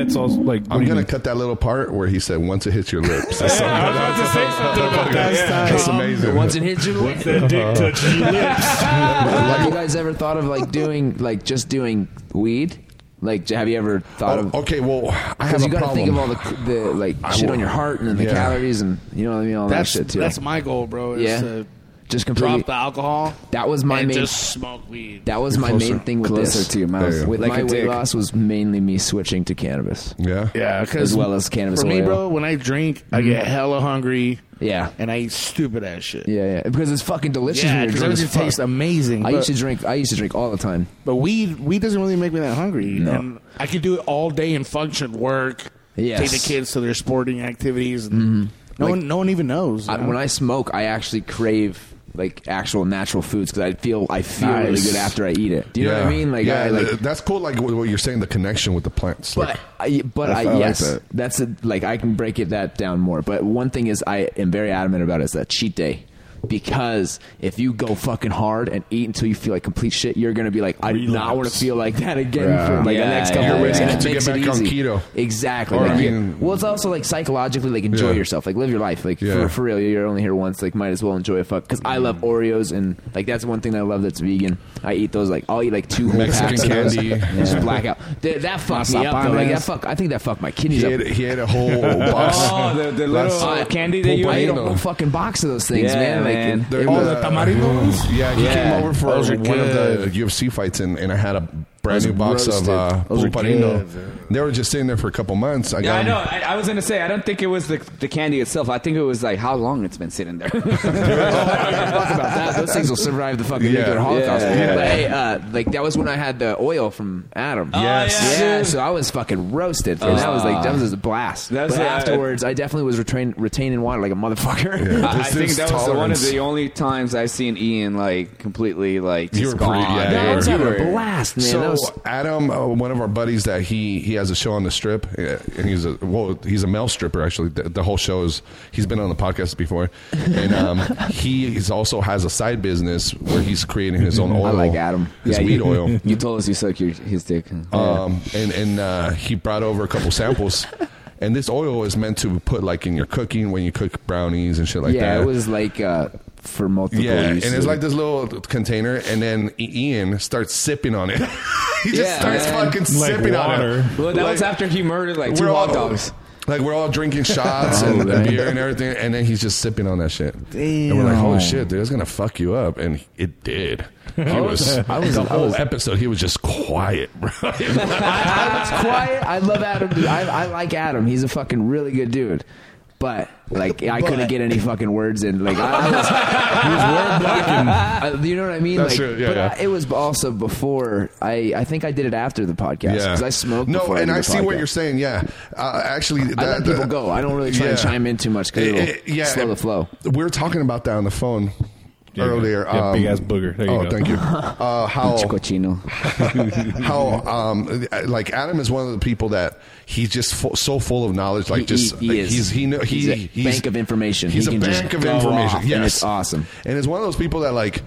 Speaker 1: gonna cut that little part where he said, "Once it hits your lips." That's something- That's amazing.
Speaker 6: Once it hits your
Speaker 1: Once
Speaker 6: lips,
Speaker 1: that Uh-huh. dick touches your lips.
Speaker 6: have you guys ever thought of like doing like just doing weed? Like, have you ever thought of?
Speaker 1: Oh, Okay, well, I have
Speaker 6: you
Speaker 1: a
Speaker 6: gotta think of all
Speaker 1: problem.
Speaker 6: the, the like
Speaker 1: I
Speaker 6: shit
Speaker 1: will-
Speaker 6: on your heart and then the
Speaker 1: Yeah.
Speaker 6: calories and you know what I mean, all
Speaker 4: That's-
Speaker 6: that shit too.
Speaker 4: that's my goal, bro, is
Speaker 6: Yeah,
Speaker 4: to
Speaker 6: just completely
Speaker 4: Drop the alcohol.
Speaker 6: That was my
Speaker 4: and
Speaker 6: main.
Speaker 4: Just smoke weed.
Speaker 6: That was
Speaker 4: You're
Speaker 6: my
Speaker 4: closer-
Speaker 6: main thing with
Speaker 4: closer
Speaker 6: this.
Speaker 4: to your mouth. There you go.
Speaker 6: With
Speaker 4: Like
Speaker 6: my
Speaker 4: a
Speaker 6: weight
Speaker 4: dick.
Speaker 6: loss was mainly me switching to cannabis.
Speaker 1: Yeah,
Speaker 4: Yeah, 'cause
Speaker 6: as well as cannabis.
Speaker 4: For me,
Speaker 6: oil.
Speaker 4: bro, when I drink, I get
Speaker 6: Mhm.
Speaker 4: hella hungry.
Speaker 6: Yeah,
Speaker 4: and I eat stupid ass shit.
Speaker 6: Yeah, yeah, because it's fucking delicious.
Speaker 4: Yeah,
Speaker 6: when you're
Speaker 4: 'cause
Speaker 6: drunk as
Speaker 4: everything
Speaker 6: fuck.
Speaker 4: tastes amazing,
Speaker 6: I
Speaker 4: but-
Speaker 6: used to drink. I used to drink all the time.
Speaker 4: But weed, weed doesn't really make me that hungry.
Speaker 6: No.
Speaker 4: And I could do it all day and function, work,
Speaker 6: Yes. Mm-hmm.
Speaker 4: take the kids to their sporting activities. And No one, no one even knows.
Speaker 6: I,
Speaker 4: you know?
Speaker 6: when I smoke, I actually crave like actual natural foods because I feel I feel really
Speaker 1: Nice.
Speaker 6: good after I eat it. Do you know
Speaker 1: Yeah.
Speaker 6: what I mean? Like,
Speaker 1: yeah,
Speaker 6: I, like
Speaker 1: th- that's cool. Like what what you're saying, the connection with the plants.
Speaker 6: But
Speaker 1: like,
Speaker 6: I, but
Speaker 1: I-
Speaker 6: I,
Speaker 1: I like
Speaker 6: yes,
Speaker 1: that.
Speaker 6: that's a, like I can break it that down more. But one thing is, I am very adamant about is that cheat day. Because if you go fucking hard and eat until you feel like complete shit, you're gonna be like, I do not want to feel like that again
Speaker 1: Yeah.
Speaker 6: for like
Speaker 1: Yeah,
Speaker 6: the next
Speaker 1: yeah,
Speaker 6: couple
Speaker 1: yeah,
Speaker 6: of weeks.
Speaker 1: yeah.
Speaker 6: And it
Speaker 1: To get
Speaker 6: makes
Speaker 1: back
Speaker 6: it
Speaker 1: on
Speaker 6: easy.
Speaker 1: keto.
Speaker 6: exactly.
Speaker 1: Or,
Speaker 6: Like,
Speaker 1: I
Speaker 6: yeah.
Speaker 1: mean-
Speaker 6: Mm-hmm. well, it's also like psychologically, like enjoy
Speaker 1: Yeah.
Speaker 6: yourself, like live your life, like
Speaker 1: Yeah.
Speaker 6: for, for real. You're only here once, like might as well enjoy it. Fuck, because I love Oreos and like that's one thing that I love that's vegan. I eat those like I'll eat like two whole
Speaker 1: Mexican
Speaker 6: packs of those.
Speaker 1: candy.
Speaker 6: just
Speaker 1: Yeah.
Speaker 6: blackout. Th- that fucked me up. Though. Like that
Speaker 1: Mazapanes.
Speaker 6: fuck. I think that fucked my
Speaker 1: he
Speaker 6: kidneys up.
Speaker 1: had, he had a whole box.
Speaker 6: Oh, the- the
Speaker 1: That's-
Speaker 6: little, uh, candy that you
Speaker 1: Pulpo-
Speaker 6: ate? I ate a
Speaker 1: you know.
Speaker 6: whole fucking box of those things,
Speaker 1: Yeah,
Speaker 6: man. Like,
Speaker 1: man.
Speaker 6: they're
Speaker 1: Oh, the
Speaker 6: tamarindos.
Speaker 1: Yeah, he came over for
Speaker 6: Those are
Speaker 1: one of the
Speaker 6: good.
Speaker 1: UFC fights, and, and I had a brand
Speaker 2: Those
Speaker 1: new box
Speaker 2: roasted.
Speaker 1: of uh,
Speaker 2: Those are
Speaker 1: pulparino.
Speaker 2: good.
Speaker 1: They were just sitting there for a couple months. I
Speaker 2: yeah,
Speaker 1: got
Speaker 2: I know.
Speaker 1: them.
Speaker 2: I, I was gonna say I don't think it was the, the candy itself. I think it was like how long it's been sitting there.
Speaker 6: about that. Those things will survive the fucking
Speaker 2: Yeah.
Speaker 6: nuclear holocaust.
Speaker 2: Yeah. Yeah.
Speaker 6: But hey, uh, like that was when I had the oil from Adam.
Speaker 2: Oh, Yes. yeah,
Speaker 6: yeah.
Speaker 2: dude.
Speaker 6: So I was fucking roasted.
Speaker 2: Oh.
Speaker 6: that was like
Speaker 1: Ah.
Speaker 6: that was just a blast.
Speaker 2: That's
Speaker 6: but
Speaker 2: it.
Speaker 6: afterwards, I definitely was retain, retaining water like a motherfucker.
Speaker 2: I, I think that was one of the only times I've seen Ian like completely like
Speaker 1: You
Speaker 2: just
Speaker 1: were
Speaker 2: gone.
Speaker 1: pretty, yeah. you were-
Speaker 2: You were-
Speaker 1: So Adam, uh, one of our buddies that he he has a show on the strip, uh, and he's a well, he's a male stripper actually. The, the whole show is he's been on the podcast before, and um, he he's also has a side business where he's creating his own oil.
Speaker 2: Mm-hmm. I like Adam.
Speaker 1: his
Speaker 2: Yeah,
Speaker 1: weed
Speaker 2: you-
Speaker 1: oil.
Speaker 2: You told us you suck your, his dick.
Speaker 1: Um, and and uh, he brought over a couple samples. And this oil is meant to put like in your cooking when you cook brownies and shit like
Speaker 6: yeah,
Speaker 1: that.
Speaker 6: it was like uh, for multiple
Speaker 1: Yeah,
Speaker 6: uses.
Speaker 1: and it's like this little container, and then I- Ian starts sipping on it. he just
Speaker 2: Yeah,
Speaker 1: starts
Speaker 2: man.
Speaker 1: fucking
Speaker 2: Like
Speaker 1: sipping
Speaker 2: water.
Speaker 1: on it.
Speaker 2: Well, that was after he murdered, like, two
Speaker 1: we're
Speaker 2: hot
Speaker 1: all-
Speaker 2: dogs.
Speaker 1: Like we're all drinking shots
Speaker 2: Oh,
Speaker 1: and
Speaker 2: man.
Speaker 1: beer and everything, and then he's just sipping on that shit. And we're like,
Speaker 2: Damn.
Speaker 1: "Holy shit, dude, it's gonna fuck you up!" And it did. He
Speaker 6: I
Speaker 1: was,
Speaker 6: was- I was-
Speaker 1: the
Speaker 6: I
Speaker 1: whole
Speaker 6: was-
Speaker 1: episode. He was just quiet, bro.
Speaker 6: I was quiet. I love Adam. Dude. I, I like Adam. He's a fucking really good dude. But like I couldn't get any fucking words in. Like I, I was, he was word blocking. Uh, you know what I mean?
Speaker 1: That's
Speaker 6: like,
Speaker 1: true. Yeah,
Speaker 6: but
Speaker 1: yeah.
Speaker 6: I, it was also before. I I think I did it after the podcast because I smoked.
Speaker 1: No,
Speaker 6: before
Speaker 1: and
Speaker 6: did
Speaker 1: I
Speaker 6: the
Speaker 1: see what
Speaker 6: podcast.
Speaker 1: you're saying. Yeah, uh, actually,
Speaker 6: I let people go. I don't really try
Speaker 1: Yeah.
Speaker 6: to chime in too much because
Speaker 1: It-
Speaker 6: it'll
Speaker 1: it- yeah,
Speaker 6: slow the flow.
Speaker 1: We were talking about that on the phone earlier.
Speaker 5: Yeah, big ass booger. There you
Speaker 1: oh,
Speaker 5: go.
Speaker 1: thank you. Uh, how how um, like Adam is one of the people that he's just full, so full of knowledge. Like
Speaker 6: He-
Speaker 1: just
Speaker 6: he- he is.
Speaker 1: he's he know he,
Speaker 6: He's a bank of information.
Speaker 1: He's
Speaker 6: He
Speaker 1: a
Speaker 6: can just
Speaker 1: bank of
Speaker 6: go off,
Speaker 1: information.
Speaker 6: and
Speaker 1: yes,
Speaker 6: it's awesome.
Speaker 1: And it's one of those people that like.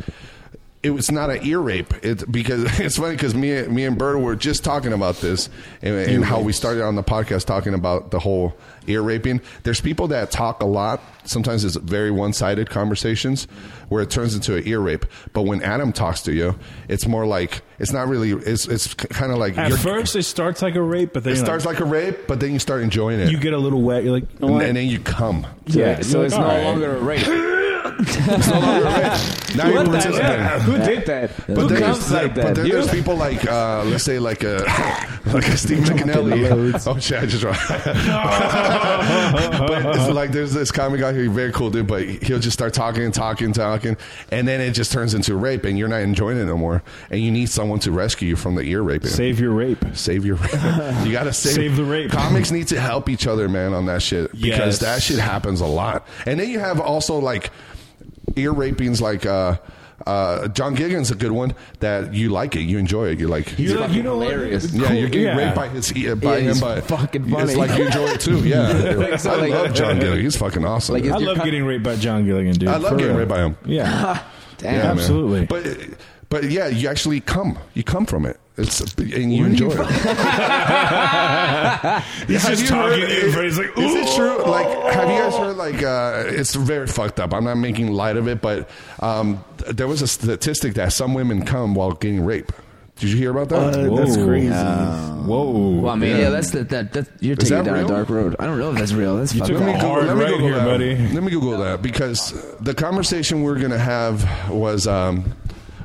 Speaker 1: It was not an ear rape. It because it's funny because me me and Bird were just talking about this and, and how we started on the podcast talking about the whole ear raping. There's people that talk a lot. Sometimes it's very one sided conversations where it turns into an ear rape. But when Adam talks to you, it's more like it's not really. It's it's kind of like
Speaker 5: At
Speaker 1: you're-
Speaker 5: first, it starts like a rape, but then
Speaker 1: it
Speaker 5: like,
Speaker 1: starts like a rape, but then you start enjoying it.
Speaker 5: you get a little wet. You're like,
Speaker 1: and, and then you come.
Speaker 5: Yeah, so
Speaker 1: You're
Speaker 5: it's
Speaker 1: "All
Speaker 5: no longer
Speaker 2: a rape.
Speaker 1: Now you're
Speaker 3: What the-
Speaker 1: participating.
Speaker 3: yeah, who did that?
Speaker 1: But then
Speaker 3: Who
Speaker 1: there's-
Speaker 3: comes like
Speaker 1: But
Speaker 3: that?
Speaker 1: then
Speaker 3: You?
Speaker 1: there's people like, uh, let's say, like a like a Steve McNally. Oh shit! I just but it's like there's this comic out here, very cool dude, but he'll just start talking and talking and talking, and then it just turns into rape, and you're not enjoying it no more, and you need someone to rescue you from the ear raping.
Speaker 5: Save your rape.
Speaker 1: Save your rape. you gotta save,
Speaker 5: Save the rape.
Speaker 1: Comics need to help each other, man, on that shit because
Speaker 5: Yes.
Speaker 1: that shit happens a lot. And then you have also like ear rapings, like uh, uh, John Giggins, a good one that you like it, you enjoy it, you like.
Speaker 5: You know- you know what? It's
Speaker 1: Yeah,
Speaker 5: cool.
Speaker 1: you're getting
Speaker 5: Yeah.
Speaker 1: raped by his by
Speaker 5: Yeah,
Speaker 1: him,
Speaker 5: he's
Speaker 1: but
Speaker 5: fucking
Speaker 1: It's
Speaker 5: funny.
Speaker 1: like you enjoy it too. Yeah,
Speaker 5: Like, so,
Speaker 1: I
Speaker 5: like-
Speaker 1: love John Giggins. He's fucking awesome.
Speaker 5: I love getting raped by John Gilligan, dude.
Speaker 1: I love
Speaker 5: For
Speaker 1: getting
Speaker 5: real.
Speaker 1: raped by him.
Speaker 5: Yeah.
Speaker 1: Yeah, man.
Speaker 5: absolutely.
Speaker 1: But but yeah, you actually come. You come from it. It's and you enjoy it.
Speaker 5: He's
Speaker 1: Have
Speaker 5: just
Speaker 1: you
Speaker 5: talking
Speaker 1: heard-
Speaker 5: to you, but he's like,
Speaker 1: Is it
Speaker 5: "Ooh."
Speaker 1: true? Like, have you guys heard? Like, uh, it's very fucked up. I'm not making light of it, but um, th- there was a statistic that some women come while getting raped. Did you hear about that?
Speaker 4: Uh, that's Whoa. crazy.
Speaker 5: Whoa.
Speaker 6: Well, I mean,
Speaker 1: Yeah.
Speaker 6: yeah, that's the, that. That you're
Speaker 1: Is
Speaker 6: taking
Speaker 1: that
Speaker 6: it down
Speaker 1: real?
Speaker 6: a dark road. I don't know if that's real. That's
Speaker 5: You
Speaker 6: fucking
Speaker 5: took me
Speaker 1: Google-
Speaker 5: hard right
Speaker 1: Google
Speaker 5: here,
Speaker 1: that.
Speaker 5: buddy.
Speaker 1: Let me Google that because the conversation we are gonna have was um,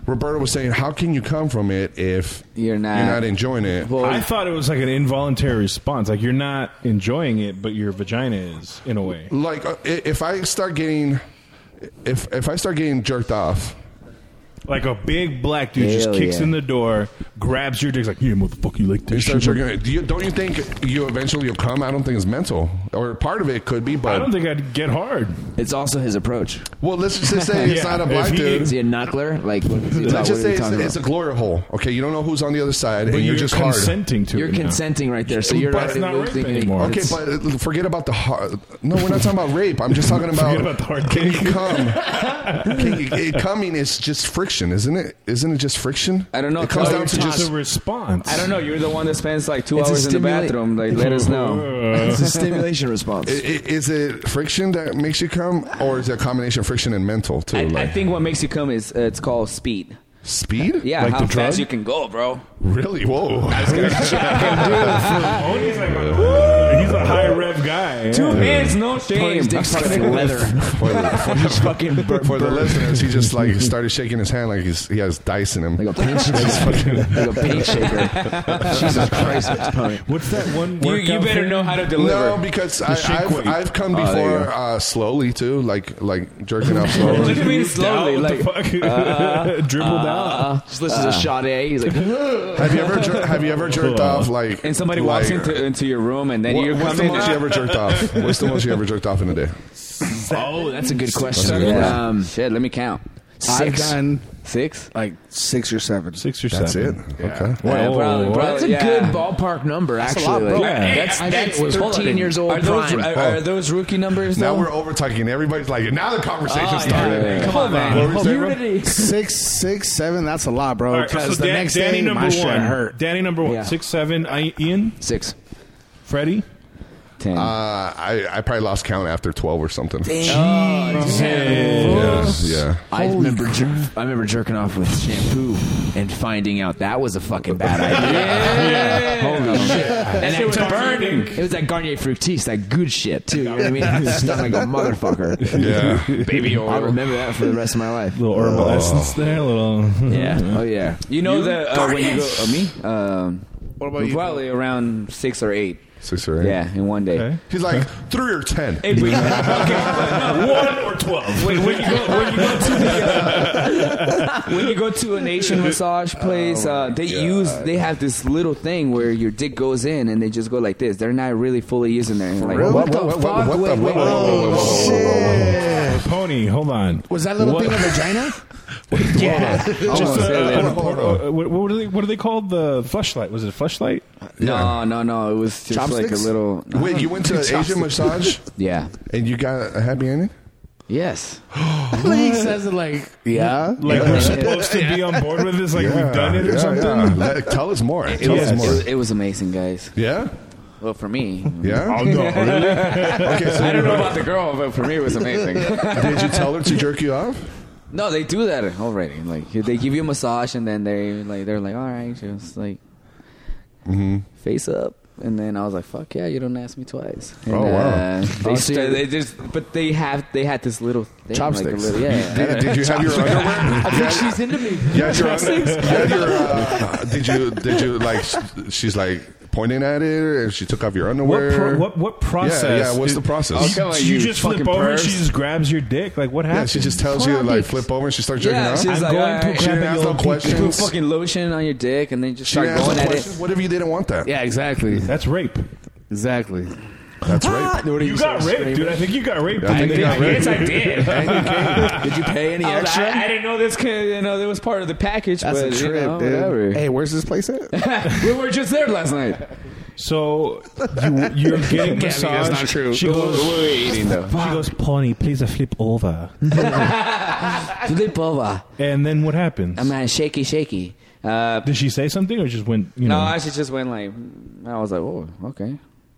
Speaker 1: Roberta was saying, "How can you come from it if you're
Speaker 3: not-
Speaker 1: enjoying it?"
Speaker 5: I thought it was like an involuntary response. Like you're not enjoying it, but your vagina is in a way.
Speaker 1: like uh, i- if I start getting if if I start getting jerked off,
Speaker 5: Like a big black dude just
Speaker 1: Hell
Speaker 5: kicks
Speaker 1: yeah.
Speaker 5: in the door, grabs your dick, he's like, "Yeah, motherfucker, you like
Speaker 1: you
Speaker 5: this?"
Speaker 1: start
Speaker 5: shit?"
Speaker 1: jerking. it, Do you, don't you think you eventually will come? I don't think it's mental, or part of it could be, but
Speaker 5: I don't think I'd get hard.
Speaker 6: It's also his approach.
Speaker 1: Well, let's just say it's not a black dude.
Speaker 6: Is he a knuckler? Like, what is he talking-
Speaker 1: Let's just
Speaker 6: what are
Speaker 1: say
Speaker 6: we
Speaker 1: it's,
Speaker 6: talking
Speaker 1: it's a
Speaker 6: about?
Speaker 1: glory hole. Okay, you don't know who's on the other side,
Speaker 6: But
Speaker 1: and you're,
Speaker 6: you're
Speaker 1: just hard.
Speaker 5: consenting to
Speaker 6: You're it now. consenting right there, so you're
Speaker 1: But-
Speaker 6: already That's not losing rape any- anymore.
Speaker 1: Okay,
Speaker 6: it's-
Speaker 1: but uh, forget about the hard. No, we're not talking about rape. I'm just talking about,
Speaker 5: Forget about the hard
Speaker 1: can
Speaker 5: kick.
Speaker 1: you come? can you, it, coming is just friction, isn't it? Isn't it just friction?
Speaker 3: I don't know.
Speaker 1: It comes
Speaker 3: Oh,
Speaker 1: down
Speaker 3: you're
Speaker 1: to just
Speaker 3: tossed.
Speaker 5: response.
Speaker 3: I don't know. You're the one that spends like two
Speaker 1: It's a
Speaker 3: hours in the
Speaker 1: stimula-
Speaker 3: bathroom. Like, let us know.
Speaker 1: It's a stimulation
Speaker 6: response.
Speaker 1: I- i- Is it friction that makes you come, or is it a combination of friction and mental too?
Speaker 3: I, I
Speaker 1: like-
Speaker 3: think what makes you come is uh, it's called speed.
Speaker 1: Speed?
Speaker 3: Yeah,
Speaker 1: Like
Speaker 3: how
Speaker 1: the
Speaker 3: fast
Speaker 1: drug?
Speaker 3: you can go, bro.
Speaker 1: Really? Whoa.
Speaker 5: He's a high rev guy.
Speaker 3: Two hands, no shame.
Speaker 1: For the,
Speaker 6: He's fucking
Speaker 1: for the listeners, he just like started shaking his hand like he's, he has dice in him. Like
Speaker 6: a paint
Speaker 1: shaker.
Speaker 6: like a paint shaker. Jesus Christ.
Speaker 5: What's that one?
Speaker 3: You, you better know how to deliver.
Speaker 1: No, because
Speaker 3: The
Speaker 1: I,
Speaker 3: shake
Speaker 1: I've,
Speaker 3: weight.
Speaker 1: I've come
Speaker 3: Oh, there you
Speaker 1: before
Speaker 3: go.
Speaker 1: uh, slowly too, like like jerking off slowly.
Speaker 3: What do you mean slowly?
Speaker 5: What
Speaker 3: Like
Speaker 5: the fuck? Dribbled out.
Speaker 6: Uh, Just
Speaker 1: Uh.
Speaker 6: listens to Sade. He's like,
Speaker 1: Have you ever jer- have you ever jerked off like?
Speaker 3: and somebody walks
Speaker 1: like-
Speaker 3: into into your room and then
Speaker 1: What-
Speaker 3: you're
Speaker 1: what's the
Speaker 3: coming.
Speaker 1: most you ever jerked off? What's the most you ever jerked off in a day?
Speaker 6: oh, that's a good
Speaker 1: That's a
Speaker 6: question.
Speaker 1: good question.
Speaker 6: Um,
Speaker 3: Shit, let me count.
Speaker 4: I've
Speaker 6: six.
Speaker 4: done
Speaker 3: Six.
Speaker 4: like six or seven.
Speaker 5: Six or
Speaker 1: That's
Speaker 5: seven.
Speaker 1: it. Okay.
Speaker 6: Yeah,
Speaker 4: Oh,
Speaker 3: Whoa.
Speaker 6: probably-
Speaker 3: Well,
Speaker 6: that's a
Speaker 3: yeah. Oh,
Speaker 6: good ballpark number,
Speaker 3: That's a
Speaker 6: actually.
Speaker 3: lot, bro.
Speaker 6: Like,
Speaker 3: Yeah.
Speaker 6: That's,
Speaker 3: I think
Speaker 6: that's
Speaker 3: it was- hold on.
Speaker 6: 13 years old
Speaker 3: Are those,
Speaker 6: prime.
Speaker 3: are, are those rookie numbers?
Speaker 1: Now
Speaker 3: though?
Speaker 1: we're over talking. Everybody's like, now the conversation
Speaker 3: Oh, yeah,
Speaker 1: started.
Speaker 3: yeah, yeah. Come on, man.
Speaker 1: What were you saying, bro?
Speaker 4: Six, six, seven. That's a lot, bro.
Speaker 5: All right,
Speaker 4: Because
Speaker 5: so
Speaker 4: the
Speaker 5: Dan-
Speaker 4: next
Speaker 5: Danny
Speaker 4: day,
Speaker 5: number
Speaker 4: my
Speaker 5: one.
Speaker 4: shit hurt.
Speaker 5: Danny number one.
Speaker 6: Yeah.
Speaker 5: Six, seven. I, Ian,
Speaker 6: Six.
Speaker 5: Freddie.
Speaker 3: Ten.
Speaker 1: Uh, I, I probably lost count after 12 or something. Yeah.
Speaker 6: I remember, jer- I remember jerking off with shampoo and finding out that was a fucking bad idea. Holy shit!
Speaker 3: That shit was burning.
Speaker 6: It was that Garnier Fructis, that good shit too. You know what I mean? It stung like a motherfucker.
Speaker 1: Yeah.
Speaker 3: Baby
Speaker 6: I
Speaker 3: oil.
Speaker 6: remember that for the rest of my life.
Speaker 5: Little herbal essence there. Little.
Speaker 6: Yeah. Oh yeah.
Speaker 3: You know the uh, when you go uh, me. Um,
Speaker 4: What about you?
Speaker 3: Probably around six or eight.
Speaker 1: Six or eight.
Speaker 3: Yeah, in one day.
Speaker 5: Okay.
Speaker 1: He's like, three or 10.
Speaker 3: Hey, but- okay, but no,
Speaker 5: One or twelve.
Speaker 3: when, when you go, when you go to the, uh, when you go to an Asian massage place, uh, they use they have this little thing where your dick goes in and they just go like this. They're not really fully using their.
Speaker 1: What,
Speaker 3: Like, what
Speaker 1: what,
Speaker 3: the
Speaker 1: what, what,
Speaker 3: fuck?
Speaker 1: what,
Speaker 3: Wait,
Speaker 1: the-
Speaker 3: wait,
Speaker 1: whoa, whoa, whoa, whoa, whoa, whoa, whoa, whoa, whoa.
Speaker 5: Pony, hold on.
Speaker 4: Was that little
Speaker 5: What-
Speaker 4: thing a vagina?
Speaker 5: Yeah. Just
Speaker 3: on, say
Speaker 5: uh,
Speaker 3: that.
Speaker 5: hold on, hold on. Uh, What what are they? What are they called? The flashlight? Was it a flashlight?
Speaker 3: No, no, no. It was just like a
Speaker 4: Chopsticks?
Speaker 3: little.
Speaker 1: Wait, you went to an Asian massage
Speaker 3: Yeah.
Speaker 1: and you got a happy ending?
Speaker 3: Yes.
Speaker 4: He says it like, yeah.
Speaker 5: Like we're supposed to be on board with this? Like we've done it or
Speaker 1: yeah,
Speaker 5: something?
Speaker 1: yeah. Let- tell us more.
Speaker 3: It
Speaker 1: Tell
Speaker 3: was,
Speaker 1: us
Speaker 3: it, was,
Speaker 1: more.
Speaker 3: it was amazing, guys.
Speaker 1: Yeah?
Speaker 3: Well, for me,
Speaker 1: Yeah?
Speaker 6: Oh,
Speaker 1: Okay, so
Speaker 3: I don't know about the girl, but for me, it was amazing.
Speaker 1: did you tell her to jerk you off?
Speaker 3: no, they do that already. Like they give you a
Speaker 1: Mm-hmm.
Speaker 3: massage, and then they like they're like, all right, just like face up. And then I was like, "Fuck yeah, you don't ask me twice." And,
Speaker 19: Oh, wow.
Speaker 3: uh, they,
Speaker 19: Oh, so
Speaker 3: started,
Speaker 19: you-
Speaker 3: they just, but they have they had this little thing,
Speaker 19: Chopsticks.
Speaker 3: Like a little, yeah.
Speaker 1: Did- did you have your
Speaker 3: Chopsticks.
Speaker 1: underwear?
Speaker 3: I think she's into me.
Speaker 1: Yeah, your, yeah, your, uh, did you did you like? s- She's like pointing at it, or she took off your
Speaker 5: What, pro-
Speaker 1: underwear.
Speaker 5: what what
Speaker 1: Yeah,
Speaker 5: process?
Speaker 1: Yeah, what's
Speaker 5: is-
Speaker 1: the process?
Speaker 5: You, you just flip over and she just grabs your dick. Like what
Speaker 1: Yeah,
Speaker 5: happened?
Speaker 1: she just tells you to, like, flip over and she starts jerking
Speaker 5: yeah,
Speaker 1: off.
Speaker 5: She's
Speaker 1: I'm
Speaker 5: like,
Speaker 1: going
Speaker 5: "All
Speaker 1: to
Speaker 5: right."
Speaker 1: grab She didn't ask your no dick. questions.
Speaker 3: You put fucking lotion on your dick, and then just
Speaker 1: She
Speaker 3: start
Speaker 1: didn't ask
Speaker 3: going
Speaker 1: no
Speaker 3: at
Speaker 1: questions?
Speaker 3: it.
Speaker 1: What if you didn't want that?
Speaker 3: Yeah, exactly.
Speaker 5: That's rape.
Speaker 4: Exactly.
Speaker 1: That's
Speaker 5: Ah,
Speaker 1: rape.
Speaker 5: you got raped, dude. I think you got raped.
Speaker 1: I think
Speaker 5: dude.
Speaker 1: they got raped.
Speaker 3: Yes, I did.
Speaker 6: Did you pay any
Speaker 3: "Oh, I was like,
Speaker 6: extra?
Speaker 3: I, I didn't know this. Could, you know, that was part of the package.
Speaker 4: That's
Speaker 3: but,
Speaker 4: a
Speaker 3: you
Speaker 4: trip,
Speaker 3: know,
Speaker 4: dude.
Speaker 3: whatever.
Speaker 4: Hey, where's this place at?
Speaker 3: we were just there last night.
Speaker 5: So you, you're getting
Speaker 3: Gabby, that's
Speaker 5: massage.
Speaker 3: not true.
Speaker 5: She
Speaker 3: What
Speaker 5: goes,
Speaker 3: were we eating, though?
Speaker 5: She goes, Pony, please uh, flip over.
Speaker 3: flip over.
Speaker 5: And then what happens?
Speaker 3: I'm at shaky, shaky. Uh,
Speaker 5: Did she say something or just went? You
Speaker 3: no,
Speaker 5: know,
Speaker 3: I actually just went like, I was like, oh, okay.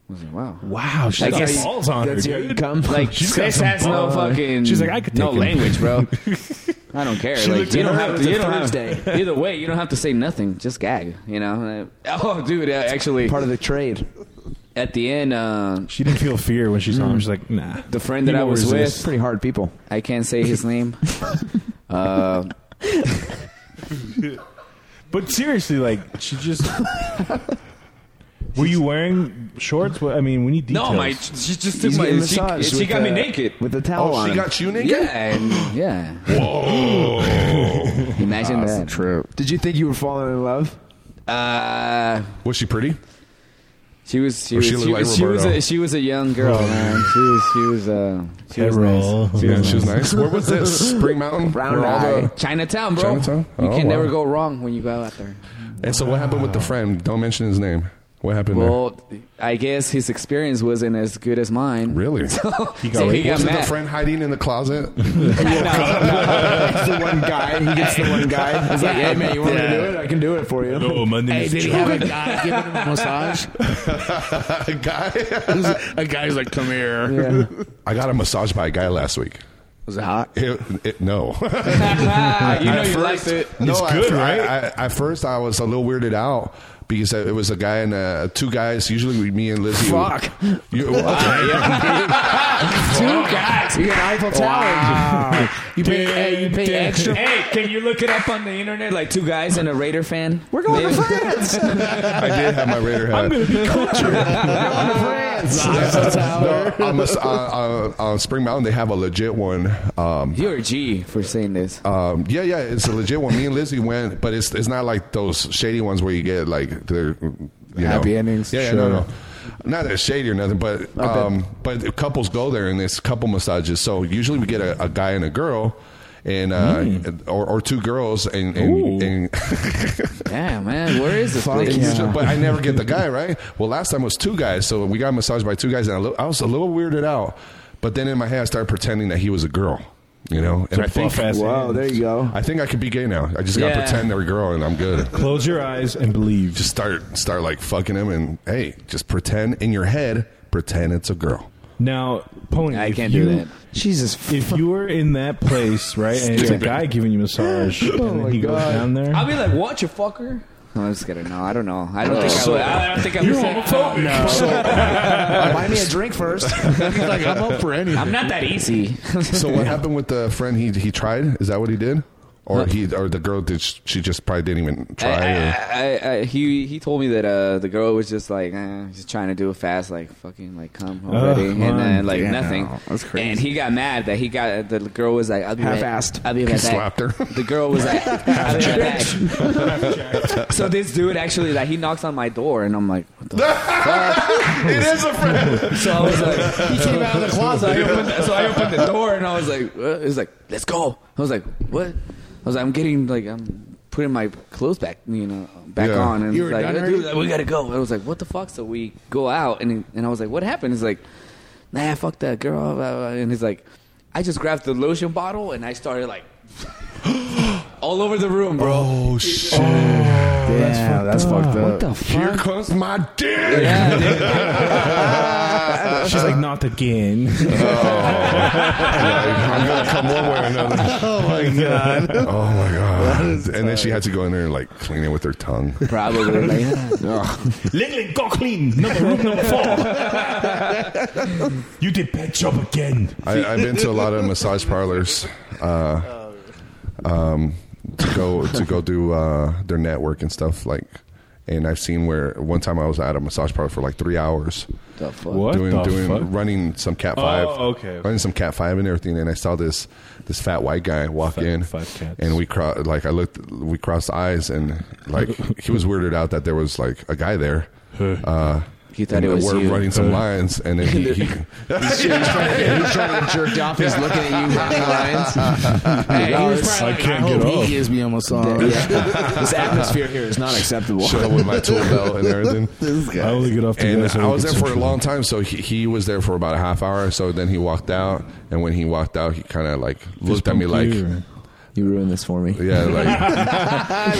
Speaker 3: I was like, wow.
Speaker 5: Wow, she's got balls on her,
Speaker 3: that's your
Speaker 5: dude.
Speaker 3: income. Like,
Speaker 5: She's got
Speaker 3: this
Speaker 5: some
Speaker 3: has no
Speaker 5: balls.
Speaker 3: fucking.
Speaker 5: She's like, I could
Speaker 3: no
Speaker 5: take him.
Speaker 3: language, bro. I don't care.
Speaker 5: She
Speaker 3: like,
Speaker 5: looked
Speaker 3: you
Speaker 5: at
Speaker 3: don't
Speaker 5: her,
Speaker 3: have
Speaker 5: it's
Speaker 3: to.
Speaker 5: a
Speaker 3: You don't have
Speaker 5: Thursday.
Speaker 3: Either way, you don't have to say nothing. Just gag. You know. Uh, Oh, dude. uh, Actually,
Speaker 6: part of the trade.
Speaker 3: At the end, uh,
Speaker 5: she didn't feel fear when she saw him. She's like, nah.
Speaker 3: the friend that
Speaker 5: You
Speaker 3: I
Speaker 5: will
Speaker 3: was
Speaker 5: resist.
Speaker 3: with, pretty
Speaker 6: hard people.
Speaker 3: I can't say his name. uh,
Speaker 5: But seriously, like she just. Were you wearing shorts? What- I mean, we need details.
Speaker 3: no, my she just took
Speaker 6: He's
Speaker 3: my
Speaker 6: getting
Speaker 3: she,
Speaker 6: massaged
Speaker 3: she
Speaker 6: with
Speaker 3: got me
Speaker 6: the-
Speaker 3: naked. Oh,
Speaker 6: with the towel on. him.
Speaker 1: you
Speaker 3: Yeah, and, yeah.
Speaker 1: Whoa!
Speaker 3: Imagine
Speaker 4: That's a
Speaker 3: that.
Speaker 4: trip.
Speaker 6: Did you think you were falling in love?
Speaker 3: Uh,
Speaker 1: Was she pretty?
Speaker 3: she was she
Speaker 1: Or
Speaker 3: was
Speaker 1: she
Speaker 3: she,
Speaker 1: looked like
Speaker 3: was, she was
Speaker 1: Roberto.
Speaker 3: a she was a young girl, man. She was she was uh she was nice.
Speaker 1: Yeah, she was nice. Where was this? Spring Mountain.
Speaker 6: Round
Speaker 1: Where all the-
Speaker 6: eye.
Speaker 3: Chinatown, bro.
Speaker 1: Chinatown?
Speaker 3: You
Speaker 1: Oh,
Speaker 3: can
Speaker 1: wow.
Speaker 3: never go wrong when you go out there.
Speaker 1: And so, what happened with the friend? Don't mention his name. What happened
Speaker 3: Well, I guess his experience wasn't as good as mine.
Speaker 1: there? Really?
Speaker 3: He got, so he got
Speaker 1: Wasn't
Speaker 3: mad.
Speaker 1: the friend hiding in the closet?
Speaker 6: It's the one guy. He gets the one guy. He's like, hey man, you want me to do it? I can do it for you.
Speaker 5: Oh, my name
Speaker 4: Hey,
Speaker 5: is
Speaker 4: did he
Speaker 5: Joe.
Speaker 4: have a guy giving him a massage?
Speaker 1: guy.
Speaker 4: a guy's like, come here.
Speaker 1: I got a massage by a guy last week.
Speaker 4: Was it hot?
Speaker 1: It, it, no.
Speaker 3: you know you liked it.
Speaker 1: No,
Speaker 5: It's
Speaker 1: at
Speaker 5: good,
Speaker 1: fir-
Speaker 5: right?
Speaker 1: I, I, at first, I was a little weirded out because it was a guy and uh, two guys. Usually, we- me and Lizzie.
Speaker 4: Fuck.
Speaker 1: You, okay.
Speaker 4: Two guys. You get Eiffel Tower. You pay, hey, you pay extra.
Speaker 3: Hey, can you look it up on the internet? Like two guys and a Raider fan. We're going to France.
Speaker 1: I did have my Raider hat. I'm going to be cultured. no, on, Mas- uh, uh, on Spring Mountain, they have a legit one. Um,
Speaker 3: You're a G for saying this.
Speaker 1: Um, yeah, yeah, it's a legit one. Me and Lizzie went, but it's it's not like those shady ones where you get like they're you
Speaker 4: Happy
Speaker 1: know.
Speaker 4: endings,
Speaker 1: Yeah, yeah,
Speaker 4: sure.
Speaker 1: no, no, not that shady or nothing. But um, but the couples go there and it's couple massages. So usually we get a, a guy and a girl. And uh,
Speaker 3: Hmm.
Speaker 1: or, or two girls and, and, and
Speaker 3: Damn, man, where is this place?
Speaker 1: and usually- but I never get the guy right. Well, last time was two guys, so we got massaged by two guys, and I, lo- I was a little weirded out. But then in my head, I started pretending that he was a girl, you know. And I think
Speaker 5: fast
Speaker 6: Wow, there you go.
Speaker 1: I think I could be gay now. I just gotta
Speaker 3: Yeah.
Speaker 1: pretend they're a girl and I'm good.
Speaker 5: Close your eyes and believe.
Speaker 1: Just start start like fucking him and hey, just pretend in your head, pretend it's a girl.
Speaker 5: Now, Pony,
Speaker 3: I
Speaker 5: if
Speaker 3: can't do
Speaker 5: you-
Speaker 3: that.
Speaker 6: Jesus.
Speaker 5: If you were in that place, right, and it's a guy giving you massage, and then he goes down there,
Speaker 3: I'll be like, what, you fucker? No, I'm just kidding. No, I don't know. I don't think I would. I don't think I'm homophobic.
Speaker 6: Buy me a drink first.
Speaker 4: like, I'm up for anything.
Speaker 3: I'm not that easy.
Speaker 1: So what happened with the friend he he tried? Is that what he did? Or he or the girl did sh- she just probably didn't even
Speaker 3: I,
Speaker 1: try or
Speaker 3: I, I, I, he he told me that uh, the girl was just like eh, just trying to do it fast, like fucking like come already,
Speaker 5: come
Speaker 3: and then
Speaker 5: on.
Speaker 3: like
Speaker 4: Yeah,
Speaker 3: nothing.
Speaker 4: that's crazy.
Speaker 3: And he got mad that he got the girl was like I'll be right-
Speaker 4: Half-assed.
Speaker 3: I'll be right
Speaker 1: he
Speaker 3: back.
Speaker 1: slapped her.
Speaker 3: The girl was like, I'll be right back. so this dude actually, like, he knocks on my door, and I'm like, what the
Speaker 1: it is a friend.
Speaker 3: So I was like, he came out of the closet. I opened, so I opened the door and I was like, uh, he's like, let's go. I was like, what? I was like, I'm getting like, I'm putting my clothes back, you know, back
Speaker 1: Yeah.
Speaker 3: on. And
Speaker 4: You
Speaker 3: he's
Speaker 4: were
Speaker 3: like,
Speaker 4: done
Speaker 3: "Uh,
Speaker 4: already?
Speaker 3: dude, we gotta go. I was like, what the fuck? So we go out and and I was like, what happened? He's like, nah, fuck that girl. blah, blah, blah. And he's like, I just grabbed the lotion bottle and I started like.
Speaker 2: all over the room, bro.
Speaker 1: Oh shit!
Speaker 4: Yeah, that's fucked up.
Speaker 2: What the fuck?
Speaker 1: Here comes my dick.
Speaker 2: Yeah, dude.
Speaker 5: She's like, not again.
Speaker 1: Oh. I'm gonna come one way or another.
Speaker 4: Oh my god.
Speaker 1: Oh my god! And then she had to go in there and like clean it with her tongue.
Speaker 2: Probably. Like, yeah.
Speaker 5: Ling Ling, go clean. Number room number four. you did bad job again.
Speaker 1: I, I've been to a lot of massage parlors uh, um, to go to go do uh, their network and stuff like. And I've seen where one time I was at a massage parlor for like three hours,
Speaker 2: The fuck?
Speaker 5: What
Speaker 1: doing
Speaker 5: the
Speaker 1: doing
Speaker 5: fuck?
Speaker 1: running some cat
Speaker 5: Oh,
Speaker 1: five,
Speaker 5: okay, okay.
Speaker 1: running some cat five and everything. And I saw this this fat white guy walk
Speaker 5: Fat-
Speaker 1: in,
Speaker 5: five cats.
Speaker 1: and we cro- like I looked, we crossed eyes, and like he was weirded out that there was like a guy there. Uh,
Speaker 2: He thought
Speaker 1: and
Speaker 2: it was
Speaker 1: we're
Speaker 2: you.
Speaker 1: running some lines, and then he, he
Speaker 6: Uh, He's trying to jerk off. He's looking at you running lines.
Speaker 4: Hey, he was
Speaker 5: I
Speaker 4: probably like, I
Speaker 5: can't
Speaker 4: hope
Speaker 5: get off.
Speaker 4: He gives me almost all.
Speaker 6: Yeah. This atmosphere here is not acceptable.
Speaker 1: showed up with my tool belt and everything.
Speaker 5: I only get off to
Speaker 1: and
Speaker 5: guys that
Speaker 1: I
Speaker 5: are
Speaker 1: was there for a
Speaker 5: consensual.
Speaker 1: long time. So he, he was there for about a half hour. So then he walked out, and when he walked out, he kind of like looked at me like,
Speaker 5: Computer.
Speaker 6: You ruined this for me.
Speaker 1: yeah, like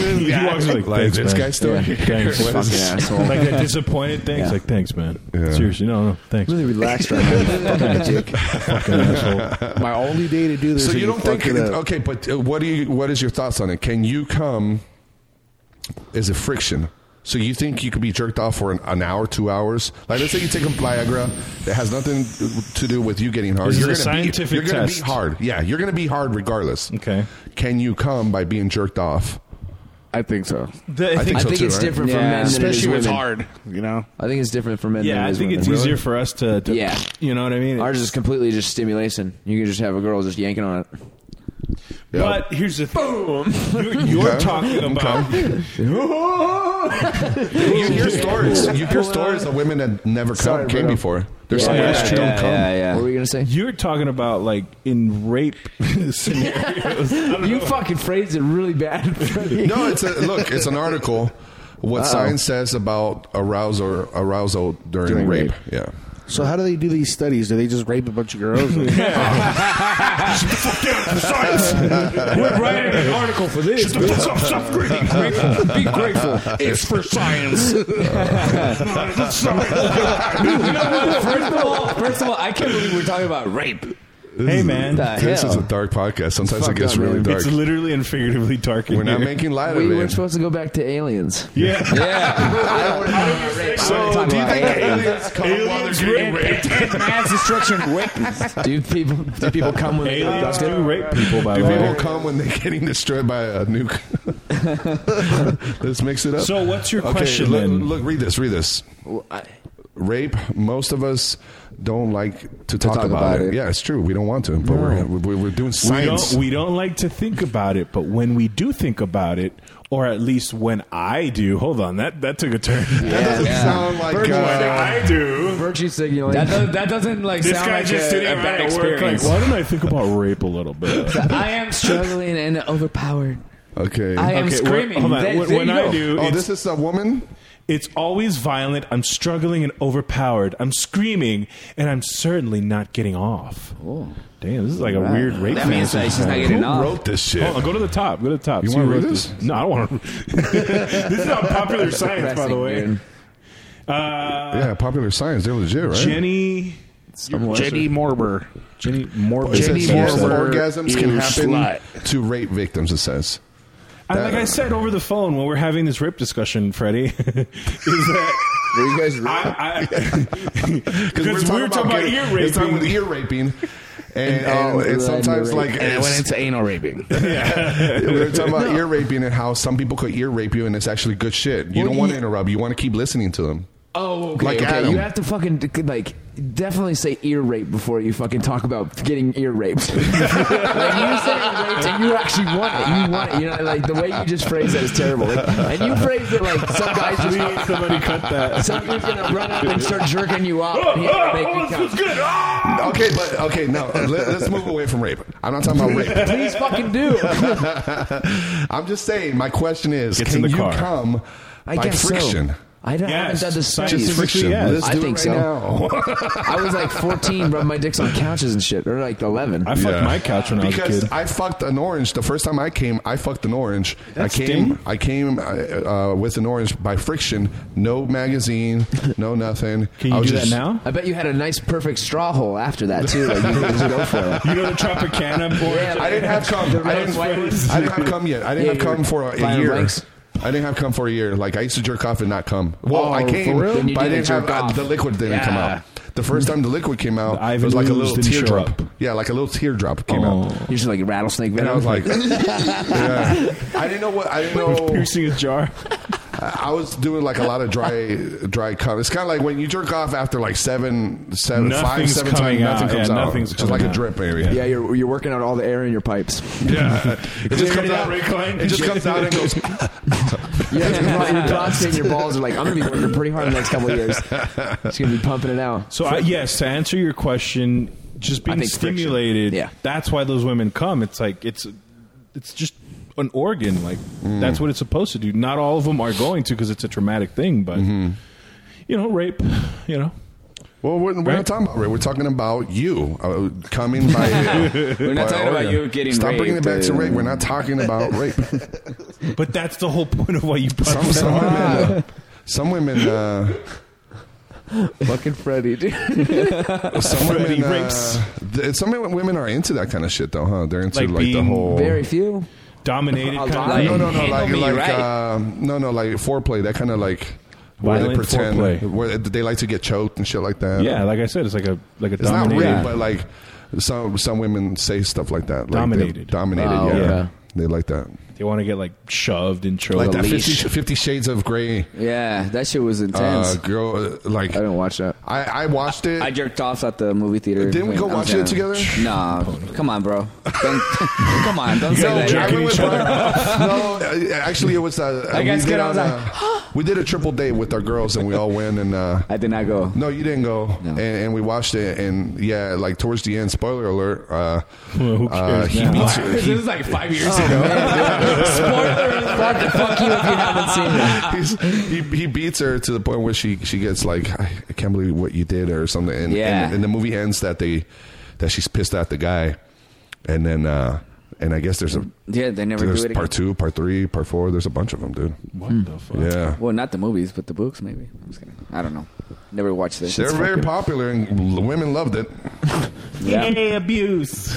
Speaker 5: he walks away like,
Speaker 1: Like,
Speaker 5: thanks,
Speaker 1: this
Speaker 5: man.
Speaker 1: guy's still
Speaker 5: Yeah,
Speaker 1: here.
Speaker 5: Thanks,
Speaker 1: What is
Speaker 5: fucking
Speaker 1: this?
Speaker 5: asshole. Like that disappointed thing. It's
Speaker 6: Yeah.
Speaker 5: like, thanks, man.
Speaker 1: Yeah.
Speaker 5: Seriously, no, no, thanks.
Speaker 6: Really relaxed right now. you Fucking dick.
Speaker 5: Fucking asshole.
Speaker 4: My only day to do this.
Speaker 1: so
Speaker 4: and
Speaker 1: you don't think
Speaker 4: fuck it up.
Speaker 1: okay? But uh, what do you? What is your thoughts on it? Can you come? Is it friction? So you think you could be jerked off for an, an hour, two hours? Like let's say you take a Viagra that has nothing to do with you getting hard.
Speaker 5: This is
Speaker 1: you're
Speaker 5: a
Speaker 1: gonna
Speaker 5: scientific
Speaker 1: be, You're gonna be
Speaker 5: test.
Speaker 1: hard. Yeah, you're gonna be hard regardless.
Speaker 5: Okay.
Speaker 1: Can you come by being jerked off?
Speaker 4: I think so.
Speaker 5: I think
Speaker 6: I
Speaker 1: so
Speaker 6: think
Speaker 1: too,
Speaker 6: it's
Speaker 1: right?
Speaker 6: different for men than it is
Speaker 4: Especially when it's
Speaker 6: women.
Speaker 4: hard, you know.
Speaker 6: I think it's different for men than
Speaker 5: Yeah,
Speaker 6: it
Speaker 5: I
Speaker 6: is
Speaker 5: think
Speaker 6: women.
Speaker 5: it's easier for us to, to.
Speaker 6: Yeah.
Speaker 5: You know what I mean?
Speaker 6: Ours is completely just stimulation. You can just have a girl just yanking on it.
Speaker 1: Yeah.
Speaker 5: But here's the boom. You're, you're
Speaker 1: Okay.
Speaker 5: talking about.
Speaker 1: You hear stories. You hear stories of women that never come,
Speaker 6: Sorry,
Speaker 1: came
Speaker 6: bro.
Speaker 1: before. There's some
Speaker 5: Yeah,
Speaker 1: women that
Speaker 5: yeah,
Speaker 1: don't come.
Speaker 6: Yeah, yeah. What were you gonna say?
Speaker 5: You're talking about like in rape scenarios. I don't
Speaker 6: You
Speaker 5: know.
Speaker 6: fucking phrased it really bad. Freddie.
Speaker 1: No, it's a look. It's an article. What science says about arousal arousal during,
Speaker 6: During
Speaker 1: rape.
Speaker 6: rape.
Speaker 1: Yeah.
Speaker 4: So how do they do these studies? Do they just rape a bunch of girls? Like,
Speaker 5: We're writing an article for this. Shut the fuck up. Stop grinning. Be grateful. It's for science.
Speaker 2: First of all, first of all, I can't believe we're talking about rape.
Speaker 5: Hey man,
Speaker 6: The
Speaker 1: This
Speaker 6: hell?
Speaker 1: is a dark podcast. Sometimes it
Speaker 6: Fuck
Speaker 1: gets
Speaker 6: up,
Speaker 1: really
Speaker 6: man.
Speaker 1: dark.
Speaker 5: it's literally and figuratively dark. in
Speaker 1: We're not
Speaker 5: here.
Speaker 1: making light
Speaker 6: we were
Speaker 1: of it.
Speaker 6: supposed to go back to aliens.
Speaker 5: Yeah.
Speaker 1: So, do you think aliens come while they're
Speaker 5: Aliens
Speaker 1: getting
Speaker 5: rape-
Speaker 1: raped?
Speaker 2: Mass destruction weapons.
Speaker 6: Do people do people come when they get
Speaker 5: Aliens
Speaker 6: abducted?
Speaker 5: do rape people, by
Speaker 1: Do
Speaker 5: the
Speaker 1: people
Speaker 5: way.
Speaker 1: come when they're getting destroyed by a nuke? Let's mix it up.
Speaker 5: So what's your
Speaker 1: Okay,
Speaker 5: question
Speaker 1: Look,
Speaker 5: then?
Speaker 1: look, read this. Read this. Rape. Most of us don't like to talk,
Speaker 6: talk
Speaker 1: about,
Speaker 6: about
Speaker 1: it.
Speaker 6: it.
Speaker 1: Yeah, it's true. We don't want to, but we're, we're we're doing
Speaker 5: We
Speaker 1: science.
Speaker 5: don't, we don't like to think about it, but when we do think about it, or at least when I do, hold on, that, that took a turn.
Speaker 1: that doesn't sound like.
Speaker 5: when
Speaker 1: Uh,
Speaker 5: I do,
Speaker 6: Virtue signaling.
Speaker 2: That, does, that doesn't like
Speaker 5: this
Speaker 2: sound
Speaker 5: guy
Speaker 2: like
Speaker 5: just
Speaker 2: a,
Speaker 5: did
Speaker 2: a
Speaker 5: it
Speaker 2: bad
Speaker 5: right work. Like,
Speaker 2: experience.
Speaker 5: why didn't I think about rape a little bit?
Speaker 2: I am
Speaker 6: struggling and overpowered.
Speaker 1: okay.
Speaker 2: I am
Speaker 5: Okay, wh-
Speaker 2: screaming.
Speaker 5: hold on.
Speaker 2: There-
Speaker 5: Wh-
Speaker 2: there
Speaker 5: when
Speaker 2: you
Speaker 5: I
Speaker 2: go.
Speaker 5: do,
Speaker 1: oh,
Speaker 5: it's,
Speaker 1: this is a woman.
Speaker 5: it's always violent. I'm struggling and overpowered. I'm screaming, and I'm certainly not getting off. Damn, this is like a weird rape.
Speaker 2: That means
Speaker 5: fantasy
Speaker 2: that she's not
Speaker 5: kind of-
Speaker 2: getting off.
Speaker 1: Oh. Wrote this shit.
Speaker 5: Hold on, go to the top. Go to the top.
Speaker 1: You
Speaker 5: See
Speaker 1: wanna
Speaker 5: who
Speaker 1: read
Speaker 5: wrote
Speaker 1: this?
Speaker 5: No, I don't want to. this is not popular science, by the way. Uh,
Speaker 1: yeah, popular science. They're legit, right?
Speaker 5: Jenny.
Speaker 4: Jenny Morber.
Speaker 5: Jenny
Speaker 1: Oh, It
Speaker 5: Morbius.
Speaker 1: says
Speaker 4: Jenny
Speaker 1: more
Speaker 4: Morber,
Speaker 1: orgasms
Speaker 4: you
Speaker 1: can happen
Speaker 4: slut.
Speaker 1: to rape victims. It says.
Speaker 5: I, like I said over the phone when we're having this rape discussion, Freddie, is that
Speaker 6: Were you guys?
Speaker 5: I, I,
Speaker 1: Because
Speaker 5: because we were talking about ear
Speaker 1: getting- it's talking
Speaker 5: raping.
Speaker 1: about ear raping. And,
Speaker 6: And-
Speaker 1: and, and
Speaker 6: and
Speaker 1: sometimes,
Speaker 6: rape.
Speaker 1: like,
Speaker 4: And it
Speaker 1: it's-
Speaker 4: went into anal raping.
Speaker 1: we were talking about ear raping and how some people could ear rape you, and it's actually good shit. You don't want to interrupt. You want to keep listening to them.
Speaker 6: Oh, okay.
Speaker 1: Like
Speaker 6: okay.
Speaker 1: Adam.
Speaker 6: You have to fucking like definitely say ear rape before you fucking talk about getting ear raped. like you say raped and you actually want it. You want it. You know, like the way you just phrase that is terrible. Like, and you phrase it like some guys just somebody cut that. Somebody's gonna run up and start jerking you off. and he's gonna make you come.
Speaker 1: Okay, but okay, no. uh, Let, us move away from rape. I'm not talking about rape.
Speaker 6: Please fucking do.
Speaker 1: I'm just saying. My question is,
Speaker 5: Gets
Speaker 1: can
Speaker 5: in the
Speaker 1: you
Speaker 5: car.
Speaker 1: come
Speaker 6: I
Speaker 1: by
Speaker 6: guess so.
Speaker 1: friction?
Speaker 6: I don't, I haven't
Speaker 5: Yes.
Speaker 6: done the
Speaker 5: Scientifically,
Speaker 6: studies.
Speaker 5: yes. Let's
Speaker 6: I
Speaker 5: do it
Speaker 6: think
Speaker 5: right
Speaker 6: so.
Speaker 5: now.
Speaker 6: I was like 14, rubbing my dicks on couches and shit, or like 11.
Speaker 5: I fucked my couch when I was a
Speaker 1: because
Speaker 5: kid.
Speaker 1: I fucked an orange the first time I came. I fucked an orange.
Speaker 5: That's
Speaker 1: I came.
Speaker 5: dim.
Speaker 1: I came uh, uh, with an orange by friction. No magazine. No nothing.
Speaker 6: Can
Speaker 1: I was just-
Speaker 6: I bet you had a nice, perfect straw hole after that too. Like you could just go for it.
Speaker 5: You know the Tropicana board?
Speaker 6: Yeah,
Speaker 1: I didn't have cum.
Speaker 6: The
Speaker 1: I
Speaker 6: red
Speaker 1: didn't,
Speaker 6: white-
Speaker 1: I didn't have cum yet. I didn't
Speaker 6: Yeah,
Speaker 1: have
Speaker 6: you were
Speaker 1: cum for a,
Speaker 6: buying
Speaker 1: year.
Speaker 6: blanks.
Speaker 1: I didn't have cum for a year. Like I used to jerk off and not cum. Well,
Speaker 6: Oh,
Speaker 1: I came,
Speaker 6: for real? Then you
Speaker 1: but I
Speaker 6: didn't
Speaker 1: didn't have
Speaker 6: jerk
Speaker 1: uh,
Speaker 6: off.
Speaker 1: the liquid didn't come
Speaker 6: Yeah.
Speaker 1: out. The first time the liquid came out,
Speaker 6: Ivan
Speaker 1: it was like a little
Speaker 6: Ooze didn't show
Speaker 1: teardrop. Yeah, like a little teardrop came out.
Speaker 6: Oh. You're just like rattlesnake
Speaker 1: And
Speaker 6: venom.
Speaker 1: I was like, yeah. I didn't know what I didn't know.
Speaker 5: Piercing his jar.
Speaker 1: I was doing like a lot of dry, dry cum. It's kind of like when you jerk off after like seven, seven, five,
Speaker 5: Nothing's
Speaker 1: seven times,
Speaker 5: coming out.
Speaker 1: nothing comes
Speaker 5: Yeah,
Speaker 1: out.
Speaker 5: nothing's
Speaker 1: just like
Speaker 5: coming
Speaker 1: a
Speaker 5: out.
Speaker 1: drip area.
Speaker 6: yeah, you're you're working out all the air in your pipes.
Speaker 1: Yeah. it just
Speaker 5: it
Speaker 1: comes
Speaker 5: out,
Speaker 1: out.
Speaker 5: Rick Klein.
Speaker 1: It just comes out and goes.
Speaker 6: Yeah, your, pro- your prostate and your balls are like, I'm gonna be working pretty hard the next couple of years. It's gonna be pumping it out.
Speaker 5: So I, yes, to answer your question, just being
Speaker 6: think friction.
Speaker 5: stimulated.
Speaker 6: Yeah.
Speaker 5: that's why those women come. It's like it's it's just an organ. Like that's what it's supposed to do. Not all of them are going to because it's a traumatic thing. But you know, rape. You know,
Speaker 1: Mm-hmm. Well, we're, we're
Speaker 5: Right?
Speaker 1: not talking about rape. We're talking about you uh, coming by.
Speaker 2: We're not
Speaker 1: by
Speaker 2: talking about
Speaker 1: Oregon.
Speaker 2: you getting
Speaker 1: Stop bringing it
Speaker 2: raped,
Speaker 1: back to
Speaker 2: uh,
Speaker 1: rape. We're not talking about rape.
Speaker 5: but that's the whole point of why you. Put
Speaker 1: Some, some women. Uh, some women. Uh,
Speaker 6: Fucking Freddy, dude.
Speaker 1: some women.
Speaker 5: Freddy
Speaker 1: Uh,
Speaker 5: rapes.
Speaker 1: th- some women are into that kind of shit, though, huh? They're into
Speaker 5: Like
Speaker 1: like, the
Speaker 5: being
Speaker 1: whole.
Speaker 6: Very few.
Speaker 5: dominated.
Speaker 6: A
Speaker 5: Kind
Speaker 6: lot.
Speaker 5: of
Speaker 1: no, no, no,
Speaker 2: handle
Speaker 1: like,
Speaker 2: me
Speaker 1: like
Speaker 2: right.
Speaker 1: um, no, no, like foreplay. That kind of like where they
Speaker 5: Violent
Speaker 1: pretend
Speaker 5: foreplay.
Speaker 1: where they like to get choked and shit like that.
Speaker 5: Yeah, like I said, it's like a like a
Speaker 1: it's not
Speaker 5: dominated.
Speaker 1: rape, but like some some women say stuff like that. Like they-
Speaker 5: Dominated.
Speaker 1: dominated.
Speaker 6: Oh,
Speaker 1: yeah.
Speaker 6: yeah.
Speaker 1: they like that.
Speaker 5: they want to get like shoved and choked.
Speaker 1: like that
Speaker 6: leash.
Speaker 1: 50, sh- 50 Shades of Grey
Speaker 2: Yeah, that shit was
Speaker 1: uh,
Speaker 2: intense.
Speaker 1: girl. uh, Like
Speaker 2: I didn't watch that.
Speaker 1: I, I watched it.
Speaker 2: I jerked off at the movie theater.
Speaker 1: Didn't
Speaker 2: when
Speaker 1: we go
Speaker 2: I was
Speaker 1: watch it
Speaker 2: younger.
Speaker 1: together?
Speaker 2: Nah, come on, bro. Don't, come on, don't
Speaker 1: no,
Speaker 2: say
Speaker 1: I
Speaker 2: that.
Speaker 1: went with
Speaker 5: each
Speaker 1: brother. no, uh, actually, it was. Uh,
Speaker 2: I
Speaker 1: we
Speaker 2: got
Speaker 1: did
Speaker 2: scared. I was
Speaker 1: on,
Speaker 2: like,
Speaker 1: uh, we did a triple date with our girls, and we all went and. Uh,
Speaker 2: I did not go.
Speaker 1: No, you didn't go, and, and we watched it, and yeah, like towards the end. Spoiler alert. Uh,
Speaker 5: Well, who
Speaker 1: uh,
Speaker 5: cares
Speaker 1: he
Speaker 5: now?
Speaker 1: meets. Oh,
Speaker 2: this is like five years ago. Spoiler, fuck you if you haven't seen it.
Speaker 1: He's, he, he beats her to the point where she, she gets like I, I can't believe what you did or something and,
Speaker 2: Yeah.
Speaker 1: and and the movie ends that they that she's pissed at the guy and then uh and I guess there's a
Speaker 2: Yeah, they never
Speaker 1: there's
Speaker 2: do it
Speaker 1: part
Speaker 2: again.
Speaker 1: two part three part four there's a bunch of them dude
Speaker 5: what the fuck?
Speaker 1: yeah
Speaker 2: Well, not the movies, but the books, maybe. I'm just kidding. I don't know. Never watched it.
Speaker 1: they're very popular and l- women loved it
Speaker 2: Yeah.
Speaker 5: abuse.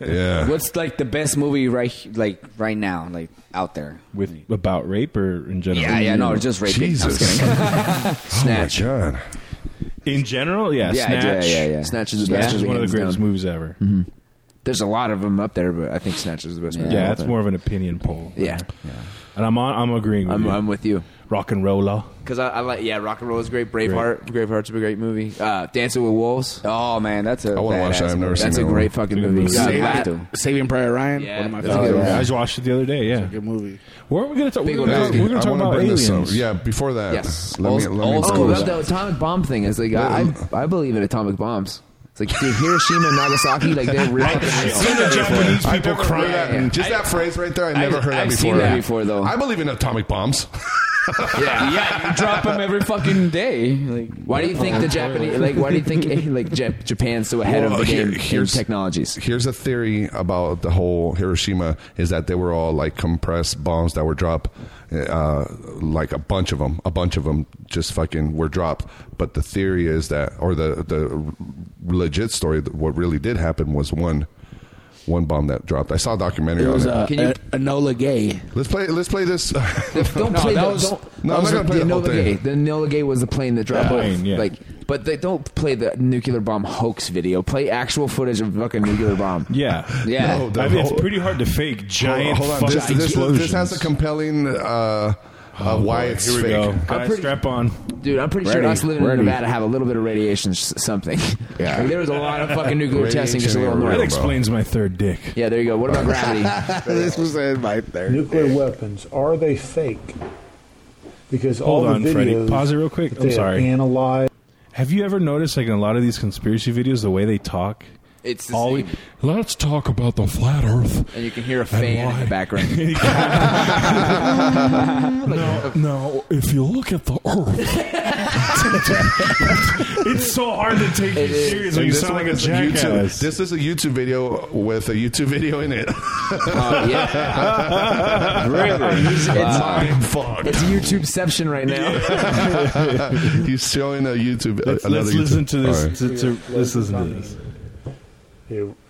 Speaker 1: yeah
Speaker 2: What's like the best movie right like right now, like out there?
Speaker 5: With about rape or in general?
Speaker 2: Yeah, yeah, no, just rape.
Speaker 1: Jesus oh my
Speaker 2: Snatch.
Speaker 1: god
Speaker 5: In general, Oh, yeah.
Speaker 2: Yeah, yeah,
Speaker 5: Snatch.
Speaker 2: yeah, yeah.
Speaker 6: Snatch is the
Speaker 2: Yeah.
Speaker 6: best.
Speaker 5: Snatch is
Speaker 6: movie,
Speaker 5: one of the
Speaker 6: hands
Speaker 5: greatest
Speaker 6: down.
Speaker 5: movies ever.
Speaker 6: Mm-hmm. There's a lot of them up there, but I think Snatch is the best movie.
Speaker 5: Yeah,
Speaker 6: of all
Speaker 5: that's
Speaker 6: time.
Speaker 5: more of an opinion poll.
Speaker 6: Yeah.
Speaker 5: and I'm on, I'm agreeing with
Speaker 6: I'm,
Speaker 5: you.
Speaker 6: I'm with you.
Speaker 5: Rock and roller.
Speaker 6: Because I, I like, yeah, Rock and Roll is great. Braveheart, Braveheart's a great movie. Uh, Dancing with Wolves,
Speaker 2: Oh man, that's a.
Speaker 1: I wanna watch
Speaker 2: badass
Speaker 1: that. I've never
Speaker 2: movie.
Speaker 1: seen
Speaker 6: that's a
Speaker 1: that one.
Speaker 6: great fucking movie.
Speaker 5: movie.
Speaker 6: God,
Speaker 2: You
Speaker 6: la-
Speaker 2: have to.
Speaker 4: Saving Private Ryan.
Speaker 6: Yeah.
Speaker 4: One of my
Speaker 6: That's a
Speaker 4: favorites.
Speaker 6: good one.
Speaker 5: Oh, I just watched it the other day. Yeah,
Speaker 4: Good movie.
Speaker 5: what are we gonna talk? We're
Speaker 6: Big
Speaker 5: gonna,
Speaker 6: old
Speaker 5: talk, we're gonna
Speaker 1: I
Speaker 5: talk
Speaker 1: wanna
Speaker 5: about
Speaker 1: bring
Speaker 5: aliens.
Speaker 1: this up. yeah before that
Speaker 6: Yes.
Speaker 1: Uh, let me,
Speaker 6: Old-
Speaker 1: let me
Speaker 6: old school.
Speaker 1: close.
Speaker 6: About the atomic bomb thing is like I, I, I believe in atomic bombs. It's like dude, Hiroshima and Nagasaki, like they're real.
Speaker 5: I've seen the Japanese
Speaker 1: I've
Speaker 5: people
Speaker 1: never heard
Speaker 5: crying.
Speaker 1: that. Just that phrase right there. I never heard that
Speaker 2: I've
Speaker 1: before.
Speaker 2: seen that before, though.
Speaker 1: I believe in atomic bombs.
Speaker 2: Yeah, yeah. You drop them every fucking day. Like,
Speaker 6: Why do you think the Japanese? Like, why do you think eh, like Jap- Japan's so ahead
Speaker 1: Well,
Speaker 6: of the
Speaker 1: here-
Speaker 6: game in
Speaker 1: here's-
Speaker 6: technologies?
Speaker 1: Here's a theory about the whole Hiroshima is that they were all like compressed bombs that were dropped, uh, like a bunch of them, a bunch of them just fucking were dropped. But the theory is that, or the the legit story, that what really did happen was one one bomb that dropped. I saw a documentary
Speaker 4: It
Speaker 1: on
Speaker 4: was
Speaker 1: it.
Speaker 4: uh,
Speaker 6: Can you-
Speaker 4: a- Enola Gay.
Speaker 1: let's play. Let's play this. uh,
Speaker 6: Don't play
Speaker 4: that
Speaker 6: the,
Speaker 4: was-
Speaker 6: don't,
Speaker 1: No,
Speaker 6: that
Speaker 1: I'm not
Speaker 6: was
Speaker 1: gonna play the whole
Speaker 6: Enola
Speaker 1: thing.
Speaker 6: Gay. The Enola Gay was the plane that dropped.
Speaker 5: Plane,
Speaker 6: both.
Speaker 5: yeah.
Speaker 6: Like, but they don't play the nuclear bomb hoax video. Play actual footage of fucking nuclear bomb.
Speaker 5: Yeah,
Speaker 2: Yeah.
Speaker 1: No, the
Speaker 5: I mean, it's
Speaker 1: whole-
Speaker 5: pretty hard to fake giant
Speaker 1: Hold on,
Speaker 5: fucking
Speaker 1: this, this,
Speaker 5: explosions.
Speaker 1: this has a compelling uh, uh, why
Speaker 5: Boy,
Speaker 1: it's
Speaker 5: Here we
Speaker 1: fake.
Speaker 5: go. Guys,
Speaker 6: pretty-
Speaker 5: strap on.
Speaker 6: Dude, I'm pretty
Speaker 2: Ready,
Speaker 6: sure us living
Speaker 2: ready.
Speaker 6: in Nevada have a little bit of radiation, s- something.
Speaker 1: Yeah.
Speaker 6: Like, there was a lot of fucking nuclear
Speaker 1: Radiation
Speaker 6: testing just a little
Speaker 1: and
Speaker 5: That
Speaker 1: Bro.
Speaker 6: north.
Speaker 5: explains my third dick.
Speaker 6: Yeah, there you go. What about gravity?
Speaker 4: this was in my third.
Speaker 20: Nuclear weapons, are they fake? Because all
Speaker 5: Hold
Speaker 20: the
Speaker 5: on,
Speaker 20: videos
Speaker 5: Freddie. Pause it real quick.
Speaker 20: that
Speaker 5: I'm
Speaker 20: they
Speaker 5: sorry.
Speaker 20: Analyze
Speaker 5: Have you ever noticed, like in a lot of these conspiracy videos, the way they talk?
Speaker 2: It's the
Speaker 5: Ollie,
Speaker 2: same.
Speaker 5: let's talk about the flat Earth.
Speaker 2: And you can hear a fan in
Speaker 5: why-
Speaker 2: the background.
Speaker 5: now, now, if you look at the Earth, it's so hard to take you serious when you
Speaker 1: This
Speaker 5: sound like
Speaker 1: one
Speaker 5: a
Speaker 1: is YouTube-
Speaker 5: jackass.
Speaker 1: This is a YouTube video with a YouTube video in it.
Speaker 6: Oh, yeah. Really?
Speaker 1: It's
Speaker 6: Wow.
Speaker 1: mind fucked.
Speaker 6: It's YouTubeception right now.
Speaker 1: He's showing a YouTube.
Speaker 5: Let's,
Speaker 1: another
Speaker 5: let's listen
Speaker 1: YouTube.
Speaker 5: to this.
Speaker 1: All
Speaker 5: To,
Speaker 1: right.
Speaker 5: to, let's listen to this.
Speaker 20: They-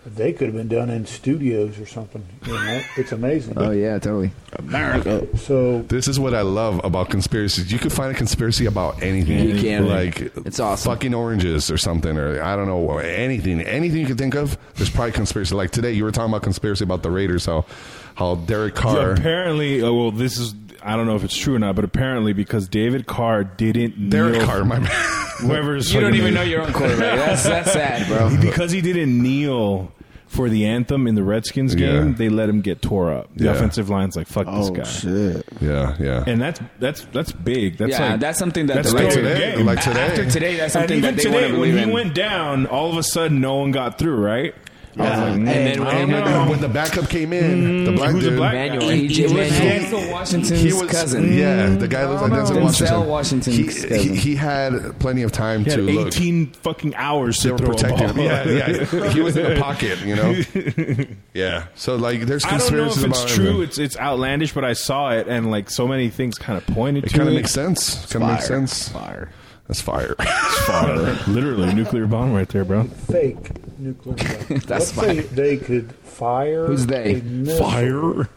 Speaker 20: They could have been done in studios or something. you know? It's amazing.
Speaker 2: oh yeah, totally.
Speaker 1: America.
Speaker 20: So
Speaker 1: this is what I love about conspiracies. You can find a conspiracy about anything.
Speaker 6: You can.
Speaker 1: like it's awesome. Fucking oranges or something, or I don't know anything. Anything you can think of. There's probably conspiracy. Like today, you were talking about conspiracy about the Raiders. How how Derek Carr.
Speaker 5: apparently, oh, well, this is. I don't know if it's true or not, but apparently, because David Carr didn't.
Speaker 1: Derek
Speaker 5: kneel,
Speaker 1: Carr, my man.
Speaker 5: Whoever's
Speaker 2: You don't
Speaker 5: fucking
Speaker 2: even
Speaker 5: name.
Speaker 2: know your own quarterback. That's- that's sad, bro.
Speaker 5: Because he didn't kneel for the anthem in the Redskins game,
Speaker 1: Yeah.
Speaker 5: they let him get tore up. The
Speaker 1: Yeah.
Speaker 5: offensive line's like, "Fuck
Speaker 1: Oh,
Speaker 5: this guy."
Speaker 1: Yeah, yeah.
Speaker 5: And that's that's that's big. That's
Speaker 2: yeah,
Speaker 5: like,
Speaker 2: that's something that
Speaker 5: that's
Speaker 2: like
Speaker 5: still a
Speaker 2: today,
Speaker 5: game.
Speaker 2: like today. After today, that's something
Speaker 5: and even
Speaker 2: that they
Speaker 5: today,
Speaker 2: wanna
Speaker 5: when
Speaker 2: believe
Speaker 5: he
Speaker 2: in.
Speaker 5: went down, all of a sudden, no one got through. Right? I was like,
Speaker 2: And then
Speaker 5: "Mm, I
Speaker 2: when-
Speaker 5: don't
Speaker 2: and
Speaker 5: know."
Speaker 1: when the backup came in, the black
Speaker 5: Mm-hmm. who's the
Speaker 1: dude,
Speaker 5: black guy? Manuel.
Speaker 1: he-
Speaker 2: E.J.
Speaker 1: he was-
Speaker 2: Manuel. Denzel Washington's
Speaker 1: he was-
Speaker 2: cousin.
Speaker 1: Yeah, the guy looks like
Speaker 2: don't
Speaker 1: Denzel
Speaker 2: know.
Speaker 1: Washington.
Speaker 2: Denzel Washington's
Speaker 1: he,
Speaker 2: cousin.
Speaker 1: he, he had plenty of time
Speaker 5: He had
Speaker 1: to look.
Speaker 5: 18 fucking hours
Speaker 1: They
Speaker 5: to
Speaker 1: were
Speaker 5: throw a
Speaker 1: protected.
Speaker 5: ball.
Speaker 1: Yeah, yeah. He was in the pocket, you know? Yeah. So like, there's
Speaker 5: I don't know if
Speaker 1: conspiracies
Speaker 5: it's
Speaker 1: about
Speaker 5: true.
Speaker 1: everything.
Speaker 5: It's it's outlandish, but I saw it, and like so many things kind of pointed
Speaker 1: It
Speaker 5: to it.
Speaker 1: kind of makes sense. Kind of makes
Speaker 5: fire.
Speaker 1: sense. Fire. That's fire.
Speaker 5: Fire. Literally, nuclear bomb right there, bro.
Speaker 20: fake nuclear weapons.
Speaker 5: That's
Speaker 20: Let's say they could fire. a missile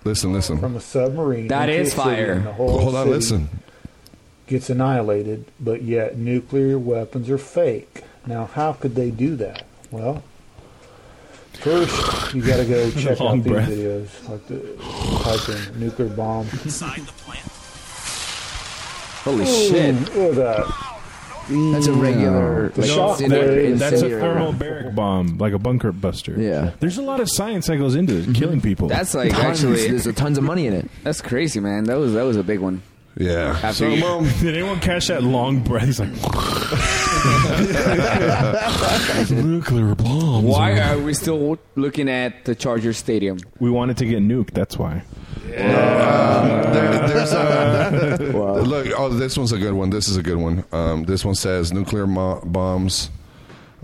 Speaker 1: Listen, listen.
Speaker 20: from a submarine.
Speaker 1: That
Speaker 20: into
Speaker 1: is
Speaker 20: a city,
Speaker 1: fire.
Speaker 20: and the whole
Speaker 1: Hold on,
Speaker 20: city
Speaker 1: listen.
Speaker 20: Gets annihilated, but yet nuclear weapons are fake. Now, how could they do that? Well, first you got to go check
Speaker 5: Long
Speaker 20: out these
Speaker 5: breath.
Speaker 20: videos, like the type in nuclear bomb.
Speaker 21: Inside the plant.
Speaker 2: Holy shit.
Speaker 20: Look at that.
Speaker 2: That's a regular-
Speaker 20: The
Speaker 2: like,
Speaker 20: shock
Speaker 2: it's in there-
Speaker 20: wave.
Speaker 2: it's
Speaker 5: That's a
Speaker 2: Incendiary round.
Speaker 5: thermobaric bomb, like a bunker buster.
Speaker 2: Yeah. Mm-hmm.
Speaker 5: There's a lot of science that goes into it, killing people.
Speaker 2: That's like
Speaker 5: Tons.
Speaker 2: actually
Speaker 5: There's a-
Speaker 2: tons of money in it. That's crazy, man. That was that was a big one.
Speaker 1: Yeah.
Speaker 2: After
Speaker 5: So,
Speaker 2: you-
Speaker 5: um, did anyone catch that long breath? He's like, nuclear bombs.
Speaker 2: Why are we still looking at the Charger Stadium?
Speaker 5: We wanted to get nuked. That's why.
Speaker 1: There- there's a, Look, oh, this one's a good one. This is a good one. Um, this one says nuclear mo- bombs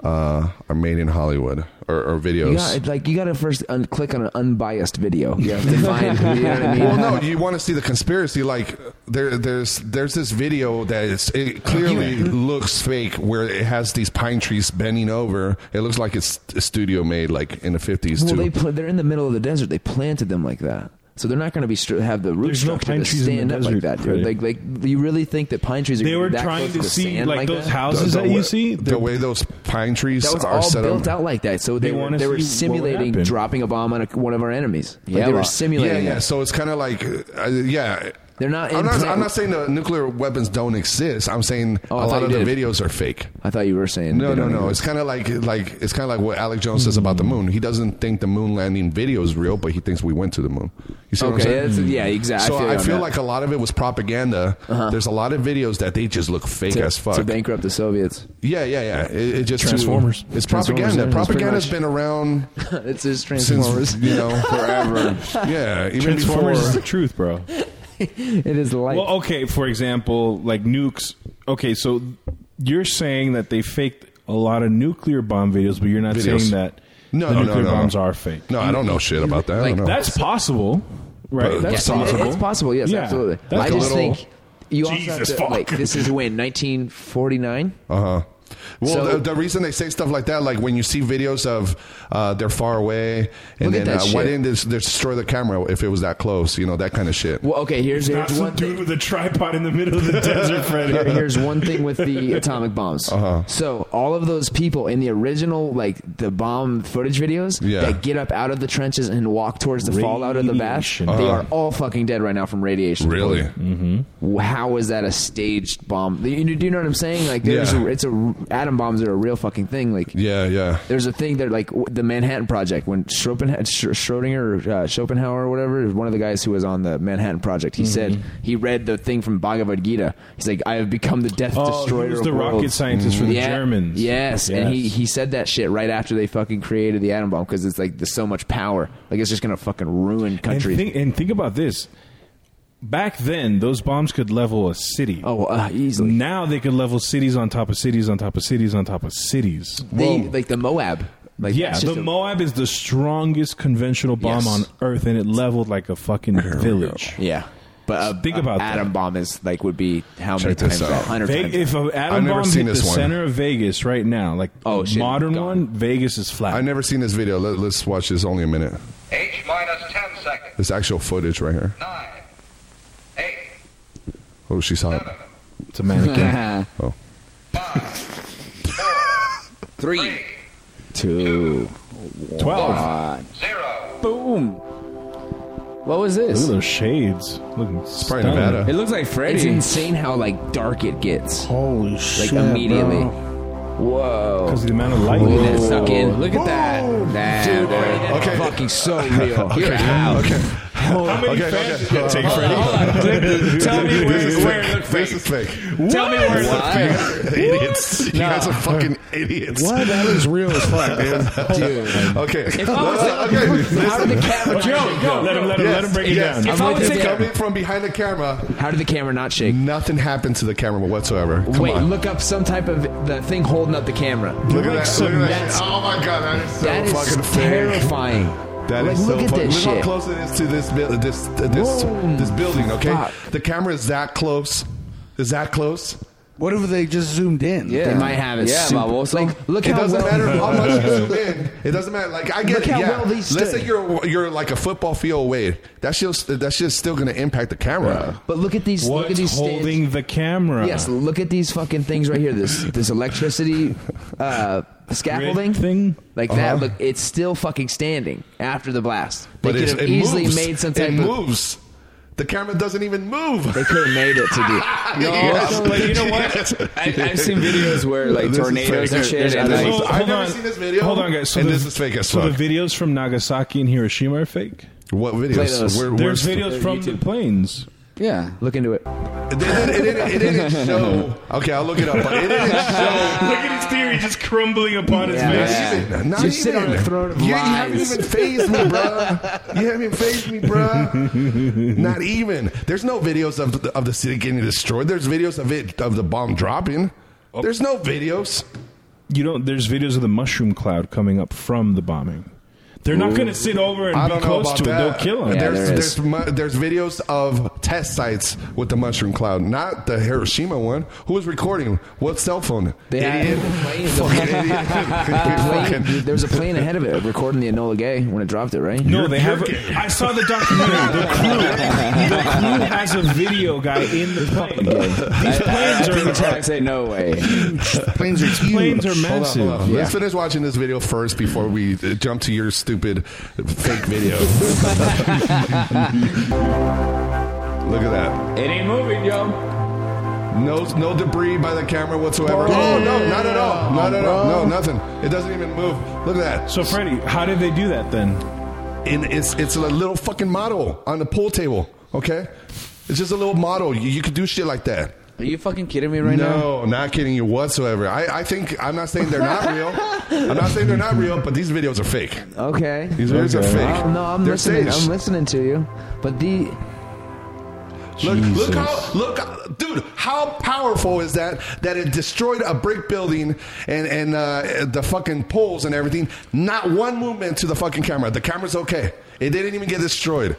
Speaker 1: uh, are made in Hollywood or, or videos.
Speaker 6: You got, like you got to first un- click on an unbiased video. You have to find. You know what I mean?
Speaker 1: Well, no, you want to see the conspiracy. Like there, there's there's this video that it's, it clearly
Speaker 6: Mm-hmm.
Speaker 1: looks fake, where it has these pine trees bending over. It looks like it's a studio made, like in the fifties
Speaker 6: Well,
Speaker 1: too.
Speaker 6: they pl- they're in the middle of the desert. They planted them like that, so they're not going to be stru- have the root
Speaker 5: There's no
Speaker 6: structure
Speaker 5: pine
Speaker 6: to
Speaker 5: trees in
Speaker 6: stand
Speaker 5: the
Speaker 6: up like
Speaker 5: desert,
Speaker 6: that, dude.
Speaker 5: Freddie.
Speaker 6: Like, like do you really think that pine trees? Are
Speaker 5: They were
Speaker 6: that
Speaker 5: trying
Speaker 6: close
Speaker 5: to
Speaker 6: the
Speaker 5: see,
Speaker 6: sand
Speaker 5: like,
Speaker 6: like
Speaker 5: those
Speaker 6: that?
Speaker 5: houses that you see.
Speaker 1: the way those pine trees
Speaker 6: That was
Speaker 1: are
Speaker 6: all
Speaker 1: set up.
Speaker 6: built out like that, so
Speaker 5: They
Speaker 6: they, were
Speaker 5: wanna
Speaker 6: they were
Speaker 5: see what would
Speaker 6: simulating
Speaker 5: happen.
Speaker 6: dropping a bomb on a, one of our enemies. Like, they
Speaker 1: well,
Speaker 6: were simulating.
Speaker 1: Yeah, yeah.
Speaker 6: that.
Speaker 1: So it's kind of like, uh, yeah.
Speaker 6: They're not.
Speaker 1: I'm not,
Speaker 6: implant-
Speaker 1: I'm not saying the nuclear weapons don't exist. I'm saying
Speaker 6: Oh, I
Speaker 1: a
Speaker 6: thought
Speaker 1: lot
Speaker 6: you
Speaker 1: of the
Speaker 6: did.
Speaker 1: videos are fake.
Speaker 6: I thought you were saying
Speaker 1: No,
Speaker 6: they
Speaker 1: no,
Speaker 6: don't
Speaker 1: no.
Speaker 6: exist.
Speaker 1: It's kind of like like it's kind of like what Alec Jones says about the moon. He doesn't think the moon landing video is real, but he thinks we went to the moon. You see what I'm
Speaker 6: Okay,
Speaker 1: saying?
Speaker 6: that's- yeah, exactly.
Speaker 1: So
Speaker 6: I feel
Speaker 1: I
Speaker 6: you
Speaker 1: feel,
Speaker 6: on that. Uh-huh.
Speaker 1: like a lot of it was propaganda. There's a lot of videos that they just look fake
Speaker 6: to,
Speaker 1: as fuck.
Speaker 6: to bankrupt the Soviets.
Speaker 1: yeah, yeah, yeah. It, it just
Speaker 5: Transformers.
Speaker 1: it's
Speaker 6: Transformers, yeah,
Speaker 1: propaganda. Propaganda's
Speaker 6: that's pretty much-
Speaker 1: been around
Speaker 6: it's just Transformers.
Speaker 1: since you know
Speaker 5: Forever.
Speaker 1: Yeah, even
Speaker 5: Transformers
Speaker 1: before-
Speaker 5: is the truth, bro.
Speaker 6: it is light.
Speaker 5: Well, okay. For example, like nukes. Okay, so you're saying that they faked a lot of nuclear bomb videos, but you're not
Speaker 1: Videos.
Speaker 5: saying that
Speaker 1: No,
Speaker 5: the
Speaker 1: no, no,
Speaker 5: nuclear
Speaker 1: no, no.
Speaker 5: bombs are fake.
Speaker 1: No, I don't know shit about that. I don't know.
Speaker 5: That's possible, right?
Speaker 1: But-
Speaker 5: that's
Speaker 1: Yeah, it-
Speaker 5: possible.
Speaker 6: It's possible, yes,
Speaker 5: Yeah,
Speaker 6: absolutely.
Speaker 5: that's
Speaker 6: I
Speaker 5: a
Speaker 6: just
Speaker 5: little-
Speaker 6: think you also
Speaker 5: Jesus,
Speaker 6: have to,
Speaker 5: fuck.
Speaker 6: like this is when 1949.
Speaker 1: Uh huh. Well,
Speaker 6: So-
Speaker 1: the, the reason they say stuff like that, like when you see videos of uh, they're far away, and
Speaker 6: Look
Speaker 1: then
Speaker 6: at that
Speaker 1: uh, why
Speaker 6: shit.
Speaker 1: didn't they, s- they destroy the camera if it was that close? You know that kind of shit.
Speaker 6: Well, okay, here's,
Speaker 5: Not
Speaker 6: here's
Speaker 5: some
Speaker 6: one
Speaker 5: dude with a tripod in the middle of the desert, Freddy.
Speaker 6: Here- here's one thing with the atomic bombs.
Speaker 1: Uh-huh.
Speaker 6: So all of those people in the original, like the bomb footage videos,
Speaker 1: Yeah.
Speaker 6: that get up out of the trenches and walk towards the fallout of the bash,
Speaker 5: Radiation.
Speaker 6: they
Speaker 1: Uh-huh.
Speaker 6: are all fucking dead right now from radiation.
Speaker 1: Really?
Speaker 6: Mm-hmm. How is that a staged bomb? You- you- Do you know what I'm saying? Like, there's
Speaker 1: Yeah.
Speaker 6: it's a atom bombs are a real fucking thing. Like,
Speaker 1: yeah, yeah.
Speaker 6: There's a thing that like w- the Manhattan Project when Schopenhauer, Schrodinger or uh, Schopenhauer or whatever, one of the guys who was on the Manhattan Project, he said
Speaker 1: Mm-hmm.
Speaker 6: he read the thing from Bhagavad Gita. He's like, I have become the death
Speaker 5: Oh, he
Speaker 6: destroyer.
Speaker 5: was
Speaker 6: of
Speaker 5: the rocket
Speaker 6: worlds."
Speaker 5: scientist for the
Speaker 6: Yeah.
Speaker 5: Germans.
Speaker 6: Yes, and he
Speaker 5: Yes.
Speaker 6: he said that shit right after they fucking created the atom bomb because it's like there's so much power, like it's just gonna fucking ruin
Speaker 5: And
Speaker 6: countries.
Speaker 5: think, and think about this. Back then, those bombs could level a city.
Speaker 6: Oh, uh, easily.
Speaker 5: Now they could level cities on top of cities on top of cities on top of cities.
Speaker 6: They- like the Moab. Like
Speaker 5: yeah,
Speaker 6: that's just
Speaker 5: the
Speaker 6: a-
Speaker 5: Moab is the strongest conventional bomb
Speaker 6: Yes.
Speaker 5: on Earth, and it leveled like a fucking village.
Speaker 6: Yeah, but a,
Speaker 5: think about
Speaker 6: atom bomb is like would be how many
Speaker 5: Check this
Speaker 6: times
Speaker 5: out.
Speaker 6: that? Hundred
Speaker 5: Ve-
Speaker 6: times.
Speaker 5: if
Speaker 6: that.
Speaker 5: an atom bomb hit the center of Vegas right now, like oh,
Speaker 1: shit,
Speaker 5: modern one, Vegas is flat.
Speaker 1: I've never seen this video. Let, let's watch this. Only a minute.
Speaker 21: H minus 10 seconds.
Speaker 1: This actual footage right here. Oh, she's hot.
Speaker 5: It's a mannequin.
Speaker 1: oh.
Speaker 2: Three.
Speaker 6: Two.
Speaker 5: Twelve.
Speaker 2: Zero. Boom. What was this?
Speaker 5: Look at those shades. Look, it's
Speaker 1: probably
Speaker 5: stunning.
Speaker 1: Nevada.
Speaker 2: It looks like Freddy.
Speaker 6: It's insane how like dark it gets.
Speaker 4: Holy
Speaker 6: Like
Speaker 4: shit,
Speaker 6: immediately.
Speaker 4: bro.
Speaker 6: Whoa.
Speaker 5: Because the amount of light.
Speaker 6: Look at that suck in.
Speaker 2: Look at that.
Speaker 6: Damn,
Speaker 2: Dude,
Speaker 6: dude.
Speaker 2: okay.
Speaker 6: Fucking so real.
Speaker 2: Okay.
Speaker 6: You're out.
Speaker 5: How many
Speaker 1: okay,
Speaker 5: fans
Speaker 1: okay.
Speaker 5: you got,
Speaker 1: Uh,
Speaker 5: Freddy? Tell me where-
Speaker 1: This is
Speaker 5: where
Speaker 1: fake.
Speaker 5: it looked
Speaker 1: This is fake.
Speaker 5: Tell me where it's
Speaker 1: You're idiots. You
Speaker 5: Nah.
Speaker 1: guys are fucking idiots.
Speaker 4: What? That is real as fuck, dude.
Speaker 1: Okay.
Speaker 4: If I was-
Speaker 1: okay.
Speaker 4: How did the camera-
Speaker 1: Okay,
Speaker 4: Joe, go,
Speaker 5: Let him- go. let him- let him break it
Speaker 1: yes.
Speaker 5: down.
Speaker 1: I'm
Speaker 5: If I
Speaker 1: like,
Speaker 5: was
Speaker 1: it's
Speaker 5: in-
Speaker 1: coming from behind the camera.
Speaker 6: How did the camera not shake?
Speaker 1: Nothing happened to the camera whatsoever. Come
Speaker 6: Wait,
Speaker 1: on.
Speaker 6: look up some type of the thing holding up the camera.
Speaker 1: Look at that. Look at that.
Speaker 6: That's-
Speaker 1: shit. Oh my god, that is so
Speaker 6: that is
Speaker 1: fucking fake.
Speaker 6: terrifying.
Speaker 1: That
Speaker 6: Like,
Speaker 1: is so
Speaker 6: look at
Speaker 1: fucking.
Speaker 6: this
Speaker 1: Look
Speaker 6: shit.
Speaker 1: how close it is to this buil- this this this building. Okay, the camera is that close. Is that close?
Speaker 4: What if they just zoomed in?
Speaker 1: Yeah.
Speaker 6: They might have it.
Speaker 1: Yeah,
Speaker 6: super-
Speaker 1: Barbosa.
Speaker 6: Like, look
Speaker 1: It
Speaker 6: how
Speaker 1: doesn't
Speaker 6: well-
Speaker 1: matter how much you zoom in. It doesn't matter. Like I get
Speaker 6: Look
Speaker 1: it.
Speaker 6: how
Speaker 1: yeah.
Speaker 6: well they stood.
Speaker 1: Let's say you're you're like a football field away. That shit's that shit's still gonna impact the camera.
Speaker 6: But look at these. look at
Speaker 5: What's
Speaker 6: these stands.
Speaker 5: holding the camera?
Speaker 6: Yes, look at these fucking things right here. This this electricity uh, scaffolding
Speaker 5: thing
Speaker 6: like that.
Speaker 1: Uh-huh.
Speaker 6: Look, it's still fucking standing after the blast. They
Speaker 1: But
Speaker 6: could
Speaker 1: it's,
Speaker 6: have
Speaker 1: it
Speaker 6: easily
Speaker 1: moves.
Speaker 6: made some type
Speaker 1: It
Speaker 6: of.
Speaker 1: moves. The camera doesn't even move.
Speaker 6: They could have made it to do.
Speaker 2: No,
Speaker 1: Yes.
Speaker 2: but you know what?
Speaker 1: Yes.
Speaker 2: I, I've seen videos where like
Speaker 1: This is
Speaker 2: tornadoes
Speaker 1: fake.
Speaker 2: and shit.
Speaker 1: There's-
Speaker 2: And,
Speaker 1: there's-
Speaker 2: like,
Speaker 1: I've
Speaker 5: Hold
Speaker 1: never
Speaker 5: on.
Speaker 1: seen this video.
Speaker 5: Hold on, guys. So
Speaker 1: and
Speaker 5: the-
Speaker 1: this is fake as
Speaker 5: So
Speaker 1: fuck.
Speaker 5: the videos from Nagasaki and Hiroshima are fake.
Speaker 1: What videos? Where-
Speaker 5: There's
Speaker 1: where's-
Speaker 5: videos from the planes.
Speaker 2: yeah,
Speaker 6: look into it.
Speaker 1: It didn't, it didn't, it didn't show. Okay, I'll look it up. But it didn't show.
Speaker 4: Oh.
Speaker 5: Look at his theory just crumbling upon its
Speaker 1: Not
Speaker 5: face.
Speaker 1: even. Not
Speaker 6: You
Speaker 1: even.
Speaker 6: sit on a throne of
Speaker 1: you, you
Speaker 6: lies.
Speaker 1: haven't even phased me, bruh. You haven't even phased me, bruh. Not even. There's no videos of the, of the city getting destroyed. There's videos of it of the bomb dropping.
Speaker 5: Oh.
Speaker 1: There's no videos.
Speaker 5: You don't. There's videos of the mushroom cloud coming up from the bombing. They're not going to sit over and
Speaker 1: I
Speaker 5: be
Speaker 1: don't know
Speaker 5: close to
Speaker 1: about
Speaker 5: it. They'll
Speaker 1: that.
Speaker 5: kill him.
Speaker 1: there's, there's, mu- there's videos of test sites with the mushroom cloud, not the Hiroshima one. Who was recording? What cell phone?
Speaker 6: They
Speaker 1: idiot.
Speaker 6: had
Speaker 1: Fucking idiot.
Speaker 6: the plane, there was a plane ahead of it recording the Enola Gay when it dropped it, right?
Speaker 5: No, they have. A, I saw the documentary. The crew, the crew has a video guy in the plane. These planes
Speaker 2: people
Speaker 5: are
Speaker 2: try to say no way.
Speaker 4: planes are huge.
Speaker 5: planes are
Speaker 1: Hold on,
Speaker 5: massive.
Speaker 1: hold on.
Speaker 2: Yeah.
Speaker 1: Let's finish watching this video first before we uh, jump to your stupid fake video. Look at that.
Speaker 2: It ain't moving, yo.
Speaker 1: No, no debris by the camera whatsoever. Oh no, not at all. Not at all. No, nothing. It doesn't even move. Look at that.
Speaker 5: So, Freddie, how did they do that then?
Speaker 1: And it's it's a little fucking model on the pool table. Okay, it's just a little model. You, you could do shit like that.
Speaker 2: Are you fucking kidding me right now?
Speaker 1: no, not kidding you whatsoever. I, I think I'm not saying they're not real. I'm not saying they're not real, but these videos are fake.
Speaker 6: Okay.
Speaker 1: These videos are fake.
Speaker 6: Oh, no, I'm
Speaker 1: They're
Speaker 6: listening.
Speaker 1: staged.
Speaker 6: I'm listening to you. But the
Speaker 1: Look, look how, look, dude, how powerful is that? That it destroyed a brick building and and uh, the fucking poles and everything. Not one movement to the fucking camera. The camera's okay. It didn't even get destroyed.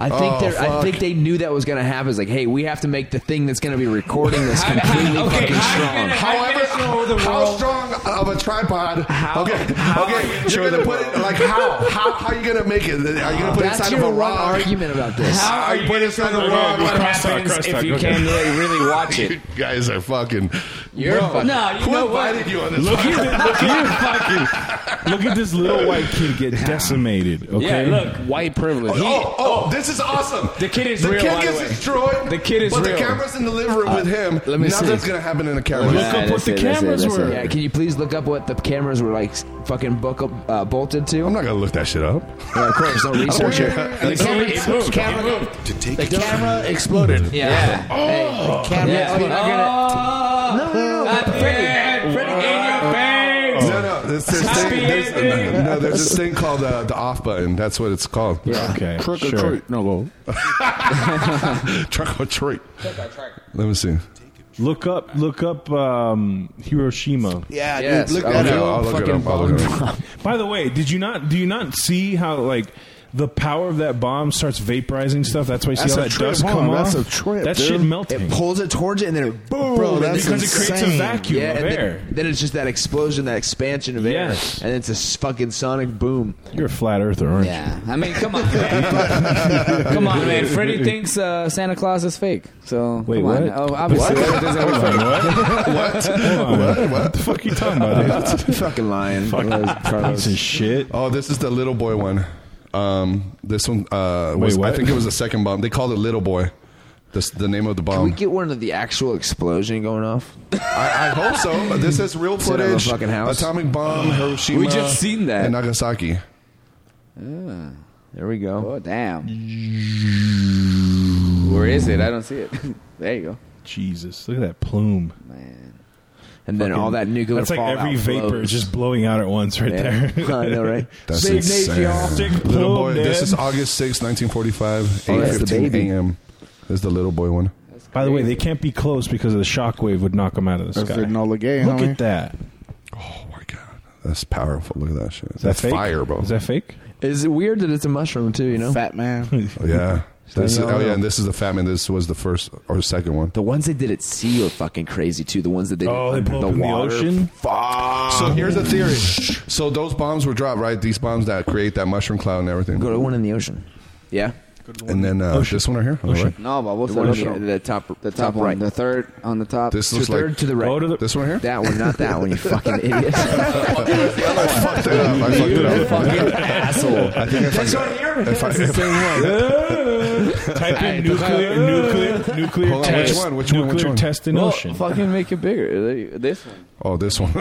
Speaker 6: I think
Speaker 1: Oh,
Speaker 6: they're I
Speaker 1: fuck.
Speaker 6: think they knew that was going to happen. It's like, hey, we have to make the thing that's going to be recording this completely fucking strong.
Speaker 1: However, how strong of a tripod? okay, okay. You're gonna put it like how? How, how are you gonna make it? Are you gonna put
Speaker 6: That's
Speaker 1: it inside
Speaker 6: your
Speaker 1: of a
Speaker 6: one
Speaker 1: rock?
Speaker 6: argument about this.
Speaker 2: How
Speaker 1: Are you putting it inside of a
Speaker 5: Okay,
Speaker 1: rock?
Speaker 5: we
Speaker 2: What
Speaker 5: crosstalk,
Speaker 2: happens
Speaker 5: crosstalk,
Speaker 2: if you
Speaker 5: okay.
Speaker 2: can like, really watch
Speaker 1: You
Speaker 2: it?
Speaker 1: guys are fucking.
Speaker 2: You're
Speaker 1: Bro,
Speaker 2: fucking. No, you
Speaker 1: who
Speaker 2: know what?
Speaker 1: invited you on this?
Speaker 5: Look
Speaker 1: podcast?
Speaker 5: at, look, at, look at this little white kid get decimated. Okay,
Speaker 2: Yeah, look.
Speaker 4: White privilege.
Speaker 1: Oh, oh, this This is awesome.
Speaker 3: The kid is
Speaker 1: the
Speaker 3: real,
Speaker 1: kid
Speaker 3: by the
Speaker 1: gets
Speaker 3: way.
Speaker 1: destroyed.
Speaker 3: The kid is
Speaker 1: but
Speaker 3: real.
Speaker 1: the camera's in the living room
Speaker 6: Uh,
Speaker 1: with him.
Speaker 6: let me see.
Speaker 1: Nothing's gonna happen in the camera.
Speaker 6: Yeah, can you please look up what the cameras were like fucking buckle, uh, bolted to? I'm
Speaker 1: not gonna look that shit up.
Speaker 6: of course, don't research it.
Speaker 4: The camera, the camera, the camera exploded.
Speaker 6: Yeah.
Speaker 4: Oh, the camera. exploded.
Speaker 5: Oh.
Speaker 6: No, no, no.
Speaker 3: Freddy, Freddy, in your face.
Speaker 1: No, no. There's this thing. There's, no, there's this thing called uh, the off button. that's what it's called.
Speaker 5: Yeah. Okay, Trick or sure. treat.
Speaker 1: No go. Trick or treat. Let me see.
Speaker 5: Look up, look up um, Hiroshima.
Speaker 4: Yeah,
Speaker 1: Yes,
Speaker 4: dude, look
Speaker 1: I'll
Speaker 4: at
Speaker 1: look
Speaker 4: it.
Speaker 1: it up, I'll look it up, I'll look it up.
Speaker 5: By the way, did you not? Do you not see how like the power of that bomb starts vaporizing stuff? That's why you see
Speaker 4: That's a
Speaker 5: all that
Speaker 4: trip,
Speaker 5: dust
Speaker 4: huh?
Speaker 5: come
Speaker 4: That's
Speaker 5: off.
Speaker 4: a trip,
Speaker 5: That
Speaker 4: dude.
Speaker 5: shit melting.
Speaker 6: It pulls it towards it and then it boom.
Speaker 4: Bro, that's
Speaker 6: and then-
Speaker 4: Because it creates a insane. vacuum
Speaker 6: yeah,
Speaker 5: of
Speaker 6: and then-
Speaker 5: air.
Speaker 6: Then, it's just that explosion, that expansion of
Speaker 5: Yes.
Speaker 6: air, and it's a s- fucking sonic boom.
Speaker 5: You're a flat earther, aren't
Speaker 6: Yeah,
Speaker 2: I mean, come on, man. come on, man. Freddie thinks uh, Santa Claus is fake. So
Speaker 5: Wait,
Speaker 2: come on.
Speaker 5: what?
Speaker 2: Oh, obviously, it doesn't work for you.
Speaker 1: What? What? What the fuck
Speaker 5: you talking about?
Speaker 6: fucking lying.
Speaker 5: Piece of shit.
Speaker 1: Oh, this is the little boy one. Um, this one. Uh, was,
Speaker 5: Wait, what?
Speaker 1: I think it was the second bomb. They called it little boy. This the name of the
Speaker 6: Can we
Speaker 1: bomb.
Speaker 6: get one of the actual explosion going off?
Speaker 1: I, I hope so. This is real
Speaker 6: Sit on the
Speaker 1: footage.
Speaker 6: fucking house.
Speaker 1: Atomic bomb, Hiroshima.
Speaker 6: We just seen that.
Speaker 1: in Nagasaki.
Speaker 6: There we go.
Speaker 2: Oh, damn. Where is it? I don't see it. there you go.
Speaker 5: Jesus, look at that plume.
Speaker 2: Man.
Speaker 6: And then all that nuclear
Speaker 5: That's like
Speaker 6: fallout
Speaker 5: every vapor
Speaker 6: flows.
Speaker 5: just blowing out at once right
Speaker 6: Yeah.
Speaker 5: there.
Speaker 6: I know, right?
Speaker 1: That's
Speaker 5: Sick
Speaker 1: insane.
Speaker 5: Nate, y'all. Sick
Speaker 1: little boy.
Speaker 5: plume,
Speaker 1: This
Speaker 5: Dad.
Speaker 1: is August sixth, nineteen forty-five,
Speaker 6: Oh,
Speaker 1: eight
Speaker 6: that's the
Speaker 1: fifteen
Speaker 6: baby.
Speaker 1: a.m. This is the little boy one.
Speaker 5: By the way, they can't be close because the shockwave would knock them out of the
Speaker 4: That's
Speaker 5: sky.
Speaker 4: the Nola Gay,
Speaker 5: Look
Speaker 4: homie.
Speaker 5: at that.
Speaker 6: Oh
Speaker 1: That's powerful. Look at that shit.
Speaker 5: Is that
Speaker 1: That's
Speaker 5: fake?
Speaker 1: fire, bro.
Speaker 5: Is that fake?
Speaker 6: Is it weird that it's a mushroom too? You know,
Speaker 4: Fat man.
Speaker 1: Oh, yeah.
Speaker 6: So
Speaker 1: This is,
Speaker 6: no,
Speaker 1: oh
Speaker 6: no.
Speaker 1: yeah, and this is the Fat Man. This was the first or second one.
Speaker 6: The ones they did at sea are fucking crazy too. The ones that they did
Speaker 5: Oh, they
Speaker 6: under
Speaker 5: blow
Speaker 6: the
Speaker 5: up in the
Speaker 6: water.
Speaker 5: ocean?
Speaker 6: Fuck.
Speaker 1: So here's the theory. So those bombs were dropped, right? These bombs that create that mushroom cloud and everything.
Speaker 6: Go to one in the ocean. Yeah.
Speaker 1: And then uh, this one right here.
Speaker 5: Oh,
Speaker 1: on the right.
Speaker 2: No, but what's
Speaker 6: The one
Speaker 2: that?
Speaker 6: in
Speaker 2: other one?
Speaker 6: the top,
Speaker 2: The top, one.
Speaker 6: right.
Speaker 2: The third on the top.
Speaker 1: This
Speaker 6: To
Speaker 1: looks
Speaker 6: third
Speaker 1: like
Speaker 6: to the right.
Speaker 5: to the-
Speaker 1: this one here.
Speaker 6: That one, not that one. You fucking idiot.
Speaker 1: I fucked it up. I fucked it up.
Speaker 6: fucking asshole.
Speaker 1: I think I fucked it up. If I, if,
Speaker 5: Type in nuclear, nuclear, nuclear
Speaker 1: Hold on, which
Speaker 5: test.
Speaker 1: one? Which one?
Speaker 5: nuclear
Speaker 1: Which one?
Speaker 5: test in
Speaker 2: Well,
Speaker 5: ocean.
Speaker 2: fucking make it bigger. There you- This one.
Speaker 1: oh, this one.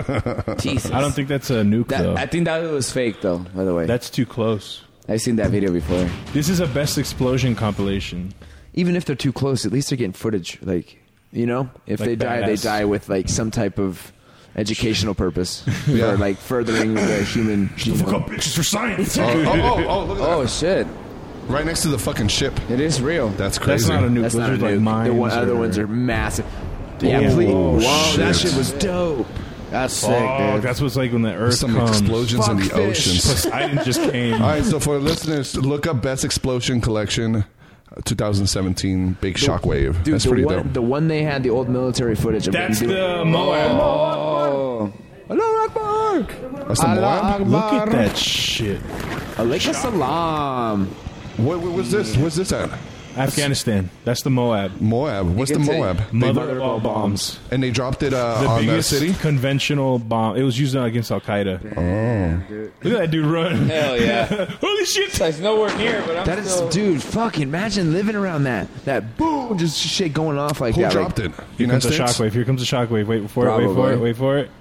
Speaker 2: Jesus.
Speaker 5: I don't think that's a nuke,
Speaker 2: That,
Speaker 5: though.
Speaker 2: I think that was fake, though. By the way,
Speaker 5: that's too close.
Speaker 2: I've seen that video before.
Speaker 5: This is a best explosion compilation.
Speaker 6: Even if they're too close, at least they're getting footage. Like, you know, if
Speaker 5: Like
Speaker 6: they die,
Speaker 5: badass.
Speaker 6: they die with like some type of educational purpose
Speaker 1: Yeah.
Speaker 6: or like furthering the human. genome.
Speaker 5: bitches for science.
Speaker 1: oh, oh, oh, oh, look at
Speaker 2: Oh shit!
Speaker 1: that. Right next to the fucking ship.
Speaker 2: It is real.
Speaker 1: That's crazy.
Speaker 5: That's not a nuke.
Speaker 6: That's
Speaker 5: Those
Speaker 6: not
Speaker 5: are
Speaker 6: a
Speaker 5: like
Speaker 6: nuke.
Speaker 5: mines.
Speaker 6: the one,
Speaker 5: or-
Speaker 6: other ones are massive.
Speaker 5: Yeah.
Speaker 6: Yeah, please.
Speaker 5: Oh,
Speaker 6: Whoa, that
Speaker 1: shit.
Speaker 6: shit was dope.
Speaker 4: That's
Speaker 5: Oh,
Speaker 4: sick, dude.
Speaker 5: that's what's like when the Earth
Speaker 1: Some
Speaker 5: comes.
Speaker 1: explosions in the oceans.
Speaker 5: Poseidon just came.
Speaker 1: All right, so for listeners, look up Best Explosion Collection uh, 2017 Big Shockwave.
Speaker 6: Dude,
Speaker 1: That's
Speaker 6: the
Speaker 1: pretty
Speaker 6: one,
Speaker 1: dope.
Speaker 6: the one they had the old military footage of. what
Speaker 5: That's
Speaker 6: you do-
Speaker 5: the Moab.
Speaker 2: Oh,
Speaker 1: That's the Moab?
Speaker 5: Look at that shit.
Speaker 6: Alaikum salam.
Speaker 1: What, what was this? What's this at?
Speaker 5: Afghanistan. That's the Moab.
Speaker 1: Moab. What's the
Speaker 2: can say-
Speaker 1: Moab?
Speaker 5: Mother of all bombs.
Speaker 1: And they dropped it uh,
Speaker 5: The
Speaker 1: on the
Speaker 5: biggest
Speaker 1: city. Oh.
Speaker 5: conventional bomb. It was used against Al Qaeda. Look at that dude run.
Speaker 2: hell yeah!
Speaker 5: Holy shit.
Speaker 2: It's nowhere near, but I'm
Speaker 6: That is,
Speaker 2: still-
Speaker 6: dude. Fucking imagine living around that. That boom, just shit going off like
Speaker 1: Who
Speaker 6: that.
Speaker 1: dropped
Speaker 6: like,
Speaker 1: it?
Speaker 5: Here comes
Speaker 1: United
Speaker 5: the
Speaker 1: States?
Speaker 5: shockwave. Here comes the shockwave. Wait for it. Wait for
Speaker 2: Probably.
Speaker 5: it. Wait for it.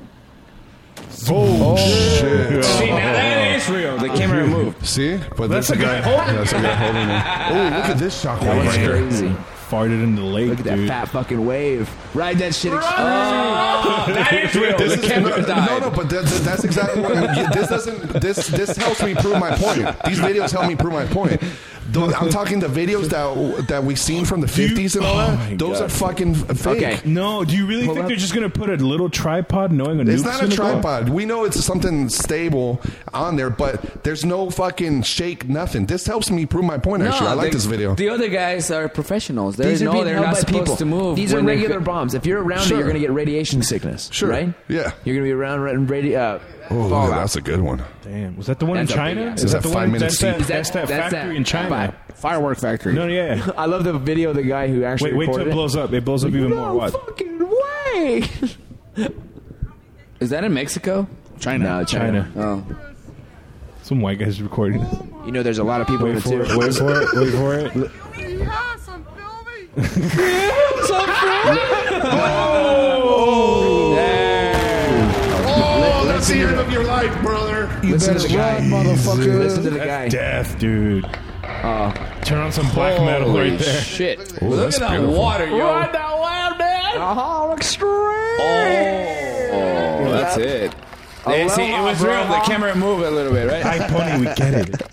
Speaker 1: Oh, shit. Oh.
Speaker 2: See, now that is real. The camera moved.
Speaker 1: See? But
Speaker 5: Oh. That's
Speaker 1: that's a
Speaker 5: the
Speaker 1: guy
Speaker 5: guy holding
Speaker 1: That's a guy holding it. Oh, look at this shockwave
Speaker 6: That's
Speaker 1: right here.
Speaker 6: crazy.
Speaker 5: Farted in the lake,
Speaker 6: Look at that
Speaker 5: dude.
Speaker 6: fat fucking wave. Ride that shit.
Speaker 2: That is real.
Speaker 1: This
Speaker 2: The
Speaker 1: is-
Speaker 2: camera
Speaker 1: no,
Speaker 2: died.
Speaker 1: No, no, but that, that- that's exactly what you- this doesn't. This this helps me prove my point. These videos help me prove my point. Those, I'm talking the videos that that we've seen from the 50s and all
Speaker 5: oh my
Speaker 1: that. Those
Speaker 5: God.
Speaker 1: are fucking fake.
Speaker 6: Okay.
Speaker 5: No, do you really
Speaker 6: Pull
Speaker 5: think
Speaker 6: up.
Speaker 5: they're just going to put a little tripod knowing a
Speaker 1: It's
Speaker 5: nuke's
Speaker 1: not a
Speaker 5: gonna go off?
Speaker 1: tripod. We know it's something stable on there, but there's no fucking shake, nothing. This helps me prove my point. Actually, I like
Speaker 2: the-
Speaker 1: this video.
Speaker 2: The other guys are professionals. They
Speaker 6: These are
Speaker 2: know
Speaker 6: being
Speaker 2: they're
Speaker 6: held
Speaker 2: not
Speaker 6: by
Speaker 2: supposed
Speaker 6: people.
Speaker 2: to move.
Speaker 6: These are
Speaker 2: when they-
Speaker 6: regular bombs. If you're around
Speaker 1: Sure.
Speaker 6: it, you're gonna get radiation sickness.
Speaker 1: Sure.
Speaker 6: Right?
Speaker 1: Yeah.
Speaker 6: You're gonna be around ra- radi- uh,
Speaker 1: oh, look,
Speaker 6: fallout.
Speaker 1: that's a good one.
Speaker 5: Damn, was that the one
Speaker 6: That's
Speaker 5: in
Speaker 6: a
Speaker 5: China?
Speaker 6: big ass.
Speaker 1: Is that
Speaker 5: the
Speaker 1: five
Speaker 5: one that's
Speaker 1: minutes
Speaker 5: that,
Speaker 1: deep?
Speaker 5: that's that
Speaker 6: That's that-
Speaker 5: factory in China?
Speaker 4: Firework factory.
Speaker 5: No, yeah.
Speaker 6: I love the video of the guy who actually
Speaker 5: Wait, wait till
Speaker 6: recorded
Speaker 5: it blows up. It blows up even more.
Speaker 6: No
Speaker 5: What?
Speaker 6: fucking way.
Speaker 2: Is that in Mexico?
Speaker 6: China. No, China.
Speaker 5: China.
Speaker 2: Oh,
Speaker 5: Some white guys recording this.
Speaker 6: You know, there's a lot of people
Speaker 5: Wait
Speaker 6: in it
Speaker 5: for
Speaker 6: too.
Speaker 5: it, wait for it, wait for it.
Speaker 1: Oh, that's the end of your life, brother.
Speaker 4: You
Speaker 1: Listen
Speaker 4: better
Speaker 1: to the
Speaker 4: run,
Speaker 1: guy.
Speaker 4: motherfucker.
Speaker 1: Listen to the
Speaker 5: That's
Speaker 1: guy.
Speaker 5: Death, dude. Turn on some black
Speaker 1: Holy
Speaker 5: metal right there. Oh,
Speaker 3: Shit.
Speaker 1: Ooh,
Speaker 3: Look
Speaker 1: that's
Speaker 3: at that
Speaker 1: beautiful.
Speaker 3: water, yo.
Speaker 4: Run that wild man.
Speaker 3: Oh, that's it.
Speaker 6: Oh,
Speaker 2: Oh,
Speaker 3: Yeah, see, it was real. The camera moved a little bit, right?
Speaker 5: Hi, Pony, we get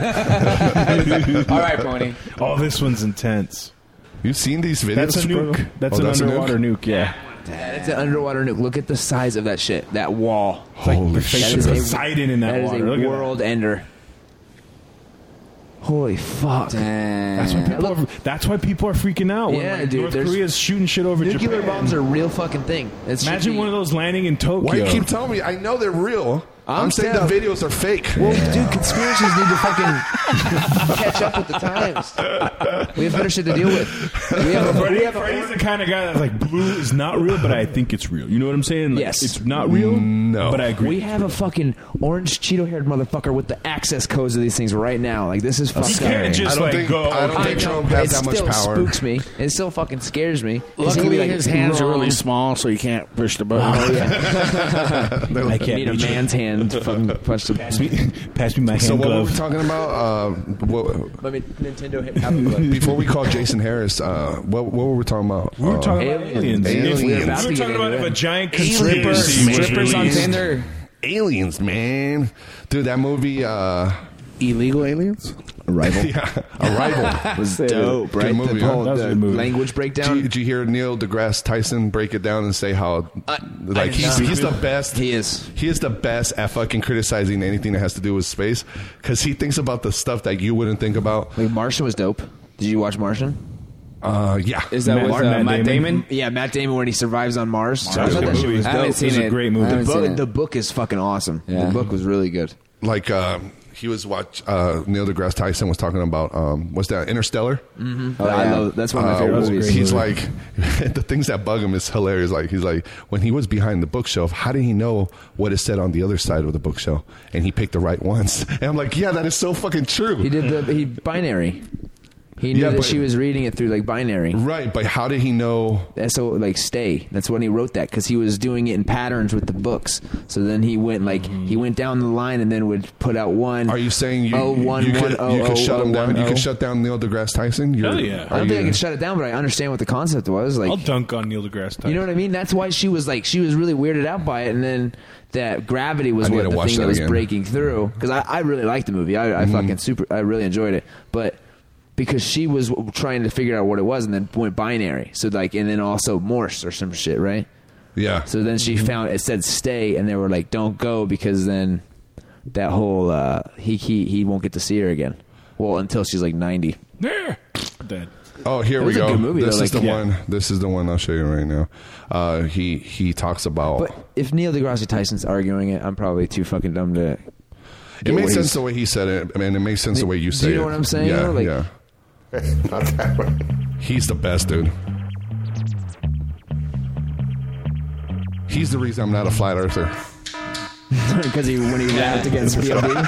Speaker 5: it.
Speaker 3: All right, Pony.
Speaker 5: Oh, this one's intense.
Speaker 1: You've seen these videos?
Speaker 5: That's a
Speaker 1: bro?
Speaker 5: nuke. That's
Speaker 1: Oh,
Speaker 5: an
Speaker 1: a nuke?
Speaker 5: underwater nuke? yeah.
Speaker 6: That's an underwater nuke. Look at the size of that shit. That wall.
Speaker 1: Holy
Speaker 6: That
Speaker 1: shit.
Speaker 6: is a,
Speaker 5: Poseidon in that
Speaker 6: that is
Speaker 5: water. Look at
Speaker 6: a
Speaker 5: that.
Speaker 6: world ender. Holy fuck.
Speaker 5: That's why people are, that's why people are freaking out. when,
Speaker 6: Yeah,
Speaker 5: like,
Speaker 6: dude,
Speaker 5: North
Speaker 6: there's-
Speaker 5: Korea's shooting shit over
Speaker 6: Nuclear
Speaker 5: Japan.
Speaker 6: bombs are a real fucking thing. It's
Speaker 5: Imagine one of those landing in Tokyo.
Speaker 1: Why you keep telling me? I know they're real. I'm,
Speaker 6: I'm
Speaker 1: saying
Speaker 6: telling-
Speaker 1: the videos are fake.
Speaker 6: Well, dude, conspiracies need to fucking catch up with the times. We have better shit to deal with. We have a,
Speaker 5: Freddie,
Speaker 6: we have a,
Speaker 5: Freddie's the kind of guy that's like blue is not real, but I think it's real. You know what I'm saying? Like,
Speaker 6: Yes. Mm.
Speaker 5: it's not real.
Speaker 1: No.
Speaker 5: but I agree.
Speaker 6: we have a fucking orange Cheeto haired motherfucker with the access codes of these things right now. Like this is
Speaker 5: you
Speaker 6: fucked up.
Speaker 5: can't
Speaker 1: I
Speaker 5: just
Speaker 1: don't
Speaker 5: like
Speaker 1: think-
Speaker 5: go.
Speaker 1: I don't
Speaker 5: okay.
Speaker 1: think-
Speaker 6: I know,
Speaker 1: Trump
Speaker 6: but
Speaker 1: has
Speaker 6: it
Speaker 1: that much
Speaker 6: still
Speaker 1: power.
Speaker 6: Spooks me. It still fucking scares me. He's gonna
Speaker 4: Luckily,
Speaker 6: be like,
Speaker 4: his hands are really
Speaker 6: "Wrong."
Speaker 4: small, so you can't push the button.
Speaker 6: Oh yeah,
Speaker 5: I
Speaker 6: I
Speaker 5: can't
Speaker 6: need a
Speaker 5: reach it.
Speaker 6: man's hand to fucking punch the.
Speaker 5: Pass me, pass me my hand
Speaker 1: so what were
Speaker 5: glove.
Speaker 1: we talking about? Uh, what,
Speaker 6: Let me Nintendo hit Apple Glove.
Speaker 1: before we called Jason Harris, uh, what, what were we talking about?
Speaker 5: we were
Speaker 1: Uh,
Speaker 5: talking about
Speaker 6: aliens.
Speaker 5: aliens. If-
Speaker 1: Aliens. We're
Speaker 5: We were
Speaker 1: about
Speaker 6: to get
Speaker 5: talking about
Speaker 6: into
Speaker 5: if a
Speaker 6: it.
Speaker 5: giant
Speaker 1: Strippers,
Speaker 5: conspiracy was
Speaker 1: strippers on
Speaker 5: released.
Speaker 1: Tinder. Aliens, man. Dude, that movie, uh,
Speaker 4: Illegal aliens?
Speaker 6: Rival
Speaker 1: yeah, Arrival.
Speaker 6: was dope, right?
Speaker 1: movie,
Speaker 6: the
Speaker 1: huh?
Speaker 6: whole
Speaker 5: That was a
Speaker 6: the
Speaker 5: good movie.
Speaker 6: language
Speaker 1: Did you,
Speaker 6: breakdown.
Speaker 1: did you hear Neil deGrasse Tyson break it down and say how like
Speaker 6: did
Speaker 1: he's,
Speaker 6: not.
Speaker 1: he's the best
Speaker 6: He is.
Speaker 1: he is the best at fucking criticizing anything that has to do with space because he thinks about the stuff that you wouldn't think about.
Speaker 6: Like Martian was dope. Did you watch Martian?
Speaker 1: Uh, yeah,
Speaker 3: Is that
Speaker 5: Matt-
Speaker 3: with uh,
Speaker 5: Matt
Speaker 3: Matt,
Speaker 5: Damon?
Speaker 3: Damon?
Speaker 6: Yeah, Matt Damon when he survives on Mars. I
Speaker 5: was
Speaker 6: thought
Speaker 5: a
Speaker 6: that
Speaker 5: good
Speaker 6: shit
Speaker 5: movie.
Speaker 6: was
Speaker 3: I
Speaker 6: dope.
Speaker 3: haven't
Speaker 5: It was
Speaker 3: seen
Speaker 5: a
Speaker 3: it.
Speaker 5: great
Speaker 3: I
Speaker 5: movie.
Speaker 6: The
Speaker 3: haven't seen
Speaker 6: book,
Speaker 3: it.
Speaker 6: the book is fucking awesome.
Speaker 3: Yeah.
Speaker 6: The book was really good.
Speaker 1: like um, he was watch uh, Neil deGrasse Tyson was talking about um, what's that Interstellar.
Speaker 6: Oh, I
Speaker 3: yeah.
Speaker 6: love that's one of my favorite
Speaker 5: was a
Speaker 6: movies.
Speaker 5: great
Speaker 1: Uh, He's like, the things that bug him is hilarious. Like he's like, when he was behind the bookshelf, how did he know what is said on the other side of the bookshelf? And he picked the right ones. And I'm like, yeah, that is so fucking true.
Speaker 6: He did the he binary. He knew
Speaker 1: Yeah,
Speaker 6: that
Speaker 1: but-
Speaker 6: she was reading it through like binary.
Speaker 1: Right, but how did he know?
Speaker 6: And so like stay. That's when he wrote that because he was doing it in patterns with the books. So then he went like he went down the line and then would put out one.
Speaker 1: Are you saying you
Speaker 6: oh, one,
Speaker 1: you could,
Speaker 6: one, oh,
Speaker 1: you could
Speaker 6: oh,
Speaker 1: shut
Speaker 6: oh,
Speaker 1: him down?
Speaker 6: one,
Speaker 1: You
Speaker 6: oh.
Speaker 1: could shut down Neil deGrasse Tyson? You're,
Speaker 5: Hell yeah.
Speaker 1: are
Speaker 6: I don't think I
Speaker 1: you-
Speaker 6: can shut it down, but I understand what the concept was. Like
Speaker 5: I'll dunk on Neil deGrasse Tyson.
Speaker 6: You know what I mean? That's why she was like she was really weirded out by it, and then that gravity was
Speaker 1: I need
Speaker 6: what
Speaker 1: to
Speaker 6: the
Speaker 1: watch
Speaker 6: thing that,
Speaker 1: that
Speaker 6: was
Speaker 1: again. Mm-hmm.
Speaker 6: breaking through. Because I, I really liked the movie. I, I fucking super. I really enjoyed it, but because she was w- trying to figure out what it was, and then went binary. So like, and then also Morse or some shit, right?
Speaker 1: yeah. Mm-hmm.
Speaker 6: So then she found it said stay, and they were like, don't go because then that whole uh, he he he won't get to see her again. Well, until she's like ninety.
Speaker 5: There. Dead.
Speaker 1: Oh, here we
Speaker 6: It was
Speaker 1: go.
Speaker 6: a good movie,
Speaker 1: this
Speaker 6: though,
Speaker 1: is
Speaker 6: like-
Speaker 1: the
Speaker 5: Yeah.
Speaker 1: one. This is the one I'll show you right now. Uh, he he talks about.
Speaker 6: But if Neil deGrasse Tyson's arguing it, I'm probably too fucking dumb to.
Speaker 1: it
Speaker 6: what
Speaker 1: makes sense
Speaker 6: he's-
Speaker 1: the way he said it, I mean, it makes sense the way you
Speaker 6: Do
Speaker 1: say it.
Speaker 6: you know what I'm saying,
Speaker 1: Yeah,
Speaker 6: though? Like-
Speaker 1: yeah. He's the best, dude. He's the reason I'm not a flat earther.
Speaker 6: because he when he rapped against POD.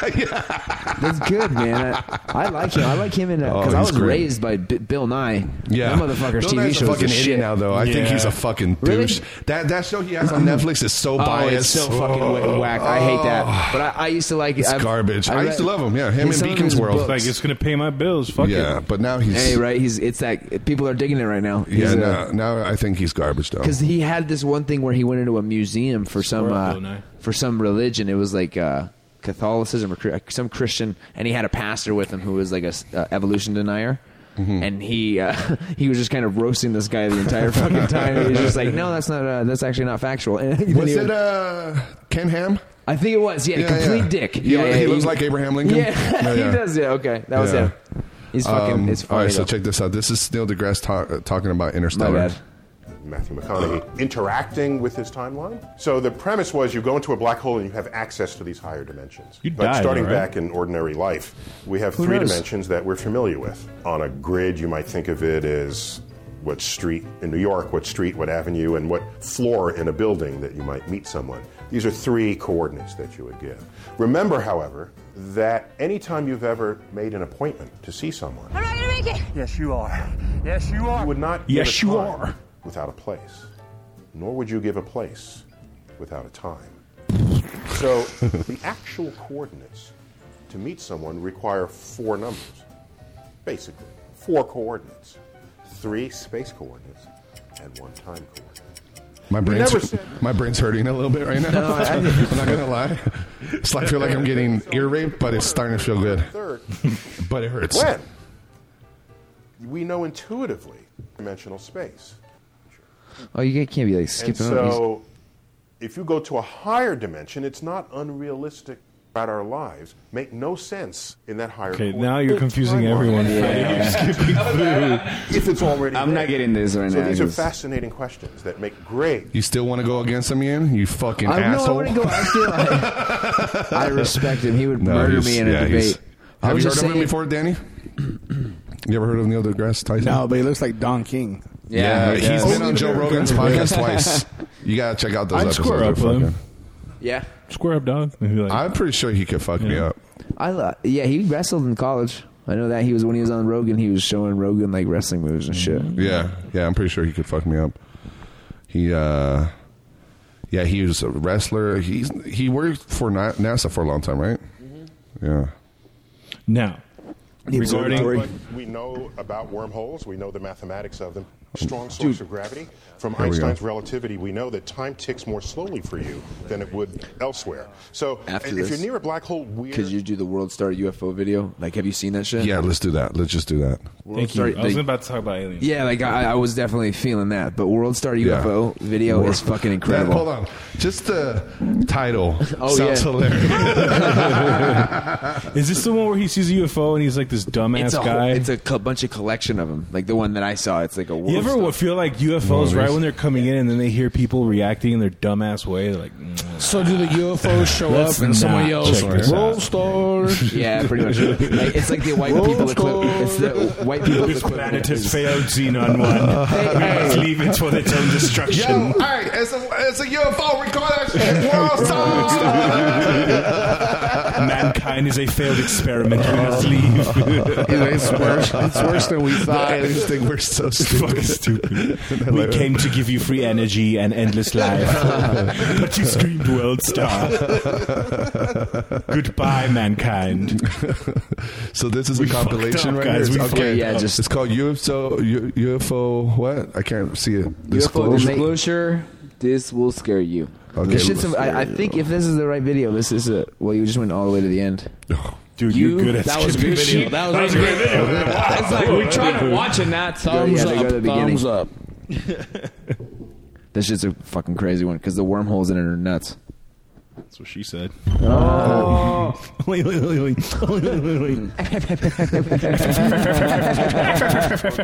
Speaker 6: That's good, man. I, I like him. I like him in
Speaker 1: Oh,
Speaker 6: because I
Speaker 1: he's
Speaker 6: was
Speaker 1: great.
Speaker 6: raised by B- Bill Nye.
Speaker 1: Yeah,
Speaker 6: that motherfucker's
Speaker 1: Bill
Speaker 6: TV
Speaker 1: Nye's a
Speaker 6: show is
Speaker 1: fucking
Speaker 6: the
Speaker 1: idiot
Speaker 6: shit.
Speaker 1: now, though. I think
Speaker 5: Yeah.
Speaker 1: he's a fucking
Speaker 6: Really?
Speaker 1: douche. That that show he has on Netflix is so
Speaker 6: Oh,
Speaker 1: biased. Oh.
Speaker 6: it's so fucking wh- whack. I hate that. But I, I used to like
Speaker 1: It's
Speaker 6: I've-
Speaker 1: Oh. garbage. I used to love him, yeah. Him
Speaker 6: in
Speaker 1: and
Speaker 6: some of
Speaker 1: Beacon's
Speaker 6: his
Speaker 1: World.
Speaker 6: books.
Speaker 5: Like it's gonna pay my bills. Fuck
Speaker 1: Yeah,
Speaker 5: it.
Speaker 1: but now he's
Speaker 6: hey, right? He's it's that people are digging it right now.
Speaker 1: Yeah,
Speaker 6: He's uh, a-
Speaker 1: now, now I think he's garbage though.
Speaker 6: because he had this one thing where he went into a museum for some
Speaker 5: Squirrel, don't
Speaker 6: uh,
Speaker 5: I?
Speaker 6: for some religion. It was like uh, Catholicism or Chri- some Christian, and he had a pastor with him who was like a s- uh, evolution denier.
Speaker 1: Mm-hmm.
Speaker 6: And he uh, he was just kind of roasting this guy the entire fucking time. He was just like, "No, that's not uh, that's actually not factual." And then
Speaker 1: Was
Speaker 6: he
Speaker 1: it uh, Ken Ham?
Speaker 6: I think it was. Yeah,
Speaker 1: Yeah,
Speaker 6: complete
Speaker 1: yeah.
Speaker 6: dick.
Speaker 1: He
Speaker 6: yeah,
Speaker 1: lo-
Speaker 6: yeah,
Speaker 1: he looks like Abraham Lincoln?
Speaker 6: Yeah,
Speaker 1: Yeah, yeah.
Speaker 6: he does. Yeah, okay, that was
Speaker 1: Yeah.
Speaker 6: him. He's fucking.
Speaker 1: Um,
Speaker 6: it's funny.
Speaker 1: all right, so
Speaker 6: though.
Speaker 1: check this out. This is Neil deGrasse ta- uh, talking about
Speaker 6: My
Speaker 1: Interstellar.
Speaker 6: bad.
Speaker 16: Matthew
Speaker 5: Uh-huh.
Speaker 16: McConaughey, interacting with his timeline. So the premise was you go into a black hole and you have access to these higher dimensions.
Speaker 5: You
Speaker 16: but
Speaker 5: die,
Speaker 16: starting
Speaker 5: though, right?
Speaker 16: back in ordinary life, we have
Speaker 6: Who
Speaker 16: three
Speaker 6: knows?
Speaker 16: dimensions that we're familiar with. On a grid, you might think of it as what street in New York, what street, what avenue, and what floor in a building that you might meet someone. These are three coordinates that you would give. Remember, however, that anytime you've ever made an appointment to see someone,
Speaker 22: I'm not gonna make it.
Speaker 16: Yes, you are. Yes, you are. You would not. give
Speaker 5: Yes,
Speaker 16: a
Speaker 5: you
Speaker 16: time
Speaker 5: are.
Speaker 16: Without a place, nor would you give a place without a time. So the actual coordinates to meet someone require four numbers, basically four coordinates, three space coordinates, and one time coordinate.
Speaker 1: My
Speaker 16: You
Speaker 1: brain's
Speaker 16: never said-
Speaker 1: my brain's hurting a little bit right now.
Speaker 16: No, I-
Speaker 1: I'm not gonna lie. It's like I feel like I'm getting ear raped, but it's starting to feel good.
Speaker 16: Third,
Speaker 1: But it hurts.
Speaker 16: When? We know intuitively dimensional space.
Speaker 6: Oh, you can't be like skipping.
Speaker 16: and
Speaker 6: over.
Speaker 16: so if you go to a higher dimension, it's not unrealistic about our lives. Make no sense in that higher
Speaker 5: Okay,
Speaker 16: coordinate.
Speaker 5: now you're confusing everyone.
Speaker 16: Yeah.
Speaker 5: Freddie. You're skipping food.
Speaker 16: If it's already
Speaker 2: I'm not
Speaker 16: there.
Speaker 2: getting this right
Speaker 16: so
Speaker 2: now,
Speaker 16: These are
Speaker 2: this-
Speaker 16: fascinating questions that make great.
Speaker 1: You still want to go against him, Ian? You fucking
Speaker 16: I- no, I
Speaker 1: asshole.
Speaker 16: wouldn't go- I still-
Speaker 6: I respect him. He would murder
Speaker 1: he's-
Speaker 6: me in a
Speaker 1: yeah, he's-
Speaker 6: debate. I
Speaker 1: Have
Speaker 6: was
Speaker 1: you heard
Speaker 6: just
Speaker 1: of him
Speaker 6: saying-
Speaker 1: before, Danny? You ever heard of Neil deGrasse Tyson?
Speaker 4: No, but he looks like Don King.
Speaker 1: Yeah, he's been on Joe Rogan's podcast twice. You gotta check out those
Speaker 5: I'd
Speaker 1: episodes.
Speaker 5: square up
Speaker 1: They're
Speaker 5: with him.
Speaker 1: fucking-
Speaker 6: Yeah.
Speaker 5: Square up, dog.
Speaker 1: I'm pretty sure he could fuck me up.
Speaker 6: I lo- yeah, he wrestled in college. I know that he was when he was on Rogan. He was showing Rogan like wrestling moves and shit.
Speaker 1: Yeah, yeah, I'm pretty sure he could fuck me up. He, uh, yeah, he was a wrestler. He's he worked for Na- NASA for a long time, right? Yeah.
Speaker 5: Now, regarding
Speaker 16: we know about wormholes, we know the mathematics of them. Strong source of gravity. From
Speaker 1: Here we go.
Speaker 16: Einstein's relativity, we know that time ticks more slowly for you than it would elsewhere. So,
Speaker 6: After
Speaker 16: if
Speaker 6: this,
Speaker 16: you're near a black hole, weird.
Speaker 6: Could you do the World Star UFO video? Like, have you seen that shit?
Speaker 1: Yeah, let's do that. Let's just do that.
Speaker 6: World
Speaker 5: thank
Speaker 6: Star-
Speaker 5: you. I was
Speaker 6: like-
Speaker 5: about to talk about aliens.
Speaker 6: yeah, like I, I was definitely feeling that. But World Star UFO video
Speaker 1: Wor-
Speaker 6: is fucking
Speaker 1: That-
Speaker 6: incredible.
Speaker 1: hold on, just the title
Speaker 6: Oh,
Speaker 1: sounds
Speaker 6: yeah.
Speaker 1: hilarious.
Speaker 5: Is this the one where he sees a UFO and he's like this dumbass
Speaker 6: It's a, whole,
Speaker 5: guy?
Speaker 6: it's a co- bunch of collection of them. Like the one that I saw, it's like a World
Speaker 5: you ever
Speaker 6: Star.
Speaker 5: would feel like UFOs
Speaker 6: Movies.
Speaker 5: right when they're coming in and then they hear people reacting in their dumbass way? They're like, "Mm,
Speaker 4: So do the UFOs show
Speaker 5: Let's
Speaker 4: up and someone
Speaker 5: not
Speaker 4: yells,
Speaker 5: check this
Speaker 4: "Roll
Speaker 5: out."
Speaker 4: Star"?
Speaker 6: Yeah, pretty much. Like, it's like the white
Speaker 4: Roll
Speaker 6: people
Speaker 4: call.
Speaker 6: equivalent. It's the white people
Speaker 5: This planet
Speaker 6: equivalent.
Speaker 5: has failed Xenon 1.
Speaker 6: Uh,
Speaker 5: we must leave it for its own
Speaker 1: Yo,
Speaker 5: destruction.
Speaker 1: all right, it's a it's a UFO. Record that shit. World
Speaker 5: Mankind is a failed experiment. We must leave.
Speaker 1: it's worse. It's worse than we thought. I just think we're so
Speaker 5: Fucking
Speaker 1: stupid.
Speaker 5: stupid. We came to give you free energy and endless life. but you screamed World Star. Goodbye, mankind.
Speaker 1: So this is
Speaker 5: We
Speaker 1: a compilation,
Speaker 5: fucked up,
Speaker 1: right
Speaker 5: guys.
Speaker 1: here.
Speaker 5: We
Speaker 1: It's- okay,
Speaker 5: fucked Yeah, up.
Speaker 1: it's called UFO. U- UFO. What? I can't see it.
Speaker 2: UFO
Speaker 1: Disclosure.
Speaker 2: disclosure. This will scare you.
Speaker 1: Okay.
Speaker 6: This shit's- I, I think if this is the right video, this is a. Well, you just went all the way to the end.
Speaker 5: Dude,
Speaker 6: You-
Speaker 5: you're good at
Speaker 2: that was
Speaker 5: skipping
Speaker 2: good
Speaker 5: video.
Speaker 2: shit. That was really good. It's like we're trying to watch it now.
Speaker 4: Thumbs
Speaker 6: yeah, they go
Speaker 4: up.
Speaker 6: to the beginning.
Speaker 4: Thumbs up.
Speaker 6: This shit's a fucking crazy one because the wormholes in it are nuts.
Speaker 5: That's what she said. Oh. wait, wait, wait, wait. wait, wait,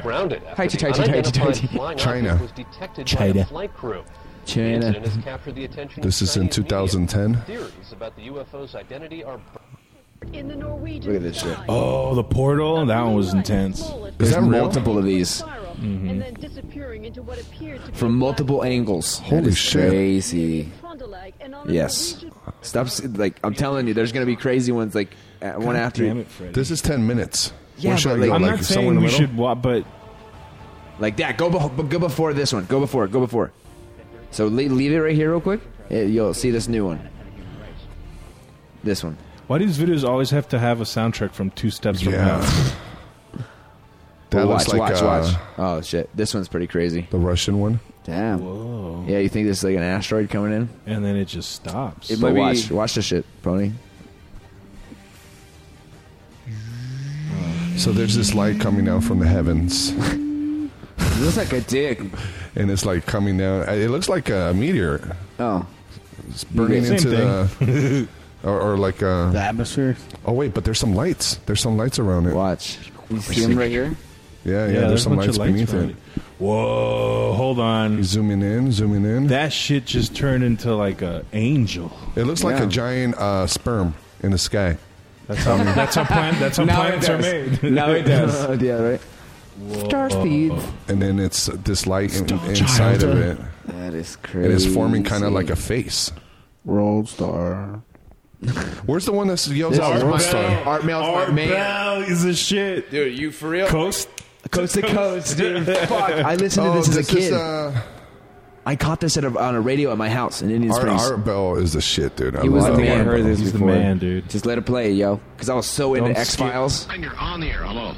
Speaker 23: grounded after the
Speaker 6: Tighty, tighty, tighty,
Speaker 23: unidentified
Speaker 6: tighty.
Speaker 23: flying
Speaker 1: China.
Speaker 23: object was detected by
Speaker 1: China.
Speaker 23: a flight crew.
Speaker 1: China.
Speaker 23: The incident has captured the attention of
Speaker 1: This is in
Speaker 23: Chinese media.
Speaker 1: 2010?
Speaker 23: Theories about the UFO's identity are
Speaker 22: In the Norwegian.
Speaker 6: Look at this shit.
Speaker 5: Oh, the portal? That one was intense. Mm-hmm.
Speaker 6: There's multiple of these
Speaker 22: And then disappearing into what appeared to be
Speaker 6: from multiple angles.
Speaker 1: Holy shit.
Speaker 6: Crazy.
Speaker 22: Frontenac and on
Speaker 6: Yes. Stop. s- Like I'm telling you, there's gonna be crazy ones like uh, one after.
Speaker 5: damn
Speaker 6: you.
Speaker 5: it, Freddy.
Speaker 1: This is ten minutes.
Speaker 6: Yeah,
Speaker 1: Where should
Speaker 6: but
Speaker 1: I go?
Speaker 6: like-
Speaker 5: I'm
Speaker 1: like
Speaker 5: not saying
Speaker 1: somewhere in the
Speaker 5: we
Speaker 1: middle?
Speaker 5: should, wa- but
Speaker 6: Like that. Go, beh- go before this one. Go before. Go before. So le- leave it right here, real quick. Eh, You'll see this new one. This one.
Speaker 5: why do these videos always have to have a soundtrack from two steps from
Speaker 1: Yeah.
Speaker 5: now?
Speaker 1: That
Speaker 6: Oh,
Speaker 1: looks
Speaker 6: watch,
Speaker 1: like,
Speaker 6: watch,
Speaker 1: uh,
Speaker 6: watch. Oh shit! This one's pretty crazy.
Speaker 1: The Russian one.
Speaker 6: Damn.
Speaker 5: Whoa.
Speaker 6: Yeah, you think this is like an asteroid coming in?
Speaker 5: And then it just stops.
Speaker 6: It but watch, watch this shit, pony.
Speaker 1: So there's this light coming down from the heavens,
Speaker 2: It looks like a dick.
Speaker 1: and it's like coming down. Uh, It looks like a meteor.
Speaker 2: Oh.
Speaker 1: It's burning
Speaker 5: Same
Speaker 1: into
Speaker 5: thing.
Speaker 1: the. Or, or like uh,
Speaker 4: The atmosphere.
Speaker 1: oh wait, but there's some lights. There's some lights around it.
Speaker 6: Watch.
Speaker 2: You see him right here.
Speaker 1: Yeah, yeah.
Speaker 5: Yeah,
Speaker 1: there's,
Speaker 5: there's
Speaker 1: some
Speaker 5: a bunch
Speaker 1: lights
Speaker 5: of lights
Speaker 1: beneath
Speaker 5: around
Speaker 1: it.
Speaker 5: Whoa, hold on.
Speaker 1: Zooming in, zooming in.
Speaker 5: That shit just turned into like a angel.
Speaker 1: It looks like
Speaker 5: Yeah.
Speaker 1: a giant uh, sperm in the sky.
Speaker 5: That's how, that's how, plan, that's how
Speaker 2: Now it
Speaker 5: planets are
Speaker 2: does.
Speaker 5: made.
Speaker 2: Now it does.
Speaker 6: yeah, right.
Speaker 2: Star
Speaker 5: Oh,
Speaker 2: speeds.
Speaker 1: And then it's this light in, inside of it.
Speaker 2: That is
Speaker 1: And
Speaker 2: crazy.
Speaker 1: it's forming kind of like a face.
Speaker 4: Roll Star.
Speaker 1: Where's the one that yells
Speaker 6: This
Speaker 1: out
Speaker 6: is
Speaker 1: "Rock
Speaker 6: Art
Speaker 1: Star"?
Speaker 6: Bell. Art Bell, Art Bell
Speaker 5: Bell is the shit,
Speaker 3: dude. You for real?
Speaker 5: Coast,
Speaker 6: coast to coast, dude. Fuck, I listened
Speaker 1: Oh,
Speaker 6: to this as a
Speaker 1: this is,
Speaker 6: kid.
Speaker 1: uh,
Speaker 6: I caught this at a, on a radio at my house in Indian
Speaker 1: Art,
Speaker 6: Springs.
Speaker 1: Art Bell is the shit, dude. I
Speaker 6: He was
Speaker 1: love
Speaker 6: the man.
Speaker 1: Art
Speaker 6: I heard
Speaker 1: Bell.
Speaker 6: this
Speaker 1: He's the
Speaker 6: before.
Speaker 1: man.
Speaker 6: dude.
Speaker 2: Just let it play, yo. Because I was so into
Speaker 6: Don't
Speaker 2: X
Speaker 6: skip-
Speaker 2: Files.
Speaker 24: You're on the air. Hello.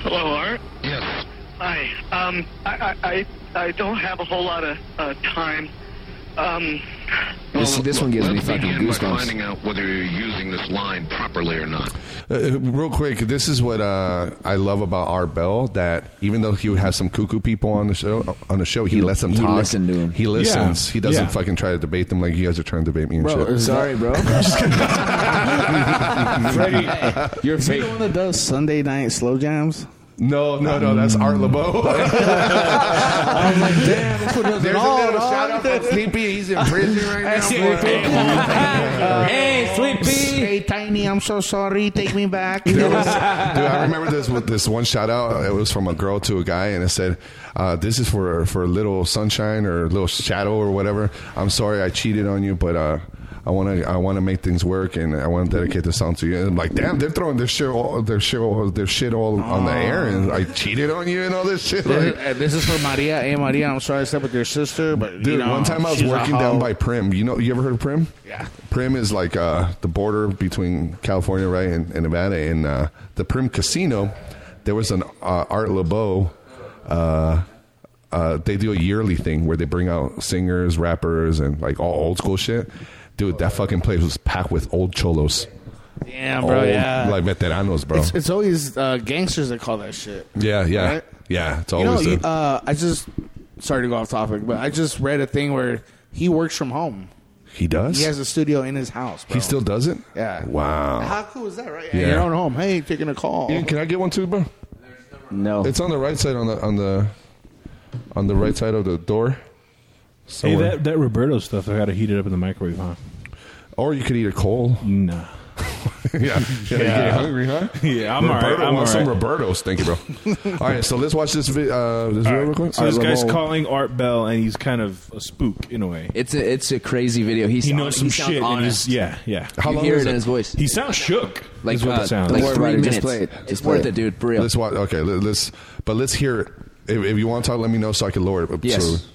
Speaker 24: Hello, Art. Yes. Hi. Um, I, I, I, I don't have a whole lot of uh, time. Um,
Speaker 2: This, this one gives me fucking goosebumps.
Speaker 24: finding out whether you're using this line properly or not.
Speaker 1: Uh, real quick, this is what uh, I love about Art Bell. That even though he would have some cuckoo people on the show, on the show, he, lets them
Speaker 6: he
Speaker 1: talk.
Speaker 6: listened to him.
Speaker 1: He listens.
Speaker 6: Yeah.
Speaker 1: He doesn't
Speaker 6: Yeah.
Speaker 1: fucking try to debate them like you guys are trying to debate me and shit.
Speaker 6: sorry, bro.
Speaker 4: Freddie,
Speaker 2: you're
Speaker 4: is he the one that does Sunday night slow jams?
Speaker 1: No, no, no. That's Art LeBeau.
Speaker 4: I was like, damn, this one does it
Speaker 1: There's a
Speaker 4: all,
Speaker 1: little
Speaker 4: dog.
Speaker 1: shout out from Sleepy. He's in prison right now.
Speaker 4: Hey,
Speaker 2: Sleepy.
Speaker 4: Hey, Tiny, I'm so sorry. Take me back.
Speaker 1: There was- dude, I remember this with this one shout out. It was from a girl to a guy, and it said, uh, "This is for for little sunshine or little shadow or whatever." I'm sorry I cheated on you, but uh, I want to I want to make things work, and I want to dedicate this song to you. And I'm like, damn, they're throwing their shit all their shit all their shit all on the air, and I cheated on you and all this shit. Like,
Speaker 4: Uh, This is for Maria. Hey, Maria, I'm sorry I slept with your sister, but
Speaker 1: Dude,
Speaker 4: you know,
Speaker 1: one time I was
Speaker 4: she's a
Speaker 1: working down
Speaker 4: hoe.
Speaker 1: by Prim. You know, you ever heard of Prim?
Speaker 4: Yeah.
Speaker 1: Prim is like uh, the border between California, right, and, and Nevada. And uh, the Prim Casino, there was an uh, Art LeBeau. Uh, uh, they do a yearly thing where they bring out singers, rappers, and like all old school shit. Dude, that fucking place was packed with old cholos.
Speaker 4: Damn, bro, yeah.
Speaker 1: Like veteranos, bro.
Speaker 4: It's, it's always uh, gangsters that call that shit.
Speaker 1: yeah, yeah.
Speaker 4: Right?
Speaker 1: Yeah, it's
Speaker 4: You know,
Speaker 1: always
Speaker 4: you-
Speaker 1: the-
Speaker 4: uh, I just sorry to go off topic, but I just read a thing where he works from home.
Speaker 1: He does?
Speaker 4: He has a studio in his house. Bro.
Speaker 1: He still does it?
Speaker 4: Yeah.
Speaker 1: Wow.
Speaker 4: How cool is that, right?
Speaker 1: Yeah.
Speaker 4: Yeah. Your own home. Hey, taking a call.
Speaker 1: Ian, can I get one too, bro?
Speaker 2: No.
Speaker 1: It's on the right side on the on the on the right side of the door.
Speaker 5: Hey,
Speaker 1: Somewhere.
Speaker 5: that, that Roberto stuff, I got to heat it up in the microwave, huh?
Speaker 1: or you could eat a coal.
Speaker 5: Nah.
Speaker 1: yeah. yeah. You getting hungry, huh?
Speaker 5: Yeah, I'm all
Speaker 1: Roberto
Speaker 5: right. I'm all
Speaker 1: wants
Speaker 5: right.
Speaker 1: some Roberto's. Thank you, bro. all right, so let's watch this, vi- uh, this
Speaker 5: All
Speaker 1: video
Speaker 5: right,
Speaker 1: real quick.
Speaker 5: So this
Speaker 1: All right,
Speaker 5: guy's
Speaker 1: Ramon.
Speaker 5: calling Art Bell, and he's kind of a spook in a way.
Speaker 6: It's a it's a crazy video. He's
Speaker 5: he
Speaker 6: hon-
Speaker 5: knows some
Speaker 6: he sounds
Speaker 5: shit, and
Speaker 6: honest.
Speaker 5: he's yeah, yeah.
Speaker 6: How You long hear is it in it? his voice.
Speaker 5: He sounds shook.
Speaker 6: Like,
Speaker 5: is what
Speaker 6: uh,
Speaker 5: it sounds.
Speaker 6: like Don't worry three about it, just minutes.
Speaker 1: play it.
Speaker 6: It's Just worth play it. it, dude, for real.
Speaker 1: Let's watch. Okay, let, let's. But let's hear it. If, if you want to talk, let me know so I can lower it. up
Speaker 6: Yes.
Speaker 1: to-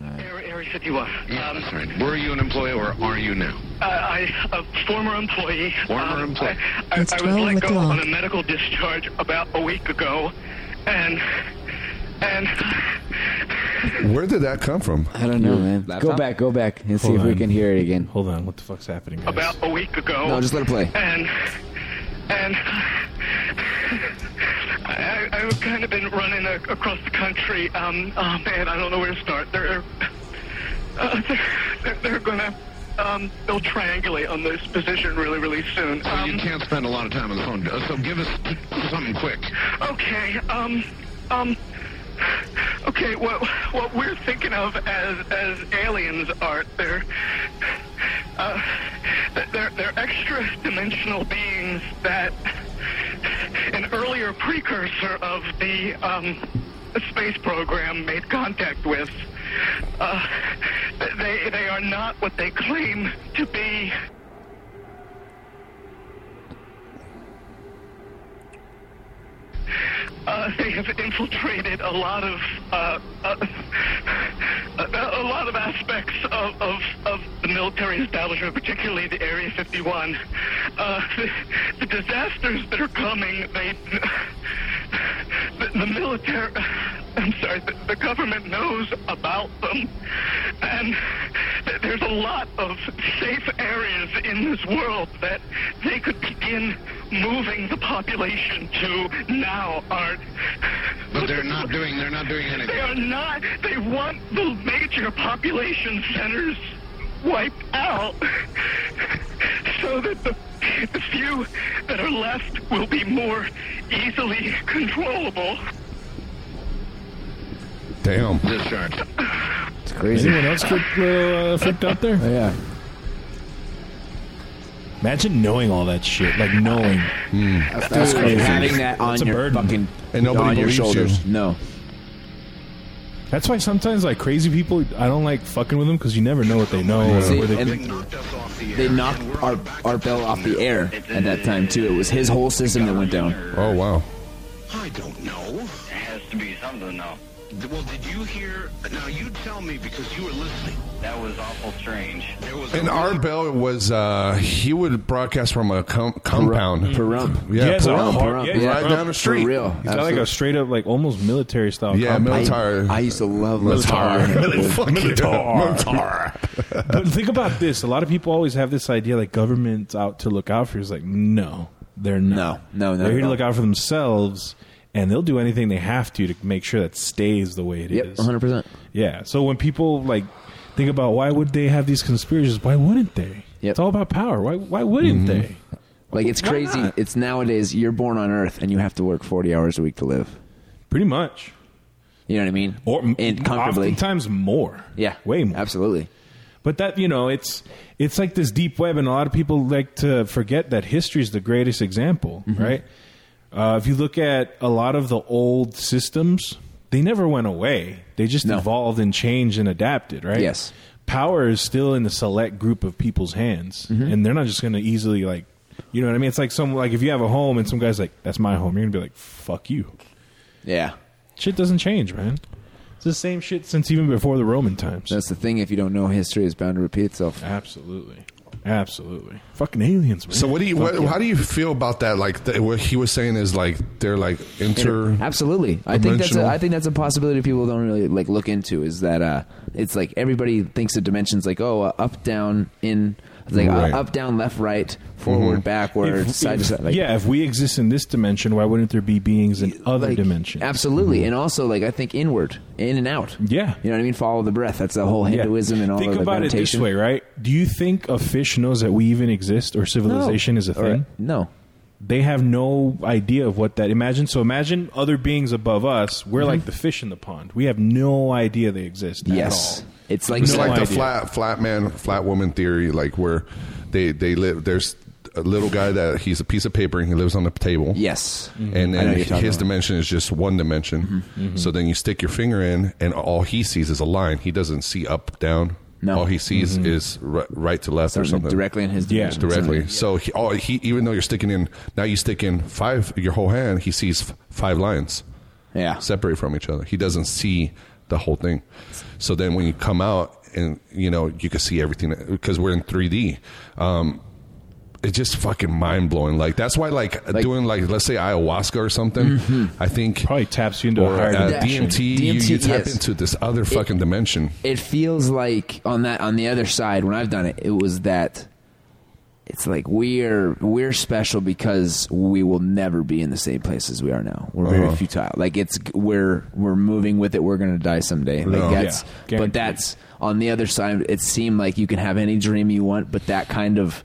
Speaker 21: Harry said you are. Um, Uh,
Speaker 24: Yeah, that's right. Were you an employee or are you now?
Speaker 21: I, I, a former employee.
Speaker 24: Former
Speaker 21: um,
Speaker 24: employee.
Speaker 21: I, I,
Speaker 24: It's
Speaker 21: I was
Speaker 24: 12
Speaker 21: let go
Speaker 24: o'clock.
Speaker 21: on a medical discharge about a week ago, and and
Speaker 1: Where did that come from?
Speaker 2: I don't know, man. Go
Speaker 21: Laptop?
Speaker 2: back, go back, and see
Speaker 5: Hold
Speaker 2: if we
Speaker 5: on.
Speaker 2: can hear it again.
Speaker 5: Hold on, what the fuck's happening? Guys?
Speaker 21: about a week ago.
Speaker 2: No, just let it play.
Speaker 21: And and I, I- I've kind of been running a, across the country. Um, oh man, I don't know where to start. They're uh, they're, they're gonna um, they'll triangulate on this position really, really soon.
Speaker 24: So you can't spend a lot of time on the phone. uh, So give us something quick.
Speaker 21: Okay. Um. Um. Okay. What what we're thinking of as as aliens are they're uh, they're they're extra dimensional beings that an earlier precursor of the um, space program made contact with. Uh, they they are not what they claim to be. Uh, they have infiltrated a lot of uh, uh, a, a lot of aspects of, of, of the military establishment, particularly the Area 51. Uh, the, the disasters that are coming, they the, the military. I'm sorry, the, the government knows about them, and th- there's a lot of safe areas in this world that they could begin moving the population to now. Are
Speaker 24: But they're not doing. They're not doing
Speaker 21: they
Speaker 24: anything.
Speaker 21: are not. They want the major population centers wiped out so that the, the few that are left will be more easily controllable.
Speaker 1: Damn.
Speaker 24: Discharge.
Speaker 5: It's
Speaker 2: crazy.
Speaker 5: Anyone else get a little uh, freaked out there?
Speaker 2: yeah.
Speaker 5: Imagine knowing all that shit, like knowing.
Speaker 6: That's, crazy. Having that on
Speaker 5: It's a
Speaker 6: your
Speaker 5: burden.
Speaker 6: fucking
Speaker 1: And nobody
Speaker 6: on your
Speaker 1: believes you.
Speaker 6: shoulders. No.
Speaker 5: That's why sometimes like crazy people, I don't like fucking with them because you never know what they know. or
Speaker 6: See,
Speaker 5: where they
Speaker 6: and
Speaker 5: think.
Speaker 6: they knocked our, our bell off the air at that time too. It was his whole system that went down.
Speaker 1: Oh wow!
Speaker 21: I don't know. It has to be something, though. Well, did you hear? Now you tell me because you were listening. That was awful strange. There was
Speaker 1: And Art Bell was uh, he would broadcast from a com- compound.
Speaker 6: Mm. Perump.
Speaker 1: Yeah,
Speaker 5: it's a
Speaker 1: Pahrump.
Speaker 5: hard- yeah, it's a
Speaker 1: Right
Speaker 5: hard-
Speaker 1: down the street.
Speaker 5: For real. He's got like a
Speaker 1: Absolutely.
Speaker 5: straight up, like almost military style.
Speaker 1: Yeah,
Speaker 5: compound.
Speaker 1: military. I
Speaker 6: used to love
Speaker 5: Militar.
Speaker 1: Militar. Fuck you,
Speaker 5: Militar. but think about this. A lot of people always have this idea like government's out to look out for you. It's like, no, they're not.
Speaker 6: No, no, no,
Speaker 5: They're here
Speaker 6: no.
Speaker 5: to look out for themselves, and they'll do anything they have to to make sure that stays the way it is.
Speaker 6: Yep, 100%.
Speaker 5: Yeah. So when people like think about why would they have these conspiracies, why wouldn't they? It's all about power. Why, why wouldn't they?
Speaker 6: Mm-hmm. Like it's
Speaker 5: Why
Speaker 6: crazy.
Speaker 5: not?
Speaker 6: It's nowadays you're born on Earth and you have to work 40 hours a week to live.
Speaker 5: Pretty much.
Speaker 6: You know what I mean?
Speaker 5: Or
Speaker 6: Incomparably.
Speaker 5: oftentimes more.
Speaker 6: Yeah,
Speaker 5: way more.
Speaker 6: Absolutely.
Speaker 5: But that you know, it's it's like this deep web, and a lot of people like to forget that history is the greatest example,
Speaker 6: Mm-hmm.
Speaker 5: right? Uh, if you look at a lot of the old systems, they never went away. They just evolved and changed and adapted, right?
Speaker 6: Yes.
Speaker 5: Power is still in a select group of people's hands,
Speaker 6: Mm-hmm.
Speaker 5: and they're not just going to easily like, you know what I mean? It's like some like if you have a home and some guy's like, "That's my home," you're going to be like, "Fuck you."
Speaker 6: Yeah.
Speaker 5: Shit doesn't change, man. It's the same shit since even before the Roman times.
Speaker 6: That's the thing. If you don't know history, it's bound to repeat itself.
Speaker 5: Absolutely. Absolutely. Fucking aliens, man.
Speaker 1: So what do you?
Speaker 5: Fuck
Speaker 1: What,
Speaker 5: yeah.
Speaker 1: How do you feel about that? Like th- what he was saying is like they're like inter.
Speaker 6: Absolutely. I think that's a,
Speaker 1: dimensional?
Speaker 6: I think that's a possibility people don't really like look into is that uh it's like everybody thinks of dimensions like oh uh, up down in it's like
Speaker 5: Right.
Speaker 6: uh, up down left right forward
Speaker 5: Mhm.
Speaker 6: backward
Speaker 5: If-
Speaker 6: side to
Speaker 5: if-
Speaker 6: side like
Speaker 5: yeah, if we exist in this dimension, why wouldn't there be beings in other
Speaker 6: like,
Speaker 5: dimensions?
Speaker 6: Absolutely. And also like I think inward, in and out.
Speaker 5: Mm-hmm. Yeah.
Speaker 6: You know what I mean? Follow the breath. That's the whole Hinduism and all
Speaker 5: Think
Speaker 6: of the
Speaker 5: about
Speaker 6: meditation.
Speaker 5: it this way, right? Do you think a fish knows that we even exist or civilization is a
Speaker 6: All right.
Speaker 5: thing?
Speaker 6: No.
Speaker 5: They have no idea of what that imagine. So imagine other beings above us.
Speaker 6: Mm-hmm.
Speaker 5: We're like the fish in the pond. We have no idea they exist.
Speaker 1: Yes.
Speaker 5: At all.
Speaker 6: It's
Speaker 1: it's
Speaker 5: No
Speaker 1: like the
Speaker 5: idea.
Speaker 1: flat flat man flat woman theory, like where they they live. There's a little guy that he's a piece of paper and he lives on the table.
Speaker 6: Yes,
Speaker 1: and
Speaker 6: Mm-hmm. I know
Speaker 1: then
Speaker 6: what you're
Speaker 1: his
Speaker 6: talking about.
Speaker 1: dimension is just one dimension.
Speaker 6: Mhm.
Speaker 1: So then you stick your finger in, and all he sees is a line. He doesn't see up down.
Speaker 6: No.
Speaker 1: All he sees is ri- right to left or
Speaker 6: Something
Speaker 1: something
Speaker 6: directly in his Yeah. dimension.
Speaker 1: directly.
Speaker 6: Something.
Speaker 1: So he, all, he even though you're sticking in now, you stick in five your whole hand. He sees f- five lines.
Speaker 6: Yeah,
Speaker 1: separate from each other. He doesn't see the whole thing. So then when you come out and you know you can see everything because we're in 3D. Um, it's just fucking mind blowing. Like that's why, like, doing like let's say ayahuasca or something.
Speaker 6: Mm-hmm.
Speaker 1: I think probably
Speaker 5: taps you into a
Speaker 1: or,
Speaker 5: higher
Speaker 1: uh,
Speaker 5: dimension.
Speaker 1: DMT. you-
Speaker 6: DMT,
Speaker 1: you, tap
Speaker 6: yes.
Speaker 1: into this other fucking dimension.
Speaker 6: it feels like on that on the other side when I've done it, it was that it's like we're we're special because we will never be in the same place as we are now. We're
Speaker 1: Uh-huh.
Speaker 6: very futile. Like it's we're we're moving with it. We're gonna die someday. Like
Speaker 1: No.
Speaker 6: that's
Speaker 1: Yeah.
Speaker 6: but that's on the other side. It seemed like you can have any dream you want, but that kind of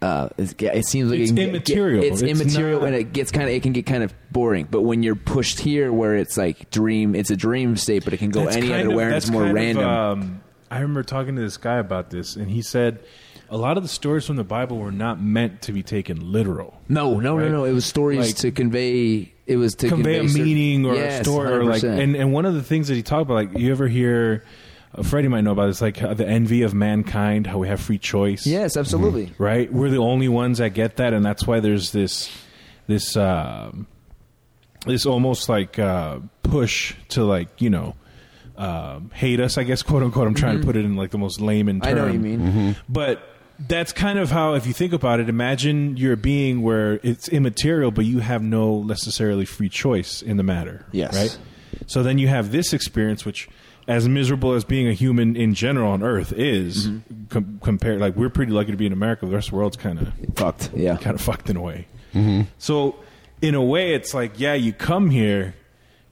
Speaker 6: uh, it's- it seems like
Speaker 5: It's
Speaker 6: it can get-
Speaker 5: immaterial.
Speaker 6: it's,
Speaker 5: It's
Speaker 6: immaterial,
Speaker 5: not-
Speaker 6: and it gets kind of it can get kind of boring. But when you're pushed here, where it's like dream, it's a dream state, but it can go
Speaker 5: That's
Speaker 6: any
Speaker 5: kind
Speaker 6: other
Speaker 5: of-
Speaker 6: way, and
Speaker 5: that's
Speaker 6: it's more
Speaker 5: kind of,
Speaker 6: random.
Speaker 5: um, I remember talking to this guy about this, and he said a lot of the stories from the Bible were not meant to be taken literal.
Speaker 6: No, no, no, no. It was stories
Speaker 5: Like-
Speaker 6: to convey. It was to
Speaker 5: convey,
Speaker 6: convey,
Speaker 5: a
Speaker 6: certain-
Speaker 5: meaning or
Speaker 6: Yes,
Speaker 5: a story or like
Speaker 6: 100%.
Speaker 5: and, and one of the things that he talked about like you ever hear uh, Freddie might know about this like how the envy of mankind how we have free choice Mm-hmm.
Speaker 6: yes absolutely
Speaker 5: right we're the only ones that get that and that's why there's this this um this almost like uh push to like you know um, hate us I guess quote unquote I'm trying
Speaker 6: Mhm.
Speaker 5: to put it in like the most layman term
Speaker 6: I know what you mean. Mhm.
Speaker 5: but that's kind of how if you think about it imagine you're a being where it's immaterial but you have no necessarily free choice in the matter
Speaker 6: Yes.
Speaker 5: right so then you have this experience which as miserable as being a human in general on earth is
Speaker 6: Mm-hmm.
Speaker 5: com- compared like we're pretty lucky to be in america the rest of the world's kind of
Speaker 6: fucked yeah
Speaker 5: kind of fucked in a way so in a way it's like yeah you come here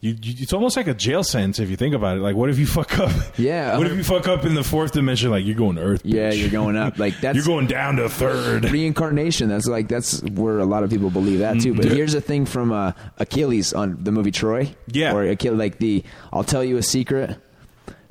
Speaker 5: you, you, it's almost like a jail sentence if you think about it. Like, what if you fuck up?
Speaker 6: Yeah.
Speaker 5: What if you fuck up in the fourth dimension? Like, you're going to Earth.
Speaker 6: Yeah,
Speaker 5: bitch.
Speaker 6: you're going up. Like that's
Speaker 5: You're going down to third.
Speaker 6: reincarnation. That's like that's where a lot of people believe that too. But
Speaker 5: Mhm.
Speaker 6: here's the thing from uh, Achilles on the movie Troy. Yeah, or Achilles, like the I'll tell you a secret.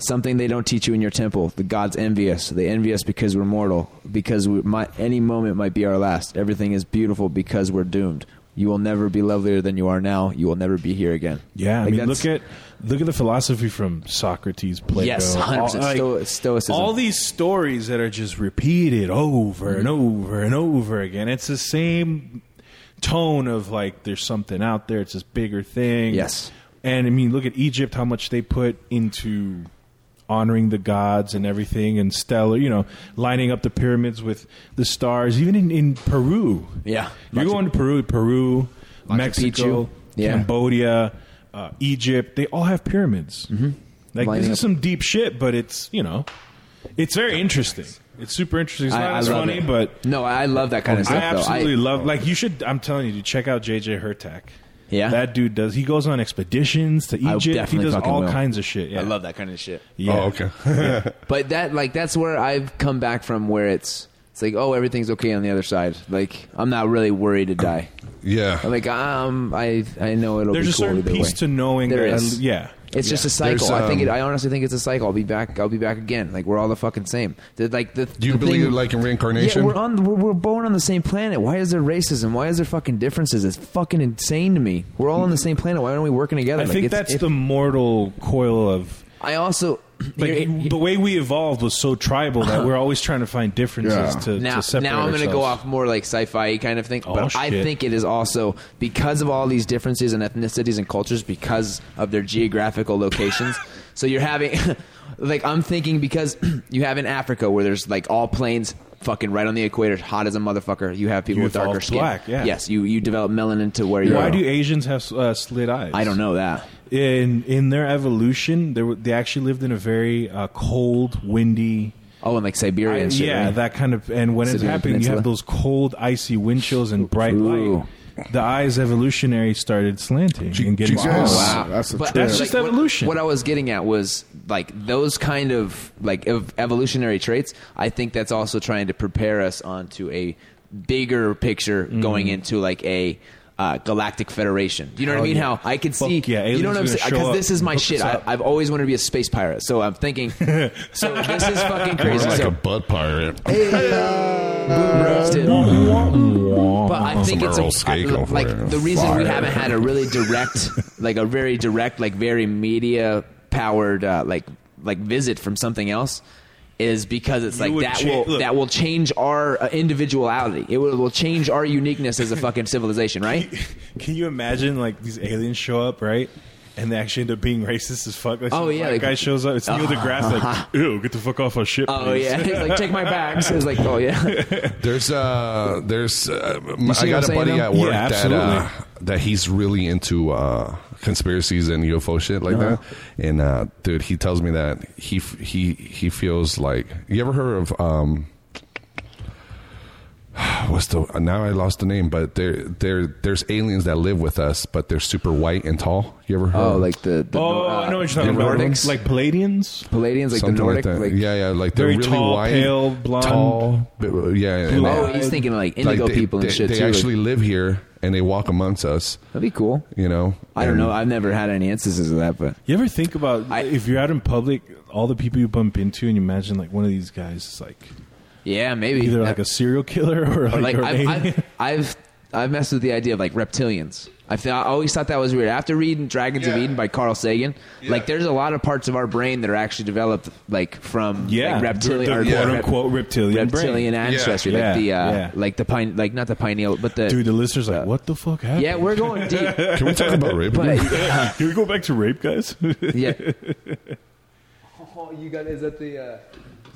Speaker 6: Something they don't teach you in your temple. The gods envy us. They envy us because we're mortal. Because we might, any moment might be our last. Everything is beautiful because we're doomed. You will never be lovelier than you are now. You will never be here again.
Speaker 5: Yeah, I
Speaker 6: Like,
Speaker 5: mean,
Speaker 6: that's-
Speaker 5: look at look at the philosophy from Socrates, Plato.
Speaker 6: Yes, 100%
Speaker 5: all,
Speaker 6: Sto- Stoicism.
Speaker 5: All these stories that are just repeated over and over and over again. It's the same tone of like there's something out there. It's this bigger thing.
Speaker 6: Yes.
Speaker 5: and I mean, look at Egypt. How much they put into honoring the gods and everything, and stellar. You know, lining up the pyramids with the stars. Even in, in Peru.
Speaker 6: Yeah.
Speaker 5: you're going to Peru, Peru,
Speaker 6: Machu Picchu.
Speaker 5: Mexico,
Speaker 6: Yeah.
Speaker 5: Cambodia, uh, Egypt. They all have pyramids. Mm-hmm. Like
Speaker 6: Lining
Speaker 5: this
Speaker 6: up-
Speaker 5: is some deep shit, but it's you know, it's very interesting. It's super interesting. It's
Speaker 6: I-
Speaker 5: not
Speaker 6: I
Speaker 5: as
Speaker 6: love
Speaker 5: funny,
Speaker 6: it.
Speaker 5: but
Speaker 6: no, I love that kind of stuff.
Speaker 5: I
Speaker 6: though.
Speaker 5: absolutely love. Like you should. I'm telling you, dude, check out JJ Hertak.
Speaker 6: Yeah.
Speaker 5: that dude does. He goes on expeditions to
Speaker 6: I
Speaker 5: Egypt. He
Speaker 6: definitely
Speaker 5: does
Speaker 6: fucking
Speaker 5: all
Speaker 6: will.
Speaker 5: kinds of shit. Yeah.
Speaker 6: I love that kind of shit.
Speaker 5: Yeah.
Speaker 1: Oh, okay.
Speaker 6: Yeah. But that like that's where I've come back from where it's it's like oh everything's okay on the other side. Like I'm not really worried to die.
Speaker 1: Yeah.
Speaker 6: Like um I I know it'll
Speaker 5: There's
Speaker 6: be
Speaker 5: a
Speaker 6: cool
Speaker 5: certain
Speaker 6: either
Speaker 5: peace
Speaker 6: way.
Speaker 5: to knowing
Speaker 6: There
Speaker 5: that-
Speaker 6: is.
Speaker 5: yeah.
Speaker 6: It's just
Speaker 5: Yeah.
Speaker 6: a cycle.
Speaker 5: There's,
Speaker 6: I think it,
Speaker 5: um,
Speaker 6: I honestly think it's a cycle. I'll be back. I'll be back again. Like we're all the fucking same. The, like the
Speaker 1: Do you
Speaker 6: the
Speaker 1: believe
Speaker 6: thing-
Speaker 1: like in reincarnation?
Speaker 6: Yeah, we're on. We're, we're born on the same planet. Why is there racism? Why is there fucking differences? It's fucking insane to me. We're all on the same planet. Why aren't we working together?
Speaker 5: I
Speaker 6: Like,
Speaker 5: think
Speaker 6: it's-
Speaker 5: that's
Speaker 6: it-
Speaker 5: the mortal coil of.
Speaker 6: I also
Speaker 5: Like the way we evolved was so tribal that we're always trying to find differences to,
Speaker 6: now,
Speaker 5: to separate
Speaker 6: now I'm gonna go
Speaker 5: ourselves.
Speaker 6: off more like sci-fi kind of thing,
Speaker 5: Oh,
Speaker 6: but I
Speaker 5: shit.
Speaker 6: think it is also because of all these differences in ethnicities and cultures because of their geographical locations. so you're having, like, I'm thinking because you have in Africa where there's like all plains. Fucking right on the equator, hot as a motherfucker. You have people
Speaker 5: You
Speaker 6: with darker
Speaker 5: evolved
Speaker 6: skin.
Speaker 5: black, yeah.
Speaker 6: Yes, you you develop melanin to where you.
Speaker 5: Why
Speaker 6: are.
Speaker 5: do Asians have uh, slit eyes?
Speaker 6: I don't know that.
Speaker 5: In in their evolution, they were, they actually lived in a very uh, cold, windy.
Speaker 6: Oh, and like Siberia and shit,
Speaker 5: yeah,
Speaker 6: right?
Speaker 5: that kind of. And when
Speaker 6: Siberian
Speaker 5: it's happening, you have
Speaker 6: Peninsula.
Speaker 5: those cold, icy wind chills and bright
Speaker 6: Ooh.
Speaker 5: light. The eyes evolutionary started slanting and getting.
Speaker 6: But-
Speaker 5: that's just
Speaker 6: like, what-
Speaker 5: evolution.
Speaker 6: What, I was getting at was like those kind of like ev- evolutionary traits. I think that's also trying to prepare us onto a bigger picture
Speaker 5: Mm-hmm.
Speaker 6: going into like a. Uh, Galactic Federation. You know what
Speaker 5: Hell
Speaker 6: I mean?
Speaker 5: yeah.
Speaker 6: How I can
Speaker 5: Fuck
Speaker 6: see.
Speaker 5: yeah, aliens
Speaker 6: you know what
Speaker 5: are
Speaker 6: I'm
Speaker 5: gonna
Speaker 6: saying?
Speaker 5: show
Speaker 6: Because
Speaker 5: up,
Speaker 6: this is my
Speaker 5: hook
Speaker 6: shit.
Speaker 5: us
Speaker 6: I,
Speaker 5: up.
Speaker 6: I've always wanted to be a space pirate. So I'm thinking. so this is fucking crazy.
Speaker 1: More like
Speaker 6: so,
Speaker 1: a butt pirate.
Speaker 6: boom roasted. But I
Speaker 1: Some
Speaker 6: think it's a,
Speaker 1: Earl Skate
Speaker 6: I-
Speaker 1: over
Speaker 6: like
Speaker 1: there.
Speaker 6: the reason
Speaker 1: Fire.
Speaker 6: we haven't had a really direct, like a very direct, like very media powered, uh, like like visit from something else. Is because it's
Speaker 5: You
Speaker 6: like
Speaker 5: would
Speaker 6: that
Speaker 5: cha-
Speaker 6: will
Speaker 5: look.
Speaker 6: that will change our uh, individuality. It will, will change our uniqueness as a fucking civilization, right?
Speaker 5: Can you imagine like these aliens show up, right? And they actually end up being racist as fuck. Like,
Speaker 6: Oh,
Speaker 5: some
Speaker 6: yeah,
Speaker 5: black
Speaker 6: like-
Speaker 5: guy shows up. It's Neil deGrasse,
Speaker 6: Uh-huh.
Speaker 5: like, ew, get the fuck off our ship.
Speaker 6: Oh
Speaker 5: please."
Speaker 6: yeah, It's like take my bags. It's like oh yeah,
Speaker 1: There's uh there's uh,
Speaker 6: You
Speaker 1: I
Speaker 6: see what I'm
Speaker 1: got a
Speaker 6: saying,
Speaker 1: buddy
Speaker 6: though?
Speaker 1: at work
Speaker 5: Yeah,
Speaker 1: that uh, that he's really into uh conspiracies and UFO shit like
Speaker 6: Uh-huh.
Speaker 1: that. And uh dude, he tells me that he f- he he feels like you ever heard of um what's the now I lost the name, but there there there's aliens that live with us, but they're super white and tall. You ever heard?
Speaker 6: oh
Speaker 1: of-
Speaker 6: like the, the
Speaker 5: Oh,
Speaker 6: Nor- uh,
Speaker 5: I know what you're talking
Speaker 6: the
Speaker 5: about.
Speaker 6: Nordics,
Speaker 5: Like Palladians?
Speaker 6: Palladians, like the
Speaker 1: Something
Speaker 6: Nordic,
Speaker 1: that.
Speaker 6: like
Speaker 1: yeah, yeah, like they're
Speaker 5: Very
Speaker 1: really
Speaker 5: tall,
Speaker 1: white,
Speaker 5: pale, blonde,
Speaker 1: tall, b- yeah. and-
Speaker 6: Oh, he's thinking like indigo
Speaker 1: they,
Speaker 6: people and
Speaker 1: they-
Speaker 6: shit
Speaker 1: they
Speaker 6: too. like-
Speaker 1: actually live here and they walk amongst us.
Speaker 6: that'd be cool.
Speaker 1: You know,
Speaker 6: I don't
Speaker 1: And-
Speaker 6: know. I've never had any instances of that, but
Speaker 5: You ever think about if you're out in public, all the people you bump into, and you imagine like one of these guys is like
Speaker 6: yeah, maybe
Speaker 5: either like a serial killer or
Speaker 6: Or,
Speaker 5: like, or
Speaker 6: I've,
Speaker 5: an
Speaker 6: I've,
Speaker 5: alien.
Speaker 6: I've I've messed with the idea of like reptilians. I, th- I always thought that was weird. After reading Dragons of
Speaker 1: Yeah.
Speaker 6: Eden by Carl Sagan, like there's a lot of parts of our brain that are actually developed like from
Speaker 5: yeah,
Speaker 6: like, reptilian,
Speaker 5: the,
Speaker 6: or
Speaker 5: the quote unquote reptilian, brain.
Speaker 6: reptilian ancestry,
Speaker 5: Yeah.
Speaker 6: like the uh,
Speaker 5: Yeah.
Speaker 6: like the pine, like not the pineal, but the
Speaker 5: Dude, the listeners like, what the fuck happened?
Speaker 6: yeah, we're going deep.
Speaker 1: Can we talk about rape?
Speaker 6: But
Speaker 5: Can we go back to rape, guys?
Speaker 6: yeah, oh, you got is that the uh,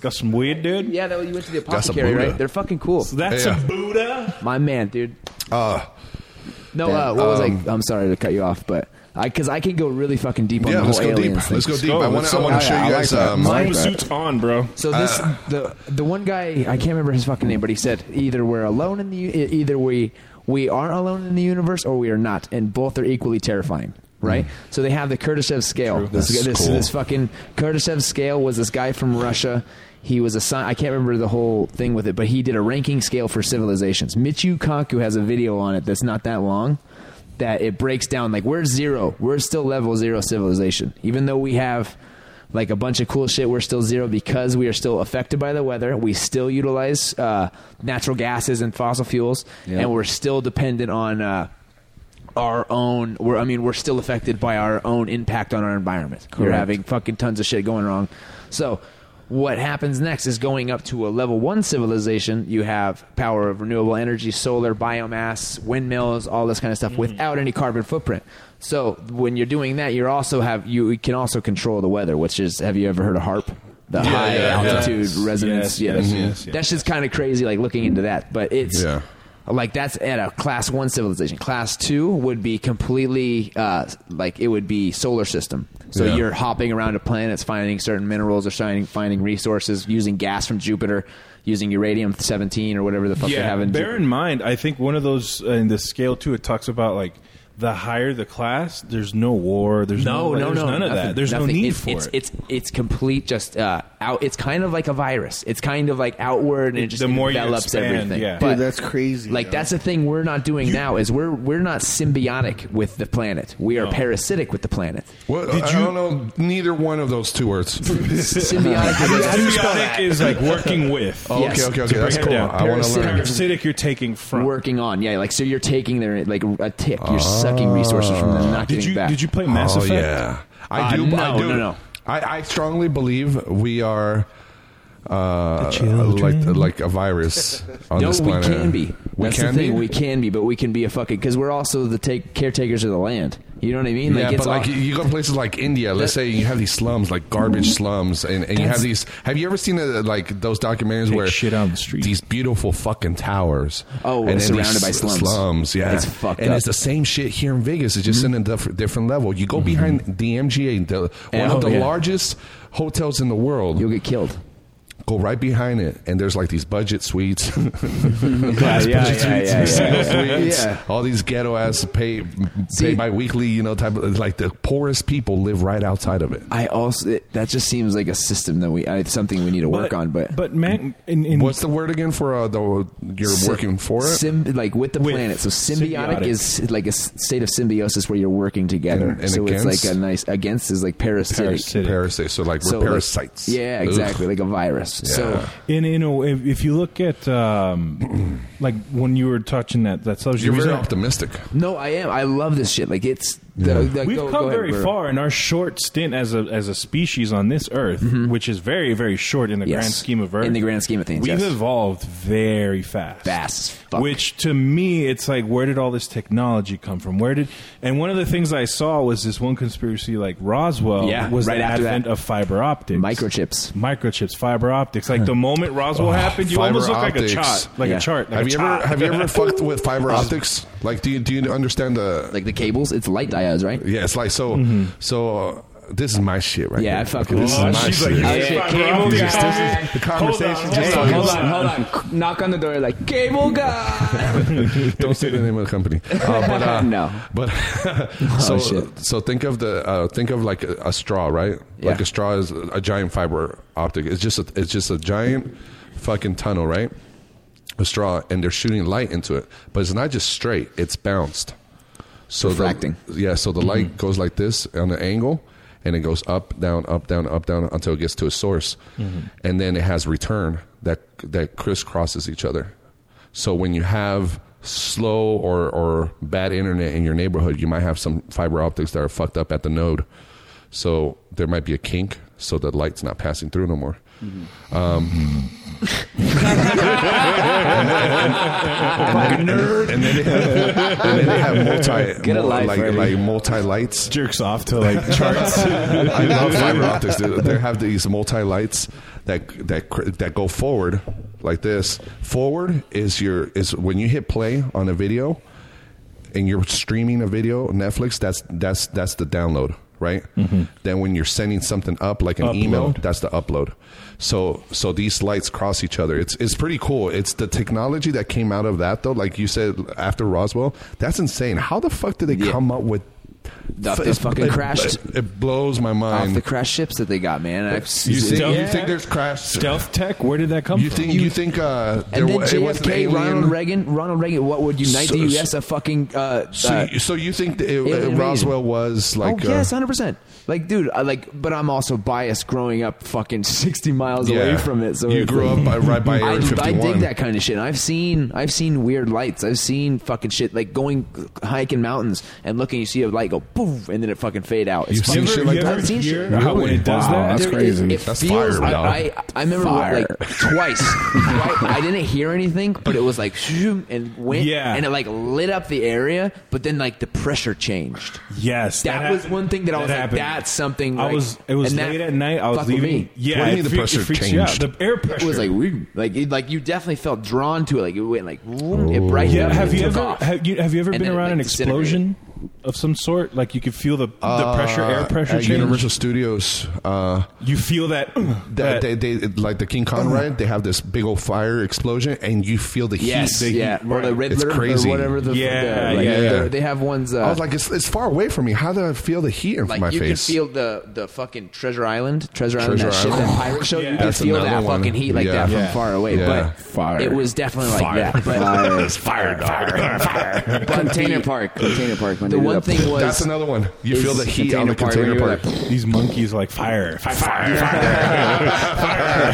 Speaker 5: Got some weird, dude.
Speaker 6: yeah that you went to the
Speaker 1: That's a
Speaker 6: apothecary,
Speaker 1: Buddha.
Speaker 6: right? They're fucking cool.
Speaker 5: So that's
Speaker 1: Yeah.
Speaker 5: a Buddha.
Speaker 6: My man, dude.
Speaker 1: Uh, um,
Speaker 6: No, uh, what was I? I'm sorry to cut you off, but I because I can go really fucking deep on
Speaker 1: yeah,
Speaker 6: the
Speaker 1: let's
Speaker 6: whole
Speaker 1: go deep.
Speaker 6: aliens thing.
Speaker 1: Let's go deep.
Speaker 5: go.
Speaker 1: I want
Speaker 5: Let's
Speaker 1: to. I
Speaker 5: go.
Speaker 1: want to
Speaker 5: Yeah,
Speaker 1: show
Speaker 5: I
Speaker 1: you
Speaker 5: like
Speaker 1: guys.
Speaker 5: that.
Speaker 1: um,
Speaker 6: Mine-
Speaker 5: Mine suits on,
Speaker 1: uh,
Speaker 5: bro.
Speaker 6: So this the the one guy I can't remember his fucking name, but he said either we're alone in the u- e- either we we are alone in the universe or we are not, and both are equally terrifying.
Speaker 1: Hmm.
Speaker 6: Right, so they have the Kurdish scale. This,
Speaker 1: That's
Speaker 6: this,
Speaker 1: cool.
Speaker 6: this fucking Kurdish scale was this guy from Russia. He was a sci- I can't remember the whole thing with it, but he did a ranking scale for civilizations. Michio Kaku has a video on it that's not that long. That it breaks down like we're zero. We're still level zero civilization, even though we have like a bunch of cool shit. We're still zero because we are still affected by the weather. We still utilize uh, natural gases and fossil fuels, and we're still dependent on uh, our own. We're, I mean, we're still affected by our own impact on our environment. You're
Speaker 2: Correct.
Speaker 6: having fucking tons of shit going wrong. So, what happens next is going up to a level one civilization. You have power of renewable energy, solar, biomass, windmills, all this kind of stuff,
Speaker 5: Mm-hmm.
Speaker 6: without any carbon footprint. So, when you're doing that, you're also have you can also control the weather, which is have you ever heard of HARP? The
Speaker 5: Yeah,
Speaker 6: high
Speaker 5: yeah, yeah.
Speaker 6: altitude
Speaker 5: Yes, yes,
Speaker 6: resonance. yeah.
Speaker 5: yes, yes, yes.
Speaker 6: That shit's kind of crazy, like looking into that. But it's
Speaker 1: Yeah.
Speaker 6: like that's at a class one civilization. Class two would be completely uh, like it would be solar system. So
Speaker 1: Yeah.
Speaker 6: you're hopping around to planets, finding certain minerals or finding finding resources, using gas from Jupiter, using uranium seventeen or whatever the fuck they have in Ju-
Speaker 5: bear in mind, I think one of those uh, in the scale too. It talks about like the higher the class, there's no war, there's no, there's none of
Speaker 6: nothing,
Speaker 5: that. There's
Speaker 6: nothing.
Speaker 5: no need
Speaker 6: it's,
Speaker 5: for
Speaker 6: it's,
Speaker 5: it.
Speaker 6: It's it's complete just uh, out. It's kind of like a virus. It's kind of like outward and it just
Speaker 5: the more you
Speaker 6: develops
Speaker 5: expand,
Speaker 6: everything.
Speaker 5: yeah. Dude,
Speaker 6: But
Speaker 4: that's crazy.
Speaker 6: Like that's the thing we're not doing now is we're we're not symbiotic with the planet. We are parasitic with the planet.
Speaker 1: What, I, I don't know neither one of those two words.
Speaker 6: Symbiotic is- How do you spell
Speaker 5: symbiotic
Speaker 6: that?
Speaker 5: is like working with.
Speaker 1: Oh, okay, okay, okay.
Speaker 5: To break
Speaker 1: That's
Speaker 5: it
Speaker 1: cool.
Speaker 5: down.
Speaker 1: I want to
Speaker 6: Parasitic.
Speaker 1: learn.
Speaker 5: Parasitic, you're taking from.
Speaker 6: Working on, yeah, like so you're taking their like a tick. You're sucking resources from them, not
Speaker 5: Did
Speaker 6: giving
Speaker 5: you-
Speaker 6: back.
Speaker 5: did you play Mass
Speaker 1: oh,
Speaker 5: Effect?
Speaker 1: yeah. I
Speaker 6: Uh,
Speaker 1: do. I
Speaker 6: no,
Speaker 1: do.
Speaker 6: no, no.
Speaker 1: I, I strongly believe we are uh, like
Speaker 6: children.
Speaker 1: like a virus on
Speaker 6: no,
Speaker 1: this planet.
Speaker 6: we can be.
Speaker 1: We
Speaker 6: That's
Speaker 1: can
Speaker 6: the thing.
Speaker 1: be.
Speaker 6: We can be, but we can be a fucking because we're also the take caretakers of the land. You know what I mean?
Speaker 1: yeah,
Speaker 6: it's
Speaker 1: but like
Speaker 6: all- Mm-hmm.
Speaker 1: you- you go to places like India. Let's say you have these slums, like garbage slums, and, and you have
Speaker 6: That's-
Speaker 1: these. Have you ever seen uh like those documentaries
Speaker 5: Take
Speaker 1: where
Speaker 5: shit on the street.
Speaker 1: These beautiful fucking towers.
Speaker 6: Oh,
Speaker 1: then
Speaker 6: surrounded
Speaker 1: these
Speaker 6: by slums.
Speaker 1: Slums, yeah.
Speaker 6: It's fucked
Speaker 1: And
Speaker 6: up. Mm-hmm.
Speaker 1: it's the same shit here in Vegas. It's just in a diff- different level. You go behind the MGA, the, one
Speaker 6: Oh,
Speaker 1: of the
Speaker 6: yeah.
Speaker 1: largest hotels in the world.
Speaker 6: you'll get killed.
Speaker 1: go right behind it, and there's like these budget suites,
Speaker 5: Yeah, yeah,
Speaker 1: budget
Speaker 5: yeah,
Speaker 1: suites,
Speaker 5: yeah,
Speaker 1: single
Speaker 5: yeah.
Speaker 1: suites,
Speaker 5: Yeah.
Speaker 1: all these ghetto ass pay
Speaker 6: See-
Speaker 1: pay by weekly, you know, type of like the poorest people live right outside of it.
Speaker 6: I also it, that just seems like a system that we uh, it's something we need to work on, but.
Speaker 5: but man, in, in
Speaker 1: What's the word again for uh, the you're
Speaker 6: Sy-
Speaker 1: working for it?
Speaker 6: symb- like with the
Speaker 5: With.
Speaker 6: planet. So symbiotic,
Speaker 5: Symbiotic.
Speaker 6: is like a s- state of symbiosis where you're working together.
Speaker 1: And- and
Speaker 6: so it's
Speaker 1: against?
Speaker 6: like a nice against is like parasitic.
Speaker 5: Parasitic.
Speaker 1: Parasite. So like we're
Speaker 6: So, like-
Speaker 1: parasites.
Speaker 6: yeah,
Speaker 1: Ugh.
Speaker 6: exactly, like a virus. So
Speaker 1: Yeah.
Speaker 5: in in a, if, if you look at um, like when you were touching that that subject,
Speaker 1: You're
Speaker 5: the
Speaker 1: very
Speaker 5: reason-
Speaker 1: optimistic.
Speaker 6: no, I am. I love this shit. Like it's the,
Speaker 1: Yeah.
Speaker 6: the-
Speaker 5: We've
Speaker 6: go-
Speaker 5: come
Speaker 6: go ahead,
Speaker 5: very
Speaker 6: bro.
Speaker 5: far in our short stint as a as a species on this Earth, which is very very short in the
Speaker 6: Mm-hmm. Yes.
Speaker 5: grand scheme of Earth.
Speaker 6: In the grand scheme of things,
Speaker 5: we've
Speaker 6: yes.
Speaker 5: evolved very fast.
Speaker 6: Fast as fuck.
Speaker 5: Which to me, it's like, where did all this technology come from? Where did? And one of the things I saw was this one conspiracy, like Roswell,
Speaker 6: Yeah,
Speaker 5: Oh, was
Speaker 6: right
Speaker 5: the
Speaker 6: after that.
Speaker 5: advent of fiber optics,
Speaker 6: Microchips.
Speaker 5: microchips, fiber optics. Like the moment Roswell
Speaker 1: Oh,
Speaker 5: happened, you
Speaker 1: fiber
Speaker 5: almost look like a
Speaker 1: optics.
Speaker 5: chart, like
Speaker 6: Yeah.
Speaker 5: a chart. Like
Speaker 1: have
Speaker 5: a
Speaker 1: you ever
Speaker 5: chart.
Speaker 1: have you ever fucked with fiber optics? Like do you do you understand the
Speaker 6: Like the cables, it's light diodes, right?
Speaker 1: Yeah, it's like so.
Speaker 5: Mm-hmm.
Speaker 1: So uh, this is my shit, right?
Speaker 6: Yeah, I
Speaker 1: here.
Speaker 6: fuck
Speaker 1: This
Speaker 6: with
Speaker 1: is
Speaker 6: it.
Speaker 1: my
Speaker 5: she's like,
Speaker 1: shit.
Speaker 5: you
Speaker 6: Oh,
Speaker 5: got
Speaker 6: shit,
Speaker 5: fiber
Speaker 6: cable
Speaker 5: optics.
Speaker 1: guys.
Speaker 5: This is-
Speaker 1: The conversation
Speaker 2: Hold
Speaker 1: just so
Speaker 2: on,
Speaker 1: you-
Speaker 2: hold on, hold on. C- Knock on the door like cable guy.
Speaker 1: Don't say the name of the company. Uh, but, uh,
Speaker 6: No. Oh,
Speaker 1: But so
Speaker 6: shit.
Speaker 1: so think of the uh, think of like a, a straw, right? Like
Speaker 6: Yeah.
Speaker 1: a straw is a giant fiber optic. It's just a, it's just a giant fucking tunnel, right? A straw, and they're shooting light into it, but it's not just straight; it's bounced. So the-
Speaker 6: Refracting.
Speaker 1: yeah, so the light goes like this on an angle, and it goes up, down, up, down, up, down until it gets to a source, and then it has return that that crisscrosses each other. So when you have slow or or bad internet in your neighborhood, you might have some fiber optics that are fucked up at the node. So there might be a kink, so the light's not passing through no more. Um, and, then, and then they have, and then they have multi
Speaker 2: Get a
Speaker 1: mul-
Speaker 2: life,
Speaker 1: like
Speaker 2: Freddie.
Speaker 1: like multi lights.
Speaker 5: jerks off to like charts?
Speaker 1: I love fiber optics. They, they have these multi lights that that cr- that go forward like this. Forward is your is when you hit play on a video and you're streaming a video Netflix. That's that's that's the download, right? Then when you're sending something up like an email,
Speaker 5: Upload.
Speaker 1: that's the Mm-hmm. upload. So so these lights cross each other. It's it's pretty cool. It's the technology that came out of that though. Like you said after Roswell, that's insane. How the fuck did they come up with?
Speaker 6: Off those fucking
Speaker 1: it,
Speaker 6: crashed-
Speaker 1: It, it blows my mind.
Speaker 6: off the crash ships that they got, man. I-
Speaker 1: You think, you think there's crash
Speaker 5: stealth tech? Where did that come
Speaker 1: you
Speaker 5: from?
Speaker 1: think you think uh, there
Speaker 6: and then
Speaker 1: wa- it wasn't
Speaker 6: JFK,
Speaker 1: alien?
Speaker 6: Ronald Reagan, Ronald Reagan. What would unite
Speaker 1: So-
Speaker 6: the U.S. A fucking. Uh,
Speaker 1: So,
Speaker 6: uh,
Speaker 1: you- so you think that it,
Speaker 6: alien
Speaker 1: uh,
Speaker 6: invasion.
Speaker 1: Roswell was like?
Speaker 6: oh yes,
Speaker 1: uh,
Speaker 6: hundred percent. Like, dude, I like, but I'm also biased. Growing up, fucking sixty miles away
Speaker 1: Yeah.
Speaker 6: from it, so
Speaker 1: You
Speaker 6: it's
Speaker 1: grew
Speaker 6: like-
Speaker 1: up by- right by
Speaker 6: I,
Speaker 1: Area
Speaker 6: I
Speaker 1: 51.
Speaker 6: dig that kind of shit. I've seen, I've seen weird lights. I've seen fucking shit like going hiking mountains and looking. You see a light go poof, and then it fucking fade out. It's
Speaker 1: You've seen
Speaker 6: fucking-
Speaker 1: shit like that?
Speaker 6: I've seen shit.
Speaker 5: How- when it does that?
Speaker 4: That's
Speaker 6: There is-
Speaker 4: crazy.
Speaker 6: it
Speaker 1: That's
Speaker 6: feels-
Speaker 1: fire, dog.
Speaker 6: I, I, I remember
Speaker 4: Fire.
Speaker 6: like twice. I, I didn't hear anything, but it was like shoom, and went,
Speaker 5: Yeah.
Speaker 6: and it like lit up the area. But then like the pressure changed.
Speaker 5: Yes,
Speaker 6: That was
Speaker 5: happened.
Speaker 6: one thing that I was like,
Speaker 5: happened.
Speaker 6: that's something,
Speaker 5: I
Speaker 6: like-
Speaker 5: was. It was
Speaker 6: and that
Speaker 5: late at night. I was
Speaker 6: fucked with
Speaker 5: leaving.
Speaker 6: me.
Speaker 5: Yeah,
Speaker 1: What do you
Speaker 5: it
Speaker 1: mean the
Speaker 5: freak-
Speaker 1: pressure
Speaker 5: it freaks you out.
Speaker 1: changed?
Speaker 5: The air pressure
Speaker 6: It was like weird. Like it, like you definitely felt drawn to it. Like it went like vroom, it brightened
Speaker 5: Yeah,
Speaker 6: up.
Speaker 5: have
Speaker 6: and it
Speaker 5: you
Speaker 6: took
Speaker 5: ever
Speaker 6: off.
Speaker 5: have you have you ever
Speaker 6: And
Speaker 5: been
Speaker 6: then it,
Speaker 5: around
Speaker 6: like,
Speaker 5: an
Speaker 6: disintegrated.
Speaker 5: explosion of some sort? Like you could feel the the
Speaker 1: uh,
Speaker 5: pressure, air pressure
Speaker 1: at
Speaker 5: change.
Speaker 1: Universal Studios. Uh,
Speaker 5: You feel that
Speaker 1: that
Speaker 5: that-
Speaker 1: they, they, like the King Kong ride, they have this big old fire explosion, and you feel the
Speaker 6: Yes,
Speaker 1: heat.
Speaker 6: yeah, or the
Speaker 1: Right. It's
Speaker 6: Riddler,
Speaker 1: crazy.
Speaker 6: or whatever the
Speaker 5: Yeah,
Speaker 6: the, like,
Speaker 5: yeah.
Speaker 6: they're- they have ones. Uh,
Speaker 1: I was like, it's, it's far away from me. How do I feel the heat in
Speaker 6: like
Speaker 1: my
Speaker 6: you
Speaker 1: face?
Speaker 6: can feel the the fucking Treasure Island, Treasure Island,
Speaker 1: Treasure
Speaker 6: that shit,
Speaker 1: Island.
Speaker 6: that pirate show. You can
Speaker 1: That's
Speaker 6: feel
Speaker 1: another
Speaker 6: that
Speaker 1: one.
Speaker 6: fucking heat like
Speaker 1: Yeah.
Speaker 6: that from
Speaker 1: Yeah.
Speaker 6: far away.
Speaker 1: Yeah.
Speaker 6: But
Speaker 4: Fire.
Speaker 6: it was definitely like that. But
Speaker 1: it's fire, dog.
Speaker 2: Container Park. Container Park. When
Speaker 6: the
Speaker 2: they did
Speaker 6: one
Speaker 2: that-
Speaker 6: thing was
Speaker 1: That's another one. You
Speaker 6: It's
Speaker 1: feel the heat on the
Speaker 6: container
Speaker 1: container
Speaker 6: part where
Speaker 1: part.
Speaker 5: these monkeys like fire, fire, fire.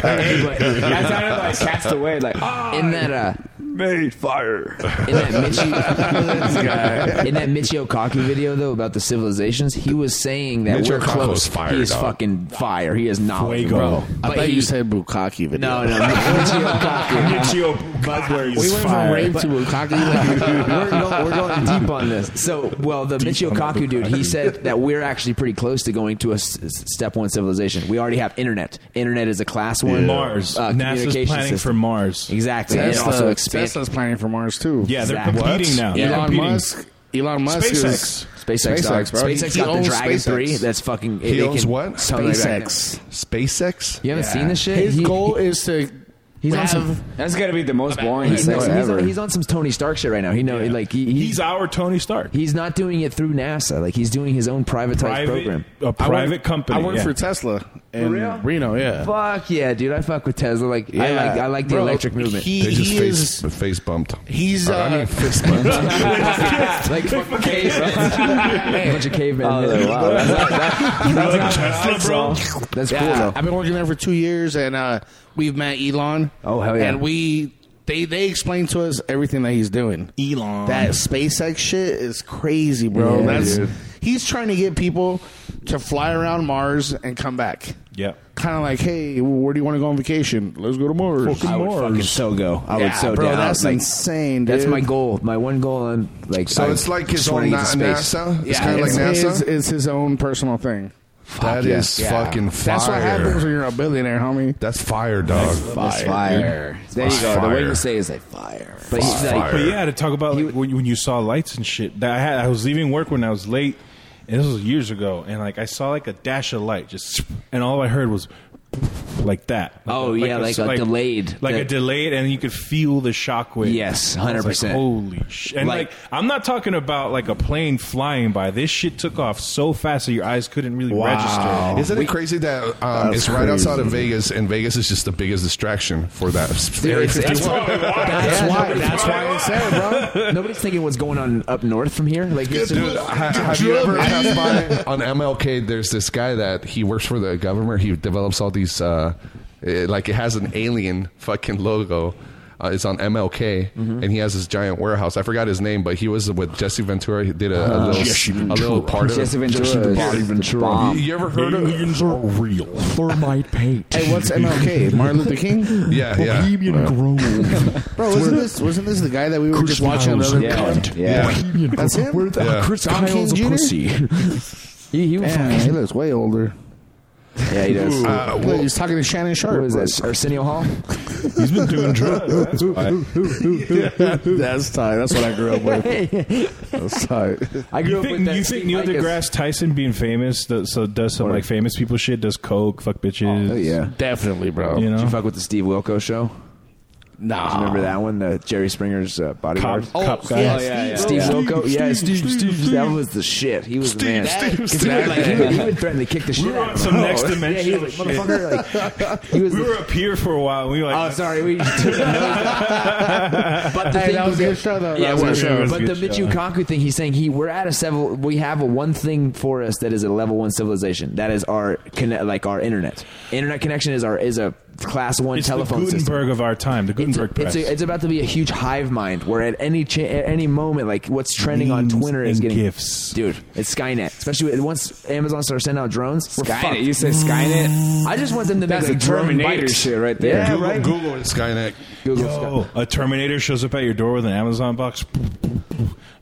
Speaker 6: But
Speaker 2: that sounded like cast away. Like "Ah."
Speaker 6: in that uh,
Speaker 2: made fire.
Speaker 6: in that Michio in that Michio Kaku video though about the civilizations, he was saying that
Speaker 1: Michio
Speaker 6: we're
Speaker 1: Kaku's
Speaker 6: close.
Speaker 1: fire,
Speaker 6: he is
Speaker 1: dog.
Speaker 6: fucking fire. He is knowledge,
Speaker 5: Fuego.
Speaker 6: bro.
Speaker 4: I
Speaker 6: But
Speaker 4: thought
Speaker 6: he,
Speaker 4: you said Bukaki video.
Speaker 6: no, no, Michio Kaku.
Speaker 5: Michio
Speaker 4: We
Speaker 5: buzzwords.
Speaker 4: went from rape
Speaker 6: But-
Speaker 4: to Bukaki.
Speaker 6: we're, going, we're going deep on this. So, well, the Michio Kaku dude, he said that we're actually pretty close to going to a s- s- step one civilization. We already have internet. Internet is a class one.
Speaker 5: Mars.
Speaker 6: Uh,
Speaker 5: NASA's
Speaker 6: communication
Speaker 5: planning
Speaker 6: system.
Speaker 5: for Mars.
Speaker 6: Exactly. And
Speaker 4: Tesla,
Speaker 6: also expand.
Speaker 4: Tesla's planning for Mars too.
Speaker 5: Yeah, they're
Speaker 6: Exactly.
Speaker 5: competing now. They're
Speaker 4: Elon
Speaker 5: competing.
Speaker 4: Musk. Elon Musk
Speaker 5: SpaceX.
Speaker 4: is
Speaker 6: SpaceX, SpaceX,
Speaker 4: bro.
Speaker 6: SpaceX
Speaker 4: He
Speaker 6: got the
Speaker 4: owns
Speaker 6: Dragon
Speaker 4: SpaceX.
Speaker 6: 3. That's fucking.
Speaker 1: He
Speaker 6: they
Speaker 1: owns
Speaker 6: can
Speaker 1: what?
Speaker 6: tell me back
Speaker 4: SpaceX.
Speaker 6: now.
Speaker 1: SpaceX.
Speaker 6: You haven't seen this shit?
Speaker 4: His
Speaker 6: He-
Speaker 4: goal
Speaker 6: he-
Speaker 4: is to.
Speaker 6: He's on
Speaker 4: have,
Speaker 6: some.
Speaker 2: That's gotta be the most boring
Speaker 6: He's,
Speaker 2: sex
Speaker 6: no, he's,
Speaker 2: ever.
Speaker 6: on, he's on some Tony Stark shit right now. He know, like he,
Speaker 5: He's our Tony Stark.
Speaker 6: he's not doing it through NASA. Like he's doing his own privatized
Speaker 5: Private,
Speaker 6: program.
Speaker 5: a
Speaker 4: I
Speaker 5: private
Speaker 4: work-
Speaker 5: company.
Speaker 4: I work
Speaker 5: yeah.
Speaker 4: for Tesla in Reno. Yeah.
Speaker 6: Fuck yeah, dude! I fuck with Tesla. Like I
Speaker 4: Yeah.
Speaker 6: like I like the
Speaker 4: Bro,
Speaker 6: electric movement.
Speaker 4: He,
Speaker 1: They just
Speaker 4: he
Speaker 1: face
Speaker 4: is.
Speaker 1: face bumped.
Speaker 4: He's.
Speaker 1: Or,
Speaker 4: Uh,
Speaker 1: I mean, fist bumped.
Speaker 6: like fucking cavemen. a bunch of cavemen.
Speaker 5: Tesla, bro.
Speaker 6: That's
Speaker 4: yeah,
Speaker 6: cool though.
Speaker 4: I've been working there for two years, and uh, we've met Elon.
Speaker 6: Oh, hell yeah.
Speaker 4: And we they they explained to us everything that he's doing.
Speaker 5: Elon.
Speaker 4: That SpaceX shit is crazy, bro.
Speaker 6: Yeah,
Speaker 4: That's
Speaker 6: dude.
Speaker 4: he's trying to get people to fly around Mars and come back.
Speaker 5: Yeah.
Speaker 4: Kind of like, hey, where do you want to go on vacation? Let's go to Mars.
Speaker 6: I would fucking so go. I would
Speaker 4: Yeah,
Speaker 6: so
Speaker 4: bro,
Speaker 6: down.
Speaker 4: that's
Speaker 6: Like,
Speaker 4: insane.
Speaker 6: That's
Speaker 4: dude.
Speaker 6: my goal. My one goal. I'm like.
Speaker 1: So
Speaker 6: I
Speaker 1: it's like his
Speaker 6: just wanna
Speaker 1: own
Speaker 6: get
Speaker 1: na-
Speaker 6: to space.
Speaker 1: NASA. It's
Speaker 4: Yeah,
Speaker 1: kind of like
Speaker 4: it's- It's,
Speaker 1: NASA.
Speaker 4: it's his own personal thing.
Speaker 1: That is
Speaker 4: Yeah.
Speaker 1: fucking fire.
Speaker 4: That's what happens when you're a billionaire, homie.
Speaker 1: That's fire, dog.
Speaker 2: It's fire. There you go. The way you say it is like fire.
Speaker 6: But he's like,
Speaker 1: Fire.
Speaker 5: But yeah, to talk about like, when, when you saw lights and shit. That I had, I was leaving work when I was late, and this was years ago. And like I saw like a dash of light, just and all I heard was like that. Like,
Speaker 6: Oh, yeah, like a delayed-
Speaker 5: like
Speaker 6: the-
Speaker 5: a delayed, and you could feel the shockwave.
Speaker 6: Yes,
Speaker 5: I was like,
Speaker 6: 100%.
Speaker 5: Holy shit! And
Speaker 6: Like-
Speaker 5: like, I'm not talking about like a plane flying by. This shit took off so fast that your eyes couldn't really register.
Speaker 1: Isn't it crazy that um,
Speaker 4: That's
Speaker 1: it's right
Speaker 4: crazy.
Speaker 1: outside of Vegas, and Vegas is just the biggest distraction for that
Speaker 6: Dude,
Speaker 1: Area
Speaker 6: it's- that's
Speaker 1: 51?
Speaker 6: why.
Speaker 4: That's
Speaker 6: That's
Speaker 4: why. That's why I said, bro.
Speaker 6: why. Nobody's thinking what's going on up north from here. Like, it's
Speaker 1: Dude,
Speaker 6: just-
Speaker 1: ha- have you ever passed by on MLK? There's this guy that he works for the government. He develops all these, uh, eh, like it has an alien fucking logo. Uh, it's on MLK,
Speaker 2: Mm-hmm.
Speaker 1: and he has this giant warehouse. I forgot his name, but he was with Jesse Ventura. He did a, a little, a little part of
Speaker 2: Jesse Ah, Ventura
Speaker 1: Jesse
Speaker 2: is
Speaker 1: Body
Speaker 2: the
Speaker 1: Ventura.
Speaker 2: bomb.
Speaker 1: You ever heard of
Speaker 5: are real.
Speaker 6: Thermite paint.
Speaker 4: Hey, what's MLK? Martin Luther King?
Speaker 1: Yeah, yeah.
Speaker 6: Grove.
Speaker 4: Bro, wasn't this wasn't this the guy that we were just watching
Speaker 6: Miles
Speaker 4: another
Speaker 6: is a cunt.
Speaker 4: Yeah. That's him?
Speaker 6: Where the
Speaker 1: Yeah.
Speaker 6: Chris
Speaker 4: Don
Speaker 6: Kyle's
Speaker 4: King
Speaker 6: a
Speaker 4: Jr.?
Speaker 6: pussy. he, he was
Speaker 4: Damn, he looks way older.
Speaker 6: Yeah, he does.
Speaker 1: Uh,
Speaker 4: Look,
Speaker 1: well,
Speaker 4: he's talking to Shannon
Speaker 6: what
Speaker 4: Sharp.
Speaker 6: was that? Arsenio Hall?
Speaker 5: He's been doing drugs. That's why.
Speaker 4: That's tight. That's what I grew up with. That's tight.
Speaker 6: I grew
Speaker 5: You
Speaker 6: up
Speaker 5: think,
Speaker 6: with that.
Speaker 5: you think
Speaker 6: Steve
Speaker 5: Neil
Speaker 6: Micas.
Speaker 5: deGrasse Tyson being famous, does, so does some like famous people shit, does coke, fuck bitches.
Speaker 6: Oh, yeah.
Speaker 4: Definitely, bro.
Speaker 5: You
Speaker 6: Did you
Speaker 5: know?
Speaker 6: fuck with the Steve Wilco show? No. Do you remember that one? The Jerry Springer's uh, bodyguard?
Speaker 5: Cop- Oh, cop guy. yeah,
Speaker 6: Steve,
Speaker 5: yeah, yeah.
Speaker 6: Steve
Speaker 5: Steve,
Speaker 6: Wilco? yeah, Steve,
Speaker 5: Steve,
Speaker 6: Steve, That was the shit. He was the man.
Speaker 5: Steve,
Speaker 6: 'Cause
Speaker 5: Steve.
Speaker 6: He, would, like, he, would, he would threaten to kick the shit
Speaker 5: We were
Speaker 6: out
Speaker 5: on
Speaker 6: of
Speaker 5: some
Speaker 6: him.
Speaker 5: next
Speaker 6: Yeah, he
Speaker 5: dimension.
Speaker 6: was like, motherfucker, like,
Speaker 5: we were up here for a while. And we were like, oh,
Speaker 6: sorry, we took but the
Speaker 4: Hey,
Speaker 6: thing
Speaker 4: that was
Speaker 6: that-
Speaker 4: a good show, though.
Speaker 6: Yeah,
Speaker 4: That was a
Speaker 6: it was.
Speaker 4: good show. It was a
Speaker 6: But the
Speaker 4: good show.
Speaker 6: Michio Kaku thing, he's saying he we're at a several. We have a one thing for us that is a level one civilization. That is our conne- like our internet. Internet connection is our is a class one
Speaker 5: it's the
Speaker 6: telephone
Speaker 5: Gutenberg
Speaker 6: system.
Speaker 5: of our time. The Gutenberg
Speaker 6: It's,
Speaker 5: press.
Speaker 6: a, it's about to be a huge hive mind where at any cha- at any moment, like what's trending on
Speaker 5: Memes
Speaker 6: Twitter is
Speaker 5: and
Speaker 6: getting
Speaker 5: gifs.
Speaker 6: Dude, it's Skynet. Especially with- once Amazon starts sending out drones.
Speaker 2: Skynet.
Speaker 6: We're fucked.
Speaker 2: You said Skynet?
Speaker 6: I just want them to
Speaker 2: That's
Speaker 6: make like
Speaker 2: the
Speaker 6: drone
Speaker 2: Terminator
Speaker 6: bikes.
Speaker 2: shit right there.
Speaker 6: Yeah,
Speaker 2: Google-
Speaker 6: right?
Speaker 1: Google is Skynet.
Speaker 6: Google
Speaker 5: Yo, a Terminator shows up at your door with an Amazon box.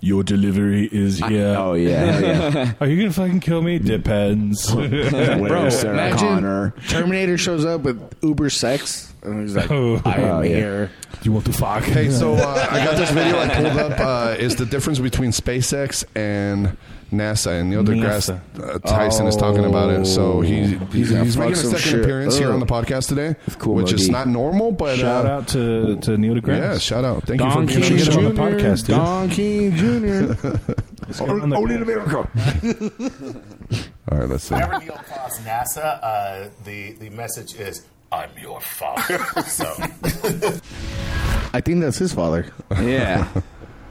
Speaker 5: Your delivery is here. oh
Speaker 6: yeah, yeah.
Speaker 5: Are you gonna fucking kill me? Depends.
Speaker 4: Bro, imagine Terminator shows up with Uber sex, and he's like,
Speaker 5: Oh.
Speaker 4: "I am
Speaker 5: Oh, yeah.
Speaker 4: here."
Speaker 5: You want to fuck?
Speaker 1: Hey, so uh, I got this video I pulled up. Uh, is the difference between SpaceX and NASA? And Neil deGrasse uh, Tyson is talking about it. So he,
Speaker 5: Oh.
Speaker 1: he's,
Speaker 5: He's gonna
Speaker 1: he's
Speaker 5: fuck
Speaker 1: making a
Speaker 5: some
Speaker 1: second
Speaker 5: shit
Speaker 1: appearance here
Speaker 5: up.
Speaker 1: on the podcast today,
Speaker 5: cool,
Speaker 1: which is
Speaker 5: Mogi.
Speaker 1: not normal. But
Speaker 5: shout
Speaker 1: uh,
Speaker 5: out to, to Neil deGrasse.
Speaker 1: Yeah, shout out. Thank
Speaker 5: Don
Speaker 1: you for
Speaker 5: King
Speaker 1: being
Speaker 5: Jr.
Speaker 1: on the
Speaker 5: Don
Speaker 1: podcast, dude.
Speaker 4: Don King Jr.
Speaker 1: Only- only in America. All right, let's see.
Speaker 25: Whenever Neil calls NASA, uh, the the message is, "I'm your father." so
Speaker 4: I think that's his father.
Speaker 2: Yeah.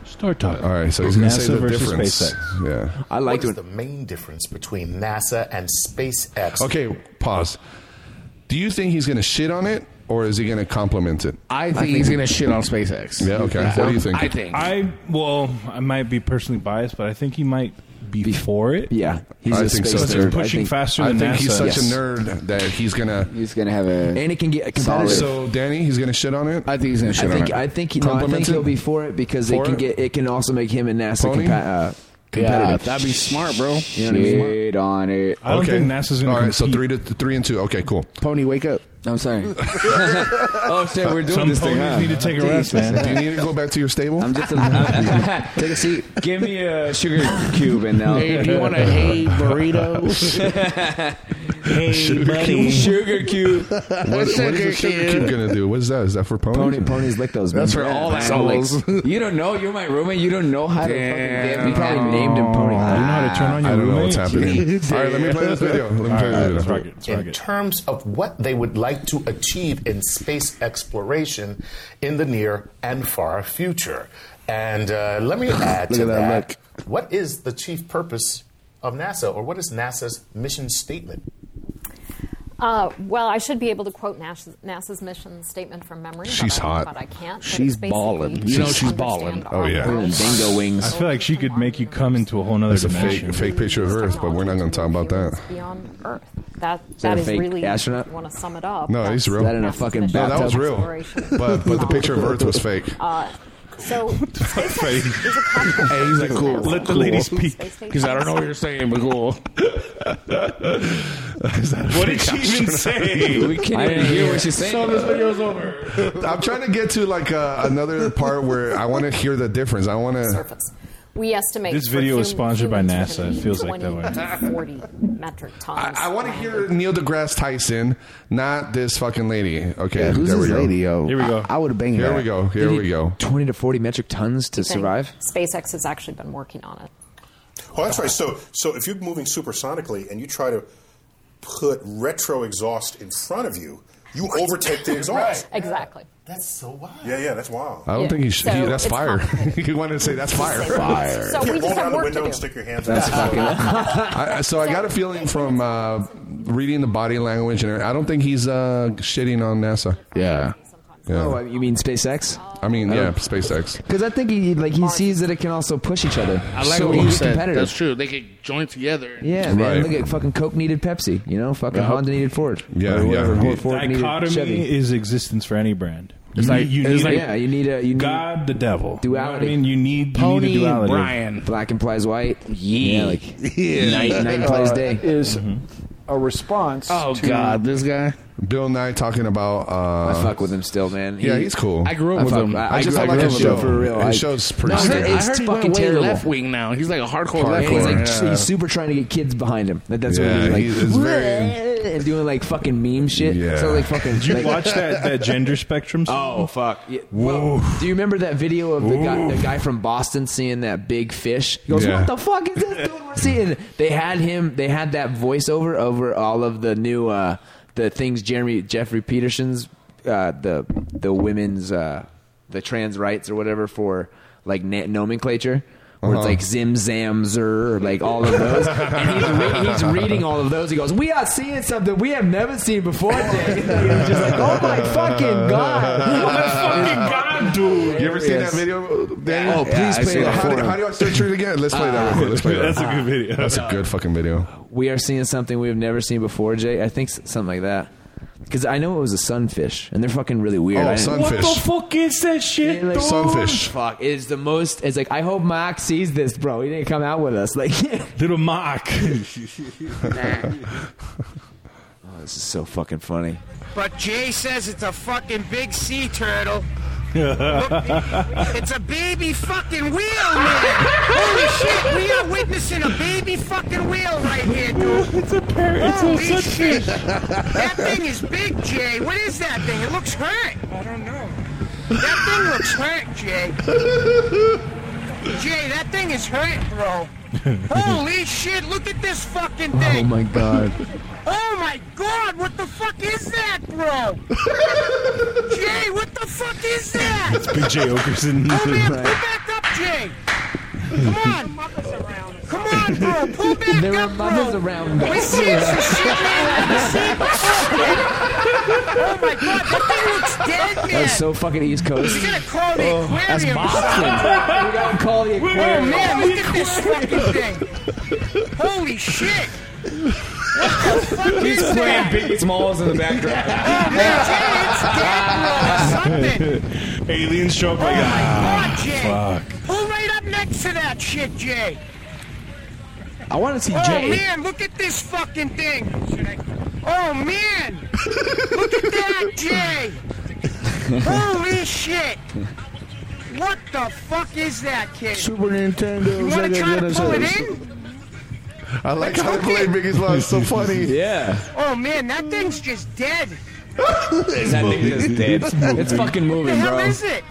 Speaker 5: Start talking.
Speaker 1: All right, so he's going to say
Speaker 5: NASA
Speaker 1: the
Speaker 5: versus
Speaker 1: difference.
Speaker 5: SpaceX.
Speaker 1: Yeah.
Speaker 25: what is the main difference between NASA and SpaceX?
Speaker 1: Okay, pause. Do you think he's going to shit on it, or is he going to compliment it?
Speaker 4: I think he's gonna shit on SpaceX.
Speaker 1: Yeah. Okay. What do you think?
Speaker 5: I well, I might be personally biased, but I think he might be for it.
Speaker 6: Yeah,
Speaker 1: I think so
Speaker 5: Because
Speaker 1: too.
Speaker 5: they're pushing faster
Speaker 1: I
Speaker 5: than
Speaker 1: think
Speaker 5: NASA.
Speaker 1: he's such a nerd that he's gonna.
Speaker 2: He's gonna have a.
Speaker 6: And it can get
Speaker 1: Solid.
Speaker 6: competitive.
Speaker 1: So Danny, he's gonna shit on it. I
Speaker 4: think he's
Speaker 6: I think I think he, no, I think he'll be for it because it
Speaker 1: For
Speaker 6: can
Speaker 1: it?
Speaker 6: get it can also make him and NASA
Speaker 1: Pony?
Speaker 6: compa- uh, competitive.
Speaker 4: that'd be smart, bro.
Speaker 6: You know what I mean?
Speaker 2: Shit on it.
Speaker 5: I don't think NASA's gonna
Speaker 1: All right, so three to three and two. Okay, cool.
Speaker 4: Pony, wake up.
Speaker 2: I'm sorry. oh shit, we're doing
Speaker 5: Some
Speaker 2: this thing.
Speaker 5: ponies
Speaker 2: huh?
Speaker 5: need to take a rest, man.
Speaker 1: Do you need to go back to your stable?
Speaker 2: I'm just a, take a seat. Give me a sugar cube and now.
Speaker 4: Hey, do you want a hay burrito?
Speaker 5: Hey, buddy.
Speaker 2: Sugar cube.
Speaker 1: What, what is the sugar cube gonna do? What is that? Is that for ponies?
Speaker 6: Pony, ponies lick those.
Speaker 4: That's
Speaker 6: man.
Speaker 4: for all
Speaker 6: Yeah,
Speaker 4: animals.
Speaker 6: like-
Speaker 2: You don't know. You're my roommate. You don't know how to fucking get
Speaker 6: we
Speaker 2: me.
Speaker 6: probably named him Pony.
Speaker 5: Oh, You know how to turn on
Speaker 1: I
Speaker 5: your
Speaker 1: don't know what's
Speaker 5: roommate?
Speaker 1: happening. All right, let me play this video. Let me play
Speaker 5: All right,
Speaker 1: this
Speaker 5: let's rock
Speaker 1: video.
Speaker 5: it. Let's rock
Speaker 25: in
Speaker 5: it.
Speaker 25: terms of what they would like to achieve in space exploration in the near and far future. And uh, let me add to
Speaker 4: Look at that
Speaker 25: that, what is the chief purpose of NASA, or what is NASA's mission statement?
Speaker 26: Uh, well, I should be able to quote NASA's, NASA's mission statement from memory.
Speaker 1: She's
Speaker 26: but
Speaker 1: hot.
Speaker 26: I, but I can't. but
Speaker 4: She's
Speaker 26: it's basically
Speaker 4: ballin'.
Speaker 26: to
Speaker 4: You know she's
Speaker 26: understand
Speaker 4: ballin'.
Speaker 1: Oh,
Speaker 26: our
Speaker 1: yeah.
Speaker 26: world.
Speaker 6: Bingo
Speaker 5: I
Speaker 6: wings.
Speaker 5: feel like she could make you come into a whole nother
Speaker 1: It's a fake,
Speaker 5: dimension.
Speaker 1: fake picture of Earth, but we're not going to talk about that.
Speaker 26: Beyond Earth. That,
Speaker 6: that
Speaker 26: that
Speaker 6: a
Speaker 26: is
Speaker 6: fake
Speaker 26: really.
Speaker 6: astronaut?
Speaker 26: If you want to sum it up?
Speaker 1: No,
Speaker 26: that's
Speaker 1: he's real.
Speaker 6: That in a
Speaker 26: NASA's
Speaker 6: fucking
Speaker 26: mission
Speaker 1: No, that was
Speaker 26: of
Speaker 1: real.
Speaker 26: exploration.
Speaker 1: But but the picture of Earth was fake.
Speaker 26: Uh, so
Speaker 5: Fake.
Speaker 26: SpaceX is a contract.
Speaker 4: hey, he's like, cool.
Speaker 5: Let the lady speak.
Speaker 4: Because I don't know what you're saying, but cool.
Speaker 5: What did she even say?
Speaker 2: We can't even hear what she's
Speaker 4: So this
Speaker 2: saying.
Speaker 4: video's over.
Speaker 1: I'm trying to get to like uh, another part where I want to hear the difference. I want to.
Speaker 26: surface. We estimate
Speaker 5: This
Speaker 26: for
Speaker 5: video is
Speaker 26: hum-
Speaker 5: sponsored by
Speaker 26: humans
Speaker 5: NASA.
Speaker 26: we're gonna
Speaker 5: It
Speaker 26: need
Speaker 5: feels like that way.
Speaker 26: 20 to 40 metric tons.
Speaker 1: I, I want to
Speaker 26: of
Speaker 1: hear Neil deGrasse Tyson, not this fucking lady. Okay,
Speaker 4: Yeah, who's
Speaker 1: there we
Speaker 4: this
Speaker 1: go.
Speaker 4: lady, yo?
Speaker 5: Here we go.
Speaker 4: I, would have banged
Speaker 1: Here
Speaker 4: that.
Speaker 1: we go. Here we go.
Speaker 6: Twenty to forty metric tons to
Speaker 26: thing.
Speaker 6: survive.
Speaker 26: SpaceX has actually been working on it.
Speaker 16: Well, that's right. So, so if you're moving supersonically and you try to put retro exhaust in front of you, you overtake the exhaust.
Speaker 26: Exactly.
Speaker 25: That's so wild.
Speaker 16: Yeah, yeah, that's wild.
Speaker 1: I don't
Speaker 26: Yeah.
Speaker 1: think he should.
Speaker 26: So
Speaker 1: he, that's
Speaker 26: it's
Speaker 1: fire.
Speaker 26: complicated.
Speaker 1: he wanted to say that's fire.
Speaker 26: So we
Speaker 16: Roll
Speaker 26: just
Speaker 16: down
Speaker 26: have
Speaker 16: the
Speaker 26: work
Speaker 16: window
Speaker 26: to
Speaker 16: and
Speaker 26: do.
Speaker 16: stick your hands.
Speaker 6: That's
Speaker 16: out.
Speaker 6: fucking.
Speaker 1: I, I- so I got a feeling from uh, reading the body language, and I don't think he's uh, shitting on NASA.
Speaker 4: Yeah.
Speaker 1: Yeah.
Speaker 6: Oh, you mean SpaceX? Oh.
Speaker 1: I mean, yeah, SpaceX.
Speaker 6: Because I think he like he sees that it can also push each other.
Speaker 4: I like
Speaker 6: so
Speaker 4: what
Speaker 6: we
Speaker 4: you
Speaker 6: get
Speaker 4: said.
Speaker 6: competitive.
Speaker 4: That's true. They could join together.
Speaker 6: Yeah, man.
Speaker 1: Right.
Speaker 6: Look at fucking Coke needed Pepsi. You know, fucking
Speaker 4: Yeah.
Speaker 6: Honda needed Ford.
Speaker 1: Yeah,
Speaker 6: Or whatever,
Speaker 1: yeah.
Speaker 6: Ford needed
Speaker 5: Dichotomy
Speaker 6: Chevy.
Speaker 5: is existence for any brand.
Speaker 4: It's
Speaker 5: you
Speaker 4: like-
Speaker 5: need, you
Speaker 4: it's
Speaker 5: need
Speaker 4: like-
Speaker 6: yeah, you need a you need
Speaker 5: God, the devil. You know what
Speaker 6: Duality.
Speaker 5: I mean, you need, you need a
Speaker 4: Pony and
Speaker 5: duality.
Speaker 4: Brian.
Speaker 6: black implies white.
Speaker 4: Yeah.
Speaker 6: Yeah, like
Speaker 4: Yeah.
Speaker 6: night night implies
Speaker 20: Uh,
Speaker 6: day. Mm-hmm.
Speaker 20: Is a response.
Speaker 4: Oh,
Speaker 20: to,
Speaker 4: God. This guy.
Speaker 1: Bill Nye talking about. Uh,
Speaker 6: I fuck with him still, man.
Speaker 1: Yeah, he's cool.
Speaker 4: I grew up
Speaker 6: I
Speaker 4: with
Speaker 6: fuck-
Speaker 4: him.
Speaker 6: I, I
Speaker 1: just
Speaker 6: just
Speaker 1: don't
Speaker 6: like
Speaker 1: like
Speaker 6: his
Speaker 1: his
Speaker 6: show
Speaker 1: show.
Speaker 6: for real.
Speaker 1: His
Speaker 6: I-
Speaker 1: show's pretty
Speaker 4: I
Speaker 1: It's
Speaker 4: heard, I
Speaker 6: it's
Speaker 4: heard he
Speaker 6: fucking
Speaker 4: went way
Speaker 6: terrible.
Speaker 4: left wing now. He's like a hardcore
Speaker 6: And
Speaker 4: left
Speaker 6: he's
Speaker 4: wing.
Speaker 6: like
Speaker 4: Yeah.
Speaker 6: he's super trying to get kids behind him. That, that's
Speaker 1: Yeah,
Speaker 6: what
Speaker 1: he
Speaker 6: he's like.
Speaker 1: is very-
Speaker 6: and doing like fucking meme shit.
Speaker 5: Yeah.
Speaker 6: So like fucking.
Speaker 5: Did you
Speaker 6: like-
Speaker 5: watch that, that gender spectrum?
Speaker 6: Oh fuck! Yeah, well, do you remember that video of the guy, the guy from Boston seeing that big fish? He goes,
Speaker 3: Yeah.
Speaker 6: "What the fuck is this dude we're seeing?" They had him. They had that voiceover over all of the new uh, the things Jeremy Jeffrey Peterson's uh, the the women's uh, the trans rights or whatever for like na- nomenclature. Where it's
Speaker 3: Uh-huh.
Speaker 6: like Zim Zam Zer, or, like all of those. and he's, re- he's reading all of those. He goes, "We are seeing something we have never seen before." Jay." He's just like, "Oh my fucking god!"
Speaker 4: Oh
Speaker 5: god, dude.
Speaker 1: You ever seen
Speaker 6: Yes.
Speaker 1: that video? Daniel?
Speaker 6: Oh, please Yeah, I play see it. that
Speaker 1: How, do,
Speaker 6: for him.
Speaker 1: how do I search it again? Let's play that real quick. Let's play that.
Speaker 6: That's a good video.
Speaker 1: That's a good fucking video.
Speaker 6: we are seeing something we have never seen before, Jay. I think s- something like that. Because I know it was a sunfish, and they're fucking really weird.
Speaker 1: Oh,
Speaker 6: I didn't-
Speaker 5: What the fuck is that shit?
Speaker 6: Like,
Speaker 5: dude?
Speaker 6: Fuck, it's the most. It's like I hope Mark sees this, bro. He didn't come out with us, like
Speaker 5: little Mark.
Speaker 6: oh, this is so fucking funny.
Speaker 8: But Jay says it's a fucking big sea turtle.
Speaker 6: Look,
Speaker 8: It's a baby fucking wheel, man! Holy shit, we are witnessing a baby fucking wheel right here, dude! It's a parrot,
Speaker 5: it's a
Speaker 8: shit! That thing is big, Jay! What is that thing? It looks hurt! I don't know. That thing looks hurt, Jay! Jay, that thing is hurt, bro! Holy shit, look at this fucking thing!
Speaker 6: my god.
Speaker 8: Oh my god, what the fuck is that, bro? Jay, what the fuck is that?
Speaker 5: It's BJ Okerson.
Speaker 8: Pull me up, pull back up, Jay. Come on. Come on, bro, pull back
Speaker 6: There
Speaker 8: up,
Speaker 6: are
Speaker 8: bro.
Speaker 6: mothers around.
Speaker 8: We see some shit, man. We see some shit. Oh my god, that thing looks dead, man.
Speaker 6: That's so fucking East Coast.
Speaker 8: We gotta call the
Speaker 6: Oh, that's
Speaker 8: aquarium.
Speaker 6: Boston. we gotta call the
Speaker 8: Oh
Speaker 6: aquarium.
Speaker 8: man, look at this fucking thing. Holy shit. What the fuck
Speaker 3: He's
Speaker 8: is
Speaker 3: playing
Speaker 8: that?
Speaker 3: Biggie Smalls in the background.
Speaker 8: Oh man, Jay, it's dead, bro. Something.
Speaker 5: Aliens show up like,
Speaker 1: Oh
Speaker 8: God,
Speaker 5: ah,
Speaker 8: Jay.
Speaker 5: fuck.
Speaker 8: Pull right up next to that shit, Jay.
Speaker 6: I want to see
Speaker 8: oh
Speaker 6: Jay.
Speaker 8: man, look at this fucking thing. Oh man, look at that, Jay. Holy shit. What the fuck is that, kid?
Speaker 4: Super Nintendo.
Speaker 8: You want
Speaker 4: Sega
Speaker 8: to try to
Speaker 4: Genesis.
Speaker 8: pull it in?
Speaker 1: I like how they play Biggie's Law. It's so funny.
Speaker 3: yeah.
Speaker 8: Oh man, that thing's just dead.
Speaker 3: That thing just did.
Speaker 1: It's moving.
Speaker 3: It's fucking
Speaker 8: the
Speaker 3: moving,
Speaker 8: hell
Speaker 3: bro.
Speaker 8: is it?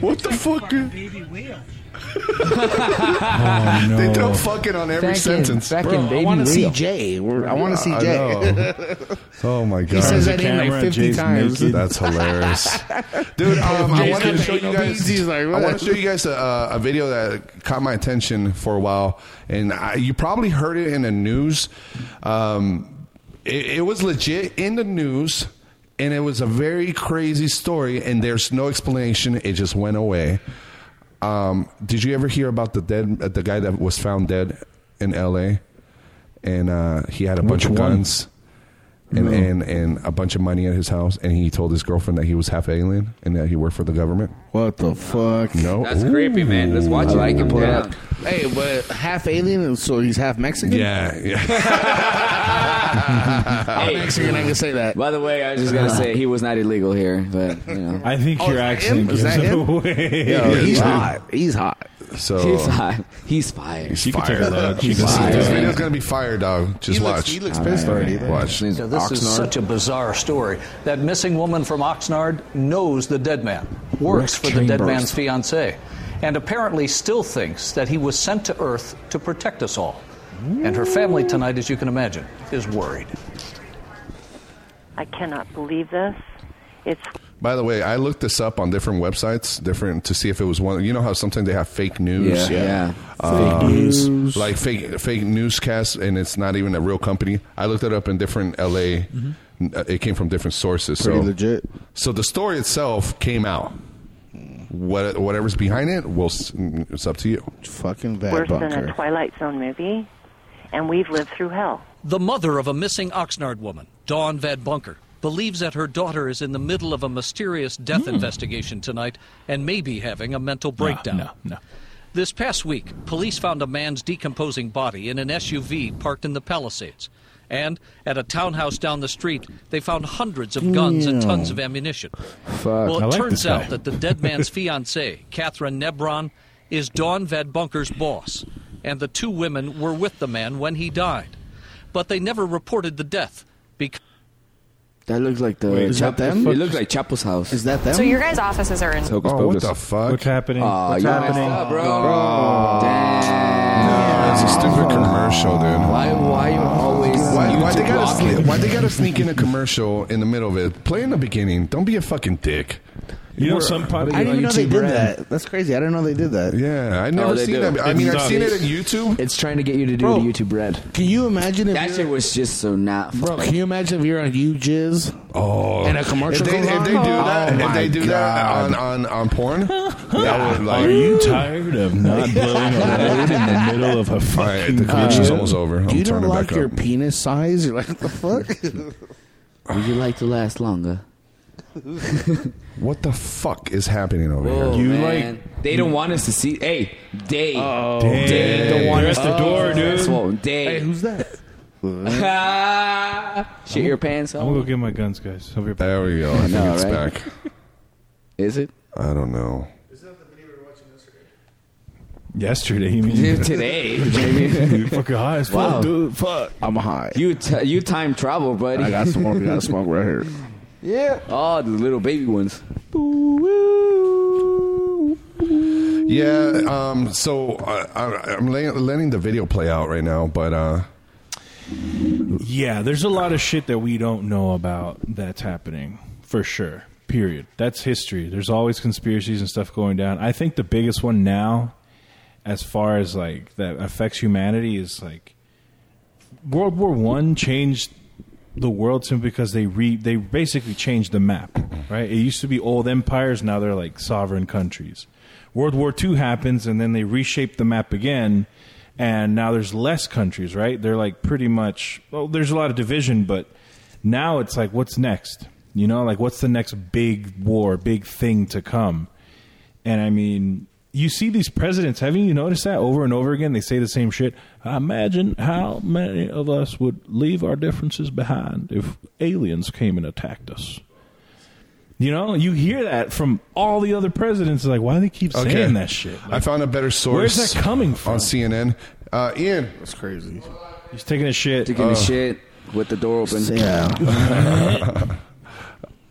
Speaker 1: What the fuck?
Speaker 8: Baby whale.
Speaker 1: They
Speaker 4: Oh,
Speaker 1: throw fucking on every sentence.
Speaker 4: Bro, I want to see Jay. We're- I want to see
Speaker 1: I
Speaker 4: Jay.
Speaker 1: know. Oh my god!
Speaker 4: He says that name like 50 times.
Speaker 1: That's hilarious, dude. Um, I
Speaker 4: Jay's
Speaker 1: wanted to
Speaker 4: gonna
Speaker 1: show you
Speaker 4: take
Speaker 1: guys.
Speaker 4: obese, he's like,
Speaker 1: I
Speaker 4: what?
Speaker 1: want to show you guys a- a, a video that caught my attention for a while, and I, you probably heard it in the news. Um, it, it was legit in the news, and it was a very crazy story. And there's no explanation; it just went away. Um, did you ever hear about the dead, uh, the guy that was found dead in L.A. and uh, he had a bunch
Speaker 5: Which
Speaker 1: of
Speaker 5: one?
Speaker 1: guns? and,
Speaker 12: Mm-hmm.
Speaker 5: No.
Speaker 1: and and a bunch of money at his house, and he told his girlfriend that he was half alien and that he worked for the government.
Speaker 4: What the fuck?
Speaker 1: No,
Speaker 4: That's
Speaker 1: creepy, man. Let's watch
Speaker 4: like
Speaker 1: it.
Speaker 4: Pull it up. Hey, but half alien, so he's half Mexican.
Speaker 1: Yeah, yeah.
Speaker 4: I'm Mexican. I can say that.
Speaker 2: By the way, I
Speaker 4: was just gonna say
Speaker 2: he was not illegal here, but you know.
Speaker 5: I think
Speaker 4: Oh,
Speaker 5: your
Speaker 4: is that him?
Speaker 5: accent
Speaker 4: Is
Speaker 5: gives
Speaker 4: that
Speaker 5: it
Speaker 4: him?
Speaker 5: away.
Speaker 4: Yo, he's hot. He's hot.
Speaker 1: So
Speaker 2: He's hot. He's fire.
Speaker 1: He's
Speaker 5: You can
Speaker 1: fire.
Speaker 5: tell it, dog. You
Speaker 1: This-
Speaker 5: can see
Speaker 1: This
Speaker 5: it.
Speaker 1: video's gonna be fire, dog. Just
Speaker 12: He
Speaker 1: watch.
Speaker 12: looks- he looks All pissed right, already. yeah.
Speaker 1: Watch.
Speaker 12: Now, this is such a bizarre story. That missing woman from Oxnard knows the dead man, works
Speaker 9: Rex
Speaker 12: for the dead
Speaker 9: Chambers.
Speaker 12: man's fiancee, and apparently still thinks that he was sent to Earth to protect us all. And her family tonight, as you can imagine, is worried.
Speaker 27: I cannot believe this.
Speaker 1: By the way, I looked this up on different websites, different to see if it was one. You know how sometimes they have fake news,
Speaker 2: Yeah, yeah.
Speaker 1: Uh,
Speaker 4: Uh-huh.
Speaker 2: Fake news.
Speaker 1: like fake fake newscasts, and it's not even a real company. I looked it up in different LA. uh, It came from different sources.
Speaker 4: Mm-hmm. Pretty
Speaker 1: so
Speaker 4: legit.
Speaker 1: So the story itself came out. What whatever's behind it, well, s- it's up to you.
Speaker 4: Fucking
Speaker 27: Worse than a Twilight Zone movie, and we've lived through hell.
Speaker 12: The mother of a missing Oxnard woman, Dawn Van Bunker, believes that her daughter is in the middle of a mysterious death investigation tonight and may be having a mental breakdown.
Speaker 9: no, no.
Speaker 12: This past week, police found a man's decomposing body in an SUV parked in the Palisades. And at a townhouse down the street, they found hundreds of guns and
Speaker 9: Ew.
Speaker 12: tons of ammunition. Well,
Speaker 9: I
Speaker 12: it
Speaker 9: like
Speaker 12: turns
Speaker 9: this guy.
Speaker 12: out that the dead man's fiancee, Catherine Nebron, is Dawn Van Bunker's boss, and the two women were with the man when he died. But they never reported the death, Because
Speaker 2: That looks like the.
Speaker 12: Wait, is that
Speaker 2: Chapo-
Speaker 12: them?
Speaker 2: It looks like Chapo's house. Is
Speaker 4: that them?
Speaker 10: So your guys' offices are in.
Speaker 2: Hocus
Speaker 1: Oh, what
Speaker 2: Pocus.
Speaker 1: the fuck? What's
Speaker 5: happening?
Speaker 2: Aw, you messed up, bro.
Speaker 1: No, it's a stupid commercial, dude. Why?
Speaker 2: Why you always?
Speaker 1: Why, why they
Speaker 2: YouTube
Speaker 1: gotta?
Speaker 2: blocking?
Speaker 1: Sneak, why they gotta sneak in a commercial in the middle of it? Play in the beginning. Don't be a fucking dick.
Speaker 5: You know,
Speaker 1: We're-
Speaker 5: some pod-
Speaker 4: I didn't even know they did that. That's crazy. I didn't know they did that.
Speaker 1: Yeah,
Speaker 6: Oh,
Speaker 1: I never seen that. I mean, I've seen it at YouTube.
Speaker 6: It's trying to get you to do
Speaker 4: Bro.
Speaker 6: YouTube Red.
Speaker 4: Can you imagine if
Speaker 2: That shit was just so not.
Speaker 4: Bro, can you imagine if you're on You Jizz?
Speaker 1: Oh,
Speaker 4: And a commercial
Speaker 1: If they,
Speaker 4: goes
Speaker 1: if
Speaker 4: on?
Speaker 1: they do that,
Speaker 4: Oh
Speaker 1: if
Speaker 4: my
Speaker 1: they do that
Speaker 4: God.
Speaker 1: on, on, on porn, that would like.
Speaker 5: Are you tired of not blowing a load in the middle of a
Speaker 1: All
Speaker 5: fucking?
Speaker 1: right, the commercial's almost over. I'm
Speaker 4: you don't
Speaker 1: turning
Speaker 4: like
Speaker 1: back
Speaker 4: your
Speaker 1: up.
Speaker 4: penis size? You're like, what the fuck?
Speaker 2: Would you like to last longer?
Speaker 1: What the fuck is happening over
Speaker 2: Oh,
Speaker 1: here?
Speaker 2: man. They don't want us to see. Hey, they. Oh,
Speaker 1: They.
Speaker 2: they don't want
Speaker 1: They're
Speaker 2: us
Speaker 1: at the
Speaker 2: to
Speaker 1: door, dude.
Speaker 2: Asshole. They.
Speaker 4: Hey, who's that?
Speaker 2: Shit your pants.
Speaker 5: I'm gonna go get my guns, guys. I'll be back.
Speaker 1: There we go. I think
Speaker 2: know,
Speaker 1: it's
Speaker 2: right?
Speaker 1: back.
Speaker 2: Is it?
Speaker 1: I don't know.
Speaker 5: Yesterday, you mean?
Speaker 2: Dude, today, Jamie.
Speaker 5: you fucking high as fuck,
Speaker 2: Wow.
Speaker 5: dude. Fuck.
Speaker 4: I'm high.
Speaker 2: You t- you time travel, buddy.
Speaker 4: I got smoke. I got smoke right here.
Speaker 2: Yeah. Oh, the little baby ones.
Speaker 1: Yeah. Um, so I, I, I'm letting, letting the video play out right now, but uh,
Speaker 5: Yeah, there's a lot of shit that we don't know about that's happening for sure. Period. That's history. There's always conspiracies and stuff going down. I think the biggest one now, as far as like that affects humanity, is like World War One changed the world simply because they re they basically changed the map. Right? It used to be old empires. Now they're like sovereign countries. World War Two happens, and then they reshape the map again. And now there's less countries, right? They're like pretty much. Well, there's a lot of division, but now it's like, what's next? You know, like what's the next big war, big thing to come? And I mean, you see these presidents, haven't you noticed that over and over again? They say the same shit. I imagine how many of us would leave our differences behind if aliens came and attacked us. You know, you hear that from all the other presidents. Like, why do they keep saying
Speaker 1: okay.
Speaker 5: that shit?
Speaker 1: I
Speaker 5: Like,
Speaker 1: found a better source.
Speaker 5: Where's that coming from?
Speaker 1: On CNN. Uh, Ian, Uh,
Speaker 4: That's crazy.
Speaker 5: he's taking a shit.
Speaker 2: Taking a shit with the door open.
Speaker 4: Yeah.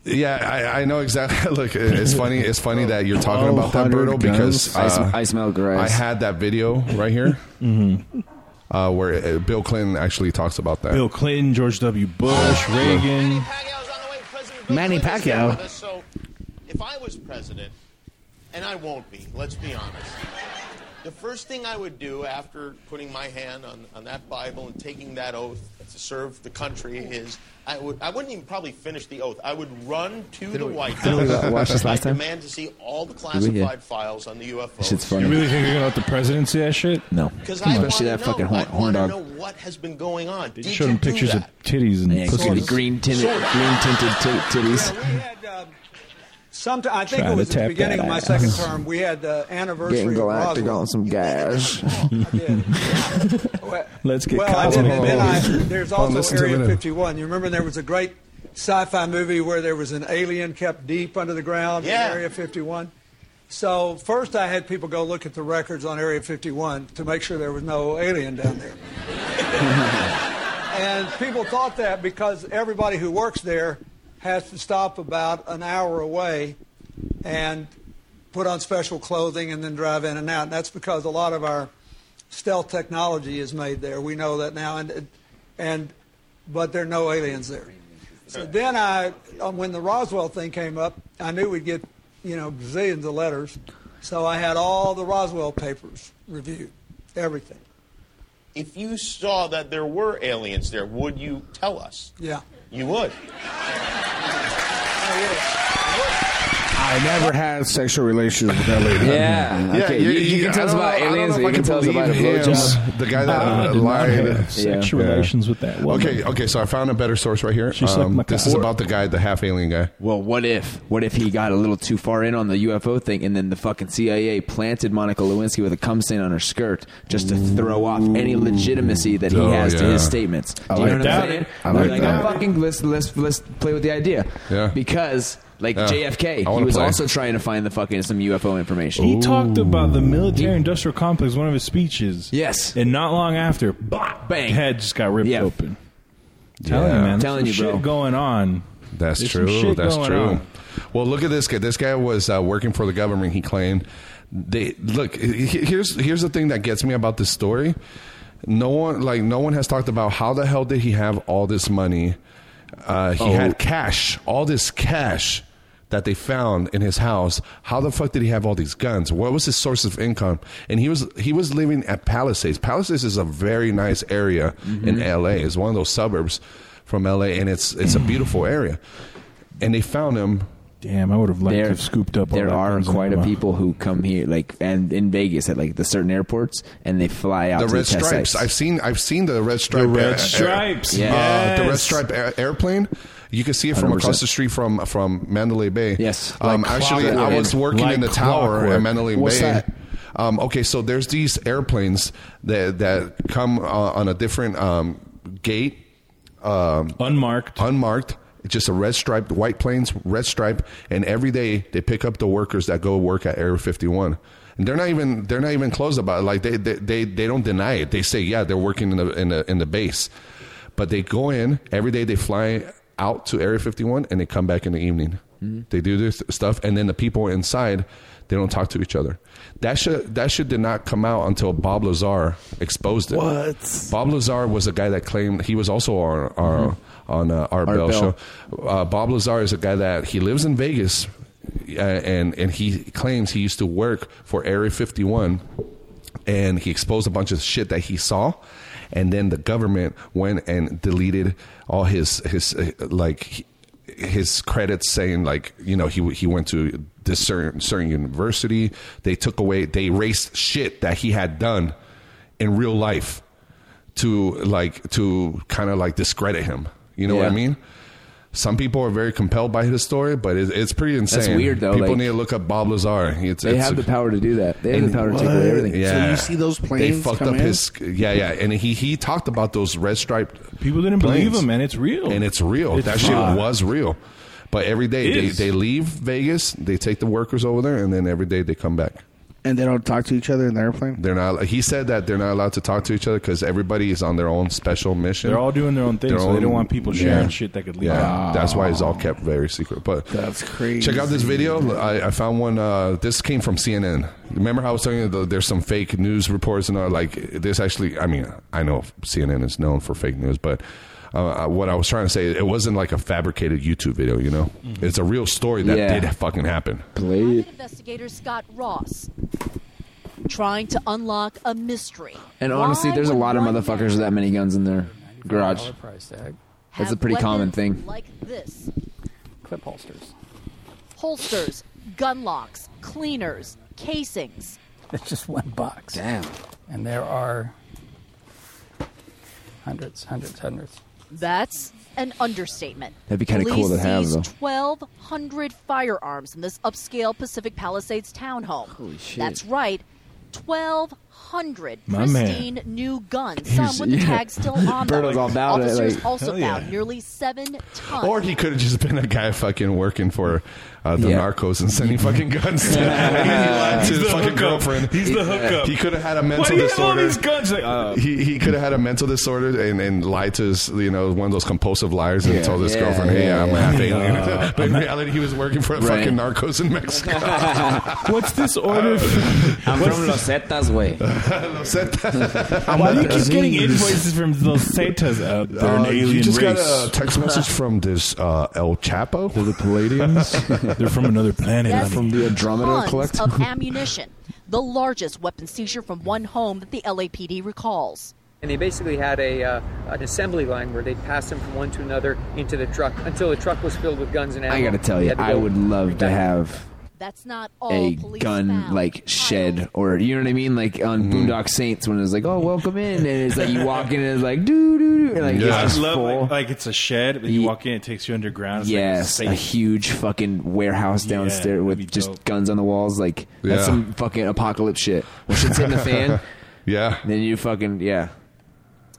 Speaker 1: Yeah, I, I know exactly. Look, it's funny. It's funny that you're talking about that,
Speaker 4: 1,200
Speaker 1: Berto, because
Speaker 2: I,
Speaker 1: uh,
Speaker 2: sm- I smell
Speaker 1: I
Speaker 2: grass.
Speaker 1: had that video right here,
Speaker 5: mm-hmm.
Speaker 1: uh, where uh, Bill Clinton actually talks about that.
Speaker 5: Bill Clinton, George W. Bush, Reagan.
Speaker 4: Manny Pacquiao.
Speaker 14: So, if I was president, and I won't be, let's be honest, the first thing I would do after putting my hand on, on that Bible and taking that oath to serve the country is I would I wouldn't even probably finish the oath. I would run to the White
Speaker 2: we
Speaker 14: House.
Speaker 2: watch this
Speaker 14: and
Speaker 2: last
Speaker 14: I
Speaker 2: time?
Speaker 14: demand to see all the
Speaker 2: we get-
Speaker 14: classified files on the UFO.
Speaker 2: Shit's
Speaker 5: You
Speaker 2: funny.
Speaker 5: really think you're gonna let the president see that shit?
Speaker 6: No.
Speaker 14: Because
Speaker 6: Come
Speaker 14: I
Speaker 6: on.
Speaker 14: want
Speaker 6: Especially
Speaker 14: to
Speaker 6: that fucking
Speaker 14: know,
Speaker 6: horn,
Speaker 14: I
Speaker 6: horn
Speaker 14: wanna
Speaker 6: dog.
Speaker 14: know what has been going on. Did
Speaker 5: They showed him
Speaker 14: do
Speaker 5: pictures of
Speaker 14: that?
Speaker 5: titties and
Speaker 6: Yeah,
Speaker 5: pussies.
Speaker 6: green tinted, green tinted t- titties.
Speaker 15: Sometime, I think
Speaker 6: Try
Speaker 15: it
Speaker 6: to
Speaker 15: was at
Speaker 6: tap
Speaker 15: the beginning
Speaker 6: that
Speaker 15: of my
Speaker 6: ass.
Speaker 15: second term, we had the anniversary
Speaker 6: Getting
Speaker 15: of
Speaker 6: galactic
Speaker 15: Roswell.
Speaker 6: on some gas.
Speaker 5: Let's get
Speaker 15: well, I did, and then I, there's
Speaker 1: Hold
Speaker 15: also
Speaker 1: on, listen to
Speaker 15: Area
Speaker 1: Lennon.
Speaker 15: 51. You remember there was a great sci-fi movie where there was an alien kept deep under the ground
Speaker 14: Yeah.
Speaker 15: in Area 51. So first, I had people go look at the records on Area 51 to make sure there was no alien down there. and people thought that because everybody who works there has to stop about an hour away and put on special clothing and then drive in and out. And that's because a lot of our stealth technology is made there. We know that now, and and but there are no aliens there. So then I, um, when the Roswell thing came up, I knew we'd get you know zillions of letters, so I had all the Roswell papers reviewed, everything.
Speaker 14: If you saw that there were aliens there, would you tell us?
Speaker 15: Yeah.
Speaker 14: You would.
Speaker 4: I never had sexual relations with that lady.
Speaker 2: Yeah. Okay. you, you can
Speaker 1: I
Speaker 2: tell us
Speaker 1: don't
Speaker 2: about
Speaker 1: know- I don't
Speaker 2: aliens.
Speaker 1: know
Speaker 2: but
Speaker 1: if I
Speaker 2: You can tell us about a
Speaker 1: believe
Speaker 2: blowjob.
Speaker 1: him, The guy that uh, lied.
Speaker 5: have sex relations with that woman.
Speaker 1: Okay, okay. So I found a better source right here. Um,
Speaker 5: She sucked my
Speaker 1: this
Speaker 5: cock.
Speaker 1: is about the guy, the half alien guy.
Speaker 6: Well, what if? What if he got a little too far in on the UFO thing, and then the fucking CIA planted Monica Lewinsky with a cum stain on her skirt just to throw off any legitimacy that he
Speaker 1: Oh,
Speaker 6: has to
Speaker 1: yeah.
Speaker 6: his statements? Do you
Speaker 4: like
Speaker 6: know what
Speaker 5: that.
Speaker 6: I'm saying?
Speaker 4: I like
Speaker 6: They're
Speaker 4: that.
Speaker 6: "Oh, fucking let's let's let's play with the idea.
Speaker 1: Yeah.
Speaker 6: Because like
Speaker 1: Yeah.
Speaker 6: JFK,
Speaker 1: I wanna
Speaker 6: he was
Speaker 1: play.
Speaker 6: also trying to find the fucking some UFO information.
Speaker 5: He talked about the military-industrial complex one of his speeches.
Speaker 6: Yes.
Speaker 5: and not long after, blah,
Speaker 6: Bang.
Speaker 5: head just got ripped
Speaker 6: Yeah.
Speaker 5: open. Telling you,
Speaker 1: Yeah.
Speaker 5: man.
Speaker 1: Telling
Speaker 5: Telling
Speaker 1: you,
Speaker 5: shit
Speaker 1: bro.
Speaker 5: going on.
Speaker 1: That's
Speaker 5: There's some
Speaker 1: true.
Speaker 5: shit
Speaker 1: That's
Speaker 5: going
Speaker 1: true.
Speaker 5: on.
Speaker 1: Well, look at this guy. This guy was uh, working for the government. He claimed they look. he- he- Here's here's the thing that gets me about this story. No one like no one has talked about how the hell did he have all this money? Uh, he
Speaker 10: Oh.
Speaker 1: had cash, all this cash that they found in his house. How the fuck did he have all these guns? What was his source of income? And he was he was living at Palisades. Palisades is a very nice area in L.A. It's one of those suburbs from L.A. and it's it's a beautiful area. And they found him.
Speaker 5: Damn, I would have
Speaker 1: liked
Speaker 6: There-
Speaker 1: to have scooped up.
Speaker 6: There are quite a people who come here, like and in Vegas at like the certain airports, and they fly out.
Speaker 1: The
Speaker 6: to
Speaker 1: red
Speaker 6: the test
Speaker 1: stripes.
Speaker 6: sites.
Speaker 1: I've seen. I've seen the red stripe.
Speaker 6: red
Speaker 1: air- air-
Speaker 6: stripes.
Speaker 1: uh,
Speaker 6: Yes.
Speaker 1: the red stripe air- airplane. You can see it from
Speaker 6: 100%.
Speaker 1: across the street from from Mandalay Bay. Yes. Um,
Speaker 6: Like
Speaker 1: actually, I
Speaker 6: clockwork.
Speaker 1: was working
Speaker 6: Like
Speaker 1: in the tower
Speaker 6: clockwork.
Speaker 1: at Mandalay
Speaker 6: What's
Speaker 1: Bay.
Speaker 6: that?
Speaker 1: Um, okay, so there's these airplanes that that come uh, on a different um, gate, um,
Speaker 5: unmarked,
Speaker 1: unmarked. Just a red stripe, white planes, red stripe, and every day they pick up the workers that go work at Area 51. And they're not even they're not even closed about it. Like they they, they, they don't deny it. They say yeah, they're working in the in the in the base, but they go in every day. They fly out to Area 51 and they come back in the evening. They do this stuff, and then the people inside they don't talk to each other. That should that should did not come out until Bob Lazar exposed it. What? Bob Lazar was a guy that claimed he was also on our, on uh, Art,
Speaker 6: Art
Speaker 1: Bell,
Speaker 6: Bell.
Speaker 1: show. Uh, Bob Lazar is a guy that he lives in Vegas, uh, and and he claims he used to work for Area 51, and he exposed a bunch of shit that he saw. And then the government went and deleted all his his uh, like he- his credits saying like you know he he went to this certain certain university they took away they erased shit that he had done in real life to like to kind of like discredit him you know what i
Speaker 6: Yeah.
Speaker 1: mean some people are very compelled by his story but it, it's pretty insane
Speaker 6: weird, though,
Speaker 1: people
Speaker 6: like-
Speaker 1: need to look up bob lazar it's,
Speaker 6: They
Speaker 1: it's
Speaker 6: have the power to do that. They have
Speaker 1: and-
Speaker 6: the power to take away everything.
Speaker 1: yeah
Speaker 4: So you see those
Speaker 1: they
Speaker 4: planes
Speaker 1: fucked
Speaker 4: come
Speaker 1: up
Speaker 4: in?
Speaker 1: his yeah yeah and he he talked about those red striped
Speaker 5: people didn't
Speaker 1: planes.
Speaker 5: believe him, man. It's real.
Speaker 1: And it's real.
Speaker 5: It's
Speaker 1: that shit
Speaker 5: not.
Speaker 1: was real. But every day
Speaker 5: It
Speaker 1: they,
Speaker 5: is.
Speaker 1: they leave Vegas, they take the workers over there, and then every day they come back.
Speaker 4: And they don't talk to each other in the airplane.
Speaker 1: They're not. He said that they're not allowed to talk to each other because everybody is on their own special mission.
Speaker 5: They're all doing their own thing, so they don't want people sharing shit that could leak Ah.
Speaker 1: Yeah,
Speaker 5: out.
Speaker 1: that's why it's all kept very secret. But
Speaker 4: That's crazy.
Speaker 1: Check out this video. I, I found one. Uh, this came from CNN. Remember how I was telling you the, there's some fake news reports and all, like this. Actually, I mean, I know CNN is known for fake news, but uh, what I was trying to say, it wasn't like a fabricated YouTube video. You know, it's a real story that
Speaker 6: Yeah.
Speaker 1: did fucking happen.
Speaker 13: Investigator Scott Ross trying to unlock a mystery.
Speaker 6: And honestly, there's a lot of motherfuckers with that many guns in their garage. That's a
Speaker 13: Have
Speaker 6: pretty common
Speaker 13: weapons
Speaker 6: thing.
Speaker 13: Like this
Speaker 17: Clip holsters.
Speaker 13: holsters, gun locks, cleaners, casings.
Speaker 17: It's just one box.
Speaker 13: Damn.
Speaker 17: And there are hundreds, hundreds, hundreds.
Speaker 13: That's an understatement.
Speaker 17: That'd be kinda cool
Speaker 13: Police
Speaker 17: to have,
Speaker 13: seized
Speaker 17: though.
Speaker 13: 1,200 firearms in this upscale Pacific Palisades townhome. Holy
Speaker 17: shit.
Speaker 13: That's right. 1,200
Speaker 6: My man.
Speaker 13: pristine new guns, some with the
Speaker 6: Yeah.
Speaker 13: tags still on them.
Speaker 6: Berto's all about it,
Speaker 13: Officers
Speaker 1: like,
Speaker 13: also
Speaker 1: hell yeah.
Speaker 13: found nearly seven tons.
Speaker 1: Or he could have just been a guy fucking working for uh, the narcos and sending fucking guns to, to
Speaker 5: He's
Speaker 1: his
Speaker 5: the
Speaker 1: fucking
Speaker 5: hookup.
Speaker 1: girlfriend.
Speaker 5: He's the hookup.
Speaker 1: He could have had a
Speaker 5: Why
Speaker 1: mental
Speaker 5: do you have all
Speaker 1: disorder.
Speaker 5: these guns? Like, uh,
Speaker 1: he he could have had a mental disorder and, and lied to his, you know one of those compulsive liars and
Speaker 5: Yeah.
Speaker 1: told his
Speaker 5: Yeah,
Speaker 1: girlfriend, "Hey,
Speaker 5: yeah,
Speaker 1: I'm a
Speaker 5: yeah.
Speaker 1: half alien."
Speaker 5: Uh,
Speaker 1: but in reality, he was working for
Speaker 5: Right.
Speaker 1: fucking narcos in Mexico.
Speaker 5: What's this order?
Speaker 1: I'm
Speaker 5: What's this-
Speaker 1: Zetas, way. Losetas.
Speaker 5: Why do you keep getting invoices from those Zetas? Uh, they're an
Speaker 1: Uh,
Speaker 5: alien
Speaker 1: you just
Speaker 5: race.
Speaker 1: got a text message from this uh, El Chapo. They're the Palladians.
Speaker 5: They're from another planet.
Speaker 13: That's
Speaker 5: from the
Speaker 13: tons of ammunition, the largest weapon seizure from one home that the LAPD recalls.
Speaker 9: And they basically had a uh, an assembly line where they'd pass them from one to another into the truck until the truck was filled with guns and ammo.
Speaker 6: I gotta tell
Speaker 9: They
Speaker 6: you,
Speaker 9: had to
Speaker 6: I
Speaker 9: go-
Speaker 6: would love to have
Speaker 13: That's not
Speaker 6: a gun like shed or you know what I mean, like on Boondock Saints when it's like, oh, welcome in, and it's like you walk in and it's like, doo doo doo, and like
Speaker 5: yeah,
Speaker 6: it's
Speaker 5: I
Speaker 6: just
Speaker 5: love
Speaker 6: full.
Speaker 5: like, like it's a shed, but you walk in, it takes you underground. It's
Speaker 6: Yes,
Speaker 5: like
Speaker 6: a
Speaker 5: safe.
Speaker 6: huge fucking warehouse downstairs with just guns on the walls. Like
Speaker 1: Yeah.
Speaker 6: that's some fucking apocalypse shit. When shit's hitting the fan,
Speaker 1: yeah.
Speaker 6: Then you fucking yeah.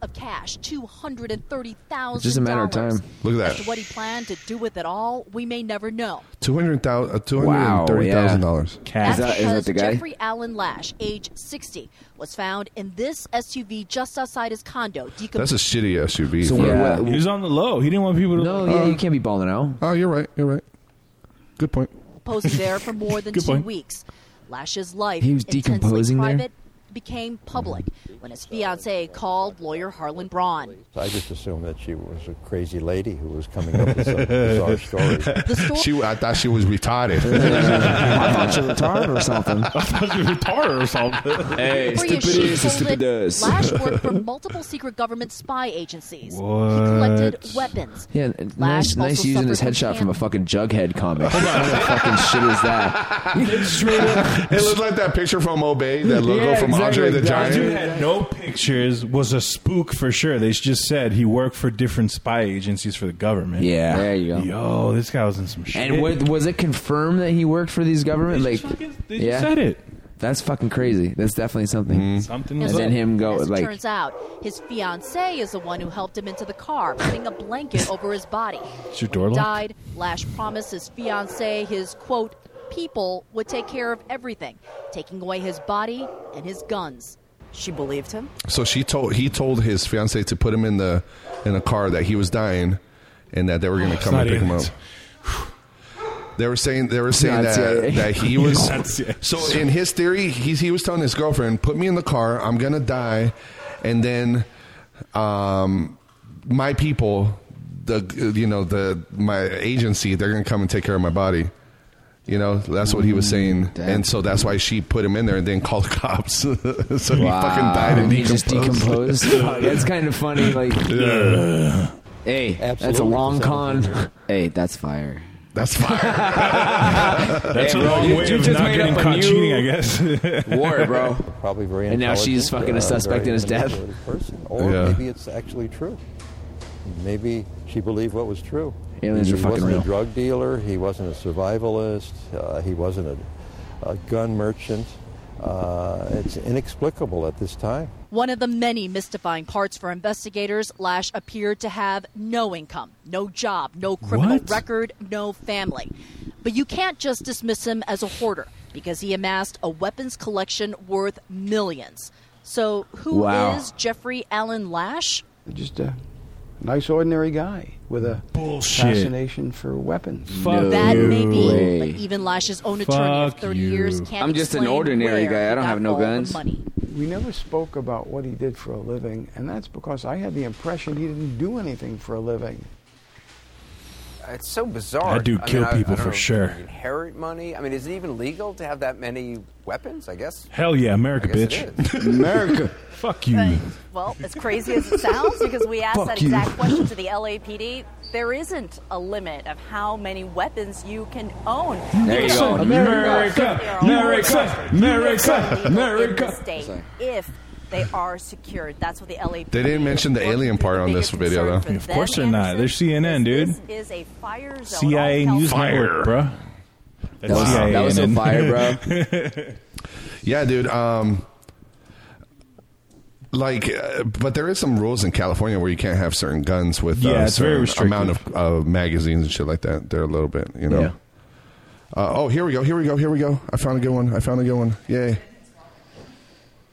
Speaker 13: of cash, two hundred and thirty thousand.
Speaker 6: It's just a matter of time. Look at that.
Speaker 13: As to what he planned to do with it all, we may never know.
Speaker 1: Two hundred thousand, uh, two hundred and thirty thousand dollars.
Speaker 13: That's because Jeffrey Allen Lash, age 60, was found in this SUV just outside his condo. Decom-
Speaker 1: That's a shitty SUV.
Speaker 6: So
Speaker 1: for-
Speaker 6: what- what-
Speaker 5: He was on the low. He didn't want people to.
Speaker 6: No, yeah, you can't be balling out.
Speaker 1: Oh, you're right. You're right. Good point.
Speaker 13: Posted there for more than
Speaker 1: Good
Speaker 13: two
Speaker 1: point.
Speaker 13: weeks. Lash's life,
Speaker 6: He was
Speaker 13: intensely
Speaker 6: decomposing there?
Speaker 13: private, became public when his fiancee called lawyer Harlan Braun.
Speaker 10: So I just assumed that she was a crazy lady who was coming up with some bizarre stories.
Speaker 1: She, I thought she was retarded.
Speaker 6: I thought she was retarded or something. I
Speaker 1: thought she was retarded or something.
Speaker 6: Hey,
Speaker 13: For you,
Speaker 6: stupid
Speaker 13: she
Speaker 6: is, stupid
Speaker 13: folded-
Speaker 6: does.
Speaker 13: Lash worked for multiple secret government spy agencies. He
Speaker 6: What?
Speaker 13: collected weapons.
Speaker 6: Yeah, n-
Speaker 13: Lash
Speaker 6: nice, nice
Speaker 13: also
Speaker 6: using his
Speaker 13: suffered
Speaker 6: headshot from a fucking Jughead comic. What kind of fucking shit is that?
Speaker 1: it looked like that picture from Obey, that logo from Andre the Giant.
Speaker 5: Dude had no pictures. Was a spook for sure. They just said he worked for different spy agencies for the government.
Speaker 6: Yeah. There you go.
Speaker 5: Yo, this guy was in some shit.
Speaker 6: And was, was it confirmed that he worked for these government? Like,
Speaker 5: they just said it. Mm-hmm.
Speaker 6: That's fucking crazy. That's definitely something.
Speaker 5: Something.
Speaker 6: And
Speaker 13: was
Speaker 6: then
Speaker 13: up.
Speaker 6: him go
Speaker 13: As it
Speaker 6: like,
Speaker 13: turns out, his fiancee is the one who helped him into the car, putting a blanket over his body.
Speaker 5: Is your door
Speaker 13: When he
Speaker 5: locked?
Speaker 13: Died. Lash promised his fiancee his quote people would take care of everything, taking away his body and his guns. She believed him.
Speaker 1: So she told he told his fiance to put him in the in a car that he was dying, and that they were going to
Speaker 5: It's
Speaker 1: come and
Speaker 5: not
Speaker 1: pick him up.
Speaker 5: aliens.
Speaker 1: They were saying they were
Speaker 5: It's
Speaker 1: saying
Speaker 5: not CIA.
Speaker 1: that, that he was
Speaker 5: It's not CIA.
Speaker 1: so in his theory he he was telling his girlfriend put me in the car I'm gonna die, and then, um, my people the you know the my agency they're gonna come and take care of my body. You know, that's what he was saying, and so that's why she put him in there and then called the cops. so he fucking died and
Speaker 6: he just
Speaker 1: decomposed.
Speaker 6: decomposed. that's kind of funny. Like,
Speaker 1: Yeah.
Speaker 6: hey, that's a
Speaker 2: Absolutely.
Speaker 6: long con. hey, that's fire.
Speaker 1: That's fire.
Speaker 5: That's
Speaker 6: Hey,
Speaker 5: a
Speaker 6: bro,
Speaker 5: long
Speaker 6: you-
Speaker 5: way
Speaker 6: you
Speaker 5: of
Speaker 6: just
Speaker 5: not
Speaker 6: made
Speaker 5: getting
Speaker 6: up a
Speaker 5: caught
Speaker 6: new
Speaker 5: cheating, I guess.
Speaker 6: war, bro.
Speaker 10: Probably very
Speaker 6: And now she's
Speaker 10: intelligent,
Speaker 6: fucking a
Speaker 10: uh,
Speaker 6: suspect
Speaker 10: very
Speaker 6: in his death.
Speaker 10: manipulative Person. Or
Speaker 6: Yeah.
Speaker 10: maybe it's actually true. Maybe she believed what was true.
Speaker 6: Aliens
Speaker 10: he
Speaker 6: are fucking
Speaker 10: wasn't
Speaker 6: real.
Speaker 10: a drug dealer. He wasn't a survivalist. Uh, he wasn't a, a gun merchant. Uh, it's inexplicable at this time.
Speaker 13: One of the many mystifying parts for investigators, Lash appeared to have no income, no job, no criminal
Speaker 22: What?
Speaker 13: record, no family. But you can't just dismiss him as a hoarder because he amassed a weapons collection worth millions. So, who is
Speaker 22: Wow.
Speaker 13: Jeffrey Allen Lash?
Speaker 22: Just a nice, ordinary guy with a
Speaker 5: Bullshit.
Speaker 22: fascination for weapons.
Speaker 5: Fuck
Speaker 13: that may
Speaker 5: you.
Speaker 13: be, but even Lash's own attorney of 30 years can't
Speaker 2: I'm just an
Speaker 13: explain
Speaker 2: ordinary
Speaker 13: where
Speaker 2: guy. I
Speaker 13: he
Speaker 2: don't
Speaker 13: got
Speaker 2: have no
Speaker 13: all the
Speaker 2: guns.
Speaker 13: money.
Speaker 22: We never spoke about what he did for a living, and that's because I had the impression he didn't do anything for a living.
Speaker 11: It's so bizarre.
Speaker 5: That dude
Speaker 11: I
Speaker 5: killed
Speaker 11: mean, I- I
Speaker 5: people
Speaker 11: don't
Speaker 5: for
Speaker 11: know,
Speaker 5: sure.
Speaker 11: Inherit money. I mean, is it even legal to have that many weapons? I guess.
Speaker 5: Hell yeah, America,
Speaker 11: I guess it
Speaker 5: bitch.
Speaker 11: is.
Speaker 5: America. Fuck you.
Speaker 13: Well,
Speaker 23: As crazy as it sounds, because we asked
Speaker 5: Fuck
Speaker 23: that
Speaker 5: you.
Speaker 23: exact question to the LAPD, there isn't a limit of how many weapons you can own.
Speaker 5: There you go. America, America, America,
Speaker 23: America.
Speaker 5: America.
Speaker 23: In the state, if they are secured, that's what the LAPD.
Speaker 1: They didn't mention the alien part on this video, though.
Speaker 5: Of course they're not. They're CNN, dude.
Speaker 23: Is a fire zone.
Speaker 5: CIA
Speaker 23: All
Speaker 5: News
Speaker 1: Fire.
Speaker 5: Network, bro.
Speaker 1: That was- that was some fire,
Speaker 5: bro.
Speaker 1: Yeah, dude. Um, like, uh, but there is some rules in California where you can't have certain guns with
Speaker 5: Yeah,
Speaker 1: uh,
Speaker 5: it's very
Speaker 1: certain
Speaker 5: restrictive.
Speaker 1: amount of uh, magazines and shit like that. They're a little bit, you know.
Speaker 5: Yeah.
Speaker 1: Uh, oh, here we go. Here we go. Here we go. I found a good one. I found a good one. Yay!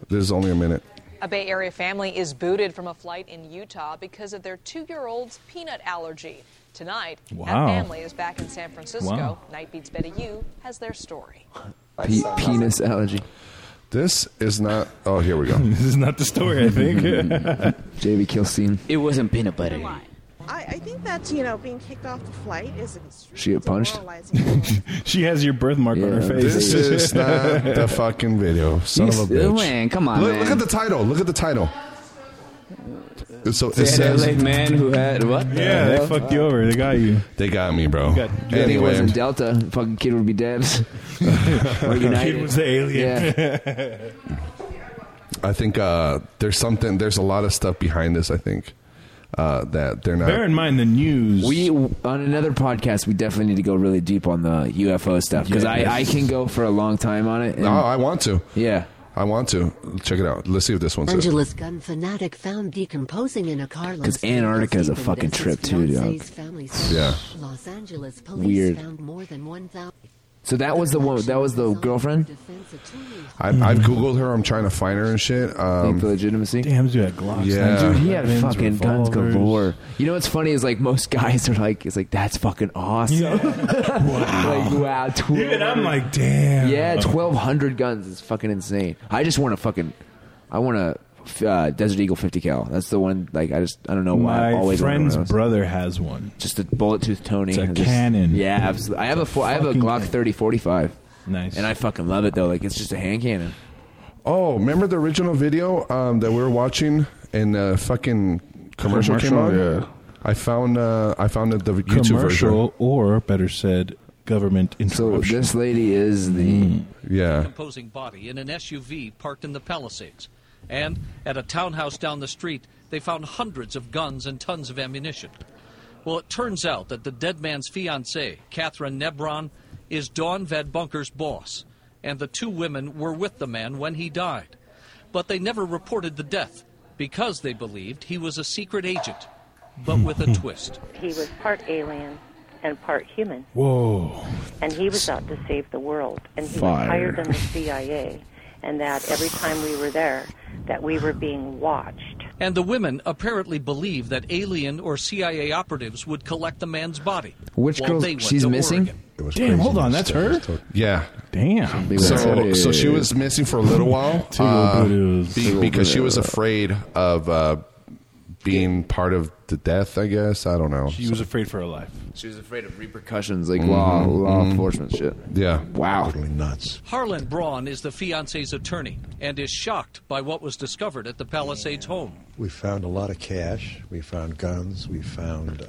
Speaker 1: There's only a minute.
Speaker 28: A Bay Area family is booted from a flight in Utah because of their two year old's peanut allergy. Tonight,
Speaker 6: Wow.
Speaker 28: that family is back in San Francisco.
Speaker 6: Wow.
Speaker 28: Night Beats Betty U has their story.
Speaker 6: Pe- penis allergy.
Speaker 1: This is not. Oh, here we go.
Speaker 5: this is not the story. I think.
Speaker 6: JB Kilstein.
Speaker 2: It wasn't peanut butter.
Speaker 29: I, I think that you know being kicked off the flight is extremely
Speaker 5: She got punched?
Speaker 29: demoralizing.
Speaker 5: she has your birthmark on her face.
Speaker 1: This is not the fucking video. Son
Speaker 5: You
Speaker 1: of a
Speaker 5: still-
Speaker 1: bitch.
Speaker 5: man, come on,
Speaker 1: Look,
Speaker 5: man.
Speaker 1: look at the title. Look at the title. So it
Speaker 5: Say that
Speaker 1: says
Speaker 5: late man who had- what the Yeah, they hell? fucked you over. They got you.
Speaker 1: They got me,
Speaker 5: Oh.
Speaker 1: bro.
Speaker 6: You got- you got- If he wasn't Delta, fucking kid would be dead. or United.
Speaker 5: Kid was the alien.
Speaker 6: Yeah.
Speaker 1: I think uh, there's something. There's a lot of stuff behind this. I think uh, that they're not.
Speaker 5: Bear in mind the news.
Speaker 6: We uh, on another podcast, we definitely need to go really deep on the UFO stuff because I, I
Speaker 1: Yes.
Speaker 5: Oh,
Speaker 6: can go for a long time on it.
Speaker 1: No, I want to.
Speaker 6: Yeah,
Speaker 1: I want to check it out. Let's see what this one says.
Speaker 20: Angeles gun fanatic found decomposing in a car.
Speaker 1: Because Antarctica is a fucking trip too,
Speaker 20: dog.
Speaker 1: Yeah.
Speaker 20: Los Angeles police
Speaker 6: Weird.
Speaker 20: found more than 1,000
Speaker 6: So that was the one. That was the girlfriend.
Speaker 20: defense attorneys.
Speaker 1: I, I've googled her. I'm trying to find her and shit. Um,
Speaker 6: Think the legitimacy.
Speaker 5: Mm-hmm. Damn, dude, had Glocks.
Speaker 1: Yeah,
Speaker 6: Oh, dude, he had
Speaker 5: Weapons,
Speaker 6: fucking guns
Speaker 5: revolvers.
Speaker 6: galore. You know what's funny is like most guys are like, it's like that's fucking awesome. wow, like wow, 12,
Speaker 5: Even I'm like, damn.
Speaker 6: Yeah, twelve hundred guns is fucking insane. I just want to fucking, I want to uh, Desert Eagle fifty cal. That's the one. Like I just I don't know why.
Speaker 5: My
Speaker 6: I've always wanted one of
Speaker 5: friend's
Speaker 6: those.
Speaker 5: brother has one.
Speaker 6: Just a bullet tooth Tony.
Speaker 5: It's a
Speaker 6: Just-
Speaker 5: cannon.
Speaker 6: Yeah, absolutely. I have a fo- I have a
Speaker 5: Fucking
Speaker 6: Glock thirty forty five.
Speaker 5: Nice.
Speaker 6: And I fucking love it though. Like it's just a hand cannon.
Speaker 1: Oh, remember the original video um, that we were watching and uh, fucking commercial, came
Speaker 5: Commercial,
Speaker 1: on?
Speaker 5: yeah.
Speaker 1: I found uh, I found the YouTube version.
Speaker 5: commercial, or better said, government Mm. interruption.
Speaker 6: So this lady is the
Speaker 1: yeah.
Speaker 12: decomposing body in an SUV parked in the Palisades. And at a townhouse down the street, they found hundreds of guns and tons of ammunition. Well, it turns out that the dead man's fiancee, Catherine Nebron, is Dawn Vadbunker's boss, and the two women were with the man when he died. But they never reported the death because they believed he was a secret agent, but with a twist.
Speaker 27: He was part alien and part human,
Speaker 5: Whoa.
Speaker 27: and he was out to save the world. And he was
Speaker 5: Fire.
Speaker 27: higher than the CIA, and that every time we were there, that we were being watched.
Speaker 12: And the women apparently believed that alien or CIA operatives would collect the man's body.
Speaker 6: Which
Speaker 12: while
Speaker 6: girl
Speaker 12: they went
Speaker 6: she's
Speaker 12: to
Speaker 6: missing?
Speaker 12: Oregon.
Speaker 5: Damn, hold on, that's her.
Speaker 1: Yeah.
Speaker 5: Damn.
Speaker 1: So, so she was missing for a little while
Speaker 5: Two
Speaker 1: uh,
Speaker 5: little
Speaker 1: be-
Speaker 5: blues.
Speaker 1: because she was afraid of uh, being part of the death. I guess I don't know.
Speaker 5: She was afraid for her life.
Speaker 6: She was afraid of repercussions,
Speaker 21: Mm.
Speaker 6: like law
Speaker 1: Mhm,
Speaker 6: law
Speaker 1: mhm.
Speaker 6: enforcement shit.
Speaker 1: Yeah.
Speaker 6: Wow.
Speaker 1: nuts.
Speaker 12: Harlan Braun is the fiance's attorney and is shocked by what was discovered at the Palisades home.
Speaker 21: We found a lot of cash. We found guns. We found uh,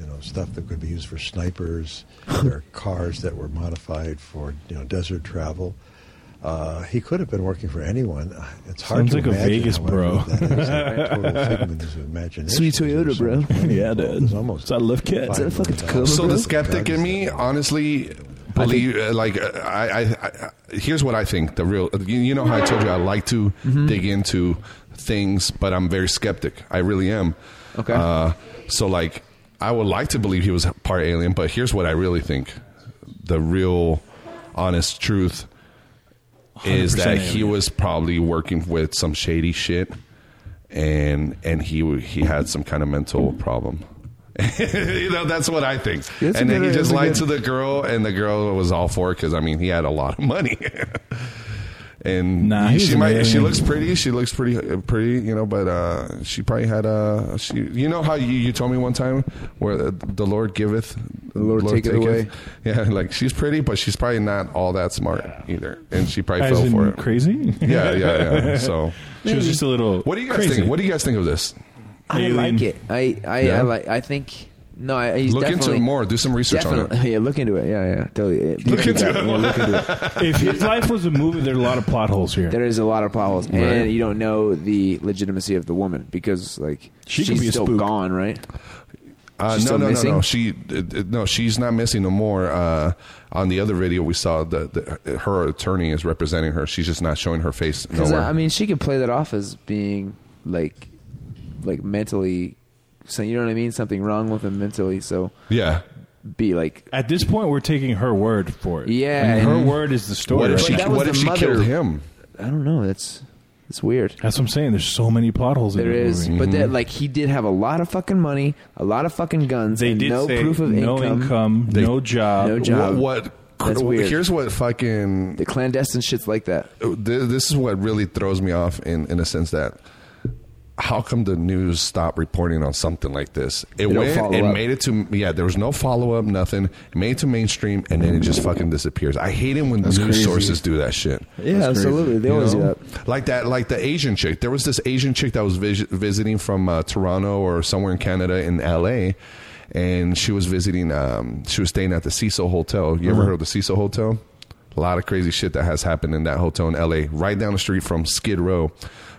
Speaker 21: you know stuff that could be used for snipers. there are cars that were modified for you know desert travel. Uh, he could have been working for anyone. Uh, It's hard
Speaker 5: Sounds
Speaker 21: to
Speaker 5: like a
Speaker 21: imagine.
Speaker 5: Vegas
Speaker 21: however,
Speaker 5: bro.
Speaker 21: That is a total figment of his imagination.
Speaker 5: Sweet Toyota, bro. yeah, dude. It's
Speaker 21: almost.
Speaker 5: I love kids.
Speaker 21: Is that a fucking Tacoma,
Speaker 1: So
Speaker 5: bro?
Speaker 1: the skeptic in me, honestly, believe uh, like uh, I, I, I. Here's what I think. The real, you, you know how I told you I like to dig into things, but I'm very skeptic. I really am. Okay. Uh, so like, I would like to believe he was part alien, but here's what I really think. The real, honest truth is
Speaker 5: 100%
Speaker 1: that he
Speaker 5: alien.
Speaker 1: was probably working with some shady shit, and and he he had some kind of mental problem. you know, that's what I think.
Speaker 5: It's a
Speaker 1: and then
Speaker 5: good-
Speaker 1: he
Speaker 5: it's
Speaker 1: just
Speaker 5: a
Speaker 1: lied
Speaker 5: good-
Speaker 1: to the girl, and the girl was all for it because I mean he had a lot of money. and
Speaker 5: Nah, he was
Speaker 1: she
Speaker 5: an
Speaker 1: might she
Speaker 5: alien.
Speaker 1: looks pretty. She looks pretty uh, pretty, you know. But uh, she probably had a she. You know how you, you told me one time where the, the Lord giveth, the
Speaker 6: Lord taketh away.
Speaker 1: Yeah, like she's pretty, but she's probably not all that smart either, and she probably
Speaker 5: As
Speaker 1: fell
Speaker 5: in
Speaker 1: for it.
Speaker 5: Crazy?
Speaker 1: Yeah, yeah, yeah. So
Speaker 5: She was just a little.
Speaker 1: What do you guys
Speaker 5: crazy.
Speaker 1: think? What do you guys think of this?
Speaker 6: I like it. I I,
Speaker 1: Yeah?
Speaker 6: I like. I think. No, I, he's
Speaker 1: Look into it
Speaker 6: definitely-
Speaker 1: more. Do some research on it.
Speaker 6: definitely- Yeah, look into it. Yeah, yeah, totally. Yeah,
Speaker 5: Look into
Speaker 6: yeah,
Speaker 5: it.
Speaker 6: look into it.
Speaker 5: If his life was a movie, there are a lot of plot holes here.
Speaker 6: There is a lot of potholes,
Speaker 5: Right.
Speaker 6: and you don't know the legitimacy of the woman because like
Speaker 5: She could
Speaker 6: she's
Speaker 5: be a
Speaker 6: still
Speaker 5: spook.
Speaker 6: gone, right?
Speaker 1: Uh,
Speaker 6: She's
Speaker 1: no,
Speaker 6: still
Speaker 1: no,
Speaker 6: missing?
Speaker 1: no, no. She uh, uh, no, she's not missing no more. Uh, on the other video, we saw that that her attorney is representing her. She's just not showing her face
Speaker 6: Because
Speaker 1: nowhere.
Speaker 6: uh, I mean, she could play that off as being like, like mentally, so you know what I mean, something wrong with him mentally. So
Speaker 1: yeah,
Speaker 6: be like
Speaker 5: At this point, we're taking her word for it.
Speaker 6: Yeah,
Speaker 5: And her
Speaker 6: and-
Speaker 5: word is the story.
Speaker 1: What if
Speaker 5: right?
Speaker 1: she- But that was what if the she mother- killed him?
Speaker 6: I don't know. That's it's weird.
Speaker 5: That's what I'm saying. There's so many plot holes.
Speaker 6: There
Speaker 5: in that
Speaker 6: is,
Speaker 5: movie.
Speaker 6: but
Speaker 1: Mhm.
Speaker 6: that like he did have a lot of fucking money, a lot of fucking guns,
Speaker 5: They
Speaker 6: and
Speaker 5: did
Speaker 6: no
Speaker 5: say
Speaker 6: proof of
Speaker 5: no
Speaker 6: income.
Speaker 5: income, no job,
Speaker 6: no job.
Speaker 1: What? what
Speaker 6: That's weird.
Speaker 1: Here's what fucking Uh,
Speaker 6: the clandestine shits like that.
Speaker 1: Th- This is what really throws me off in in a sense that. How come the news stopped reporting on something like this? It
Speaker 6: They don't
Speaker 1: went,
Speaker 6: follow
Speaker 1: it
Speaker 6: up.
Speaker 1: made it to yeah. There was no follow up, nothing. It made it to mainstream, and then it just fucking disappears. I hate it when
Speaker 6: That's
Speaker 1: news
Speaker 6: crazy.
Speaker 1: sources do that shit.
Speaker 6: Yeah, That's crazy. absolutely. They
Speaker 1: You
Speaker 6: always do
Speaker 1: know?
Speaker 6: that.
Speaker 1: Like that, like the Asian chick. There was this Asian chick that was vis- visiting from uh, Toronto or somewhere in Canada in L.A. And she was visiting. Um, she was staying at the Cecil Hotel. You
Speaker 6: Mm-hmm.
Speaker 1: ever
Speaker 5: Mhm.
Speaker 1: heard of the Cecil Hotel? A lot of crazy shit that has happened in that hotel in L.A. Right down the street from Skid Row.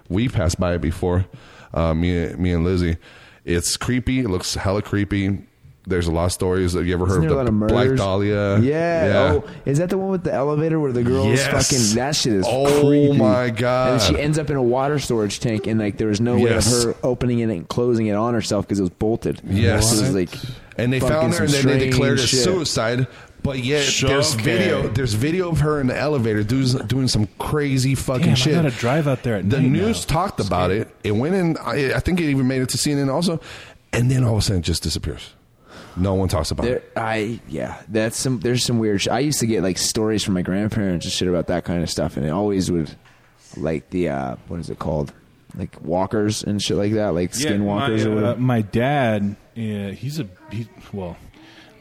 Speaker 1: We passed by it before. Uh, me, me and Lizzie. It's creepy. It looks hella creepy There's a lot of stories. Have you ever
Speaker 6: Isn't
Speaker 1: heard
Speaker 6: there a lot
Speaker 1: of
Speaker 6: of
Speaker 1: the Black
Speaker 6: murders?
Speaker 1: Dahlia?
Speaker 6: Yeah. Oh, is that the one with the elevator where the girl
Speaker 1: Yes.
Speaker 6: is fucking? That shit is.
Speaker 1: Oh
Speaker 6: creepy.
Speaker 1: my God.
Speaker 6: And she ends up in a water storage tank, and like there was no
Speaker 1: Yes.
Speaker 6: way of her opening it and closing it on herself because it was bolted.
Speaker 1: Yes.
Speaker 6: So it was, like,
Speaker 1: and they
Speaker 6: fucking
Speaker 1: found her, and
Speaker 6: some
Speaker 1: then they
Speaker 6: strange
Speaker 1: declared her
Speaker 6: shit.
Speaker 1: suicide. But yet, there's
Speaker 5: Shock
Speaker 1: video.
Speaker 5: it.
Speaker 1: There's video of her in the elevator doing, doing some crazy fucking
Speaker 5: Damn, I
Speaker 1: shit.
Speaker 5: gotta drive out there at
Speaker 1: the
Speaker 5: night
Speaker 1: news talked about it. It went in. I, I think it even made it to CNN also. And then all of a sudden, it just disappears. No one talks about
Speaker 6: There,
Speaker 1: it.
Speaker 6: I yeah, that's some. There's some weird. Sh- I used to get like stories from my grandparents and shit about that kind of stuff, and it always would, like the uh, what is it called, like walkers and shit like that, like
Speaker 5: my,
Speaker 6: skinwalkers or whatever.
Speaker 5: uh, my dad, yeah, he's a he, well.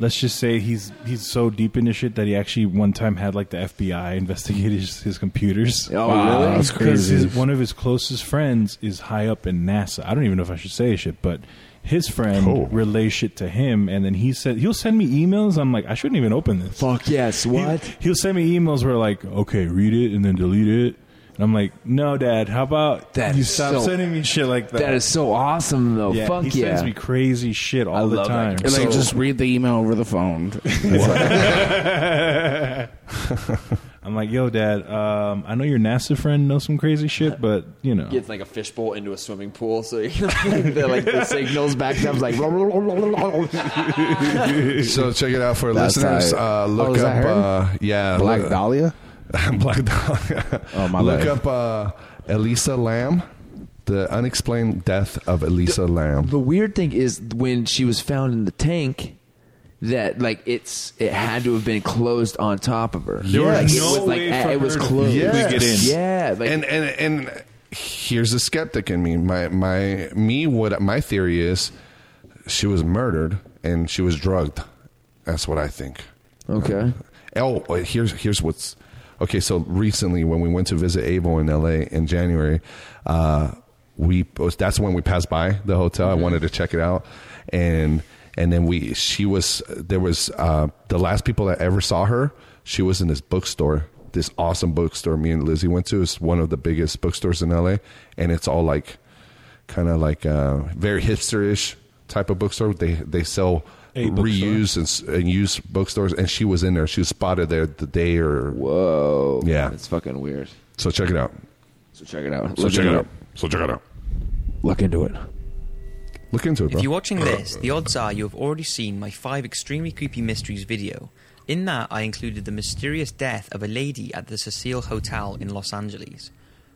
Speaker 5: Let's just say he's he's so deep into shit that he actually one time had like the FBI investigate his, his computers.
Speaker 6: Oh, Wow, really? that's
Speaker 5: Because
Speaker 6: crazy.
Speaker 5: his- one of his closest friends is high up in NASA. I don't even know if I should say shit, but his friend relays shit to him, and then he said he'll send me emails. I'm like, I shouldn't even open this.
Speaker 6: Fuck yes,
Speaker 5: what? He, will send me emails where like, okay, read it and then delete it. And I'm like, no, Dad. How about
Speaker 6: That
Speaker 5: you
Speaker 6: is
Speaker 5: stop
Speaker 6: so-
Speaker 5: sending me shit like that?
Speaker 6: that is so awesome though.
Speaker 5: Yeah,
Speaker 6: Fuck
Speaker 5: he
Speaker 6: yeah.
Speaker 5: sends me crazy shit all the time.
Speaker 4: And like, just read the email over the phone. It's
Speaker 5: I'm like, yo, Dad. Um, I know your NASA friend knows some crazy shit, but you know,
Speaker 6: Gets like a fishbowl into a swimming pool, so you the, like the signals back up, like.
Speaker 1: so check it out for
Speaker 6: That's
Speaker 1: listeners.
Speaker 6: tight.
Speaker 1: Uh, look
Speaker 6: Oh, is
Speaker 1: up,
Speaker 6: that her?
Speaker 1: uh, yeah,
Speaker 6: Black
Speaker 1: Dahlia. Black Dahlia. Oh
Speaker 6: my
Speaker 1: Look
Speaker 6: bad.
Speaker 1: up uh, Elisa Lamb, the unexplained death of Elisa Lamb.
Speaker 6: The weird thing is when she was found in the tank, that like it's it had to have been closed on top of her.
Speaker 1: There
Speaker 6: yeah,
Speaker 1: was
Speaker 6: like,
Speaker 1: no
Speaker 6: it was like
Speaker 1: way
Speaker 6: a-
Speaker 1: for
Speaker 6: it was
Speaker 1: her to
Speaker 6: closed.
Speaker 1: physically get in.
Speaker 6: Yeah, like
Speaker 1: and and and here's the skeptic in me. My my me. What my theory is, she was murdered and she was drugged. That's what I think.
Speaker 6: Okay.
Speaker 1: Oh, wait, here's here's what's okay. So recently, when we went to visit Abel in L.A. in January, uh, we that's when we passed by the hotel. I wanted to check it out, and and then we she was there was uh, the last people that ever saw her. She was in this bookstore, this awesome bookstore. Me and Lizzie went to. It's one of the biggest bookstores in L.A. And it's all like kind of like uh, very hipsterish type of bookstore. They they sell
Speaker 5: A bookstore.
Speaker 1: reused and, s- and used bookstores, and she was in there. She was spotted there the day or
Speaker 6: whoa,
Speaker 1: yeah,
Speaker 6: it's fucking weird.
Speaker 1: So check it out.
Speaker 6: So check it out.
Speaker 1: So
Speaker 6: Look
Speaker 1: check it
Speaker 6: into
Speaker 1: out. So check it out.
Speaker 6: Look into it.
Speaker 1: Look into it, bro.
Speaker 9: If you're watching this, the odds are you have already seen my five extremely creepy mysteries video. In that, I included the mysterious death of a lady at the Cecile Hotel in Los Angeles.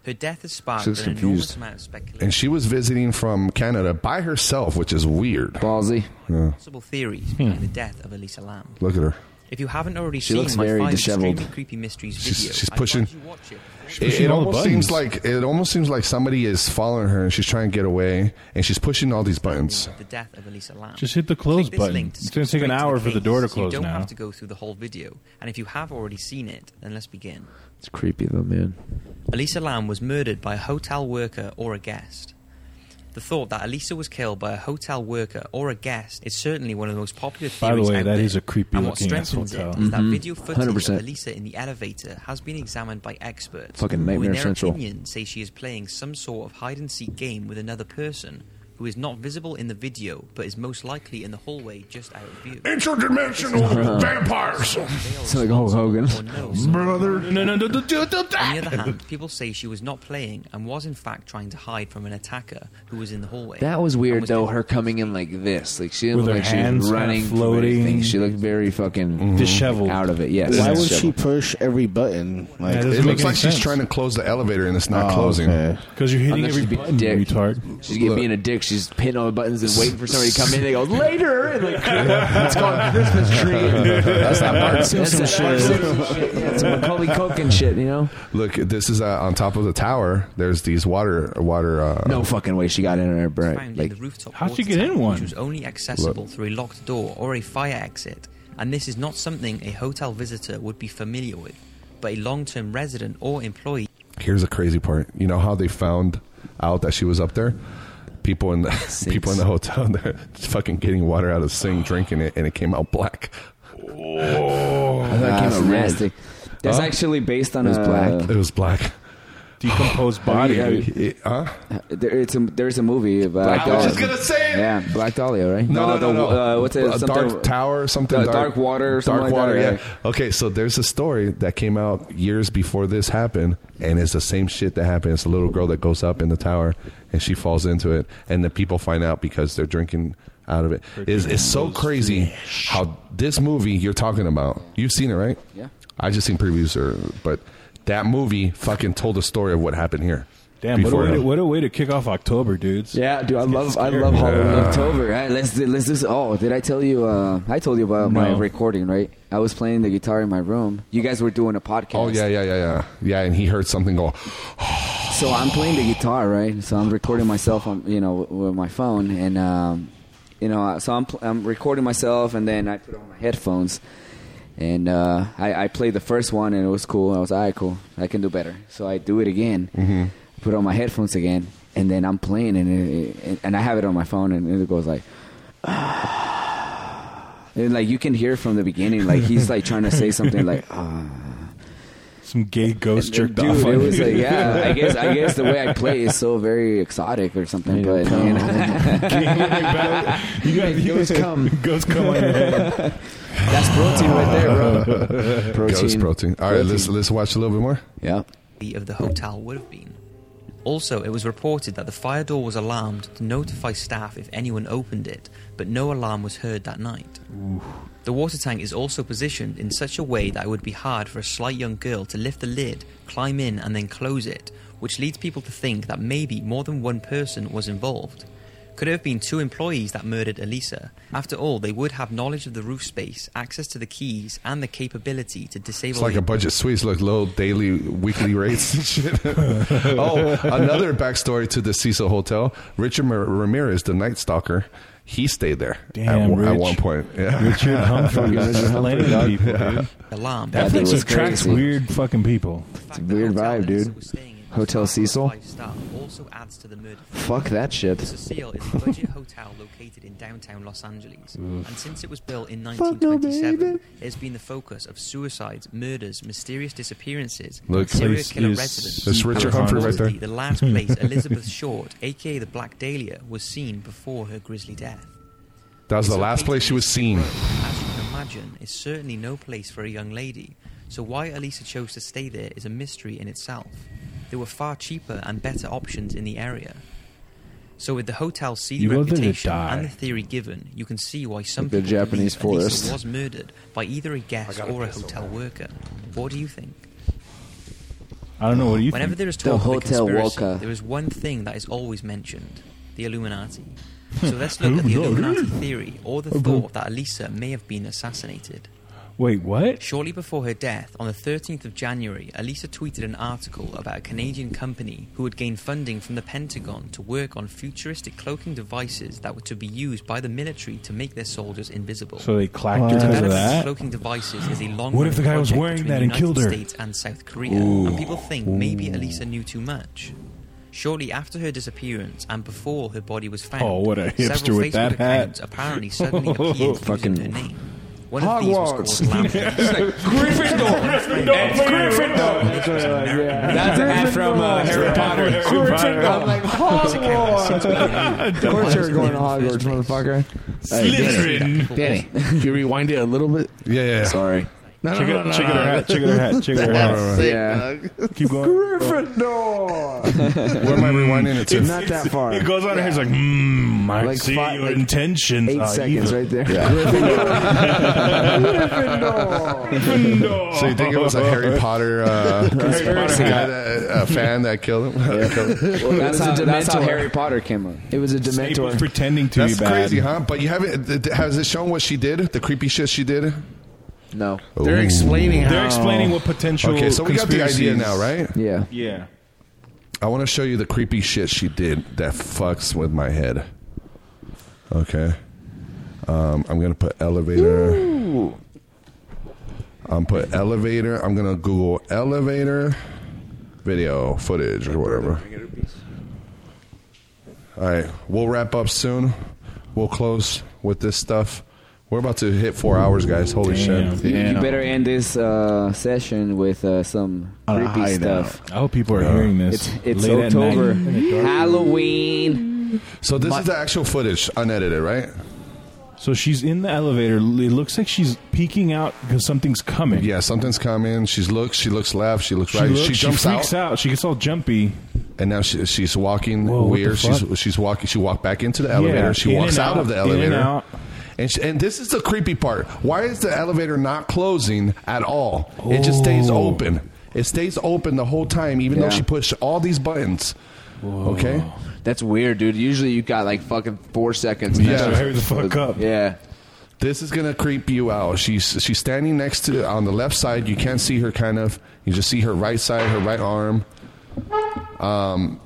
Speaker 9: Her death has sparked
Speaker 1: She's
Speaker 9: uh, an enormous
Speaker 1: confused.
Speaker 9: amount of speculation.
Speaker 1: and she was visiting from Canada by herself, which is weird.
Speaker 6: Ballsy.
Speaker 1: Yeah.
Speaker 9: Possible theories behind the death of Elisa Lamb.
Speaker 1: Look at her.
Speaker 9: If you haven't already
Speaker 1: She
Speaker 9: seen
Speaker 1: looks
Speaker 9: my
Speaker 1: very
Speaker 9: five
Speaker 1: disheveled.
Speaker 9: extremely creepy mysteries video,
Speaker 1: She's, she's
Speaker 9: I
Speaker 1: pushing.
Speaker 9: you watch it.
Speaker 1: It-
Speaker 9: Pushing
Speaker 1: It,
Speaker 9: all the
Speaker 1: almost
Speaker 9: buttons.
Speaker 1: seems like it almost seems like somebody is following her, and she's trying to get away, and she's pushing all these buttons.
Speaker 9: the death of Elisa Lam.
Speaker 5: Just hit the close
Speaker 9: Click this
Speaker 5: button.
Speaker 9: link to
Speaker 5: It's gonna
Speaker 9: skip
Speaker 5: take an
Speaker 9: straight
Speaker 5: hour for the
Speaker 9: case,
Speaker 5: door to
Speaker 9: so
Speaker 5: close
Speaker 9: You don't
Speaker 5: now.
Speaker 9: have to go through the whole video, and if you have already seen it, then let's begin.
Speaker 6: It's creepy though, man.
Speaker 9: Elisa Lam was murdered by a hotel worker or a guest. The thought that Elisa was killed by a hotel worker or a guest is certainly one of the most popular
Speaker 5: By the
Speaker 9: theories.
Speaker 5: way,
Speaker 9: out
Speaker 5: that
Speaker 9: there.
Speaker 5: is a creepy
Speaker 9: and what
Speaker 5: looking ass
Speaker 9: strengthens
Speaker 5: hotel.
Speaker 9: It is that
Speaker 6: Mm-hmm.
Speaker 5: Mhm.
Speaker 9: video footage
Speaker 5: 100%.
Speaker 9: of Elisa in the elevator has been examined by experts.
Speaker 6: Fucking
Speaker 9: who,
Speaker 6: Nightmare
Speaker 9: in their
Speaker 6: Central.
Speaker 9: opinion, say she is playing some sort of hide and seek game with another person who is not visible in the video but is most likely in the hallway just out of view.
Speaker 1: Interdimensional vampires.
Speaker 6: It's like Hulk Hogan.
Speaker 1: Brother.
Speaker 5: No, no, no, don't do
Speaker 9: On the other hand, people say she was not playing and was in fact trying to hide from an attacker who was in the hallway.
Speaker 6: That was weird though. Her coming in like this, like she didn't
Speaker 5: With
Speaker 6: look
Speaker 5: her
Speaker 6: like she
Speaker 5: hands
Speaker 6: was
Speaker 5: kinda
Speaker 6: running, from
Speaker 5: floating.
Speaker 6: anything. She looked very fucking
Speaker 5: Mm-hmm. Disheveled.
Speaker 6: out of it. Yes.
Speaker 4: Mm-hmm. Why would
Speaker 6: Disheveled.
Speaker 4: she push every button? Like,
Speaker 1: it looks like she's trying to close the elevator, and it's not
Speaker 4: Oh,
Speaker 1: closing.
Speaker 4: okay.
Speaker 5: because you're hitting
Speaker 6: Unless
Speaker 5: every
Speaker 6: she's being
Speaker 5: button,
Speaker 6: dick.
Speaker 5: retard.
Speaker 6: She's get- being a dick. She's hitting all the buttons and waiting for somebody to come in. They go later. And like, it's called Christmas tree.
Speaker 1: That's
Speaker 6: that Bart Simpson
Speaker 1: That's that
Speaker 6: shit.
Speaker 1: Bart Simpson shit.
Speaker 6: Yeah, it's Macaulay Culkin shit, you know?
Speaker 1: Look, this is uh, on top of the tower. There's these water, water. Uh,
Speaker 6: no fucking way she got in there,
Speaker 9: found
Speaker 6: Brent.
Speaker 9: in the rooftop
Speaker 1: how'd
Speaker 9: water
Speaker 1: you get
Speaker 9: tank,
Speaker 1: in one?
Speaker 9: Which was only accessible through a locked door or a fire exit, and this is not something a hotel visitor would be familiar with, but a long-term resident or employee.
Speaker 1: Here's a crazy part. You know how they found out that she was up there? People in the people in the hotel, they're fucking getting water out of the sink, drinking it, and it came out black.
Speaker 4: Oh.
Speaker 6: I thought it came out red. That's
Speaker 1: Huh?
Speaker 6: actually based on
Speaker 1: It was
Speaker 6: a-
Speaker 1: black. It was black.
Speaker 5: decomposed body. dude.
Speaker 1: huh?
Speaker 3: There, it's a, there's a movie about. Black
Speaker 1: I was
Speaker 3: Dahlia.
Speaker 1: just gonna say it.
Speaker 3: Yeah, Black Dahlia, right?
Speaker 1: No, no, no,
Speaker 3: the-
Speaker 1: no.
Speaker 3: Uh, what's
Speaker 1: A
Speaker 3: it? Something-
Speaker 1: dark tower, something.
Speaker 3: The dark, water, or something
Speaker 1: dark
Speaker 3: like
Speaker 1: water.
Speaker 3: that,
Speaker 1: yeah. Okay, so there's a story that came out years before this happened, and it's the same shit that happened. It's a little girl that goes up in the tower, and she falls into it, and the people find out because they're drinking out of it. It's, it's so crazy how this movie you're talking about. You've seen it, right?
Speaker 3: Yeah.
Speaker 1: I just seen previews, or, but that movie fucking told the story of what happened here.
Speaker 5: Damn, what a,
Speaker 1: before
Speaker 5: way to,
Speaker 1: them.
Speaker 5: what a way to kick off October, dudes.
Speaker 3: Yeah, dude, I love I
Speaker 5: scared.
Speaker 3: love Halloween
Speaker 5: Yeah.
Speaker 3: October. All right, let's do- let's do. this. Oh, did I tell you? Uh, I told you about my
Speaker 1: No.
Speaker 3: recording, right? I was playing the guitar in my room. You guys were doing a podcast.
Speaker 1: Oh yeah, yeah, yeah, yeah, yeah. And he heard something go.
Speaker 3: So I'm playing the guitar, right? So I'm recording myself on, you know, w- with my phone, and um, you know, so I'm pl- I'm recording myself, and then I put on my headphones, and uh, I, I played the first one, and it was cool. I was all right, cool. I can do better. So I do it again,
Speaker 6: Mm-hmm.
Speaker 3: put on my headphones again, and then I'm playing, and it, it, and I have it on my phone, and it goes like. And like you can hear from the beginning, like he's like trying to say something like,
Speaker 6: "Ah."
Speaker 5: Some gay ghost jerked
Speaker 3: dude,
Speaker 5: off. on
Speaker 3: it was
Speaker 5: you.
Speaker 3: like, yeah, I guess, I guess the way I play is so very exotic or something. But you know.
Speaker 5: you got
Speaker 3: Ghost come.
Speaker 5: Ghost come on your head.
Speaker 3: that's protein right there, bro.
Speaker 1: Ghost protein. All right, let's let's watch a little bit more.
Speaker 3: Yeah.
Speaker 9: Of the hotel would have been. Also, it was reported that the fire door was alarmed to notify staff if anyone opened it, but no alarm was heard that night. The water tank is also positioned in such a way that it would be hard for a slight young girl to lift the lid, climb in, and then close it, which leads people to think that maybe more than one person was involved. Could it have been two employees that murdered Elisa? After all, they would have knowledge of the roof space, access to the keys, and the capability to disable
Speaker 1: It's like
Speaker 9: the
Speaker 1: a budget Swiss, like low daily, weekly rates and shit. oh, another backstory to the Cecil Hotel. Richard Mar- Ramirez, the Night Stalker, he stayed there at,
Speaker 5: Damn,
Speaker 1: one- at
Speaker 5: Rich.
Speaker 1: one point. Yeah.
Speaker 5: Richard Humphrey
Speaker 1: Yeah.
Speaker 5: was slaying people, dude.
Speaker 9: alarm.
Speaker 5: That
Speaker 3: That
Speaker 5: place
Speaker 3: was
Speaker 5: attracts
Speaker 3: crazy.
Speaker 5: weird fucking people.
Speaker 3: It's a weird vibe, dude. Hotel Cecil.
Speaker 9: staff also adds to the murder.
Speaker 3: Fuck that shit.
Speaker 9: Cecile is a budget hotel located in downtown Los Angeles,
Speaker 3: Oof.
Speaker 9: and since it was built in
Speaker 3: Fuck no,
Speaker 9: 1927, it has been the focus of suicides, murders, mysterious disappearances,
Speaker 1: Look,
Speaker 9: serial
Speaker 1: place
Speaker 9: killer
Speaker 1: is-
Speaker 9: residents.
Speaker 1: That's Richard
Speaker 9: and
Speaker 1: Humphrey right
Speaker 9: supposedly
Speaker 1: there.
Speaker 9: The last place Elizabeth Short, aka the Black Dahlia, was seen before her grisly death.
Speaker 1: That was the last place she was seen.
Speaker 9: As you can imagine, is certainly no place for a young lady, so why Elisa chose to stay there is a mystery in itself. There were far cheaper and better options in the area. So, with the hotel's seedy
Speaker 5: You go there to
Speaker 9: reputation
Speaker 5: die.
Speaker 9: and the theory given, you can see why some
Speaker 3: Like the
Speaker 9: people
Speaker 3: Japanese
Speaker 9: believe Elisa
Speaker 3: forest.
Speaker 9: was murdered by either a guest or a hotel worker. What do you think?
Speaker 5: I don't know what do you
Speaker 9: Whenever
Speaker 5: think.
Speaker 9: there is
Speaker 3: The
Speaker 9: talk of a
Speaker 3: Hotel
Speaker 9: conspiracy,
Speaker 3: Walker.
Speaker 9: there is one thing that is always mentioned: the Illuminati. So let's look at the
Speaker 5: Illuminati.
Speaker 9: Illuminati theory, or the thought that Elisa may have been assassinated.
Speaker 5: Wait, what?
Speaker 9: Shortly before her death, on the 13th of January, Elisa tweeted an article about a Canadian company who had gained funding from the Pentagon to work on futuristic cloaking devices that were to be used by the military to make their soldiers invisible.
Speaker 5: So they clacked her because of
Speaker 9: Development
Speaker 5: that?
Speaker 9: Cloaking devices is a long.
Speaker 5: What if the guy was
Speaker 9: project
Speaker 5: wearing
Speaker 9: between
Speaker 5: that
Speaker 9: the
Speaker 5: and
Speaker 9: United
Speaker 5: killed her?
Speaker 9: States and South Korea, and people think maybe Elisa knew too much. Shortly after her disappearance and before her body was found,
Speaker 5: Oh, what a hipster
Speaker 9: several
Speaker 5: with
Speaker 9: Facebook
Speaker 5: that hat.
Speaker 9: accounts apparently suddenly appeared using
Speaker 5: Fucking-
Speaker 9: her name. One of these was
Speaker 5: Hogwarts.
Speaker 9: called Lamp
Speaker 5: Gryffindor.
Speaker 8: That's an ad from uh, Harry Potter. I'm like, Hogwarts. Of course you're going to Hogwarts, motherfucker.
Speaker 4: Slytherin. Danny, can you rewind it a little bit?
Speaker 1: Yeah, yeah.
Speaker 8: Sorry.
Speaker 4: No,
Speaker 5: Check
Speaker 4: no,
Speaker 5: it-
Speaker 4: no,
Speaker 5: check
Speaker 4: no,
Speaker 5: it
Speaker 4: no.
Speaker 5: out, check it out, check it out.
Speaker 4: That's sick,
Speaker 5: Yeah.
Speaker 4: dog.
Speaker 5: Keep going.
Speaker 1: Where am I rewinding it to?
Speaker 5: It's- it's- It goes on and he's like, mmm, I
Speaker 1: Like
Speaker 5: see
Speaker 1: fi-
Speaker 5: your
Speaker 1: like
Speaker 5: intentions.
Speaker 1: eight
Speaker 5: are
Speaker 1: seconds
Speaker 5: evil."
Speaker 1: right there.
Speaker 5: Gryffindor.
Speaker 1: So you think it was a Harry Potter, uh,
Speaker 3: Conspiracy.
Speaker 1: guy that- a fan that killed him? Killed him?
Speaker 3: Well, that's, how,
Speaker 8: It was a
Speaker 3: that's how
Speaker 8: Dementor.
Speaker 3: Harry Potter came up.
Speaker 8: It was a
Speaker 5: Snape was
Speaker 8: Dementor.
Speaker 5: pretending to
Speaker 1: That's
Speaker 5: be bad.
Speaker 1: crazy, huh? But you haven't. th- th- Has it shown what she did? The creepy shit she did.
Speaker 8: No.
Speaker 4: They're explaining how.
Speaker 5: They're explaining what potential.
Speaker 1: Okay, so we got the idea
Speaker 5: conspiracies-
Speaker 1: now, right?
Speaker 8: Yeah.
Speaker 5: Yeah.
Speaker 1: I want to show you the creepy shit she did that fucks with my head. Okay. Um, I'm going to put elevator. I'm put elevator. I'm going to Google elevator video footage or whatever. All right. We'll wrap up soon. We'll close with this stuff. We're about to hit four hours, guys. Holy
Speaker 2: Damn.
Speaker 1: shit!
Speaker 2: You, you better end this uh, session with uh, some
Speaker 1: On a
Speaker 2: creepy
Speaker 1: high
Speaker 2: stuff.
Speaker 1: note. I hope people are hearing this
Speaker 2: It's, it's
Speaker 1: late at night.
Speaker 2: October,
Speaker 1: In the dark.
Speaker 2: Halloween.
Speaker 1: So this is the actual footage, unedited, right?
Speaker 5: So she's in the elevator. It looks like she's peeking out because something's coming.
Speaker 1: Yeah, something's coming. She's looks. She looks left. She looks
Speaker 5: She
Speaker 1: right.
Speaker 5: looks-
Speaker 1: she
Speaker 5: she
Speaker 1: jumps
Speaker 5: freaks
Speaker 1: out.
Speaker 5: She gets all jumpy.
Speaker 1: And now she, she's walking
Speaker 5: Whoa, what
Speaker 1: weird.
Speaker 5: the
Speaker 1: She's
Speaker 5: fuck?
Speaker 1: she's walking. She walked back into the
Speaker 5: Yeah,
Speaker 1: elevator. she
Speaker 5: in
Speaker 1: walks
Speaker 5: and
Speaker 1: out,
Speaker 5: out,
Speaker 1: of the
Speaker 5: in and
Speaker 1: elevator.
Speaker 5: out.
Speaker 1: And, she, and this is the creepy part. Why is the elevator not closing at all? It just stays
Speaker 5: Oh.
Speaker 1: open. It stays open the whole time, even
Speaker 2: Yeah.
Speaker 1: though she pushed all these buttons. Okay.
Speaker 2: That's weird, dude. Usually you got like fucking four seconds.
Speaker 1: Yeah. So hurry the
Speaker 5: fuck up.
Speaker 2: Yeah.
Speaker 1: This is gonna creep you out. She's she's standing next to on the left side. You can't see her. Kind of. You just see her right side, her right arm. Um,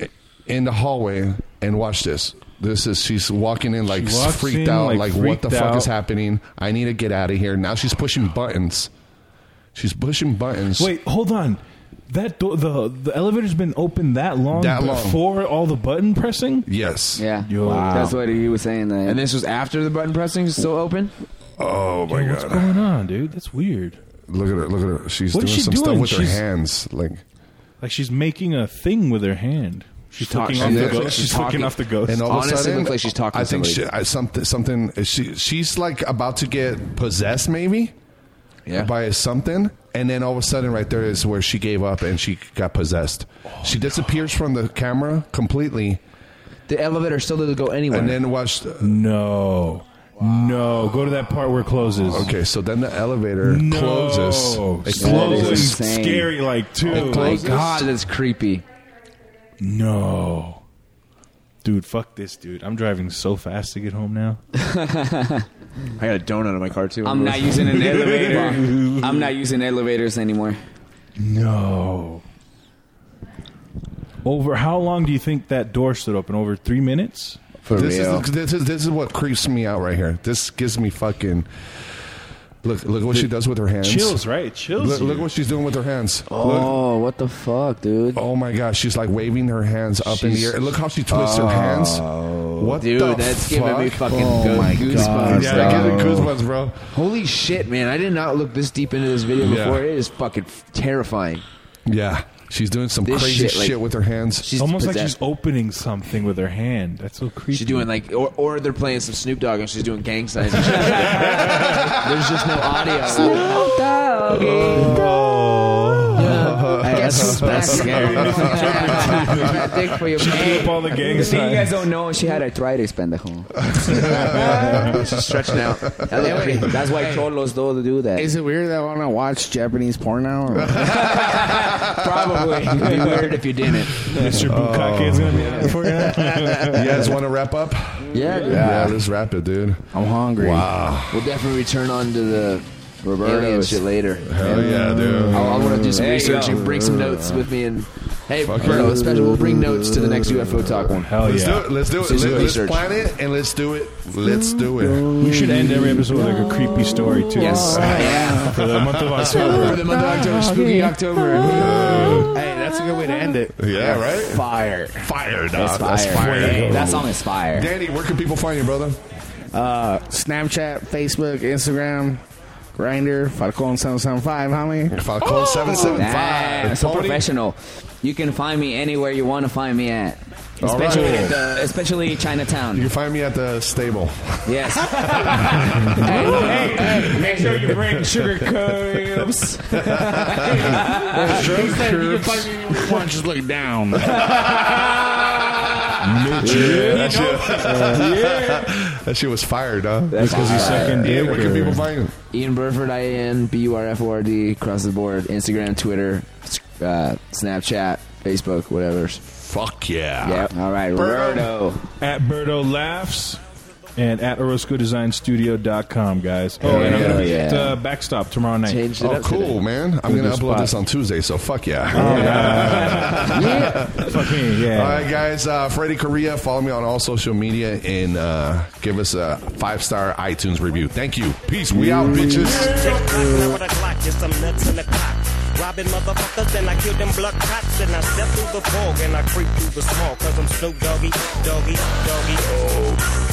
Speaker 1: i- in the hallway, and watch this. This is she's walking in like
Speaker 5: She walks
Speaker 1: freaked
Speaker 5: in,
Speaker 1: out,
Speaker 5: like,
Speaker 1: like, what the
Speaker 5: freaked
Speaker 1: fuck is
Speaker 5: out.
Speaker 1: happening? I need to get out of here. Now she's pushing buttons. She's pushing buttons.
Speaker 5: Wait, hold on. That do- the the elevator's been open that long
Speaker 1: That long.
Speaker 5: before all the button pressing.
Speaker 1: Yes.
Speaker 2: Yeah.
Speaker 5: Yo. Wow.
Speaker 2: That's what he was saying. Then.
Speaker 6: And this was after the button pressing was still open.
Speaker 1: Oh my
Speaker 5: Yo,
Speaker 1: god.
Speaker 5: What's going on, dude? That's weird.
Speaker 1: Look at her. Look at her. She's
Speaker 5: What
Speaker 1: doing
Speaker 5: is she
Speaker 1: some stuff
Speaker 5: doing?
Speaker 1: with
Speaker 5: She's-
Speaker 1: her hands. Like
Speaker 5: Like she's making a thing with her hand. She's
Speaker 1: talking.
Speaker 5: flicking off the ghost. She's flicking off the ghost.
Speaker 1: And all of a sudden, I
Speaker 5: to
Speaker 1: think
Speaker 5: somebody.
Speaker 1: she, I, something. Something. She, she's like about to get possessed, maybe. Yeah. By something, and then all of a sudden, right there is where she gave up and she got possessed.
Speaker 5: Oh,
Speaker 1: she disappears from the camera completely.
Speaker 6: The elevator still doesn't go anywhere.
Speaker 1: And then watch. The,
Speaker 5: no. No, go to that part where it closes.
Speaker 1: Okay, so then the elevator
Speaker 5: No.
Speaker 1: closes. It
Speaker 5: Slow
Speaker 1: closes.
Speaker 5: and scary, like too.
Speaker 1: It closes.
Speaker 5: that's creepy. No, dude, fuck this, dude. I'm driving so fast to get home now. I
Speaker 6: got a donut in my car too.
Speaker 2: I'm not using an elevator. I'm not using elevators anymore.
Speaker 5: No. Over how long do you think that door stood open? Over three minutes.
Speaker 1: this is this is this is what creeps me out right here. This gives me fucking. Look! Look what she does with her hands.
Speaker 5: Chills, right? Chills
Speaker 1: Look,
Speaker 5: you.
Speaker 1: look what she's doing with her hands.
Speaker 2: Oh, what the fuck, dude!
Speaker 1: Oh my gosh, she's like waving her hands up in the
Speaker 2: She's-
Speaker 1: air. And Look how she twists her hands. What
Speaker 6: Dude,
Speaker 1: the
Speaker 6: that's
Speaker 1: fuck? Oh
Speaker 6: giving me fucking
Speaker 5: Oh
Speaker 6: go- goosebumps.
Speaker 1: Yeah,
Speaker 6: bro.
Speaker 1: giving goosebumps, bro.
Speaker 6: Holy shit, man! I did not look this deep into this video
Speaker 1: Yeah.
Speaker 6: before. It is fucking f- terrifying.
Speaker 1: Yeah, she's doing some
Speaker 6: This
Speaker 1: crazy shit,
Speaker 6: shit, like-
Speaker 1: with her hands.
Speaker 6: She's
Speaker 5: Almost like
Speaker 6: possessed.
Speaker 5: she's opening something with her hand. That's so creepy.
Speaker 6: She's doing like, or, or they're playing some Snoop Dogg and she's doing gang signs. and shit. There's just no audio. Snoop Dogg. Oh.
Speaker 2: Guess that's scary.
Speaker 6: I think for your
Speaker 5: up all the gang
Speaker 2: The thing
Speaker 5: signs.
Speaker 2: you guys don't know, she had arthritis, pendejo.
Speaker 6: She's stretching out. That looked pretty-
Speaker 2: That's why cholos don't do that.
Speaker 4: Is it weird that I want to watch Japanese porn now? Or?
Speaker 2: Probably.
Speaker 6: It'd be weird if you didn't.
Speaker 5: Mr. Bukake is gonna
Speaker 1: Oh.
Speaker 5: be out for
Speaker 1: you guys want to wrap up?
Speaker 6: Yeah, dude.
Speaker 1: yeah. Let's wrap it, dude.
Speaker 4: I'm hungry.
Speaker 1: Wow.
Speaker 6: We'll definitely return on to the alien
Speaker 2: Roberto's.
Speaker 6: shit later.
Speaker 1: Hell yeah, dude.
Speaker 6: I, I want to do some
Speaker 2: There you
Speaker 6: research
Speaker 2: go.
Speaker 6: and bring some notes with me. And hey,
Speaker 1: Fuck
Speaker 6: Berto,
Speaker 1: yeah.
Speaker 6: especially we'll bring notes to the next UFO talk one.
Speaker 5: Hell
Speaker 1: Let's do it. Let's do it.
Speaker 6: Let's do
Speaker 1: Let- Let's
Speaker 6: research.
Speaker 1: plan it and let's do it. Let's do it.
Speaker 5: We should end every episode with like a creepy story too.
Speaker 6: Yes. Oh,
Speaker 5: Yeah. For the month of October.
Speaker 6: For the month of October, spooky October.
Speaker 4: Hey, that's a good way to end it.
Speaker 1: Yeah, right?
Speaker 4: Fire.
Speaker 1: Fire, dog.
Speaker 4: That's
Speaker 1: That's
Speaker 4: fire.
Speaker 1: fire.
Speaker 2: That song is fire.
Speaker 1: Danny, where can people find you, brother?
Speaker 4: Uh, Snapchat, Facebook, Instagram, Grinder, Falcon seven seven five, homie. Oh,
Speaker 1: Falcon seven seven
Speaker 2: Damn,
Speaker 1: five.
Speaker 2: so professional. You can find me anywhere you want to find me at.
Speaker 1: All
Speaker 2: Especially,
Speaker 1: right.
Speaker 2: at the, especially Chinatown.
Speaker 1: You can find me at the stable.
Speaker 2: Yes. hey, hey, hey, make sure you bring sugar cubes.
Speaker 4: He said you can find me anywhere you want, just look down.
Speaker 1: that, shit, that shit was fired, huh?
Speaker 6: That's 'cause you suck in
Speaker 1: Yeah,
Speaker 6: dick,
Speaker 1: where can
Speaker 6: or-
Speaker 1: people find you?
Speaker 6: Ian Burford, I A N B U R F O R D, across the board. Instagram, Twitter, uh, Snapchat, Facebook, whatever.
Speaker 1: Fuck yeah.
Speaker 6: Yep. All right, Roberto.
Speaker 5: At Birdo Laughs and at oroscodesignstudio.com, guys. Oh, and I'm
Speaker 1: Yeah.
Speaker 5: going to be at
Speaker 1: Yeah.
Speaker 5: uh, Backstop tomorrow night.
Speaker 1: Oh, cool, man. I'm
Speaker 5: Good
Speaker 1: going to upload
Speaker 5: spot.
Speaker 1: this on Tuesday, so fuck yeah.
Speaker 5: Fuck me, yeah.
Speaker 1: All right, guys. Uh, Freddie Correa, follow me on all social media and uh, give us a five star iTunes review. Thank you. Peace. We out, bitches.
Speaker 8: Tick tock, now what o'clock, get some nuts in the clock. Robbing motherfuckers, and I kill them blood cops. And I step through the fog, and I creep through the small, cause I'm Snoop Doggy, Doggy, Doggy. Oh.